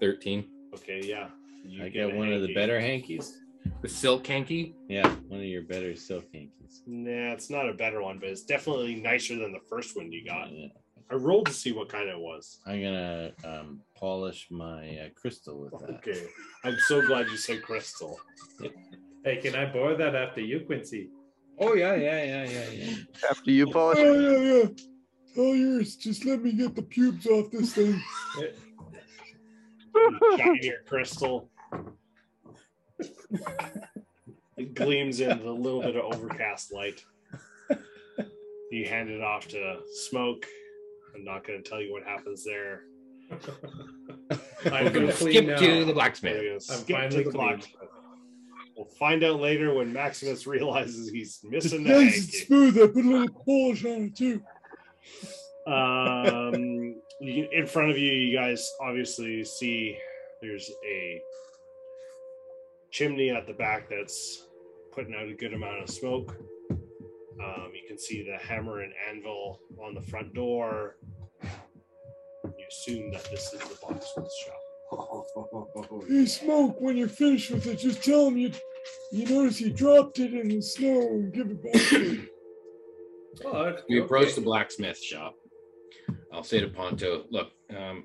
[SPEAKER 2] Thirteen.
[SPEAKER 6] Okay, yeah. You
[SPEAKER 8] I
[SPEAKER 6] get
[SPEAKER 8] got
[SPEAKER 6] a
[SPEAKER 8] one of the
[SPEAKER 6] hanky.
[SPEAKER 8] better hankies.
[SPEAKER 2] The silk hanky.
[SPEAKER 8] Yeah, one of your better silk hankies.
[SPEAKER 6] Nah, it's not a better one, but it's definitely nicer than the first one you got.
[SPEAKER 8] Yeah.
[SPEAKER 6] I rolled to see what kind it was.
[SPEAKER 8] I'm gonna um, polish my uh, crystal with that.
[SPEAKER 6] Okay. I'm so glad you said crystal.
[SPEAKER 3] Hey, can I borrow that after you, Quincy?
[SPEAKER 8] Oh yeah, yeah, yeah, yeah, yeah.
[SPEAKER 4] After you
[SPEAKER 15] *laughs*
[SPEAKER 4] polish
[SPEAKER 15] Oh,
[SPEAKER 4] it. *laughs*
[SPEAKER 15] yeah, yeah. It's all yours. Just let me get the pubes off this thing.
[SPEAKER 6] Shinier crystal. It gleams in with a little bit of overcast light. You hand it off to Smoke. I'm not going to tell you what happens there.
[SPEAKER 3] I'm
[SPEAKER 2] We're gonna
[SPEAKER 3] clean Oh,
[SPEAKER 2] skip
[SPEAKER 3] now.
[SPEAKER 2] to the
[SPEAKER 6] We're
[SPEAKER 2] blacksmith.
[SPEAKER 6] gonna
[SPEAKER 3] I'm
[SPEAKER 6] skip to
[SPEAKER 3] finally
[SPEAKER 6] the
[SPEAKER 3] clean.
[SPEAKER 6] box. We'll find out later when Maximus *laughs* realizes he's
[SPEAKER 15] It's
[SPEAKER 6] missing the
[SPEAKER 15] nice and
[SPEAKER 6] egg.
[SPEAKER 15] smooth. I put a little polish on it too.
[SPEAKER 6] Um, you, in front of you, you guys obviously see there's a chimney at the back that's putting out a good amount of smoke. Um, you can see the hammer and anvil on the front door. You assume that this is the blacksmith shop.
[SPEAKER 15] Hey, smoke. When you're finished with it, just tell him you you notice you dropped it in the snow and give it back.
[SPEAKER 7] *coughs*
[SPEAKER 15] to him.
[SPEAKER 3] Oh, that's-
[SPEAKER 2] We approach
[SPEAKER 3] okay.
[SPEAKER 2] the blacksmith shop. I'll say to Ponto, look, um,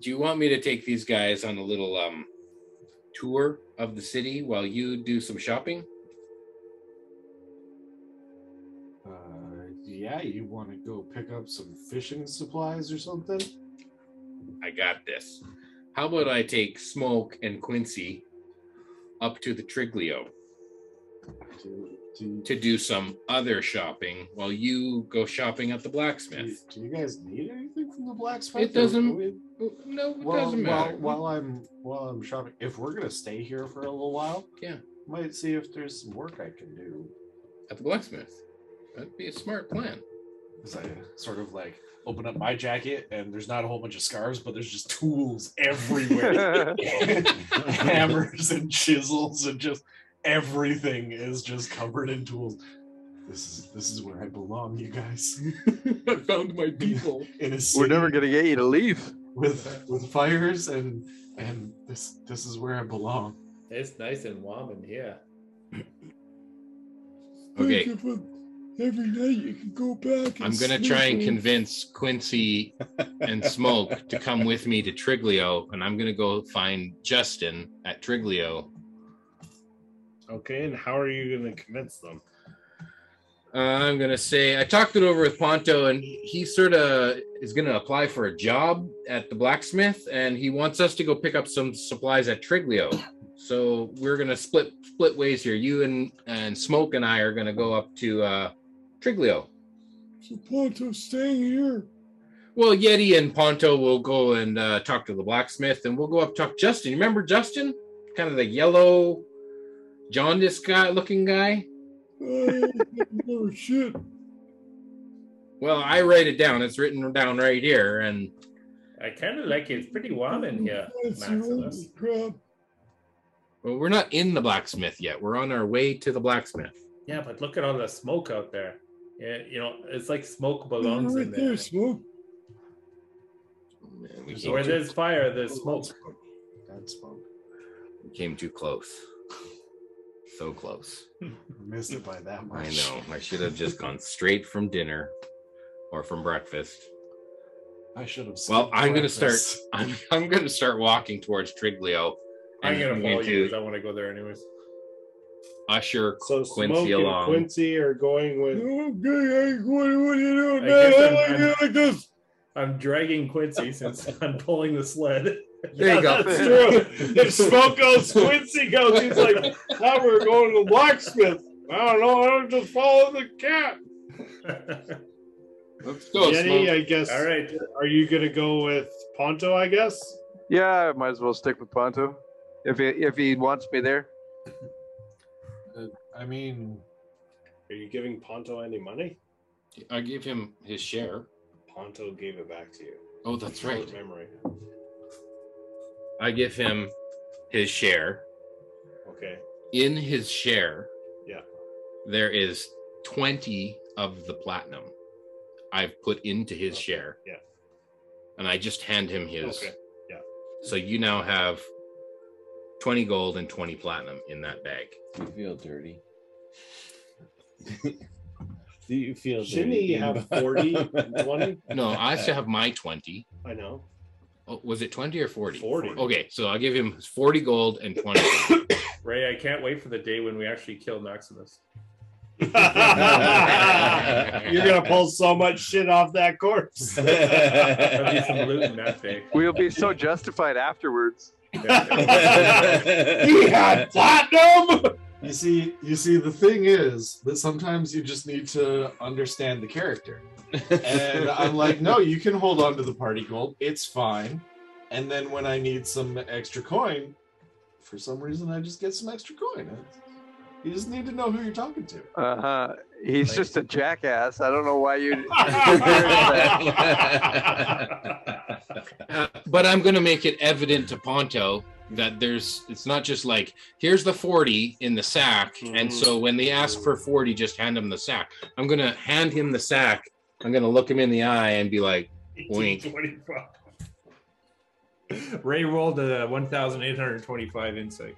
[SPEAKER 2] do you want me to take these guys on a little um, tour of the city while you do some shopping?
[SPEAKER 7] Uh, yeah, you want to go pick up some fishing supplies or something?
[SPEAKER 2] I got this. How about I take Smoke and Quincy up to the Triglio
[SPEAKER 7] Do, do,
[SPEAKER 2] to do some other shopping while you go shopping at the
[SPEAKER 7] do,
[SPEAKER 2] blacksmith?
[SPEAKER 7] do you guys need anything from the blacksmith?
[SPEAKER 2] It doesn't-
[SPEAKER 7] Are we-
[SPEAKER 2] No, it
[SPEAKER 7] Well,
[SPEAKER 2] doesn't
[SPEAKER 7] while,
[SPEAKER 2] matter.
[SPEAKER 7] while I'm while I'm shopping, if we're gonna stay here for a little while,
[SPEAKER 2] Yeah.
[SPEAKER 7] might see if there's some work I can do.
[SPEAKER 2] At the blacksmith. That'd be a smart plan.
[SPEAKER 7] As I sort of like open up my jacket, and there's not a whole bunch of scarves, but there's just tools *laughs*
[SPEAKER 4] *laughs*
[SPEAKER 7] everywhere, hammers and chisels, and just everything is just covered in tools. This is this is where I belong, you guys.
[SPEAKER 2] *laughs* I found my people.
[SPEAKER 7] In a city
[SPEAKER 4] We're never gonna get you to leave.
[SPEAKER 7] with with fires, and and this this is where I belong.
[SPEAKER 3] It's nice and warm in here.
[SPEAKER 2] Okay.
[SPEAKER 15] Thank you for every night you can go back. And
[SPEAKER 2] I'm gonna
[SPEAKER 15] sleep
[SPEAKER 2] try and
[SPEAKER 15] in.
[SPEAKER 2] convince Quincy
[SPEAKER 15] *laughs*
[SPEAKER 2] and Smoke to come with me to Triglio, and I'm gonna go find Justin at Triglio.
[SPEAKER 6] Okay, and how are you going to convince them? *laughs*
[SPEAKER 2] Uh, I'm gonna say I talked it over with Ponto, and he sort of is gonna apply for a job at the blacksmith, and he wants us to go pick up some supplies at Triglio. So we're gonna split split ways here. You and and Smoke and I are gonna go up to uh, Triglio.
[SPEAKER 15] So Ponto's staying here.
[SPEAKER 2] Well, Yeti and Ponto will go and uh, talk to the blacksmith, and we'll go up talk Justin. You remember Justin? Kind of the yellow, jaundice guy looking guy.
[SPEAKER 15] Uh, *laughs* oh shit!
[SPEAKER 2] Well, I write it down. It's written down right here, and
[SPEAKER 3] I kind of like it. It's pretty warm in here,
[SPEAKER 15] That's your
[SPEAKER 3] Maximus.
[SPEAKER 15] own crap.
[SPEAKER 2] well, we're not in the blacksmith yet. We're on our way to the blacksmith.
[SPEAKER 3] Yeah, but look at all the smoke out there. Yeah, you know, it's like smoke belongs
[SPEAKER 15] Right
[SPEAKER 3] in there.
[SPEAKER 15] there, smoke.
[SPEAKER 2] Man, we,
[SPEAKER 3] Where
[SPEAKER 2] came too,
[SPEAKER 3] there's fire, there's
[SPEAKER 7] *laughs*
[SPEAKER 3] smoke.
[SPEAKER 7] That's smoke.
[SPEAKER 2] we came too close. So close.
[SPEAKER 7] Missed it by that
[SPEAKER 2] I
[SPEAKER 7] much.
[SPEAKER 2] know. I should have just gone straight from dinner or from breakfast.
[SPEAKER 7] I should have.
[SPEAKER 2] Well,
[SPEAKER 7] skipped
[SPEAKER 2] I'm gonna start.
[SPEAKER 7] breakfast.
[SPEAKER 2] I'm I'm gonna start walking towards Triglio.
[SPEAKER 3] I'm
[SPEAKER 2] and
[SPEAKER 3] gonna
[SPEAKER 2] I'm
[SPEAKER 3] follow
[SPEAKER 2] going
[SPEAKER 3] you
[SPEAKER 2] to-
[SPEAKER 3] because I want to go there anyways.
[SPEAKER 2] usher
[SPEAKER 6] So
[SPEAKER 2] Quincy
[SPEAKER 6] Smoke and
[SPEAKER 2] along.
[SPEAKER 6] Quincy are going with.
[SPEAKER 18] Okay, I, what, what do you
[SPEAKER 3] I
[SPEAKER 18] doing, man?
[SPEAKER 3] guess
[SPEAKER 18] How
[SPEAKER 3] I'm-
[SPEAKER 18] am I doing like this?
[SPEAKER 3] I'm dragging Quincy since *laughs* I'm pulling the sled.
[SPEAKER 6] There you go. That's true. If Smoke goes, Quincy goes. He's like, now we're going to the locksmith. I don't know. I don't just follow the cat.
[SPEAKER 19] Let's
[SPEAKER 6] Jenny, I guess.
[SPEAKER 3] All right.
[SPEAKER 6] Are you gonna go with Ponto? I guess.
[SPEAKER 4] Yeah, I might as well stick with Ponto if he, if he wants me there.
[SPEAKER 7] I mean,
[SPEAKER 6] Are you giving Ponto any money?
[SPEAKER 19] I gave him his share.
[SPEAKER 6] Ponto gave it back to you.
[SPEAKER 19] Oh, that's right.
[SPEAKER 6] Short Memory.
[SPEAKER 2] I give him his share.
[SPEAKER 6] Okay.
[SPEAKER 2] In his share,
[SPEAKER 6] Yeah.
[SPEAKER 2] there is 20 of the platinum I've put into his share.
[SPEAKER 6] yeah.
[SPEAKER 2] And I just hand him his.
[SPEAKER 6] Okay. Yeah.
[SPEAKER 2] So you now have 20 gold and 20 platinum in that bag.
[SPEAKER 8] You feel dirty.
[SPEAKER 6] Do you feel? *laughs* Shouldn't
[SPEAKER 8] dirty
[SPEAKER 6] he have forty and twenty?
[SPEAKER 2] No, I still have my 20.
[SPEAKER 6] I *laughs* know.
[SPEAKER 2] Oh, was it 20 or 40?
[SPEAKER 6] 40.
[SPEAKER 2] Okay, so I'll give him his 40 gold and
[SPEAKER 6] *coughs*
[SPEAKER 2] 20.
[SPEAKER 3] Ray, I can't wait for the day when we actually kill Maximus.
[SPEAKER 8] *laughs*
[SPEAKER 6] You're gonna pull so much shit off that corpse.
[SPEAKER 3] There'll be
[SPEAKER 8] *laughs*
[SPEAKER 3] some loot in
[SPEAKER 18] *laughs*
[SPEAKER 3] that day.
[SPEAKER 4] We'll be so justified afterwards.
[SPEAKER 6] *laughs* he
[SPEAKER 8] *laughs*
[SPEAKER 6] had platinum.
[SPEAKER 7] you see, you see, the thing is that sometimes you just need to understand the character. *laughs* And I'm like, no, you can hold on to the party gold. It's fine. And then when I need some extra coin, for some reason, I just get some extra coin. You just need to know who you're talking to.
[SPEAKER 4] Uh huh. He's
[SPEAKER 2] Like-
[SPEAKER 4] just a jackass. I don't know why you. *laughs*
[SPEAKER 2] Uh, but I'm going to make it evident to Ponto that there's it's not just like here's the 40 in the sack and so when they ask for 40 just hand him the sack. I'm going to hand him the sack. I'm going to look him in the eye and be like Wink.
[SPEAKER 3] 1825. Ray rolled a 1,825 insight.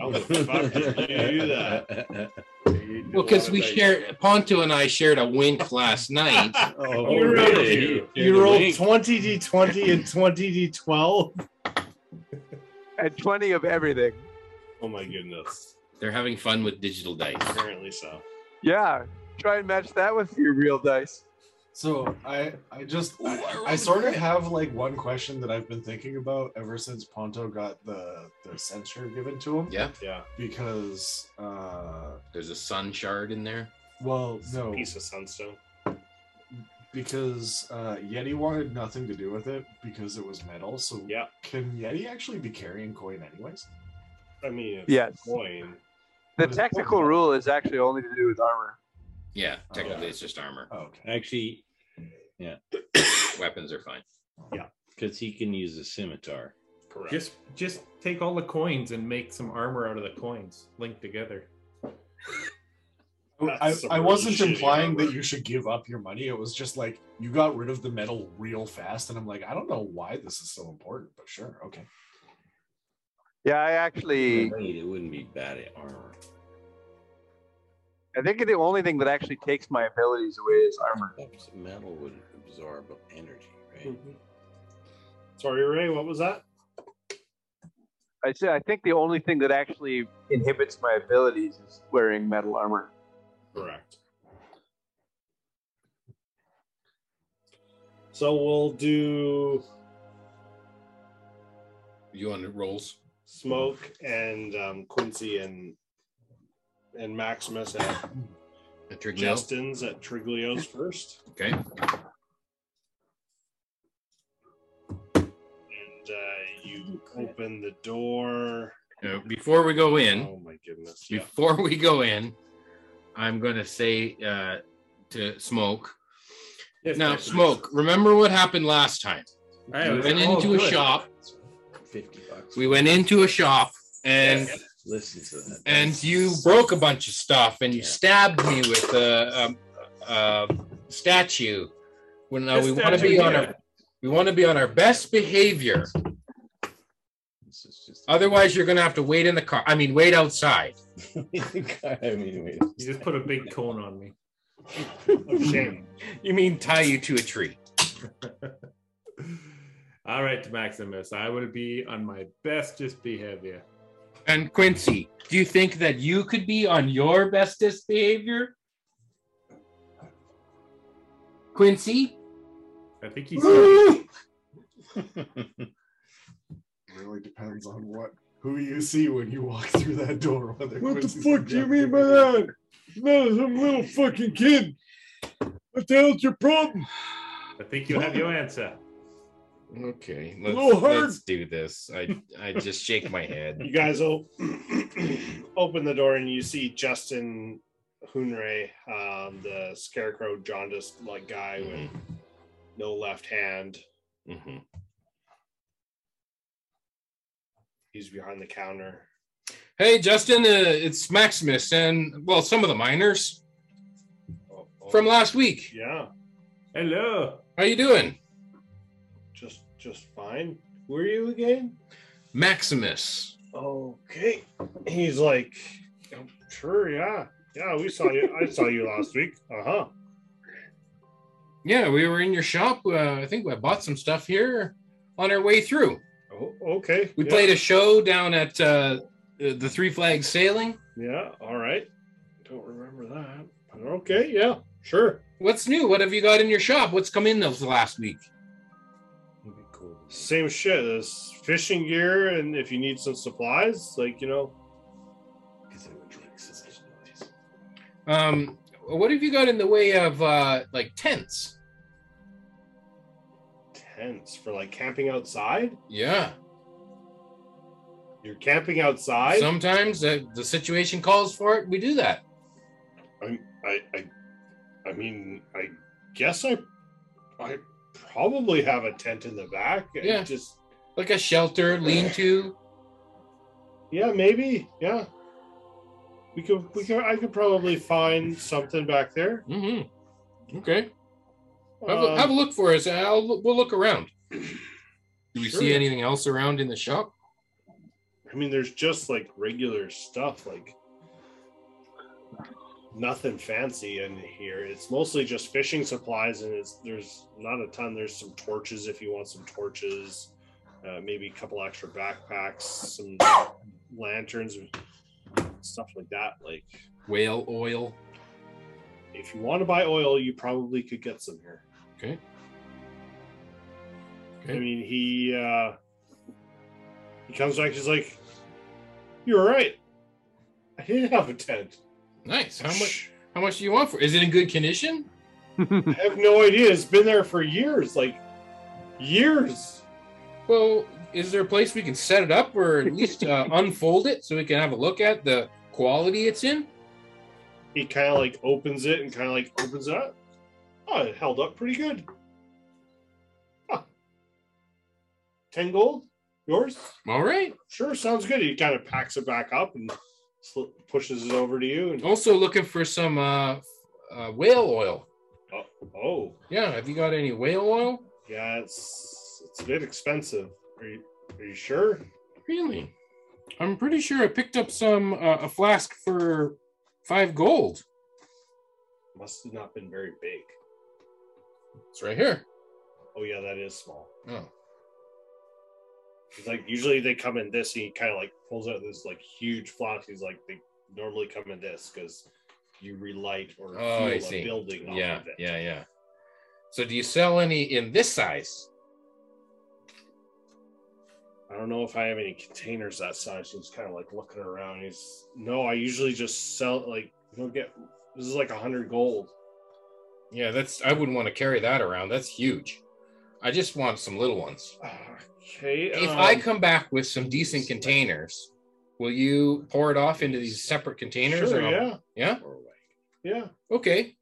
[SPEAKER 6] How the *laughs* fuck did
[SPEAKER 8] *laughs*
[SPEAKER 6] you do that?
[SPEAKER 3] You did
[SPEAKER 2] well cuz
[SPEAKER 3] a
[SPEAKER 2] we
[SPEAKER 3] lot of
[SPEAKER 2] shared Ponto and I shared a wink last night. *laughs*
[SPEAKER 8] Oh,
[SPEAKER 6] You rolled-
[SPEAKER 2] really?
[SPEAKER 6] You rolled twenty d twenty and twenty d twelve.
[SPEAKER 4] At 20 of everything.
[SPEAKER 6] Oh my goodness!
[SPEAKER 2] They're having fun with digital dice.
[SPEAKER 6] Apparently so.
[SPEAKER 4] Yeah. Try and match that with your real dice.
[SPEAKER 7] So I I just I, I sort of have like one question that I've been thinking about ever since Ponto got the the censure given to him
[SPEAKER 2] Yeah,
[SPEAKER 6] Yeah,
[SPEAKER 7] because uh
[SPEAKER 2] there's a sun shard in there.
[SPEAKER 7] well no
[SPEAKER 6] piece of sunstone.
[SPEAKER 7] because uh Yeti wanted nothing to do with it because it was metal so
[SPEAKER 6] Yeah.
[SPEAKER 7] can Yeti actually be carrying coin anyways
[SPEAKER 6] I mean, it's
[SPEAKER 4] Yes.
[SPEAKER 6] coin.
[SPEAKER 4] The technical rule is actually only to do with armor.
[SPEAKER 2] Yeah, technically it's just armor.
[SPEAKER 7] oh, okay
[SPEAKER 2] Actually, weapons are fine.
[SPEAKER 8] because he can use a scimitar.
[SPEAKER 3] dice.
[SPEAKER 6] Correct.
[SPEAKER 3] Just, just take all the coins and make some armor out of the coins, linked together.
[SPEAKER 7] I,
[SPEAKER 6] That's a
[SPEAKER 7] I
[SPEAKER 6] really
[SPEAKER 7] wasn't
[SPEAKER 6] shitty
[SPEAKER 7] implying that
[SPEAKER 6] number.
[SPEAKER 7] you should give up your money it was just like you got rid of the metal real fast and I'm like I don't know why this is so important but sure okay
[SPEAKER 4] Yeah, I actually.
[SPEAKER 8] Wait, it wouldn't be bad at armor.
[SPEAKER 4] I think the only thing that actually takes my abilities away is armor.
[SPEAKER 8] Perhaps Metal would absorb energy, right?
[SPEAKER 6] Sorry, Ray. What was that?
[SPEAKER 4] I say I think the only thing that actually inhibits my abilities is wearing metal armor.
[SPEAKER 6] Correct. So we'll do
[SPEAKER 2] You want rolls?
[SPEAKER 6] Smoke and um, Quincy and and Maximus and
[SPEAKER 2] A trick
[SPEAKER 6] Justin's at Triglio's first,
[SPEAKER 2] Okay.
[SPEAKER 6] and uh, you open the door.
[SPEAKER 2] Now, before we go in,
[SPEAKER 6] Oh my goodness! Yeah.
[SPEAKER 2] before we go in, I'm going to say uh, to Smoke.
[SPEAKER 3] Yes,
[SPEAKER 2] Now,
[SPEAKER 3] Maximus.
[SPEAKER 2] Smoke, remember what happened last time?
[SPEAKER 3] I
[SPEAKER 2] We
[SPEAKER 3] was-
[SPEAKER 2] went
[SPEAKER 3] oh,
[SPEAKER 2] into a
[SPEAKER 3] good.
[SPEAKER 2] shop.
[SPEAKER 8] Fifty bucks.
[SPEAKER 2] We went into a shop and
[SPEAKER 8] Listen to that.
[SPEAKER 2] and you broke a bunch of stuff and you stabbed me with a, a, a statue. Well, now
[SPEAKER 3] This
[SPEAKER 2] we want to
[SPEAKER 3] statue
[SPEAKER 2] be on
[SPEAKER 3] here.
[SPEAKER 2] our we want to be on our best behavior.
[SPEAKER 8] This is just.
[SPEAKER 2] Otherwise, you're going to have to wait in the car. I mean, wait outside.
[SPEAKER 8] I mean, wait.
[SPEAKER 3] You just put a big cone on me.
[SPEAKER 2] Shame. You mean tie you to a tree?
[SPEAKER 3] *laughs* All right, Maximus, I would be on my bestest behavior.
[SPEAKER 2] And Quincy, do you think that you could be on your bestest behavior? Quincy?
[SPEAKER 3] I think he's. Woo!
[SPEAKER 7] really depends on what who you see when you walk through that door. Whether
[SPEAKER 15] What the
[SPEAKER 7] Quincy's
[SPEAKER 15] fuck do you mean by that? I'm not some little fucking kid. What the hell's your problem?
[SPEAKER 3] I think you have your answer.
[SPEAKER 8] Okay,
[SPEAKER 15] A little
[SPEAKER 8] let's,
[SPEAKER 15] hard.
[SPEAKER 8] let's do this. I I just shake my head.
[SPEAKER 6] You guys will *clears throat* open the door and you see Justin Hunray, um, the scarecrow jaundiced like guy with no left hand.
[SPEAKER 8] Mm-hmm. *laughs*
[SPEAKER 6] He's behind the counter.
[SPEAKER 2] Hey, Justin, uh, it's Maximus and, well, some of the miners from last week.
[SPEAKER 6] Yeah,
[SPEAKER 3] Hello.
[SPEAKER 2] How you doing?
[SPEAKER 6] just just fine. Who are you again?
[SPEAKER 2] Maximus.
[SPEAKER 6] Okay. He's like, "Oh, sure, yeah, yeah. We saw you. I saw you last week. Uh huh.
[SPEAKER 2] Yeah, we were in your shop. Uh, I think we bought some stuff here on our way through.
[SPEAKER 6] Oh, okay.
[SPEAKER 2] We
[SPEAKER 6] yeah.
[SPEAKER 2] played a show down at uh, uh, the Three Flags Sailing.
[SPEAKER 6] Yeah. All right. Don't remember that. But okay. Yeah. Sure.
[SPEAKER 2] What's new? What have you got in your shop? What's come in those last week?
[SPEAKER 6] Same shit. This fishing gear, and if you need some supplies, like you know,
[SPEAKER 2] Um, what have you got in the way of uh, like tents?
[SPEAKER 6] tents for like camping outside.
[SPEAKER 2] Yeah,
[SPEAKER 6] You're camping outside.
[SPEAKER 2] sometimes the, the situation calls for it. We do that.
[SPEAKER 6] I, I, I, I mean, I guess I, I probably have a tent in the back. I
[SPEAKER 2] Yeah.
[SPEAKER 6] Just
[SPEAKER 2] Like a shelter, lean-to.
[SPEAKER 6] yeah, maybe yeah. We could we could I could probably find something back there.
[SPEAKER 2] Mm-hmm. Okay, have, a, have a
[SPEAKER 6] Um,
[SPEAKER 2] look for us. I'll, we'll look around. Do we see
[SPEAKER 6] Sure.
[SPEAKER 2] anything else around in the shop?
[SPEAKER 6] I mean, there's just like regular stuff, like nothing fancy in here. It's mostly just fishing supplies, and it's there's not a ton. There's some torches if you want some torches, uh, maybe a couple extra backpacks, some lanterns, stuff like that. Like
[SPEAKER 2] Whale oil.
[SPEAKER 6] if you want to buy oil, you probably could get some here.
[SPEAKER 2] Okay.
[SPEAKER 6] I mean, he uh, he comes back. He's like, "You're right. I didn't have a tent.
[SPEAKER 2] Nice. How much? How much do you want for? Is it in good condition?
[SPEAKER 6] I have no idea. It's been there for years, like years.
[SPEAKER 2] Well, is there a place we can set it up or at least uh, unfold it so we can have a look at the quality it's in?
[SPEAKER 6] He kind of like opens it and kind of like opens it up. Oh, it held up pretty good. Huh. Ten gold, yours?
[SPEAKER 2] All right.
[SPEAKER 6] Sure, sounds good. He kind of packs it back up and sl- pushes it over to you. And
[SPEAKER 2] Also looking for some uh, uh, whale oil.
[SPEAKER 6] oh,
[SPEAKER 2] Yeah, have you got any whale oil?
[SPEAKER 6] yeah, it's it's a bit expensive. Are you are you sure?
[SPEAKER 2] Really? I'm pretty sure I picked up some uh, a flask for five gold.
[SPEAKER 6] Must have not been very big.
[SPEAKER 2] It's right here.
[SPEAKER 6] Oh yeah, that is small.
[SPEAKER 2] Oh,
[SPEAKER 6] He's like usually they come in this, and he kind of like pulls out this like huge flask. He's like they normally come in this because you relight or
[SPEAKER 2] oh I
[SPEAKER 6] fuel
[SPEAKER 2] see.
[SPEAKER 6] a building. Off
[SPEAKER 2] Yeah,
[SPEAKER 6] of it.
[SPEAKER 2] yeah, yeah. So do you sell any in this size?
[SPEAKER 6] I don't know if I have any containers that size. He's kind of like looking around. He's no, I usually just sell like you'll get this is like a hundred gold.
[SPEAKER 2] Yeah, that's I wouldn't want to carry that around. That's huge. I just want some little ones.
[SPEAKER 6] Okay,
[SPEAKER 2] If
[SPEAKER 6] um,
[SPEAKER 2] I come back with some decent containers, will you pour it off into these separate containers?
[SPEAKER 6] Sure,
[SPEAKER 2] and I'll- Yeah.
[SPEAKER 6] yeah.
[SPEAKER 2] Okay.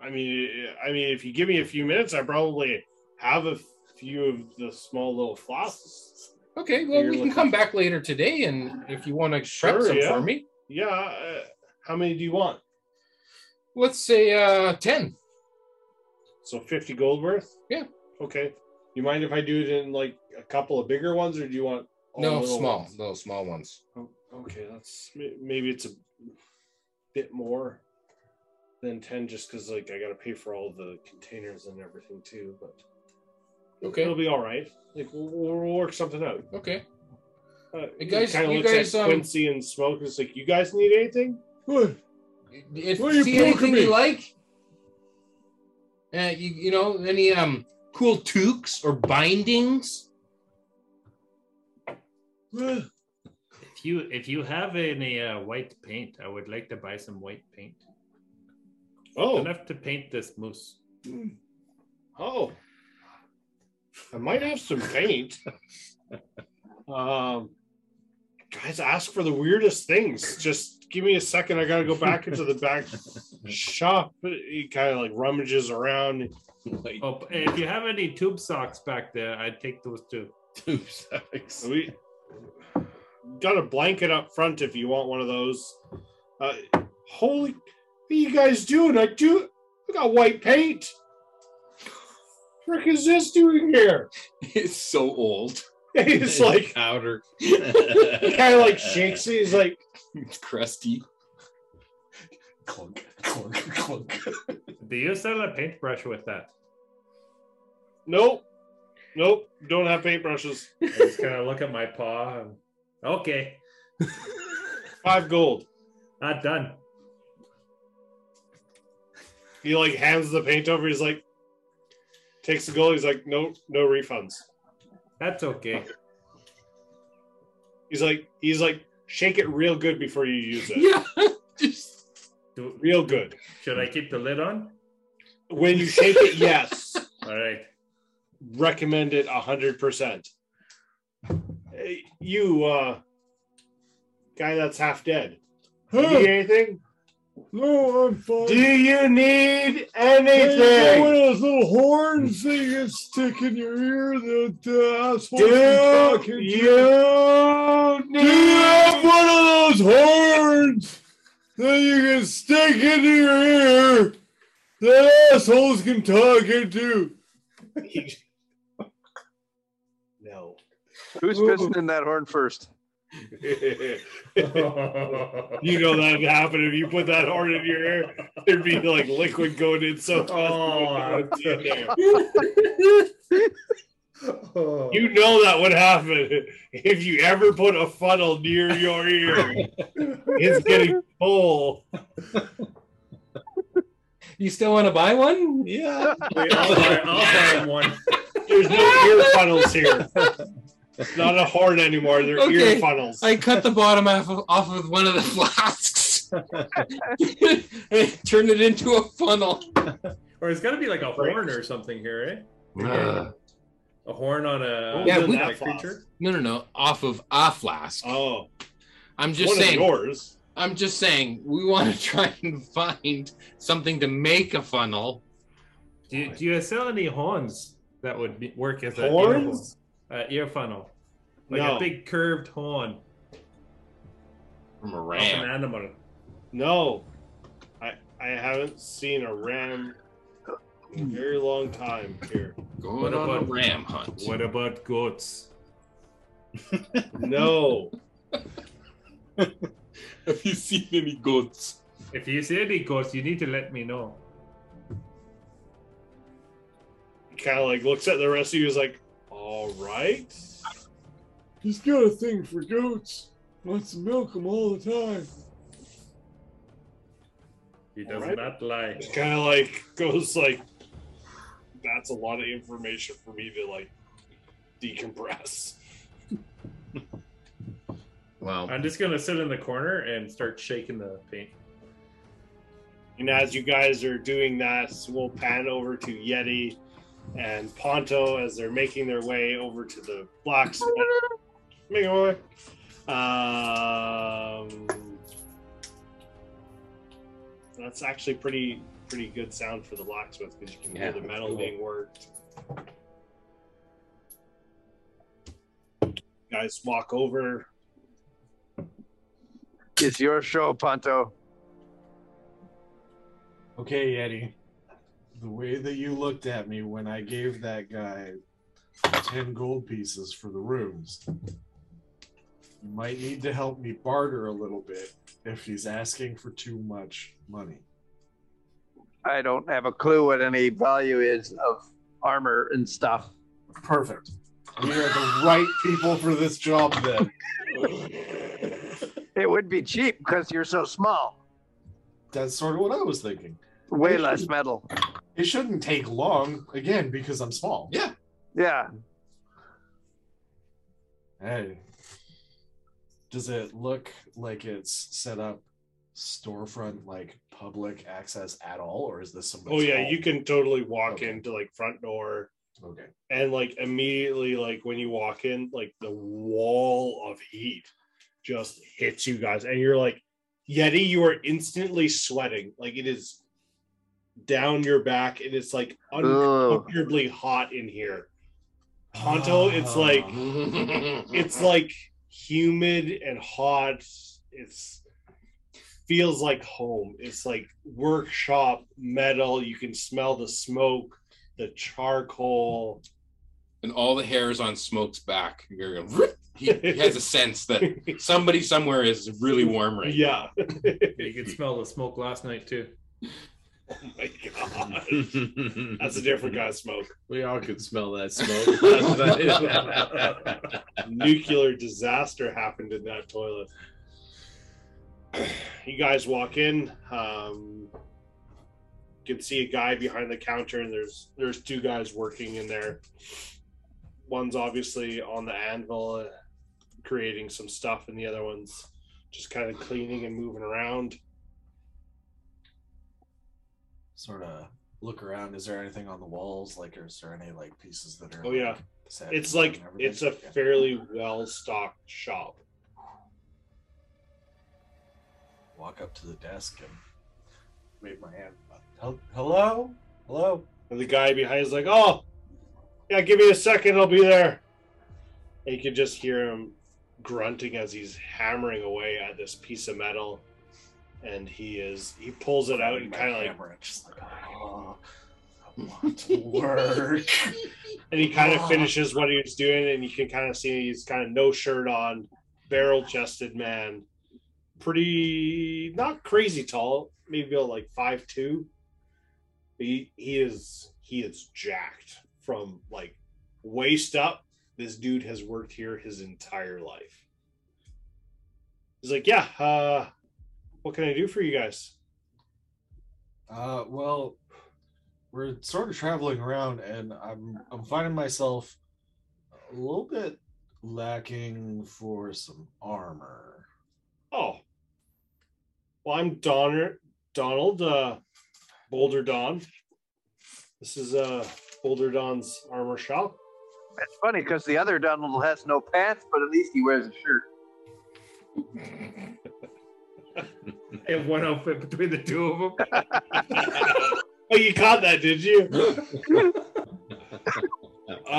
[SPEAKER 6] I mean, I mean, if you give me a few minutes, I probably have a few of the small little flasks.
[SPEAKER 2] Okay. Well,
[SPEAKER 6] You're
[SPEAKER 2] we can
[SPEAKER 6] looking-
[SPEAKER 2] come back later today, and if you want to
[SPEAKER 6] Sure,
[SPEAKER 2] prep some
[SPEAKER 6] yeah.
[SPEAKER 2] for me,
[SPEAKER 6] Yeah. Uh, how many do you want?
[SPEAKER 2] let's say uh, ten.
[SPEAKER 6] So fifty gold worth.
[SPEAKER 2] Yeah.
[SPEAKER 6] Okay. You mind if I do it in like a couple of bigger ones, or do you want? all
[SPEAKER 2] no,
[SPEAKER 6] little
[SPEAKER 2] small,
[SPEAKER 6] ones?
[SPEAKER 2] no small ones.
[SPEAKER 6] Oh, Okay, that's may- maybe it's a bit more than ten, just because like I got to pay for all the containers and everything too. But
[SPEAKER 2] Okay.
[SPEAKER 6] it'll be all right. Like we'll, we'll work something out.
[SPEAKER 2] Okay.
[SPEAKER 6] Uh,
[SPEAKER 8] You guys-
[SPEAKER 6] kind of
[SPEAKER 8] you
[SPEAKER 6] looks
[SPEAKER 8] guys,
[SPEAKER 6] at
[SPEAKER 8] um,
[SPEAKER 6] Quincy and Smoke. It's like, you guys need anything?
[SPEAKER 15] What?
[SPEAKER 8] If
[SPEAKER 15] Why are you
[SPEAKER 8] see
[SPEAKER 15] poking
[SPEAKER 8] anything
[SPEAKER 15] me?
[SPEAKER 8] you like,
[SPEAKER 2] Eh,
[SPEAKER 8] uh, you, you know any um cool toques or bindings?
[SPEAKER 3] If you if you have any uh, white paint, I would like to buy some white paint.
[SPEAKER 6] Oh.
[SPEAKER 3] enough to paint this moose.
[SPEAKER 6] Oh, I might have some paint. *laughs* um, guys, ask for the weirdest things. Just give me a second. I got to go back into the back shop. He kind of like rummages around. Like,
[SPEAKER 3] Oh, if you have any tube socks back there, I'd take those too.
[SPEAKER 6] tube socks. We got a blanket up front if you want one of those. Uh, holy, what are you guys doing? I do. I got white paint. Frick is this doing here?
[SPEAKER 8] *laughs* It's so old.
[SPEAKER 6] *laughs* It's like *laughs*
[SPEAKER 8] powder.
[SPEAKER 6] he kind of like shakes it. He's like,
[SPEAKER 8] It's crusty.
[SPEAKER 7] Clunk, clunk, clunk.
[SPEAKER 3] Do you sell a paintbrush with that?
[SPEAKER 6] nope, nope, don't have paintbrushes.
[SPEAKER 3] I just kind of look at my paw. And, okay,
[SPEAKER 6] Five gold.
[SPEAKER 3] not done.
[SPEAKER 6] He like hands the paint over. He's like, takes the gold. He's like, no, no refunds.
[SPEAKER 3] That's okay.
[SPEAKER 6] He's like, he's like, shake it real good before you use it. *laughs*
[SPEAKER 8] Yeah.
[SPEAKER 3] Do,
[SPEAKER 6] Real good.
[SPEAKER 3] should I keep the lid on?
[SPEAKER 6] When you shake it, yes.
[SPEAKER 3] All right. *laughs*
[SPEAKER 6] recommend it 100%. Hey, you, uh, guy that's half dead, do you
[SPEAKER 15] Huh?
[SPEAKER 6] need anything?
[SPEAKER 15] No, I'm fine.
[SPEAKER 6] Do you need
[SPEAKER 15] Hey, you got one
[SPEAKER 6] anything?
[SPEAKER 15] of those little horns that you can stick in your ear that uh, assholes can
[SPEAKER 6] Do
[SPEAKER 15] talk into?
[SPEAKER 6] you
[SPEAKER 15] Do you have
[SPEAKER 6] need
[SPEAKER 15] one of those horns that you can stick into your ear that assholes can talk into?
[SPEAKER 6] No.
[SPEAKER 4] Who's pissing in that horn first?
[SPEAKER 6] you know that'd happen if you put that horn in your ear. There'd be like liquid going in so fast.
[SPEAKER 3] Oh, I'm Oh.
[SPEAKER 6] You know that would happen if you ever put a funnel near your ear. it's getting full.
[SPEAKER 8] You still want to buy one?
[SPEAKER 17] Yeah.
[SPEAKER 3] Wait, I'll buy, I'll buy one.
[SPEAKER 6] There's no ear funnels here. It's not a horn anymore. They're
[SPEAKER 8] Okay.
[SPEAKER 6] ear funnels.
[SPEAKER 8] I cut the bottom off of, off of one of the *laughs* flasks *laughs* and turned it into a funnel.
[SPEAKER 3] Or it's got to be like a horn or something here, eh?
[SPEAKER 8] Uh,
[SPEAKER 3] a horn on a,
[SPEAKER 8] Yeah,
[SPEAKER 3] on
[SPEAKER 8] we-
[SPEAKER 3] a creature.
[SPEAKER 8] no, no, no. Off of a flask.
[SPEAKER 6] Oh,
[SPEAKER 8] I'm
[SPEAKER 6] just
[SPEAKER 8] just
[SPEAKER 6] one
[SPEAKER 8] saying.
[SPEAKER 6] of yours.
[SPEAKER 8] I'm just saying. We want to *laughs* try and find something to make a funnel.
[SPEAKER 3] Do you, do you sell any horns that would be, work as a
[SPEAKER 6] Horns?
[SPEAKER 3] ear, uh, ear funnel? Like
[SPEAKER 6] No.
[SPEAKER 3] a big curved horn
[SPEAKER 8] From a
[SPEAKER 3] of an
[SPEAKER 8] ram.
[SPEAKER 3] animal.
[SPEAKER 6] No, I I haven't seen a ram in a very long time here.
[SPEAKER 8] Going
[SPEAKER 3] What
[SPEAKER 8] on a
[SPEAKER 3] about-
[SPEAKER 8] ram hunt.
[SPEAKER 3] What about goats?
[SPEAKER 6] No,
[SPEAKER 8] Have you seen any goats?
[SPEAKER 3] If you see any goats, you need to let me know.
[SPEAKER 6] kind of like looks at the rest of you. Is like, all right.
[SPEAKER 15] He's got a thing for goats. Wants to milk them all the time.
[SPEAKER 3] He does
[SPEAKER 6] Alright.
[SPEAKER 3] not lie.
[SPEAKER 6] It kind of like goes like, that's a lot of information for me to like decompress.
[SPEAKER 3] *laughs*
[SPEAKER 8] Well, *laughs*
[SPEAKER 3] I'm just gonna sit in the corner and start shaking the paint.
[SPEAKER 6] And as you guys are doing that, we'll pan over to Yeti and Ponto as they're making their way over to the blacksmith. Make a way. Um, that's actually pretty pretty good sound for the blacksmith because you can
[SPEAKER 8] Yeah,
[SPEAKER 6] hear the
[SPEAKER 8] that's
[SPEAKER 6] metal
[SPEAKER 8] cool.
[SPEAKER 6] being worked. Guys walk over.
[SPEAKER 4] It's your show, Ponto.
[SPEAKER 7] Okay, Yeti. The way that you looked at me when I gave that guy 10 gold pieces for the rooms, you might need to help me barter a little bit if he's asking for too much money.
[SPEAKER 4] I don't have a clue what any value is of armor and stuff.
[SPEAKER 7] Perfect. We are the right people for this job then.
[SPEAKER 4] It would be cheap because you're so small.
[SPEAKER 7] That's sort of what I was thinking.
[SPEAKER 4] Way less metal.
[SPEAKER 7] It shouldn't take long, again, because I'm small.
[SPEAKER 8] Yeah.
[SPEAKER 4] Yeah.
[SPEAKER 7] Hey. Does it look like it's set up storefront, like public access at all, or is this somebody?
[SPEAKER 6] Oh yeah, you can totally walk into like front door
[SPEAKER 7] Okay.
[SPEAKER 6] and like immediately like when you walk in, like the wall of heat just hits you guys and you're like Yeti, you are instantly sweating. Like it is down your back and it's like uncomfortably hot in here. Ponto, it's
[SPEAKER 7] Oh,
[SPEAKER 6] like it's like humid and hot. It's feels like home. It's like workshop metal. You can smell the smoke, the charcoal. *laughs*
[SPEAKER 8] and all the hairs on Smoke's back. You're going, "Vroom." *laughs* he, he has a sense that somebody somewhere is really warm right
[SPEAKER 6] Yeah. *laughs*
[SPEAKER 3] you could smell the smoke last night too. *laughs*
[SPEAKER 6] Oh my god.
[SPEAKER 8] *laughs*
[SPEAKER 6] That's a different kind of smoke.
[SPEAKER 17] We all could smell that smoke.
[SPEAKER 8] *laughs*
[SPEAKER 17] That's about it.
[SPEAKER 6] Nuclear disaster happened in that toilet. You guys walk in. Um, you can see a guy behind the counter, and there's there's two guys working in there. One's obviously on the anvil, uh, creating some stuff, and the other one's just kind of cleaning and moving around.
[SPEAKER 7] sort of look around. Is there anything on the walls? Like, is there any like pieces that are?
[SPEAKER 6] Oh, yeah.
[SPEAKER 7] like, set
[SPEAKER 6] It's
[SPEAKER 7] and
[SPEAKER 6] like
[SPEAKER 7] everything?
[SPEAKER 6] it's a
[SPEAKER 7] Yeah.
[SPEAKER 6] fairly well stocked shop.
[SPEAKER 7] walk up to the desk and wave my hand. Hel- Hello, hello.
[SPEAKER 6] And the guy behind is like, "Oh, yeah, give me a second, I'll be there." And you can just hear him grunting as he's hammering away at this piece of metal, and he is he pulls it out and
[SPEAKER 7] My
[SPEAKER 6] kind of like
[SPEAKER 7] camera, just like oh, I want to work.
[SPEAKER 6] and he kind of finishes what he was doing, and you can kind of see he's kind of no shirt on, barrel chested man, pretty not crazy tall, maybe about like five two. He he is he is jacked from like waist up. This dude has worked here his entire life. He's like, yeah, uh, what can I do for you guys?
[SPEAKER 7] Uh, well, we're sort of traveling around, and I'm I'm finding myself a little bit lacking for some armor.
[SPEAKER 6] Oh, well, I'm Donner, Donald uh, Boulder Don. This is uh, Boulder Don's armor shop.
[SPEAKER 4] It's funny because the other Donald has no pants, but at least he wears a shirt.
[SPEAKER 3] I have one outfit between the two of *laughs* them.
[SPEAKER 6] Oh, you caught that, did you?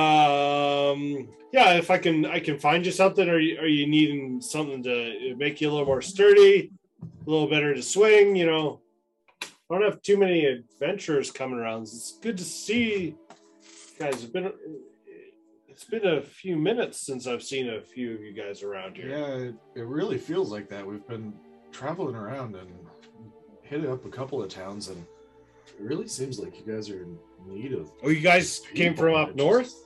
[SPEAKER 6] um, yeah, if I can, I can find you something. Are you are you needing something to make you a little more sturdy, a little better to swing? You know, I don't have too many adventurers coming around. It's good to see, you guys. It's been it's been a few minutes since I've seen a few of you guys around here.
[SPEAKER 7] Yeah, it, it really feels like that. We've been traveling around and hitting up a couple of towns, and it really seems like you guys are in need of.
[SPEAKER 6] Oh, you guys came
[SPEAKER 7] people.
[SPEAKER 6] from
[SPEAKER 7] I
[SPEAKER 6] up
[SPEAKER 7] just-
[SPEAKER 6] north.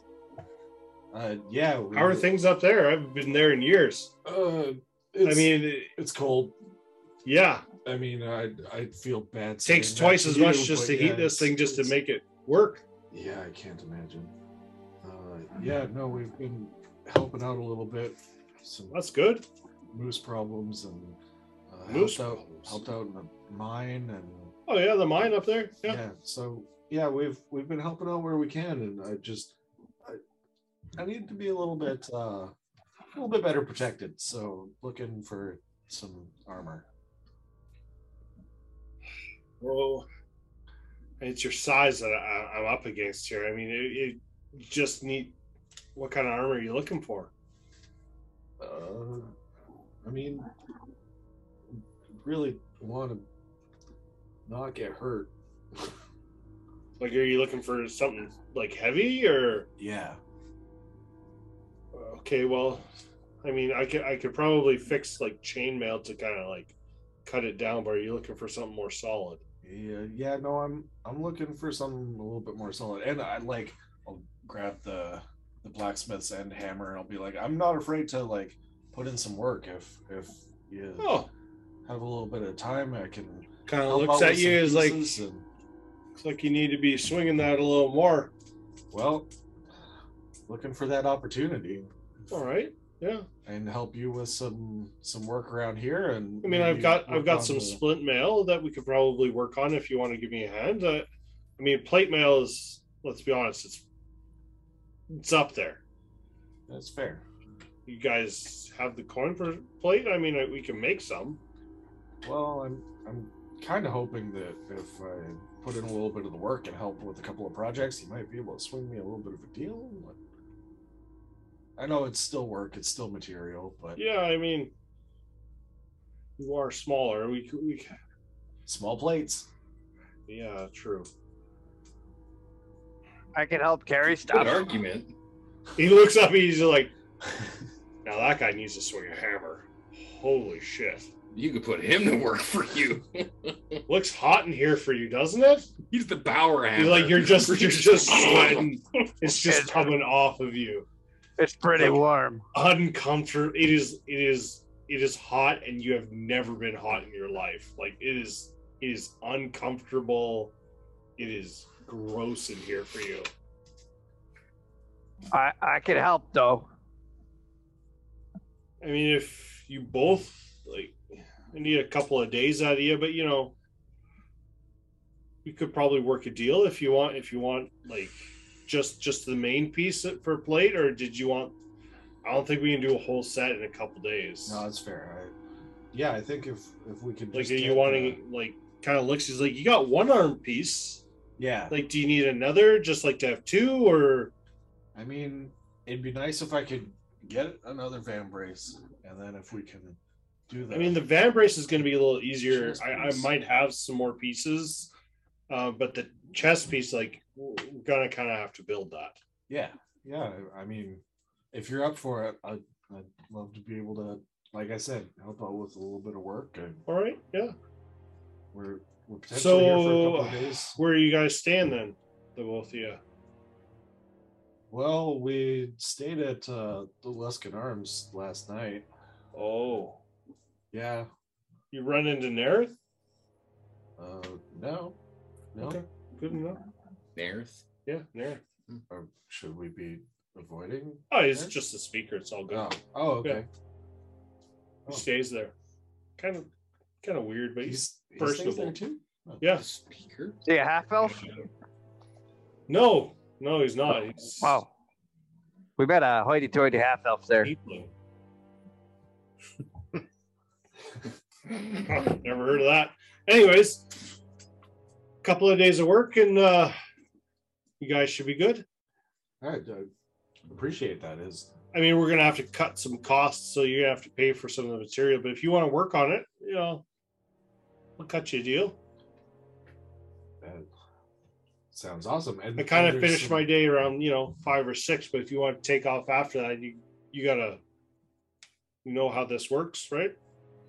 [SPEAKER 7] Uh, yeah. we-
[SPEAKER 6] How are things up there? I haven't been there in years.
[SPEAKER 7] Uh, it's,
[SPEAKER 6] I mean,
[SPEAKER 7] it's cold.
[SPEAKER 6] yeah.
[SPEAKER 7] I mean, I I feel bad.
[SPEAKER 6] It takes
[SPEAKER 7] saying that
[SPEAKER 6] twice
[SPEAKER 7] to
[SPEAKER 6] as
[SPEAKER 7] you,
[SPEAKER 6] much just
[SPEAKER 7] but
[SPEAKER 6] to
[SPEAKER 7] yeah,
[SPEAKER 6] heat this
[SPEAKER 7] it's-
[SPEAKER 6] thing just to
[SPEAKER 7] it's-
[SPEAKER 6] make it work.
[SPEAKER 7] Yeah, I can't imagine. Uh, yeah, no, we've been helping out a little bit. Some
[SPEAKER 6] That's good.
[SPEAKER 7] moose problems and uh,
[SPEAKER 6] Moose
[SPEAKER 7] helped out
[SPEAKER 6] problems.
[SPEAKER 7] helped out in a mine and
[SPEAKER 6] Oh yeah, the mine up there.
[SPEAKER 7] yeah.
[SPEAKER 6] Yeah.
[SPEAKER 7] so yeah we've we've been helping out where we can and i just i, I need to be a little bit uh a little bit better protected so looking for some armor
[SPEAKER 6] Well, it's your size that I, I'm up against here. I mean, it, it you just need. What kind of armor are you looking for?
[SPEAKER 7] uh i mean really want to not get hurt
[SPEAKER 6] Like, are you looking for something like heavy or?
[SPEAKER 7] yeah
[SPEAKER 6] Okay, well, I mean, I could I could probably fix like chainmail to kind of like cut it down. But are you looking for something more solid?
[SPEAKER 7] yeah yeah no i'm i'm looking for something a little bit more solid and i like i'll grab the the blacksmith's end hammer and i'll be like i'm not afraid to like put in some work if if you
[SPEAKER 6] Oh.
[SPEAKER 7] have a little bit of time. I can
[SPEAKER 6] Kind of
[SPEAKER 7] help
[SPEAKER 6] looks at
[SPEAKER 7] out with
[SPEAKER 6] you
[SPEAKER 7] some
[SPEAKER 6] as like,
[SPEAKER 7] pieces and-
[SPEAKER 6] looks like you need to be swinging that a little more.
[SPEAKER 7] well, looking for that opportunity
[SPEAKER 6] All right. Yeah.
[SPEAKER 7] and help you with some some work around here. And
[SPEAKER 6] I mean,
[SPEAKER 7] maybe
[SPEAKER 6] I've got I've
[SPEAKER 7] work
[SPEAKER 6] got
[SPEAKER 7] on
[SPEAKER 6] some
[SPEAKER 7] the-
[SPEAKER 6] splint mail that we could probably work on if you want to give me a hand. I, I mean, plate mail is let's be honest, it's it's up there.
[SPEAKER 7] That's fair.
[SPEAKER 6] You guys have the coin for plate. I mean, I, we can make some.
[SPEAKER 7] Well, I'm I'm kind of hoping that if I put in a little bit of the work and help with a couple of projects, you might be able to swing me a little bit of a deal. I know it's still work, it's still material, but
[SPEAKER 6] Yeah, I mean, you are smaller. We c- we c-
[SPEAKER 7] small plates.
[SPEAKER 6] yeah, true.
[SPEAKER 4] I can help carry
[SPEAKER 8] Good
[SPEAKER 4] stuff.
[SPEAKER 8] argument.
[SPEAKER 6] He looks up. He's like, now that guy needs to swing a hammer. Holy shit!
[SPEAKER 8] You could put him to work for you.
[SPEAKER 6] Looks hot in here for you, doesn't it?
[SPEAKER 8] He's the power hammer.
[SPEAKER 6] You're like you're just you're just *laughs* sweating. It's just coming off of you.
[SPEAKER 4] It's pretty warm.
[SPEAKER 6] Uncomfortable. It is. It is. It is hot, and you have never been hot in your life. Like it is. It is uncomfortable. It is gross in here for you.
[SPEAKER 4] I I can help though.
[SPEAKER 6] I mean, if you both like, I need a couple of days out of you, but you know, we could probably work a deal if you want. If you want, like, just just the main piece per plate, or did you want? I don't think we can do a whole set in a couple days.
[SPEAKER 7] No, that's fair. I, yeah, I think if if we could
[SPEAKER 6] like,
[SPEAKER 7] just
[SPEAKER 6] are
[SPEAKER 7] get
[SPEAKER 6] you
[SPEAKER 7] the-
[SPEAKER 6] wanting like kind of looks? He's like, you got one arm piece.
[SPEAKER 7] yeah.
[SPEAKER 6] Like, do you need another? Just like to have two, or
[SPEAKER 7] I mean, it'd be nice if I could get another van brace, and then if we can do that.
[SPEAKER 6] I mean, the van brace is going to be a little easier.
[SPEAKER 7] Chest
[SPEAKER 6] I, I
[SPEAKER 7] piece.
[SPEAKER 6] might have some more pieces, uh, but the chest piece, like, we're gonna kind of have to build that.
[SPEAKER 7] Yeah, yeah. I mean, if you're up for it, I'd, I'd love to be able to, like I said, help out with a little bit of work. And
[SPEAKER 6] All right, yeah.
[SPEAKER 7] we're we're potentially here for a
[SPEAKER 6] So,
[SPEAKER 7] couple of days.
[SPEAKER 6] where are you guys staying then, the both of you?
[SPEAKER 7] Well, we stayed at uh, the Luskin Arms last night.
[SPEAKER 6] Oh,
[SPEAKER 7] Yeah.
[SPEAKER 6] you run into Nerith?
[SPEAKER 7] Uh, no, no.
[SPEAKER 6] Okay. Good enough.
[SPEAKER 8] Nerth.
[SPEAKER 6] Yeah, Nerith.
[SPEAKER 7] Or should we be avoiding?
[SPEAKER 6] Oh, he's
[SPEAKER 7] Nerith?
[SPEAKER 6] just a speaker. It's all good.
[SPEAKER 7] Oh, oh, okay.
[SPEAKER 6] He stays there. Kind of, kind of weird, but he's
[SPEAKER 7] He's he stays there
[SPEAKER 6] personable.
[SPEAKER 7] too.
[SPEAKER 6] yeah.
[SPEAKER 8] Speaker.
[SPEAKER 4] See a half elf?
[SPEAKER 6] No, no, he's not. He's
[SPEAKER 4] Wow. Oh. We met a hoity-toity half elf
[SPEAKER 6] *laughs*
[SPEAKER 4] there.
[SPEAKER 6] Heatling. Oh, Never heard of that. Anyways, couple of days of work and uh you guys should be good.
[SPEAKER 7] All right. I appreciate that. Is
[SPEAKER 6] I mean, we're gonna have to cut some costs, so you're gonna have to pay for some of the material. But if you want to work on it, you know, we'll cut you a deal.
[SPEAKER 7] that sounds awesome. And
[SPEAKER 6] I kind of
[SPEAKER 7] there's
[SPEAKER 6] finished
[SPEAKER 7] some-
[SPEAKER 6] my day around you know five or six. But if you want to take off after that, you you gotta know how this works, right?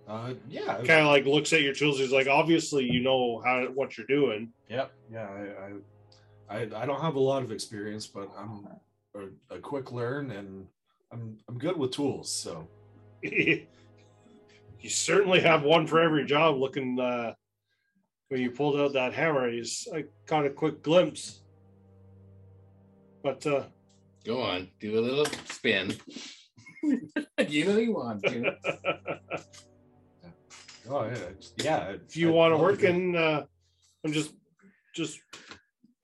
[SPEAKER 7] Uh, yeah.
[SPEAKER 6] kind of like looks at your tools. He's like, obviously, you know how what you're doing. *laughs*
[SPEAKER 7] Yep. Yeah, I, I, I, I don't have a lot of experience, but I'm a, a quick learn, and I'm I'm good with tools. So
[SPEAKER 6] you certainly have one for every job. Looking uh, when you pulled out that hammer, he's I caught a quick glimpse. But uh,
[SPEAKER 8] Go on, do a little spin. *laughs* you know you want to.
[SPEAKER 7] oh yeah, yeah.
[SPEAKER 6] if you want to work in, uh, I'm just just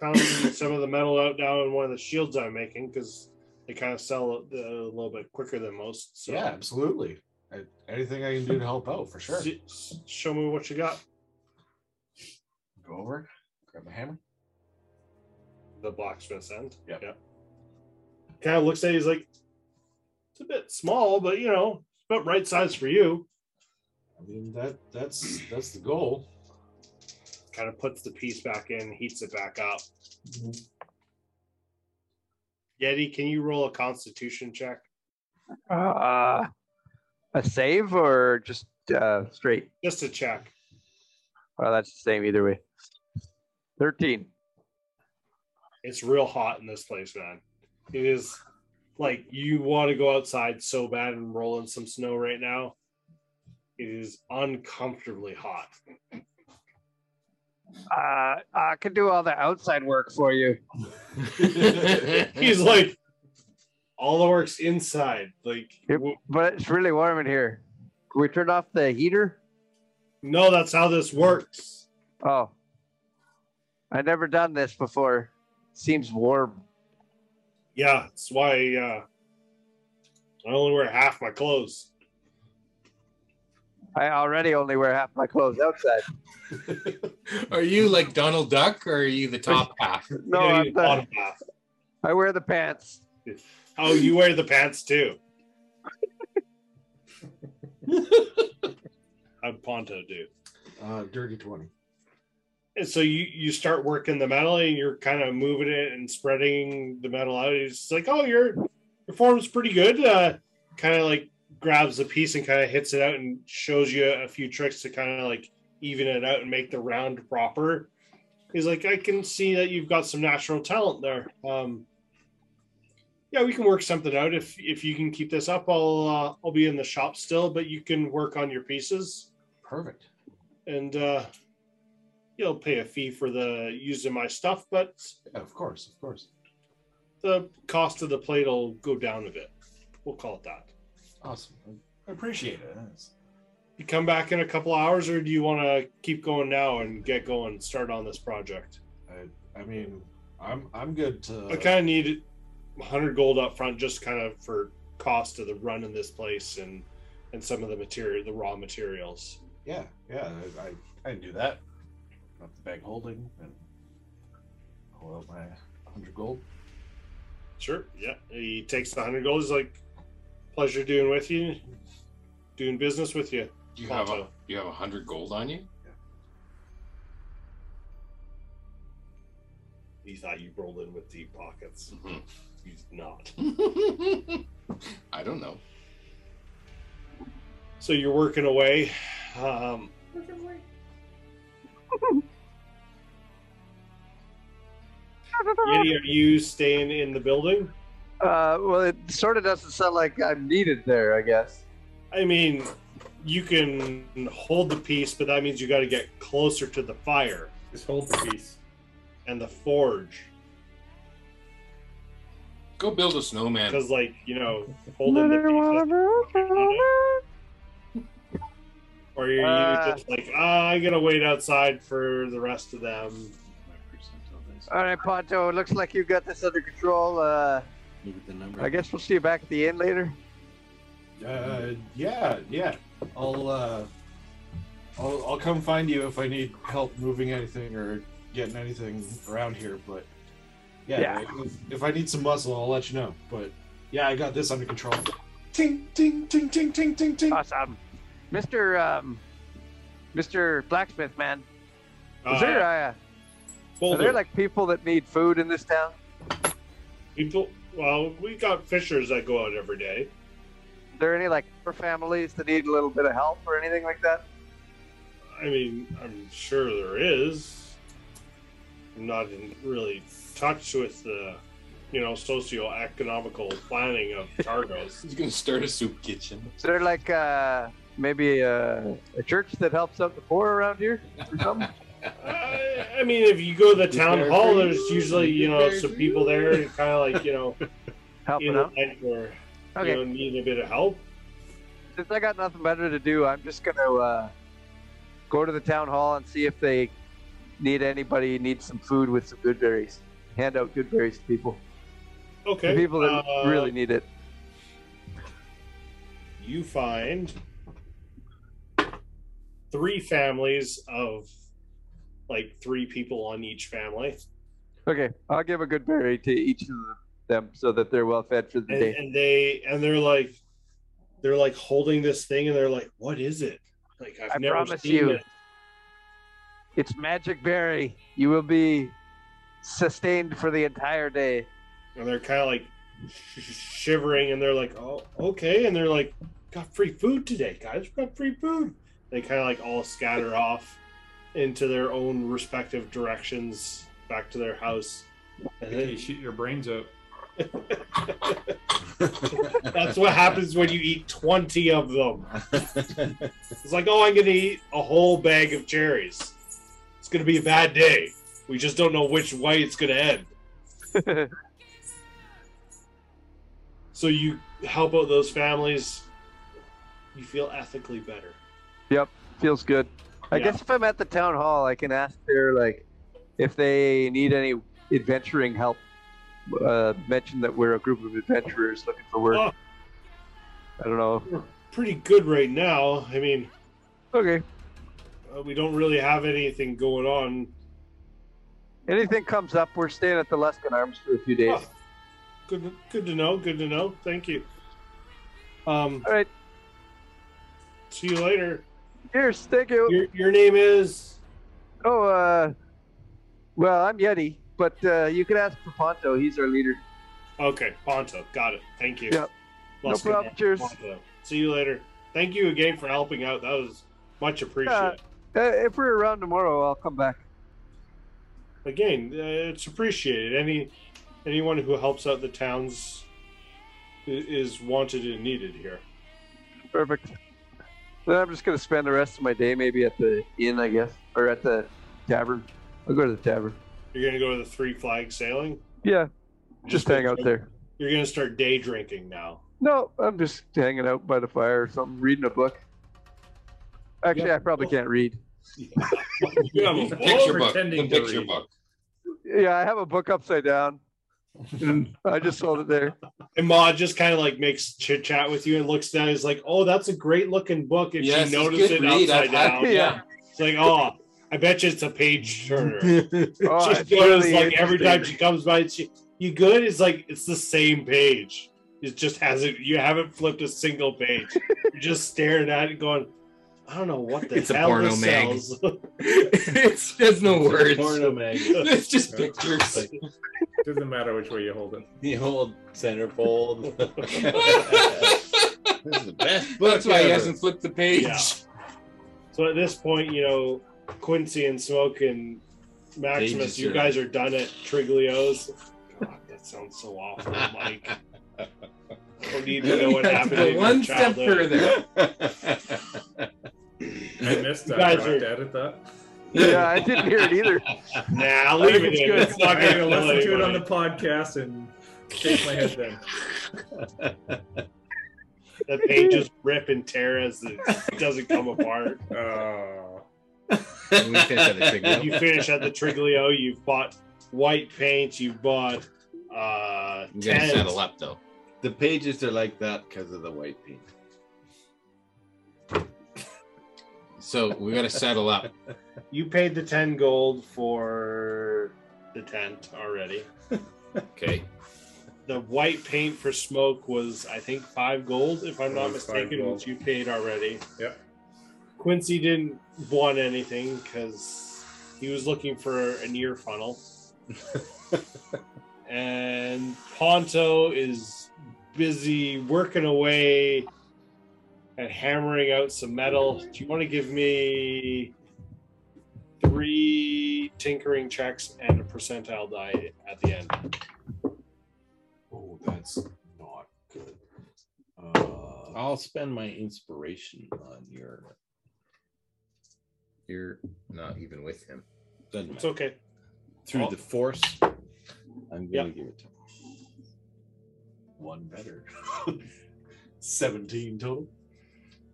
[SPEAKER 6] pounding some of the metal out now in one of the shields I'm making because they kind of sell a, a little bit quicker than most. So
[SPEAKER 7] yeah, absolutely. I, anything I can do to help out for sure.
[SPEAKER 6] s- s- show me what you got.
[SPEAKER 7] Go over, grab a hammer.
[SPEAKER 6] the blacksmith's end.
[SPEAKER 7] Yep.
[SPEAKER 6] Kind of looks at it, he's like, it's a bit small, but you know, it's about right size for you.
[SPEAKER 7] I mean that that's that's the goal.
[SPEAKER 6] Kind of puts the piece back in, heats it back up. Yeti, can you roll a constitution check?
[SPEAKER 4] Uh, a save or just uh, straight?
[SPEAKER 6] Just a check.
[SPEAKER 4] Well, that's the same either way. 13.
[SPEAKER 6] It's real hot in this place, man. It is like you want to go outside so bad and roll in some snow right now. It is uncomfortably hot.
[SPEAKER 4] Uh, I could do all the outside work for you.
[SPEAKER 6] *laughs* He's like, all the work's inside. Like,
[SPEAKER 4] but it's really warm in here. Can we turn off the heater?
[SPEAKER 6] No, that's how this works.
[SPEAKER 4] Oh, I never done this before. Seems warm.
[SPEAKER 6] yeah, that's why uh, I only wear half my clothes.
[SPEAKER 4] I already only wear half my clothes outside.
[SPEAKER 8] *laughs* Are you like Donald Duck or are you the *laughs* top half?
[SPEAKER 4] No, I'm the-
[SPEAKER 6] bottom half.
[SPEAKER 4] I wear the pants.
[SPEAKER 6] Oh, you wear the pants too. I'm Ponto, dude.
[SPEAKER 7] Uh, dirty 20.
[SPEAKER 6] And so you you start working the metal and you're kind of moving it and spreading the metal out. It's like, oh, your your form's pretty good. Uh, kind of like grabs a piece and kind of hits it out and shows you a few tricks to kind of like even it out and make the round proper. He's like, I can see that you've got some natural talent there. Um, yeah, we can work something out if if you can keep this up. I'll uh, I'll be in the shop still, but you can work on your pieces.
[SPEAKER 7] Perfect.
[SPEAKER 6] And uh, you'll pay a fee for the using my stuff, but
[SPEAKER 7] Yeah, of course, of course.
[SPEAKER 6] the cost of the plate will go down a bit. We'll call it that.
[SPEAKER 7] Awesome. I appreciate it. That's-
[SPEAKER 6] You come back in a couple hours, or do you want to keep going now and get going, start on this project?
[SPEAKER 7] I, I mean, I'm I'm good to.
[SPEAKER 2] Uh,
[SPEAKER 6] I kind of need 100 gold up front, just kind of for cost of the run in this place and and some of the material, the raw materials.
[SPEAKER 7] Yeah, yeah. I, I, I can do that. Not the bag holding and pull out my hundred gold.
[SPEAKER 6] Sure. Yeah. He takes the 100 gold. He's like, pleasure doing with you, doing business with you.
[SPEAKER 2] You have a,
[SPEAKER 6] Ponto.
[SPEAKER 2] you have a hundred gold on you.
[SPEAKER 6] He thought you rolled in with deep pockets. You did not.
[SPEAKER 8] Mm-hmm. *laughs*
[SPEAKER 2] I don't know.
[SPEAKER 6] So you're working away. Um, Yeti, are you staying in the building?
[SPEAKER 4] Uh, well, it sort of doesn't sound like I'm needed there. I guess.
[SPEAKER 6] I mean, you can hold the piece, but that means you got to get closer to the fire
[SPEAKER 3] Just hold the piece.
[SPEAKER 6] and the forge.
[SPEAKER 8] Go build a snowman.
[SPEAKER 6] Because, like, you know, holding the piece. Or you're
[SPEAKER 4] Uh.
[SPEAKER 6] just like, ah, I got to wait outside for the rest of them.
[SPEAKER 4] All right, Ponto. It looks like you've got this under control. Uh,
[SPEAKER 17] Look at the number.
[SPEAKER 4] I guess we'll see you back at the inn later.
[SPEAKER 7] Uh, yeah, yeah. I'll uh, I'll I'll come find you if I need help moving anything or getting anything around here. But yeah,
[SPEAKER 4] Yeah.
[SPEAKER 7] like, if, if I need some muscle, I'll let you know. But yeah, I got this under control. Ting ting ting ting ting ting ting.
[SPEAKER 4] Awesome, Mister um, Mister Blacksmith man.
[SPEAKER 6] Uh,
[SPEAKER 4] Is there uh, are
[SPEAKER 6] Boulder.
[SPEAKER 4] there like people that need food in this town?
[SPEAKER 6] People, well, we got fishers that go out every day.
[SPEAKER 4] Are there any like poor families that need a little bit of help or anything like that?
[SPEAKER 6] I mean, I'm sure there is. I'm not in really touch with the, you know, socio-economical planning of
[SPEAKER 4] *laughs*
[SPEAKER 6] Targos.
[SPEAKER 2] He's gonna start a soup kitchen.
[SPEAKER 4] Is there like uh, maybe uh, a church that helps out the poor around here
[SPEAKER 6] *laughs*
[SPEAKER 4] or something?
[SPEAKER 6] I, I mean, if you go to the town
[SPEAKER 17] there
[SPEAKER 6] hall,
[SPEAKER 17] for
[SPEAKER 6] there's
[SPEAKER 17] you.
[SPEAKER 6] usually you know
[SPEAKER 17] There
[SPEAKER 6] some
[SPEAKER 17] for
[SPEAKER 6] people there, and kind of like you know,
[SPEAKER 4] *laughs* Helping
[SPEAKER 6] in
[SPEAKER 4] out?
[SPEAKER 6] line for
[SPEAKER 4] Okay.
[SPEAKER 6] you know needing a bit of help.
[SPEAKER 4] Since I got nothing better to do, I'm just gonna uh, go to the town hall and see if they need anybody needs some food with some good berries. Hand out good berries to people.
[SPEAKER 6] Okay,
[SPEAKER 4] The people that
[SPEAKER 6] uh,
[SPEAKER 4] really need it.
[SPEAKER 6] you find three families of like three people on each family.
[SPEAKER 4] Okay, I'll give a good berry to each of them so that they're well fed for the
[SPEAKER 6] and,
[SPEAKER 4] day.
[SPEAKER 6] and they and they're like they're like holding this thing and they're like what is it like i've
[SPEAKER 4] I
[SPEAKER 6] never
[SPEAKER 4] promise
[SPEAKER 6] seen
[SPEAKER 4] you.
[SPEAKER 6] it
[SPEAKER 4] It's magic berry. You will be sustained for the entire day.
[SPEAKER 6] and they're kind of like sh- sh- shivering and they're like oh okay and they're like got free food today guys we got free food they kind of like all
[SPEAKER 3] *laughs*
[SPEAKER 6] scatter off into their own respective directions back to their house and
[SPEAKER 3] You
[SPEAKER 6] then,
[SPEAKER 3] shoot your brains out.
[SPEAKER 6] *laughs* That's what happens when you eat 20 of them. It's like, oh, I'm going to eat a whole bag of cherries. It's going to be a bad day. We just don't know which way it's going to end. so you help out those families, you feel ethically better.
[SPEAKER 4] Yep, feels good. I
[SPEAKER 6] Yeah.
[SPEAKER 4] guess if I'm at the town hall, I can ask their like if they need any adventuring help. Uh, mention that we're a group of adventurers looking for work.
[SPEAKER 6] Oh.
[SPEAKER 4] I don't know.
[SPEAKER 6] We're pretty good right now. I mean,
[SPEAKER 4] Okay.
[SPEAKER 6] uh, we don't really have anything going on.
[SPEAKER 4] Anything comes up, we're staying at the Luskin Arms for a few days.
[SPEAKER 6] Oh, good, good to know. Good to know. Thank you. Um,
[SPEAKER 4] All right.
[SPEAKER 6] see you later.
[SPEAKER 4] Cheers. Thank you.
[SPEAKER 6] Your, your name is
[SPEAKER 4] Oh, uh, well, I'm Yeti, but uh, you can ask Papanto. He's our leader.
[SPEAKER 6] okay. Ponto. Got it. Thank you.
[SPEAKER 4] Yep. No
[SPEAKER 6] Lost
[SPEAKER 4] problem.
[SPEAKER 6] connection.
[SPEAKER 4] Cheers.
[SPEAKER 6] Ponto. See you later. Thank you again for helping out. That was much appreciated.
[SPEAKER 4] Uh, if we're around tomorrow, I'll come back.
[SPEAKER 6] Again, uh, it's appreciated. Any anyone who helps out the towns i- is wanted and needed here.
[SPEAKER 4] Perfect. Then I'm just gonna spend the rest of my day maybe at the inn, I guess, or at the tavern. I'll go to the tavern.
[SPEAKER 6] You're gonna go to the Three Flag sailing.
[SPEAKER 4] Yeah, just hang out there.
[SPEAKER 6] You're gonna start day drinking now.
[SPEAKER 4] No, I'm just hanging out by the fire or something, reading a book. Actually, I probably can't read.
[SPEAKER 6] You have a
[SPEAKER 8] The
[SPEAKER 6] book?
[SPEAKER 8] picture book. The
[SPEAKER 3] pretending to
[SPEAKER 8] picture
[SPEAKER 3] read.
[SPEAKER 8] book.
[SPEAKER 4] Yeah, I have a book upside *laughs* down. And I just sold it there.
[SPEAKER 6] And Ma just kind of like makes chit chat with you and looks down. He's like, "Oh, that's a great looking book." And
[SPEAKER 8] Yes,
[SPEAKER 6] she
[SPEAKER 8] it's
[SPEAKER 6] noticed it
[SPEAKER 8] good read.
[SPEAKER 6] upside
[SPEAKER 8] I've had-
[SPEAKER 6] down.
[SPEAKER 4] *laughs* Yeah.
[SPEAKER 6] It's like, "Oh, I bet you it's a page turner." she
[SPEAKER 4] Oh,
[SPEAKER 6] noticed
[SPEAKER 4] it's really
[SPEAKER 6] like every time
[SPEAKER 4] interesting.
[SPEAKER 6] she comes by, she, "You good?" It's like it's the same page. It just hasn't. You haven't flipped a single page.
[SPEAKER 8] *laughs*
[SPEAKER 6] You're just staring at it, going, "I don't know what the
[SPEAKER 8] It's a
[SPEAKER 6] hell
[SPEAKER 8] porno
[SPEAKER 6] this
[SPEAKER 8] mag. *laughs*
[SPEAKER 6] sells."
[SPEAKER 8] *laughs* it's there's no words.
[SPEAKER 17] Porno mag.
[SPEAKER 8] *laughs* It's just pictures. *laughs*
[SPEAKER 3] Doesn't matter which way you hold it.
[SPEAKER 17] The old
[SPEAKER 8] *laughs*
[SPEAKER 17] centerfold.
[SPEAKER 8] That's
[SPEAKER 17] this is the best book
[SPEAKER 8] why he
[SPEAKER 17] ever.
[SPEAKER 8] hasn't flipped the page.
[SPEAKER 6] Yeah. So at this point, you know, Quincy and Smoke and Maximus,
[SPEAKER 17] Pages
[SPEAKER 6] you
[SPEAKER 17] are-
[SPEAKER 6] guys are done at Triglio's. God, that sounds so awful, Mike. Don't need to know
[SPEAKER 8] *laughs*
[SPEAKER 6] what
[SPEAKER 8] That's
[SPEAKER 6] happened.
[SPEAKER 8] the
[SPEAKER 6] in your
[SPEAKER 8] one step
[SPEAKER 6] childhood.
[SPEAKER 8] further.
[SPEAKER 3] I missed
[SPEAKER 6] You guys
[SPEAKER 3] that. Do I have
[SPEAKER 6] are-
[SPEAKER 3] to edit *laughs* that.
[SPEAKER 4] Yeah, I didn't hear it either.
[SPEAKER 6] Nah, leave it
[SPEAKER 4] it's
[SPEAKER 6] in.
[SPEAKER 4] good.
[SPEAKER 6] It's not
[SPEAKER 3] I'm
[SPEAKER 6] going
[SPEAKER 3] gonna listen to it on the podcast and shake my head then.
[SPEAKER 6] the pages rip and tear as it doesn't come apart.
[SPEAKER 3] *laughs* Oh,
[SPEAKER 8] Can *laughs* we finish at the Triglio?
[SPEAKER 6] You finish at the Triglio. You've bought white paint. You've bought uh,
[SPEAKER 8] You gotta
[SPEAKER 6] tents.
[SPEAKER 8] settle up though.
[SPEAKER 17] the pages are like that because of the white paint.
[SPEAKER 8] So we gotta
[SPEAKER 17] *laughs*
[SPEAKER 8] settle up.
[SPEAKER 6] You paid the ten gold for the tent
[SPEAKER 3] *laughs*
[SPEAKER 6] already.
[SPEAKER 8] Okay.
[SPEAKER 6] The white paint for smoke was, I think, five gold, if I'm
[SPEAKER 3] It
[SPEAKER 6] not
[SPEAKER 3] was five
[SPEAKER 6] mistaken,
[SPEAKER 3] gold.
[SPEAKER 6] which you paid already.
[SPEAKER 3] Yep.
[SPEAKER 6] Quincy didn't want anything because he was looking for an ear
[SPEAKER 3] *laughs*
[SPEAKER 6] funnel. and Ponto is busy working away and hammering out some metal. Do you want to give me three tinkering checks and a percentile die at the end?
[SPEAKER 7] Oh, that's not good. Uh,
[SPEAKER 17] I'll spend my inspiration on your.
[SPEAKER 8] You're not even with *laughs* him.
[SPEAKER 17] doesn't
[SPEAKER 6] It's
[SPEAKER 17] matter.
[SPEAKER 6] okay.
[SPEAKER 17] Through
[SPEAKER 6] I'll-
[SPEAKER 17] the force, I'm
[SPEAKER 6] Yeah.
[SPEAKER 17] gonna give it to him.
[SPEAKER 7] one better. *laughs* 17 total.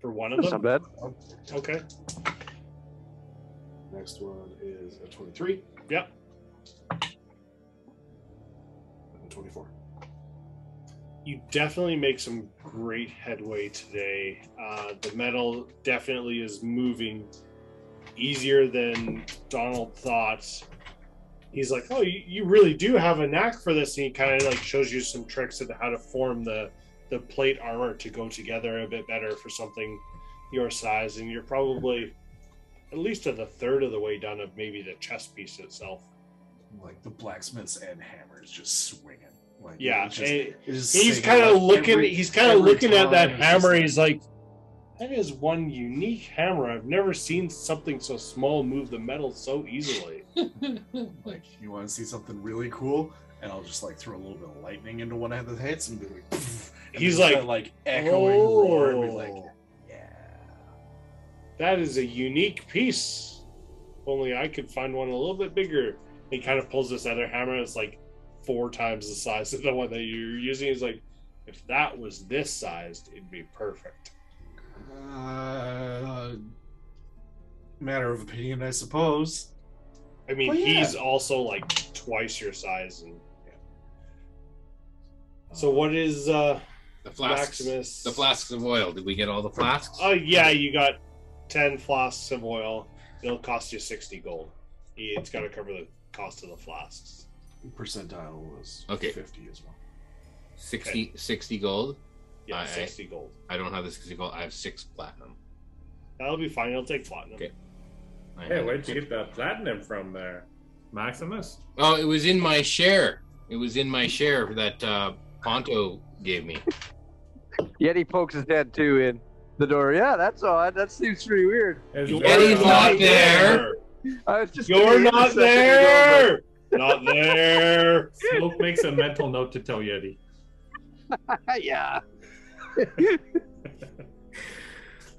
[SPEAKER 6] For one of
[SPEAKER 4] That's *laughs* not
[SPEAKER 6] them?
[SPEAKER 4] bad.
[SPEAKER 6] Okay.
[SPEAKER 7] Next one is a 23.
[SPEAKER 6] Yep.
[SPEAKER 7] And 24.
[SPEAKER 6] You definitely make some great headway today. Uh, the metal definitely is moving easier than Donald thought. He's like, "Oh, you, you really do have a knack for this," and he kind of like shows you some tricks of how to form the the plate armor to go together a bit better for something your size. And you're probably at least at the third of the way done of maybe the chest piece itself.
[SPEAKER 7] Like the blacksmith's and hammers just swinging. Like,
[SPEAKER 6] Yeah,
[SPEAKER 7] it's just-
[SPEAKER 6] and-
[SPEAKER 7] it's just
[SPEAKER 6] he's
[SPEAKER 7] singing,
[SPEAKER 6] kind of
[SPEAKER 7] like,
[SPEAKER 6] looking
[SPEAKER 7] every-
[SPEAKER 6] he's kind of
[SPEAKER 7] every
[SPEAKER 6] looking at
[SPEAKER 7] time
[SPEAKER 6] that
[SPEAKER 7] it's just
[SPEAKER 6] hammer
[SPEAKER 7] like-
[SPEAKER 6] he's like That is one unique hammer. I've never seen something so small move the metal so
[SPEAKER 7] *laughs*
[SPEAKER 6] easily.
[SPEAKER 7] Like, you want to see something really cool? And I'll just like throw a little bit of lightning into one of the hits and be like, "Pff," and
[SPEAKER 6] He's
[SPEAKER 7] they start,
[SPEAKER 6] like,
[SPEAKER 7] like echoing roar and be like,
[SPEAKER 6] "Oh." That is a unique piece. If Only I could find one a little bit bigger. He kind of pulls this other hammer. It's like four times the size of the one that you're using. He's like, if that was this sized, it'd be perfect.
[SPEAKER 7] uh, matter of opinion, I suppose.
[SPEAKER 6] I mean,
[SPEAKER 7] Oh, yeah.
[SPEAKER 6] he's also like twice your size. And yeah. so, what is uh,
[SPEAKER 2] The flasks.
[SPEAKER 6] Maximus?
[SPEAKER 2] The flasks of oil. Did we get all the flasks?
[SPEAKER 6] Oh yeah, you got ten flasks of oil. It'll cost you sixty gold. It's got to cover the cost of the flasks.
[SPEAKER 7] Percentile was
[SPEAKER 2] Okay.
[SPEAKER 7] 50 as well.
[SPEAKER 2] 60, 60 gold.
[SPEAKER 6] Yeah,
[SPEAKER 2] Aye, aye.
[SPEAKER 6] sixty gold.
[SPEAKER 2] I don't have the 60 gold. I have six platinum.
[SPEAKER 6] That'll be fine. It'll take platinum.
[SPEAKER 2] Okay. I
[SPEAKER 3] Hey,
[SPEAKER 2] have-
[SPEAKER 3] where'd you get that platinum from there, Maximus?
[SPEAKER 2] Oh, it was in my share. It was in my share that uh, Ponto
[SPEAKER 6] *laughs*
[SPEAKER 2] gave me.
[SPEAKER 4] Yeti pokes his head too in the door. Yeah, that's odd. That seems pretty weird.
[SPEAKER 3] Is
[SPEAKER 6] You're
[SPEAKER 2] Eddie's not there.
[SPEAKER 4] I was just
[SPEAKER 6] You're
[SPEAKER 4] gonna eat a
[SPEAKER 6] not
[SPEAKER 4] second ago,
[SPEAKER 6] there. not there.
[SPEAKER 3] Smoke makes a mental note to tell Yeti.
[SPEAKER 4] but- yeah.
[SPEAKER 6] You,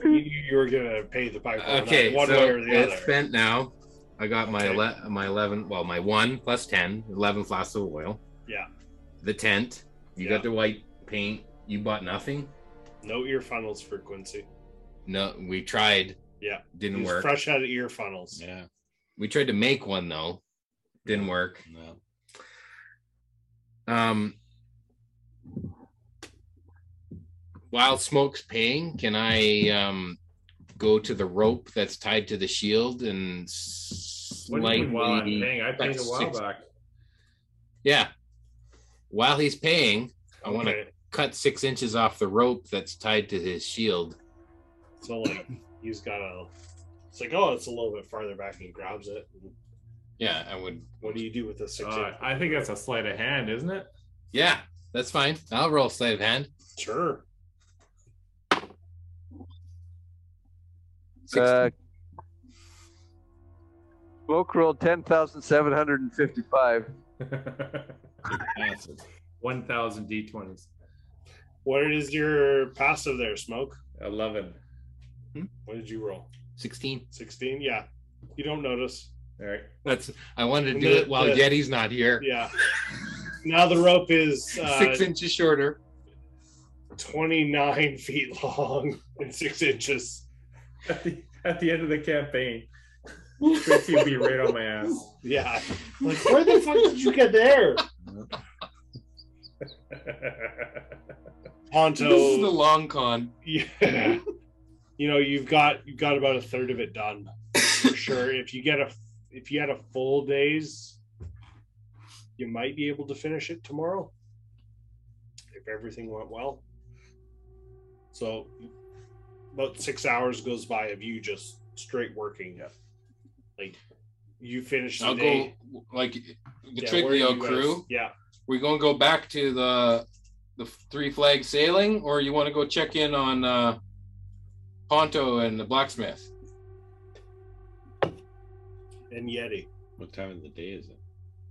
[SPEAKER 6] you were gonna pay the piper. on that,
[SPEAKER 2] Okay,
[SPEAKER 6] one
[SPEAKER 2] so
[SPEAKER 6] way or the
[SPEAKER 2] it's
[SPEAKER 6] other.
[SPEAKER 2] spent now. I got my
[SPEAKER 6] Okay.
[SPEAKER 2] ele- my 11, well, my 1 plus 10, 11 flasks of oil.
[SPEAKER 6] Yeah.
[SPEAKER 2] The tent. You
[SPEAKER 6] Yeah.
[SPEAKER 2] got the white paint. You bought nothing?
[SPEAKER 6] No ear funnels for Quincy.
[SPEAKER 2] No, we tried.
[SPEAKER 6] Yeah.
[SPEAKER 2] Didn't
[SPEAKER 6] He's
[SPEAKER 2] work.
[SPEAKER 6] fresh out of ear funnels.
[SPEAKER 8] Yeah.
[SPEAKER 2] We tried to make one though. Didn't work.
[SPEAKER 8] No.
[SPEAKER 2] Um, while smoke's paying, can I um, go to the rope that's tied to the shield and
[SPEAKER 3] What do you mean while I'm
[SPEAKER 2] slightly?
[SPEAKER 3] paying? I paid a while
[SPEAKER 2] Six.
[SPEAKER 3] back.
[SPEAKER 2] Yeah. While he's paying, I want to
[SPEAKER 6] Okay,
[SPEAKER 2] cut six inches off the rope that's tied to his shield.
[SPEAKER 6] So like, he's got a. It's like, oh, it's a little bit farther back, and he grabs it.
[SPEAKER 2] Yeah, I would.
[SPEAKER 6] What do you do with the six?
[SPEAKER 3] Uh,
[SPEAKER 6] inch?
[SPEAKER 3] I think that's a sleight of hand, isn't *laughs* it?
[SPEAKER 2] Yeah, that's fine. I'll roll sleight of hand.
[SPEAKER 6] Sure.
[SPEAKER 2] Six,
[SPEAKER 4] Uh, Smoke rolled ten thousand seven hundred and fifty-five.
[SPEAKER 3] 1,000 d20s.
[SPEAKER 6] What is your passive there, Smoke?
[SPEAKER 3] 11.
[SPEAKER 6] What did you roll?
[SPEAKER 2] 16.
[SPEAKER 6] 16? Yeah. You don't notice.
[SPEAKER 3] All right. *laughs*
[SPEAKER 2] That's. I wanted to
[SPEAKER 6] And
[SPEAKER 2] do
[SPEAKER 6] the-
[SPEAKER 2] it while
[SPEAKER 6] the-
[SPEAKER 2] Yeti's not here. *laughs*
[SPEAKER 6] Yeah. now the rope is uh,
[SPEAKER 2] Six inches shorter.
[SPEAKER 6] 29 *laughs* feet long and six inches.
[SPEAKER 3] At the, at the end of the campaign, *laughs* Tracy will be right on my ass.
[SPEAKER 6] Yeah.
[SPEAKER 2] *laughs*
[SPEAKER 6] Like, where the fuck did you get there?
[SPEAKER 2] *laughs* This is the
[SPEAKER 6] Ponto.
[SPEAKER 2] long con.
[SPEAKER 6] Yeah. You know, you've got you've got about a third of it done for sure. If you get a if you had a full days, you might be able to finish it tomorrow. If everything went well. So about six hours goes by of you just straight working. Yeah. Like you finish the
[SPEAKER 2] I'll
[SPEAKER 6] day.
[SPEAKER 2] go like the
[SPEAKER 6] Yeah, where are
[SPEAKER 2] Triglio
[SPEAKER 6] you guys?
[SPEAKER 2] crew.
[SPEAKER 6] Yeah.
[SPEAKER 2] We're gonna go back to the the three flag sailing, or you want to go check in on uh, Ponto and the blacksmith?
[SPEAKER 6] and Yeti.
[SPEAKER 8] What time of the day is it?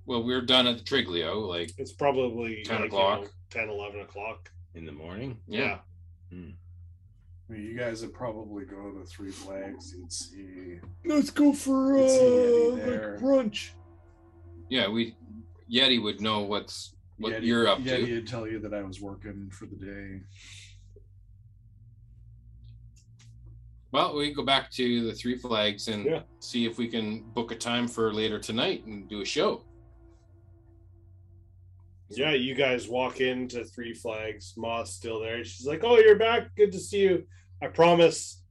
[SPEAKER 2] Well, we're done at the Triglio. Like,
[SPEAKER 6] It's probably
[SPEAKER 2] 10
[SPEAKER 6] like,
[SPEAKER 2] o'clock.
[SPEAKER 6] You know, 10, 11 o'clock.
[SPEAKER 8] In the
[SPEAKER 17] *laughs*
[SPEAKER 8] morning?
[SPEAKER 2] yeah,
[SPEAKER 7] I mean, you guys would probably go to Three Flags. You'd see.
[SPEAKER 15] Let's go for uh,
[SPEAKER 7] It's Yeti there.
[SPEAKER 15] like brunch.
[SPEAKER 2] yeah, we Yeti would know what's what
[SPEAKER 7] Yeti-
[SPEAKER 2] you're up
[SPEAKER 7] Yeti
[SPEAKER 2] to.
[SPEAKER 7] would tell you that I was working for the day.
[SPEAKER 6] *laughs*
[SPEAKER 2] Well, we go back to the three flags and
[SPEAKER 6] Yeah.
[SPEAKER 2] see if we can book a time for later tonight and do a show.
[SPEAKER 6] Yeah, you guys walk into Three Flags. Ma's still there. She's like, "Oh, you're back. Good to see you. I promise.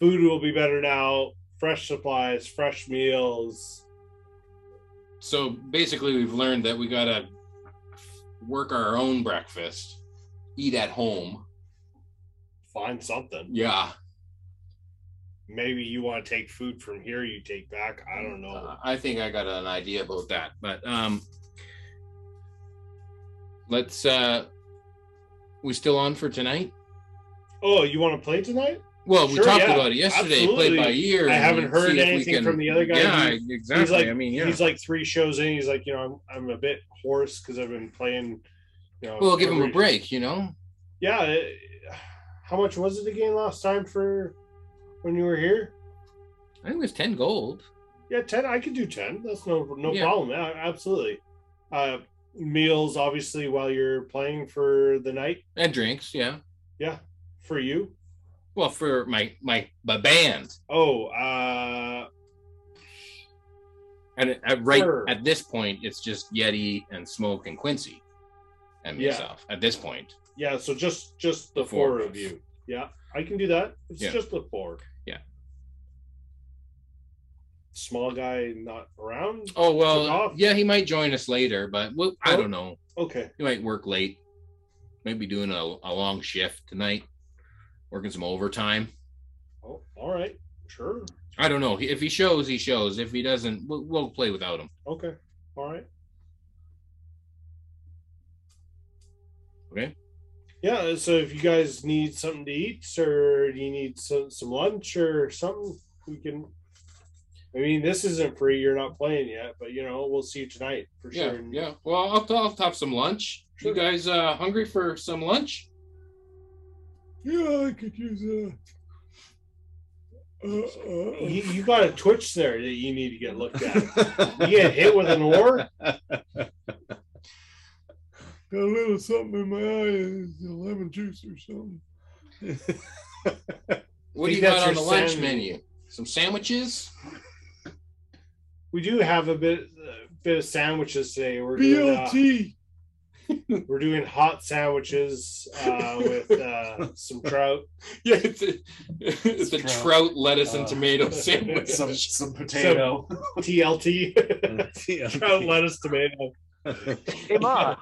[SPEAKER 6] Food will be better now. Fresh supplies, fresh meals.
[SPEAKER 2] So basically, we've learned that we gotta work our own breakfast, eat at home.
[SPEAKER 6] Find something.
[SPEAKER 2] Yeah,
[SPEAKER 6] Maybe you want to take food from here. You take back. I don't know.
[SPEAKER 2] Uh, I think I got an idea about that, but um, let's. uh We still on for tonight?
[SPEAKER 6] Oh, you want to play tonight?
[SPEAKER 2] Well, we
[SPEAKER 6] Sure,
[SPEAKER 2] talked
[SPEAKER 6] yeah,
[SPEAKER 2] about it yesterday. Play
[SPEAKER 6] absolutely.
[SPEAKER 2] by ear.
[SPEAKER 6] I
[SPEAKER 2] and
[SPEAKER 6] haven't
[SPEAKER 2] see
[SPEAKER 6] heard
[SPEAKER 2] if we
[SPEAKER 6] anything
[SPEAKER 2] can-
[SPEAKER 6] from the other guy.
[SPEAKER 2] Yeah,
[SPEAKER 6] He's-
[SPEAKER 2] exactly.
[SPEAKER 6] He's like,
[SPEAKER 2] I mean, yeah.
[SPEAKER 6] he's like three shows in. He's like, you know, I'm, I'm a bit hoarse because I've been playing. You know,
[SPEAKER 2] well, give him a
[SPEAKER 6] every-
[SPEAKER 2] break, you know.
[SPEAKER 6] Yeah. it- how much was it again last time for when you were here?
[SPEAKER 2] I think it was ten gold.
[SPEAKER 6] Yeah, ten. I could do ten. That's no no
[SPEAKER 2] Yeah.
[SPEAKER 6] problem. Yeah, absolutely. Uh, meals, obviously, while you're playing for the night.
[SPEAKER 2] And drinks, yeah.
[SPEAKER 6] Yeah, for you.
[SPEAKER 2] Well, for my my my band,
[SPEAKER 6] Oh, uh,
[SPEAKER 2] and at- at, right
[SPEAKER 6] Sure.
[SPEAKER 2] at this point, it's just Yeti and Smoke and Quincy, and
[SPEAKER 6] Yeah.
[SPEAKER 2] myself. At this point,
[SPEAKER 6] yeah. So just just the
[SPEAKER 2] Four
[SPEAKER 6] four,
[SPEAKER 2] of
[SPEAKER 6] of you. Yeah, I can do that. It's
[SPEAKER 2] Yeah.
[SPEAKER 6] just the four.
[SPEAKER 2] Yeah.
[SPEAKER 6] Small guy not around.
[SPEAKER 2] oh
[SPEAKER 6] Took
[SPEAKER 2] well,
[SPEAKER 6] off?
[SPEAKER 2] yeah, he might join us later, but we'll, I
[SPEAKER 6] Oh.
[SPEAKER 2] don't know.
[SPEAKER 6] Okay.
[SPEAKER 2] He might work late. Might be doing a, a long shift tonight, working some overtime.
[SPEAKER 6] Oh, all right. Sure.
[SPEAKER 2] I don't know. If he shows, he shows. If he doesn't, we'll, we'll play without him.
[SPEAKER 6] Okay. All right.
[SPEAKER 2] Okay.
[SPEAKER 6] Yeah. So if you guys need something to eat, or you need some, some lunch or something, we can. I mean, this isn't free. You're not playing yet, but you know, we'll see you tonight for
[SPEAKER 2] Yeah,
[SPEAKER 6] sure. And-
[SPEAKER 2] yeah. Well, I'll, I'll top some lunch. You guys uh, hungry for some lunch?
[SPEAKER 15] Yeah, I could use a. Uh, uh, uh,
[SPEAKER 6] You, you got a twitch there that you need to get looked at.
[SPEAKER 2] *laughs*
[SPEAKER 6] you get hit with an oar.
[SPEAKER 15] got a little something in my eye, it's lemon juice
[SPEAKER 6] *laughs*
[SPEAKER 15] or something.
[SPEAKER 2] What do
[SPEAKER 6] Think
[SPEAKER 2] you got
[SPEAKER 6] that's
[SPEAKER 2] on the
[SPEAKER 6] your
[SPEAKER 2] lunch
[SPEAKER 6] sandwich.
[SPEAKER 2] menu? Some sandwiches?
[SPEAKER 6] We do have a bit a bit of sandwiches today. We're doing, uh,
[SPEAKER 15] BLT.
[SPEAKER 6] we're doing hot sandwiches uh, with uh, some trout.
[SPEAKER 2] *laughs* Yeah, it's a, it's a
[SPEAKER 7] Trout.
[SPEAKER 2] trout. lettuce, and
[SPEAKER 7] Uh, *laughs*
[SPEAKER 2] tomato sandwich.
[SPEAKER 7] Some some potato.
[SPEAKER 6] TLT, trout, lettuce, tomato.
[SPEAKER 4] Hey, Ma.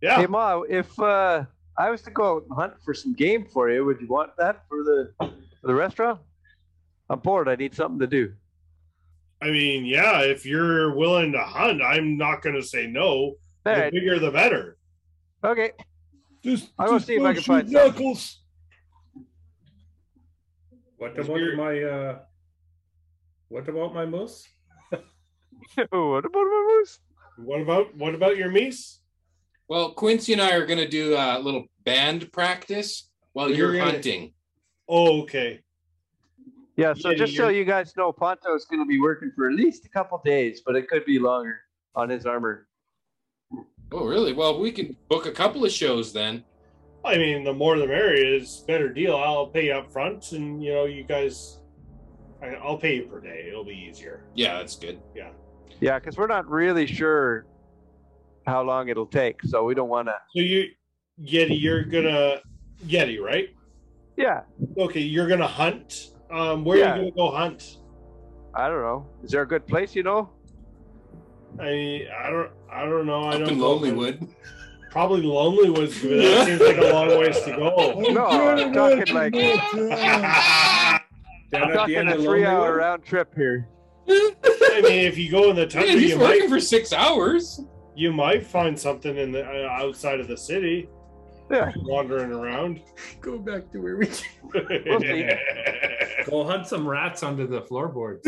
[SPEAKER 6] Yeah.
[SPEAKER 4] Hey, Ma, if uh, I was to go out and hunt for some game for you, would you want that for the for the restaurant? I'm bored. I need something to do.
[SPEAKER 6] I mean, yeah, if you're willing to hunt, I'm not going to say no.
[SPEAKER 4] All
[SPEAKER 6] The
[SPEAKER 4] right.
[SPEAKER 6] bigger, the better.
[SPEAKER 4] Okay.
[SPEAKER 15] Just,
[SPEAKER 4] I will
[SPEAKER 15] just
[SPEAKER 4] see if I
[SPEAKER 15] don't
[SPEAKER 4] can
[SPEAKER 15] shoot
[SPEAKER 4] find something.
[SPEAKER 15] knuckles.
[SPEAKER 3] What about my uh what about my moose?
[SPEAKER 4] *laughs* what about my moose?
[SPEAKER 6] What about what about your meese?
[SPEAKER 2] Well, Quincy and I are going to do a little band practice while
[SPEAKER 6] Well,
[SPEAKER 2] you're
[SPEAKER 6] you're gonna-
[SPEAKER 2] hunting.
[SPEAKER 6] Oh, okay.
[SPEAKER 4] Yeah. So
[SPEAKER 6] Yeah,
[SPEAKER 4] just so you guys know, Ponto is going to be working for at least a couple days, but it could be longer on his armor.
[SPEAKER 2] Oh, really? Well, we can book a couple of shows then.
[SPEAKER 6] I mean, the more the merrier. It's a better deal. I'll pay you up front, and you know, you guys, I, I'll pay you per day. It'll be easier.
[SPEAKER 2] Yeah, that's good.
[SPEAKER 4] Yeah, because we're not really sure how long it'll take, so we don't want to.
[SPEAKER 6] So you, Yeti, you're gonna Yeti, right?
[SPEAKER 4] Yeah.
[SPEAKER 6] Okay, you're gonna hunt. Um, where
[SPEAKER 4] Yeah.
[SPEAKER 6] are you gonna go hunt?
[SPEAKER 4] I don't know. Is there a good place you know?
[SPEAKER 6] I mean, I don't, I don't know. I
[SPEAKER 2] Up
[SPEAKER 6] don't
[SPEAKER 2] in
[SPEAKER 6] know.
[SPEAKER 4] *laughs*
[SPEAKER 2] Lonelywood.
[SPEAKER 6] Probably Lonelywood's good. That seems like a long ways to go.
[SPEAKER 15] I'm
[SPEAKER 4] No, I'm
[SPEAKER 15] trying to
[SPEAKER 4] talking like-
[SPEAKER 15] work it out.
[SPEAKER 2] *laughs*
[SPEAKER 6] *laughs*
[SPEAKER 3] Down
[SPEAKER 4] I'm
[SPEAKER 3] at the
[SPEAKER 4] talking
[SPEAKER 3] end
[SPEAKER 4] a
[SPEAKER 3] of
[SPEAKER 4] three-hour
[SPEAKER 3] Lonelywood?
[SPEAKER 4] round trip here.
[SPEAKER 6] I mean, if you go
[SPEAKER 8] *laughs*
[SPEAKER 6] in the
[SPEAKER 2] Man,
[SPEAKER 6] tundra,
[SPEAKER 2] he's
[SPEAKER 6] you might,
[SPEAKER 2] working for six hours.
[SPEAKER 6] you might find something in the uh, outside of the city.
[SPEAKER 4] Yeah.
[SPEAKER 6] wandering around.
[SPEAKER 8] Go back to where we
[SPEAKER 6] *laughs*
[SPEAKER 3] Go hunt some rats under the *laughs* floorboards.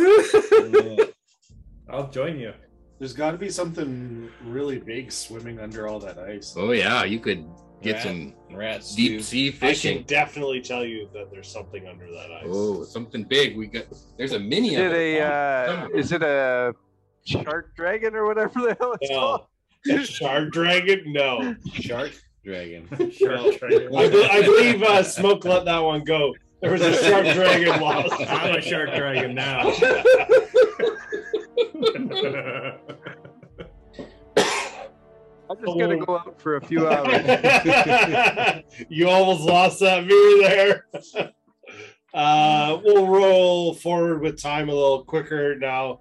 [SPEAKER 3] I'll join you.
[SPEAKER 7] There's got to be something really big swimming under all that ice.
[SPEAKER 2] Oh yeah, you could get
[SPEAKER 8] Rat-
[SPEAKER 2] some
[SPEAKER 8] Rats.
[SPEAKER 2] deep
[SPEAKER 8] too.
[SPEAKER 2] sea
[SPEAKER 6] I can
[SPEAKER 2] fishing.
[SPEAKER 6] definitely tell you that there's something under that ice.
[SPEAKER 2] Oh, something big. We got. There's a mini.
[SPEAKER 4] Is
[SPEAKER 2] of
[SPEAKER 4] it
[SPEAKER 2] it.
[SPEAKER 4] a uh,
[SPEAKER 2] Summer.
[SPEAKER 4] is it a shark dragon or whatever the hell it's called? *laughs*
[SPEAKER 8] *laughs*
[SPEAKER 6] No. That Shark dragon? No.
[SPEAKER 8] Shark dragon.
[SPEAKER 3] Sure.
[SPEAKER 6] No. I,
[SPEAKER 3] *laughs*
[SPEAKER 6] be- I believe uh, Smoke let that one go. There was a shark dragon lost.
[SPEAKER 3] I'm
[SPEAKER 8] *laughs*
[SPEAKER 3] a shark *laughs* dragon now.
[SPEAKER 4] I'm just gonna
[SPEAKER 6] Oh.
[SPEAKER 4] go out for a few hours.
[SPEAKER 3] *laughs*
[SPEAKER 6] *laughs* you almost lost that mirror there. *laughs* Uh, we'll roll forward with time a little quicker now.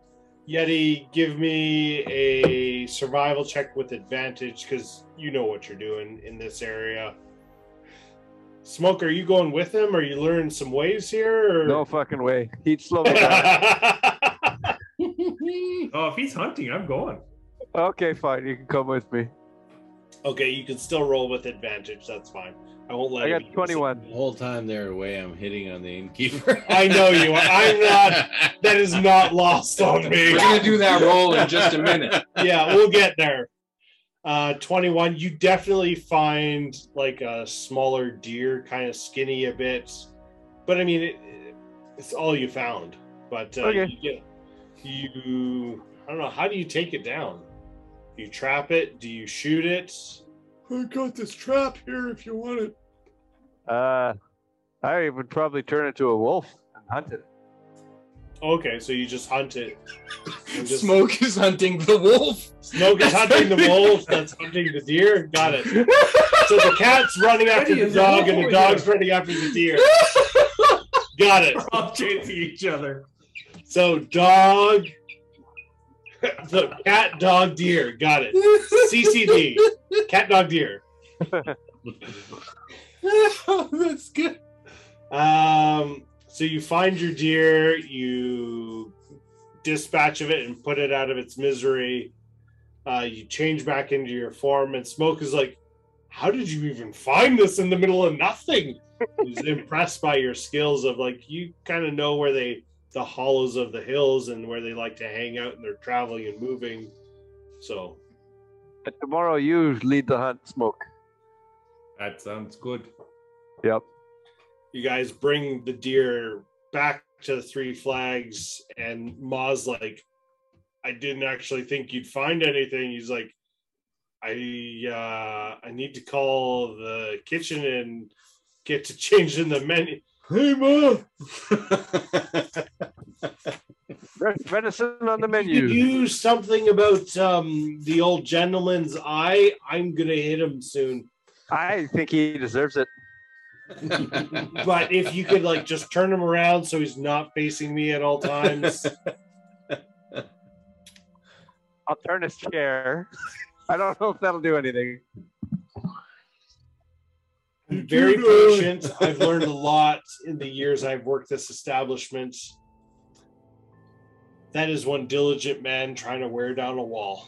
[SPEAKER 6] Yeti, give me a survival check with advantage because you know what you're doing in this area. Smoke, are you going with him? Are you learning some ways here? Or...
[SPEAKER 4] no fucking way. He'd slow me down.
[SPEAKER 3] oh, if he's hunting, I'm going.
[SPEAKER 4] Okay, fine. You can come with me.
[SPEAKER 6] *laughs* Okay, you can still roll with advantage. That's fine. I won't let.
[SPEAKER 4] I
[SPEAKER 6] you
[SPEAKER 4] got
[SPEAKER 6] use it.
[SPEAKER 4] 21.
[SPEAKER 17] The whole time they're away, I'm hitting on the *laughs* innkeeper.
[SPEAKER 6] I know you. Are. I'm not.
[SPEAKER 8] *laughs*
[SPEAKER 6] That is not lost on me.
[SPEAKER 8] We're gonna do that roll in just a
[SPEAKER 2] *laughs*
[SPEAKER 8] minute.
[SPEAKER 6] yeah, we'll get there. Uh, 21, you definitely find like a smaller deer, kind of skinny a bit. But I mean, it, it's all you found. But uh,
[SPEAKER 4] Okay.
[SPEAKER 6] you, get, you, I don't know, how do you take it down? You trap it? Do you shoot it?
[SPEAKER 15] I got this trap here if you want it.
[SPEAKER 4] Uh, I would probably turn it to a wolf and hunt it.
[SPEAKER 6] Okay, so you just hunt it. You just-
[SPEAKER 8] Smoke is hunting the wolf.
[SPEAKER 6] Smoke is hunting the wolf. That's hunting the deer. Got it. So the cat's running after
[SPEAKER 3] Eddie,
[SPEAKER 6] the
[SPEAKER 3] is there
[SPEAKER 6] dog, and
[SPEAKER 3] wolf
[SPEAKER 6] the
[SPEAKER 3] over
[SPEAKER 6] dog's running after the deer. Got it.
[SPEAKER 3] all chasing each other.
[SPEAKER 6] So dog, the cat, dog, deer. Got it. CCD, cat, dog, deer.
[SPEAKER 8] *laughs* That's good.
[SPEAKER 6] Um, so you find your deer, you dispatch of it and put it out of its misery. Uh, you change back into your form, and Smoke is like, "How did you even find this in the middle of nothing?"
[SPEAKER 8] *laughs*
[SPEAKER 6] He's impressed by your skills of like you kind of know where they the hollows of the hills and where they like to hang out and they're traveling and moving. So
[SPEAKER 4] But tomorrow you lead the hunt, Smoke.
[SPEAKER 3] That sounds good.
[SPEAKER 6] you guys bring the deer back to the three flags and ma's like i didn't actually think you'd find anything he's like i uh i need to call the kitchen and get to *laughs* changing the menu
[SPEAKER 15] Hey, Ma,
[SPEAKER 4] There's venison on the
[SPEAKER 6] you could
[SPEAKER 4] menu.
[SPEAKER 6] do something about um the old gentleman's eye i'm gonna hit him soon
[SPEAKER 4] I think he deserves it.
[SPEAKER 6] but if you could like just turn him around so he's not facing me at all times
[SPEAKER 4] I'll turn his chair. *laughs* I don't know if that'll do anything. *laughs*
[SPEAKER 6] I'm very patient. I've learned a lot in the years I've worked this establishment. That is one diligent man trying to wear down a wall.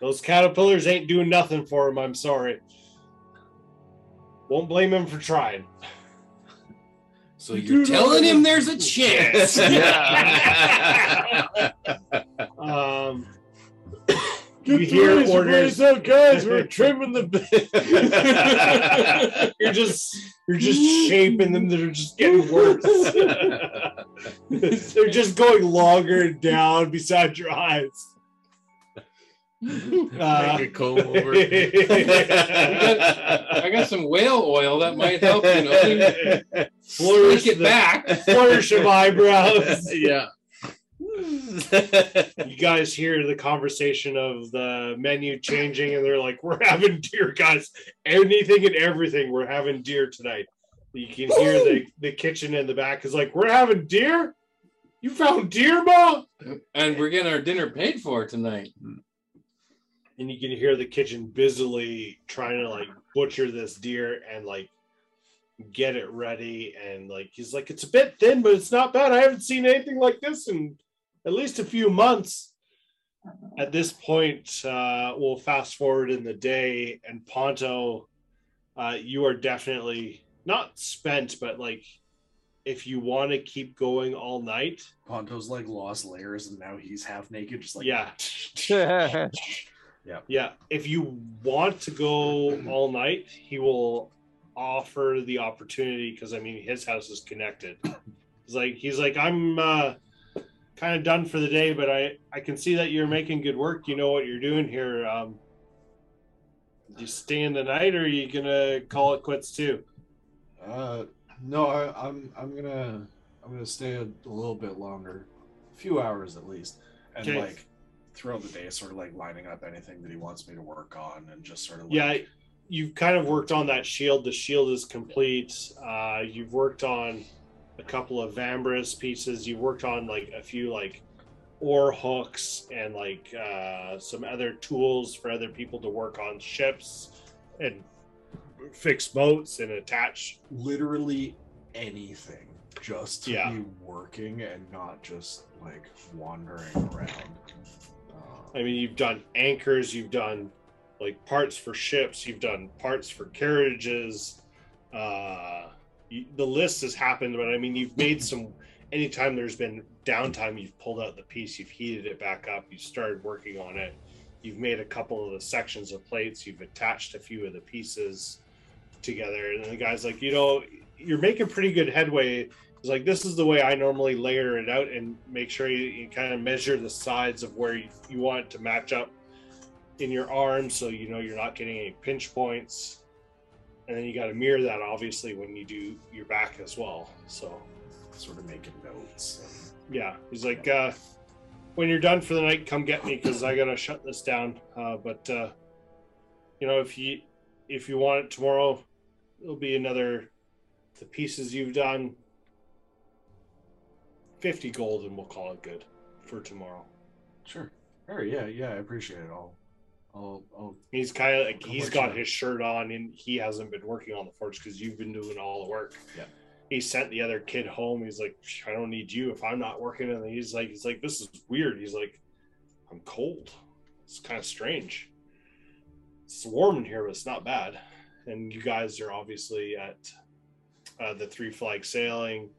[SPEAKER 6] Those caterpillars ain't doing nothing for him. I'm sorry. Won't blame him for trying.
[SPEAKER 17] So
[SPEAKER 15] You
[SPEAKER 17] you're
[SPEAKER 15] do
[SPEAKER 17] telling
[SPEAKER 15] know-
[SPEAKER 17] *laughs* him there's a
[SPEAKER 6] *laughs*
[SPEAKER 17] chance.
[SPEAKER 8] *laughs*
[SPEAKER 2] *laughs*
[SPEAKER 6] Um,
[SPEAKER 15] get
[SPEAKER 6] you
[SPEAKER 15] the razor
[SPEAKER 6] hear orders.
[SPEAKER 15] blades out, guys.
[SPEAKER 6] *laughs*
[SPEAKER 15] We're trimming the
[SPEAKER 6] You're just you're just shaping them. They're just getting worse. *laughs* They're just going longer and down beside your eyes. Uh,
[SPEAKER 17] Make a comb
[SPEAKER 6] *laughs*
[SPEAKER 17] over.
[SPEAKER 8] I got some whale oil that might help. You
[SPEAKER 2] *laughs*
[SPEAKER 8] know,
[SPEAKER 6] flourish,
[SPEAKER 8] get
[SPEAKER 6] the-
[SPEAKER 8] back.
[SPEAKER 6] *laughs* flourish of eyebrows.
[SPEAKER 17] *laughs* yeah.
[SPEAKER 6] You guys hear the conversation of the menu changing, and they're like, "We're having deer, guys. Anything and everything. We're having deer tonight." You can hear the, the kitchen in the back is like, "We're having deer. You found deer, ma?"
[SPEAKER 8] And we're getting our dinner paid for tonight.
[SPEAKER 6] and you can hear the kitchen busily trying to like butcher this deer and like get it ready and like he's like it's a bit thin but it's not bad i haven't seen anything like this in at least a few months at this point uh, we'll fast forward in the day and ponto uh, you are definitely not spent but like if you want to keep going all night
[SPEAKER 7] Ponto's like lost layers, and now he's half naked, just like
[SPEAKER 6] yeah
[SPEAKER 4] That's
[SPEAKER 6] Yeah, if you want to go all night, he will offer the opportunity because I mean his house is connected. He's like he's like I'm uh, kind of done for the day, but I I can see that you're making good work. You know what you're doing here. Um, you staying the night, or are you gonna call it quits too?
[SPEAKER 7] Uh, no, I, I'm I'm gonna I'm gonna stay a, a little bit longer, a few hours at least, and
[SPEAKER 6] Okay.
[SPEAKER 7] like throughout the day, sort of like lining up anything that he wants me to work on, and just sort of like,
[SPEAKER 6] Yeah, you've kind of worked on that shield. The shield is complete. Uh, you've worked on a couple of Vambrus pieces. You've worked on like a few like ore hooks and like uh, some other tools for other people to work on ships and fix boats and attach.
[SPEAKER 7] literally anything, just to
[SPEAKER 6] Yeah.
[SPEAKER 7] be working and not just like wandering around.
[SPEAKER 6] I mean, you've done anchors, you've done like parts for ships, you've done parts for carriages. Uh, you, the list has happened, but I mean, you've made some. Anytime there's been downtime, you've pulled out the piece, you've heated it back up, you started working on it. You've made a couple of the sections of plates, you've attached a few of the pieces together. And the guy's like, you know, you're making pretty good headway. He's like, this is the way I normally layer it out and make sure you, you kind of measure the sides of where you, you want it to match up in your arm so you know you're not getting any pinch points. And then you got to mirror that obviously when you do your back as well. So,
[SPEAKER 7] Sort of making notes.
[SPEAKER 6] yeah, he's like, uh, when you're done for the night, come get me because I gotta shut this down. Uh, but uh, you know, if you if you want it tomorrow, it'll be another the pieces you've done. Fifty gold, and we'll call it good for tomorrow.
[SPEAKER 7] Sure. Sure. Yeah. Yeah. I appreciate it. I'll. I'll. I'll
[SPEAKER 6] He's kind of like
[SPEAKER 7] How
[SPEAKER 6] he's
[SPEAKER 7] much
[SPEAKER 6] got
[SPEAKER 7] is it?
[SPEAKER 6] his shirt on, and he hasn't been working on the forge because you've been doing all the work.
[SPEAKER 7] Yeah.
[SPEAKER 6] He sent the other kid home. He's like, "Psh, I don't need you if I'm not working. And he's like, he's like, this is weird. He's like, I'm cold. It's kind of strange. It's warm in here, but it's not bad. And you guys are obviously at uh, the three flag sailing,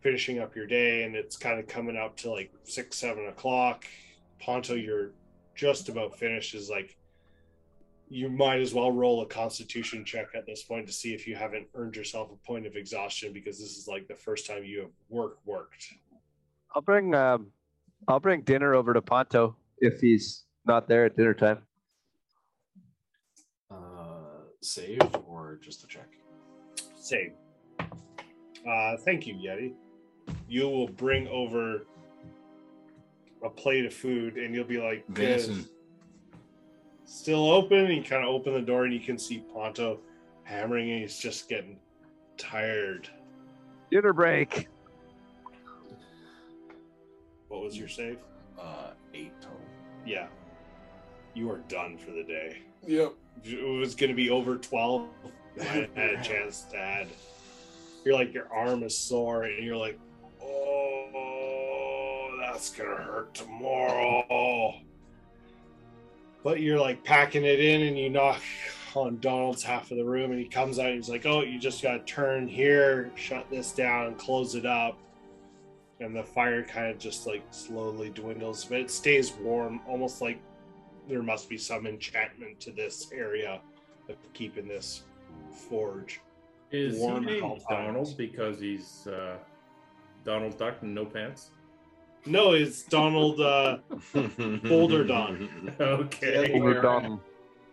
[SPEAKER 6] finishing up your day, and it's kind of coming up to like six, seven o'clock. Ponto, you're just about finished. Is like, you might as well roll a constitution check at this point to see if you haven't earned yourself a point of exhaustion because this is like the first time you have work worked.
[SPEAKER 4] I'll bring um, I'll bring dinner over to Ponto if he's not there at dinner time.
[SPEAKER 7] uh, save or just a check.
[SPEAKER 6] Same. Uh, thank you, Yeti. You will bring over a plate of food and you'll be like,
[SPEAKER 8] Venison.
[SPEAKER 6] still open. And you kind of open the door and you can see Ponto hammering and he's just getting tired.
[SPEAKER 4] Dinner break.
[SPEAKER 6] What was your save?
[SPEAKER 7] Uh, eight total.
[SPEAKER 6] Yeah. You are done for the day.
[SPEAKER 15] Yep.
[SPEAKER 6] it was going to be over 12 i had a chance to add you're like your arm is sore and you're like oh that's going to hurt tomorrow but you're like packing it in and you knock on donald's half of the room and he comes out and he's like oh you just got to turn here shut this down and close it up and the fire kind of just like slowly dwindles but it stays warm almost like there must be some enchantment to this area of keeping this forge.
[SPEAKER 3] Is he
[SPEAKER 6] Warm at all
[SPEAKER 3] named
[SPEAKER 6] times.
[SPEAKER 3] Donald because he's uh, Donald Duck and no pants? *laughs*
[SPEAKER 6] No, it's Donald uh, Boulder
[SPEAKER 3] *laughs*
[SPEAKER 6] Don,
[SPEAKER 3] Okay.
[SPEAKER 4] Over Dom.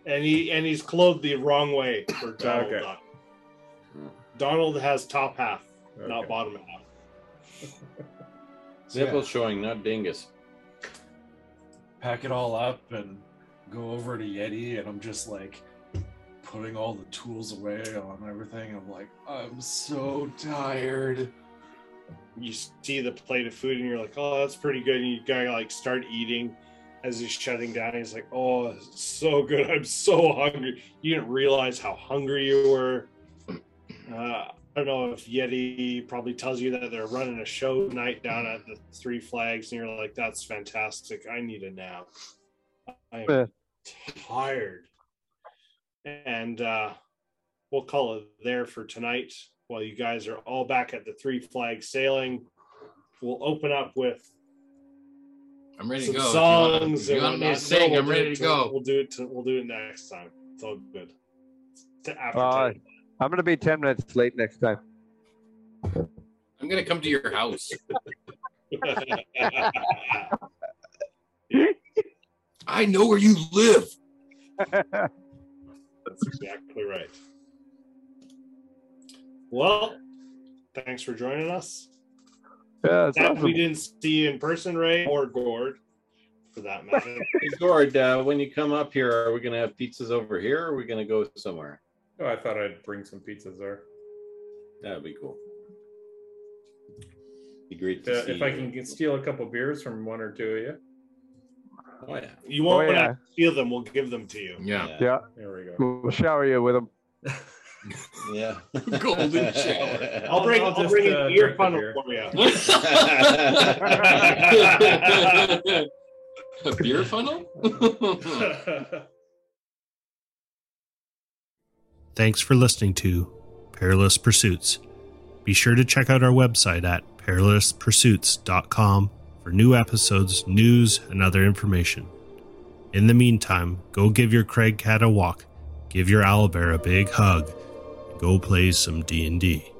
[SPEAKER 6] and he and he's clothed the wrong way for Donald.
[SPEAKER 3] Okay.
[SPEAKER 6] Duck. Donald has top half,
[SPEAKER 3] Okay.
[SPEAKER 6] not bottom half.
[SPEAKER 17] Nipples showing, not dingus.
[SPEAKER 7] pack it all up and go over to Yeti, and I'm just like putting all the tools away on everything. I'm like, I'm so tired.
[SPEAKER 6] you see the plate of food and you're like, oh, that's pretty good. And you gotta like start eating as he's shutting down. He's like, oh, it's so good. I'm so hungry. You didn't realize how hungry you were. Uh, I don't know if Yeti probably tells you that they're running a show night down at the Three Flags, and you're like, that's fantastic. I need a nap.
[SPEAKER 4] Yeah.
[SPEAKER 6] I'm tired. And uh, we'll call it there for tonight while you guys are all back at the three flags sailing we'll open up with
[SPEAKER 8] I'm ready to go.
[SPEAKER 6] some
[SPEAKER 8] If you want-
[SPEAKER 6] songs
[SPEAKER 8] if you
[SPEAKER 6] and
[SPEAKER 8] want me to
[SPEAKER 6] whatnot.
[SPEAKER 8] sing?
[SPEAKER 6] No, we'll
[SPEAKER 8] I'm
[SPEAKER 6] do
[SPEAKER 8] ready
[SPEAKER 6] it
[SPEAKER 8] to go.
[SPEAKER 6] we'll do it to, we'll do it next time it's all good to after
[SPEAKER 4] Uh,
[SPEAKER 6] ten.
[SPEAKER 4] I'm gonna be ten minutes late next time. *laughs*
[SPEAKER 8] I'm gonna come to your house. I know where you live. *laughs*
[SPEAKER 6] that's *laughs* exactly right well thanks for joining us
[SPEAKER 4] Yeah, it's
[SPEAKER 6] that we
[SPEAKER 4] awesome.
[SPEAKER 6] didn't see you in person ray or gord for that
[SPEAKER 4] *laughs*
[SPEAKER 6] matter
[SPEAKER 17] Hey, Gord, uh, when you come up here, are we going to have pizzas over here or are we going to go somewhere?
[SPEAKER 3] Oh, I thought I'd bring some pizzas there.
[SPEAKER 17] That would be cool. Be great
[SPEAKER 3] Uh,
[SPEAKER 17] to see
[SPEAKER 3] if I
[SPEAKER 17] you.
[SPEAKER 3] can get, steal a couple beers from one or two of you.
[SPEAKER 17] Oh, yeah.
[SPEAKER 6] you won't
[SPEAKER 4] Oh,
[SPEAKER 6] want
[SPEAKER 4] yeah.
[SPEAKER 6] to steal them we'll give them to you
[SPEAKER 8] Yeah.
[SPEAKER 4] Yeah,
[SPEAKER 3] There we go.
[SPEAKER 4] we'll shower you with them.
[SPEAKER 17] Yeah.
[SPEAKER 8] *laughs* Golden
[SPEAKER 6] *laughs*
[SPEAKER 8] shower. *laughs*
[SPEAKER 17] *laughs*
[SPEAKER 6] i'll bring
[SPEAKER 3] I'll
[SPEAKER 6] i'll,
[SPEAKER 3] just,
[SPEAKER 6] bring
[SPEAKER 3] uh,
[SPEAKER 6] an
[SPEAKER 3] drink
[SPEAKER 6] ear
[SPEAKER 3] the
[SPEAKER 6] funnel
[SPEAKER 3] beer.
[SPEAKER 6] for you
[SPEAKER 17] yeah.
[SPEAKER 8] A beer funnel? *laughs*
[SPEAKER 3] *laughs*
[SPEAKER 1] Thanks for listening to Perilous Pursuits. Be sure to check out our website at perilouspursuits.com for new episodes, news, and other information. In the meantime, go give your Craig cat a walk, give your owlbear a big hug, and go play some D&D.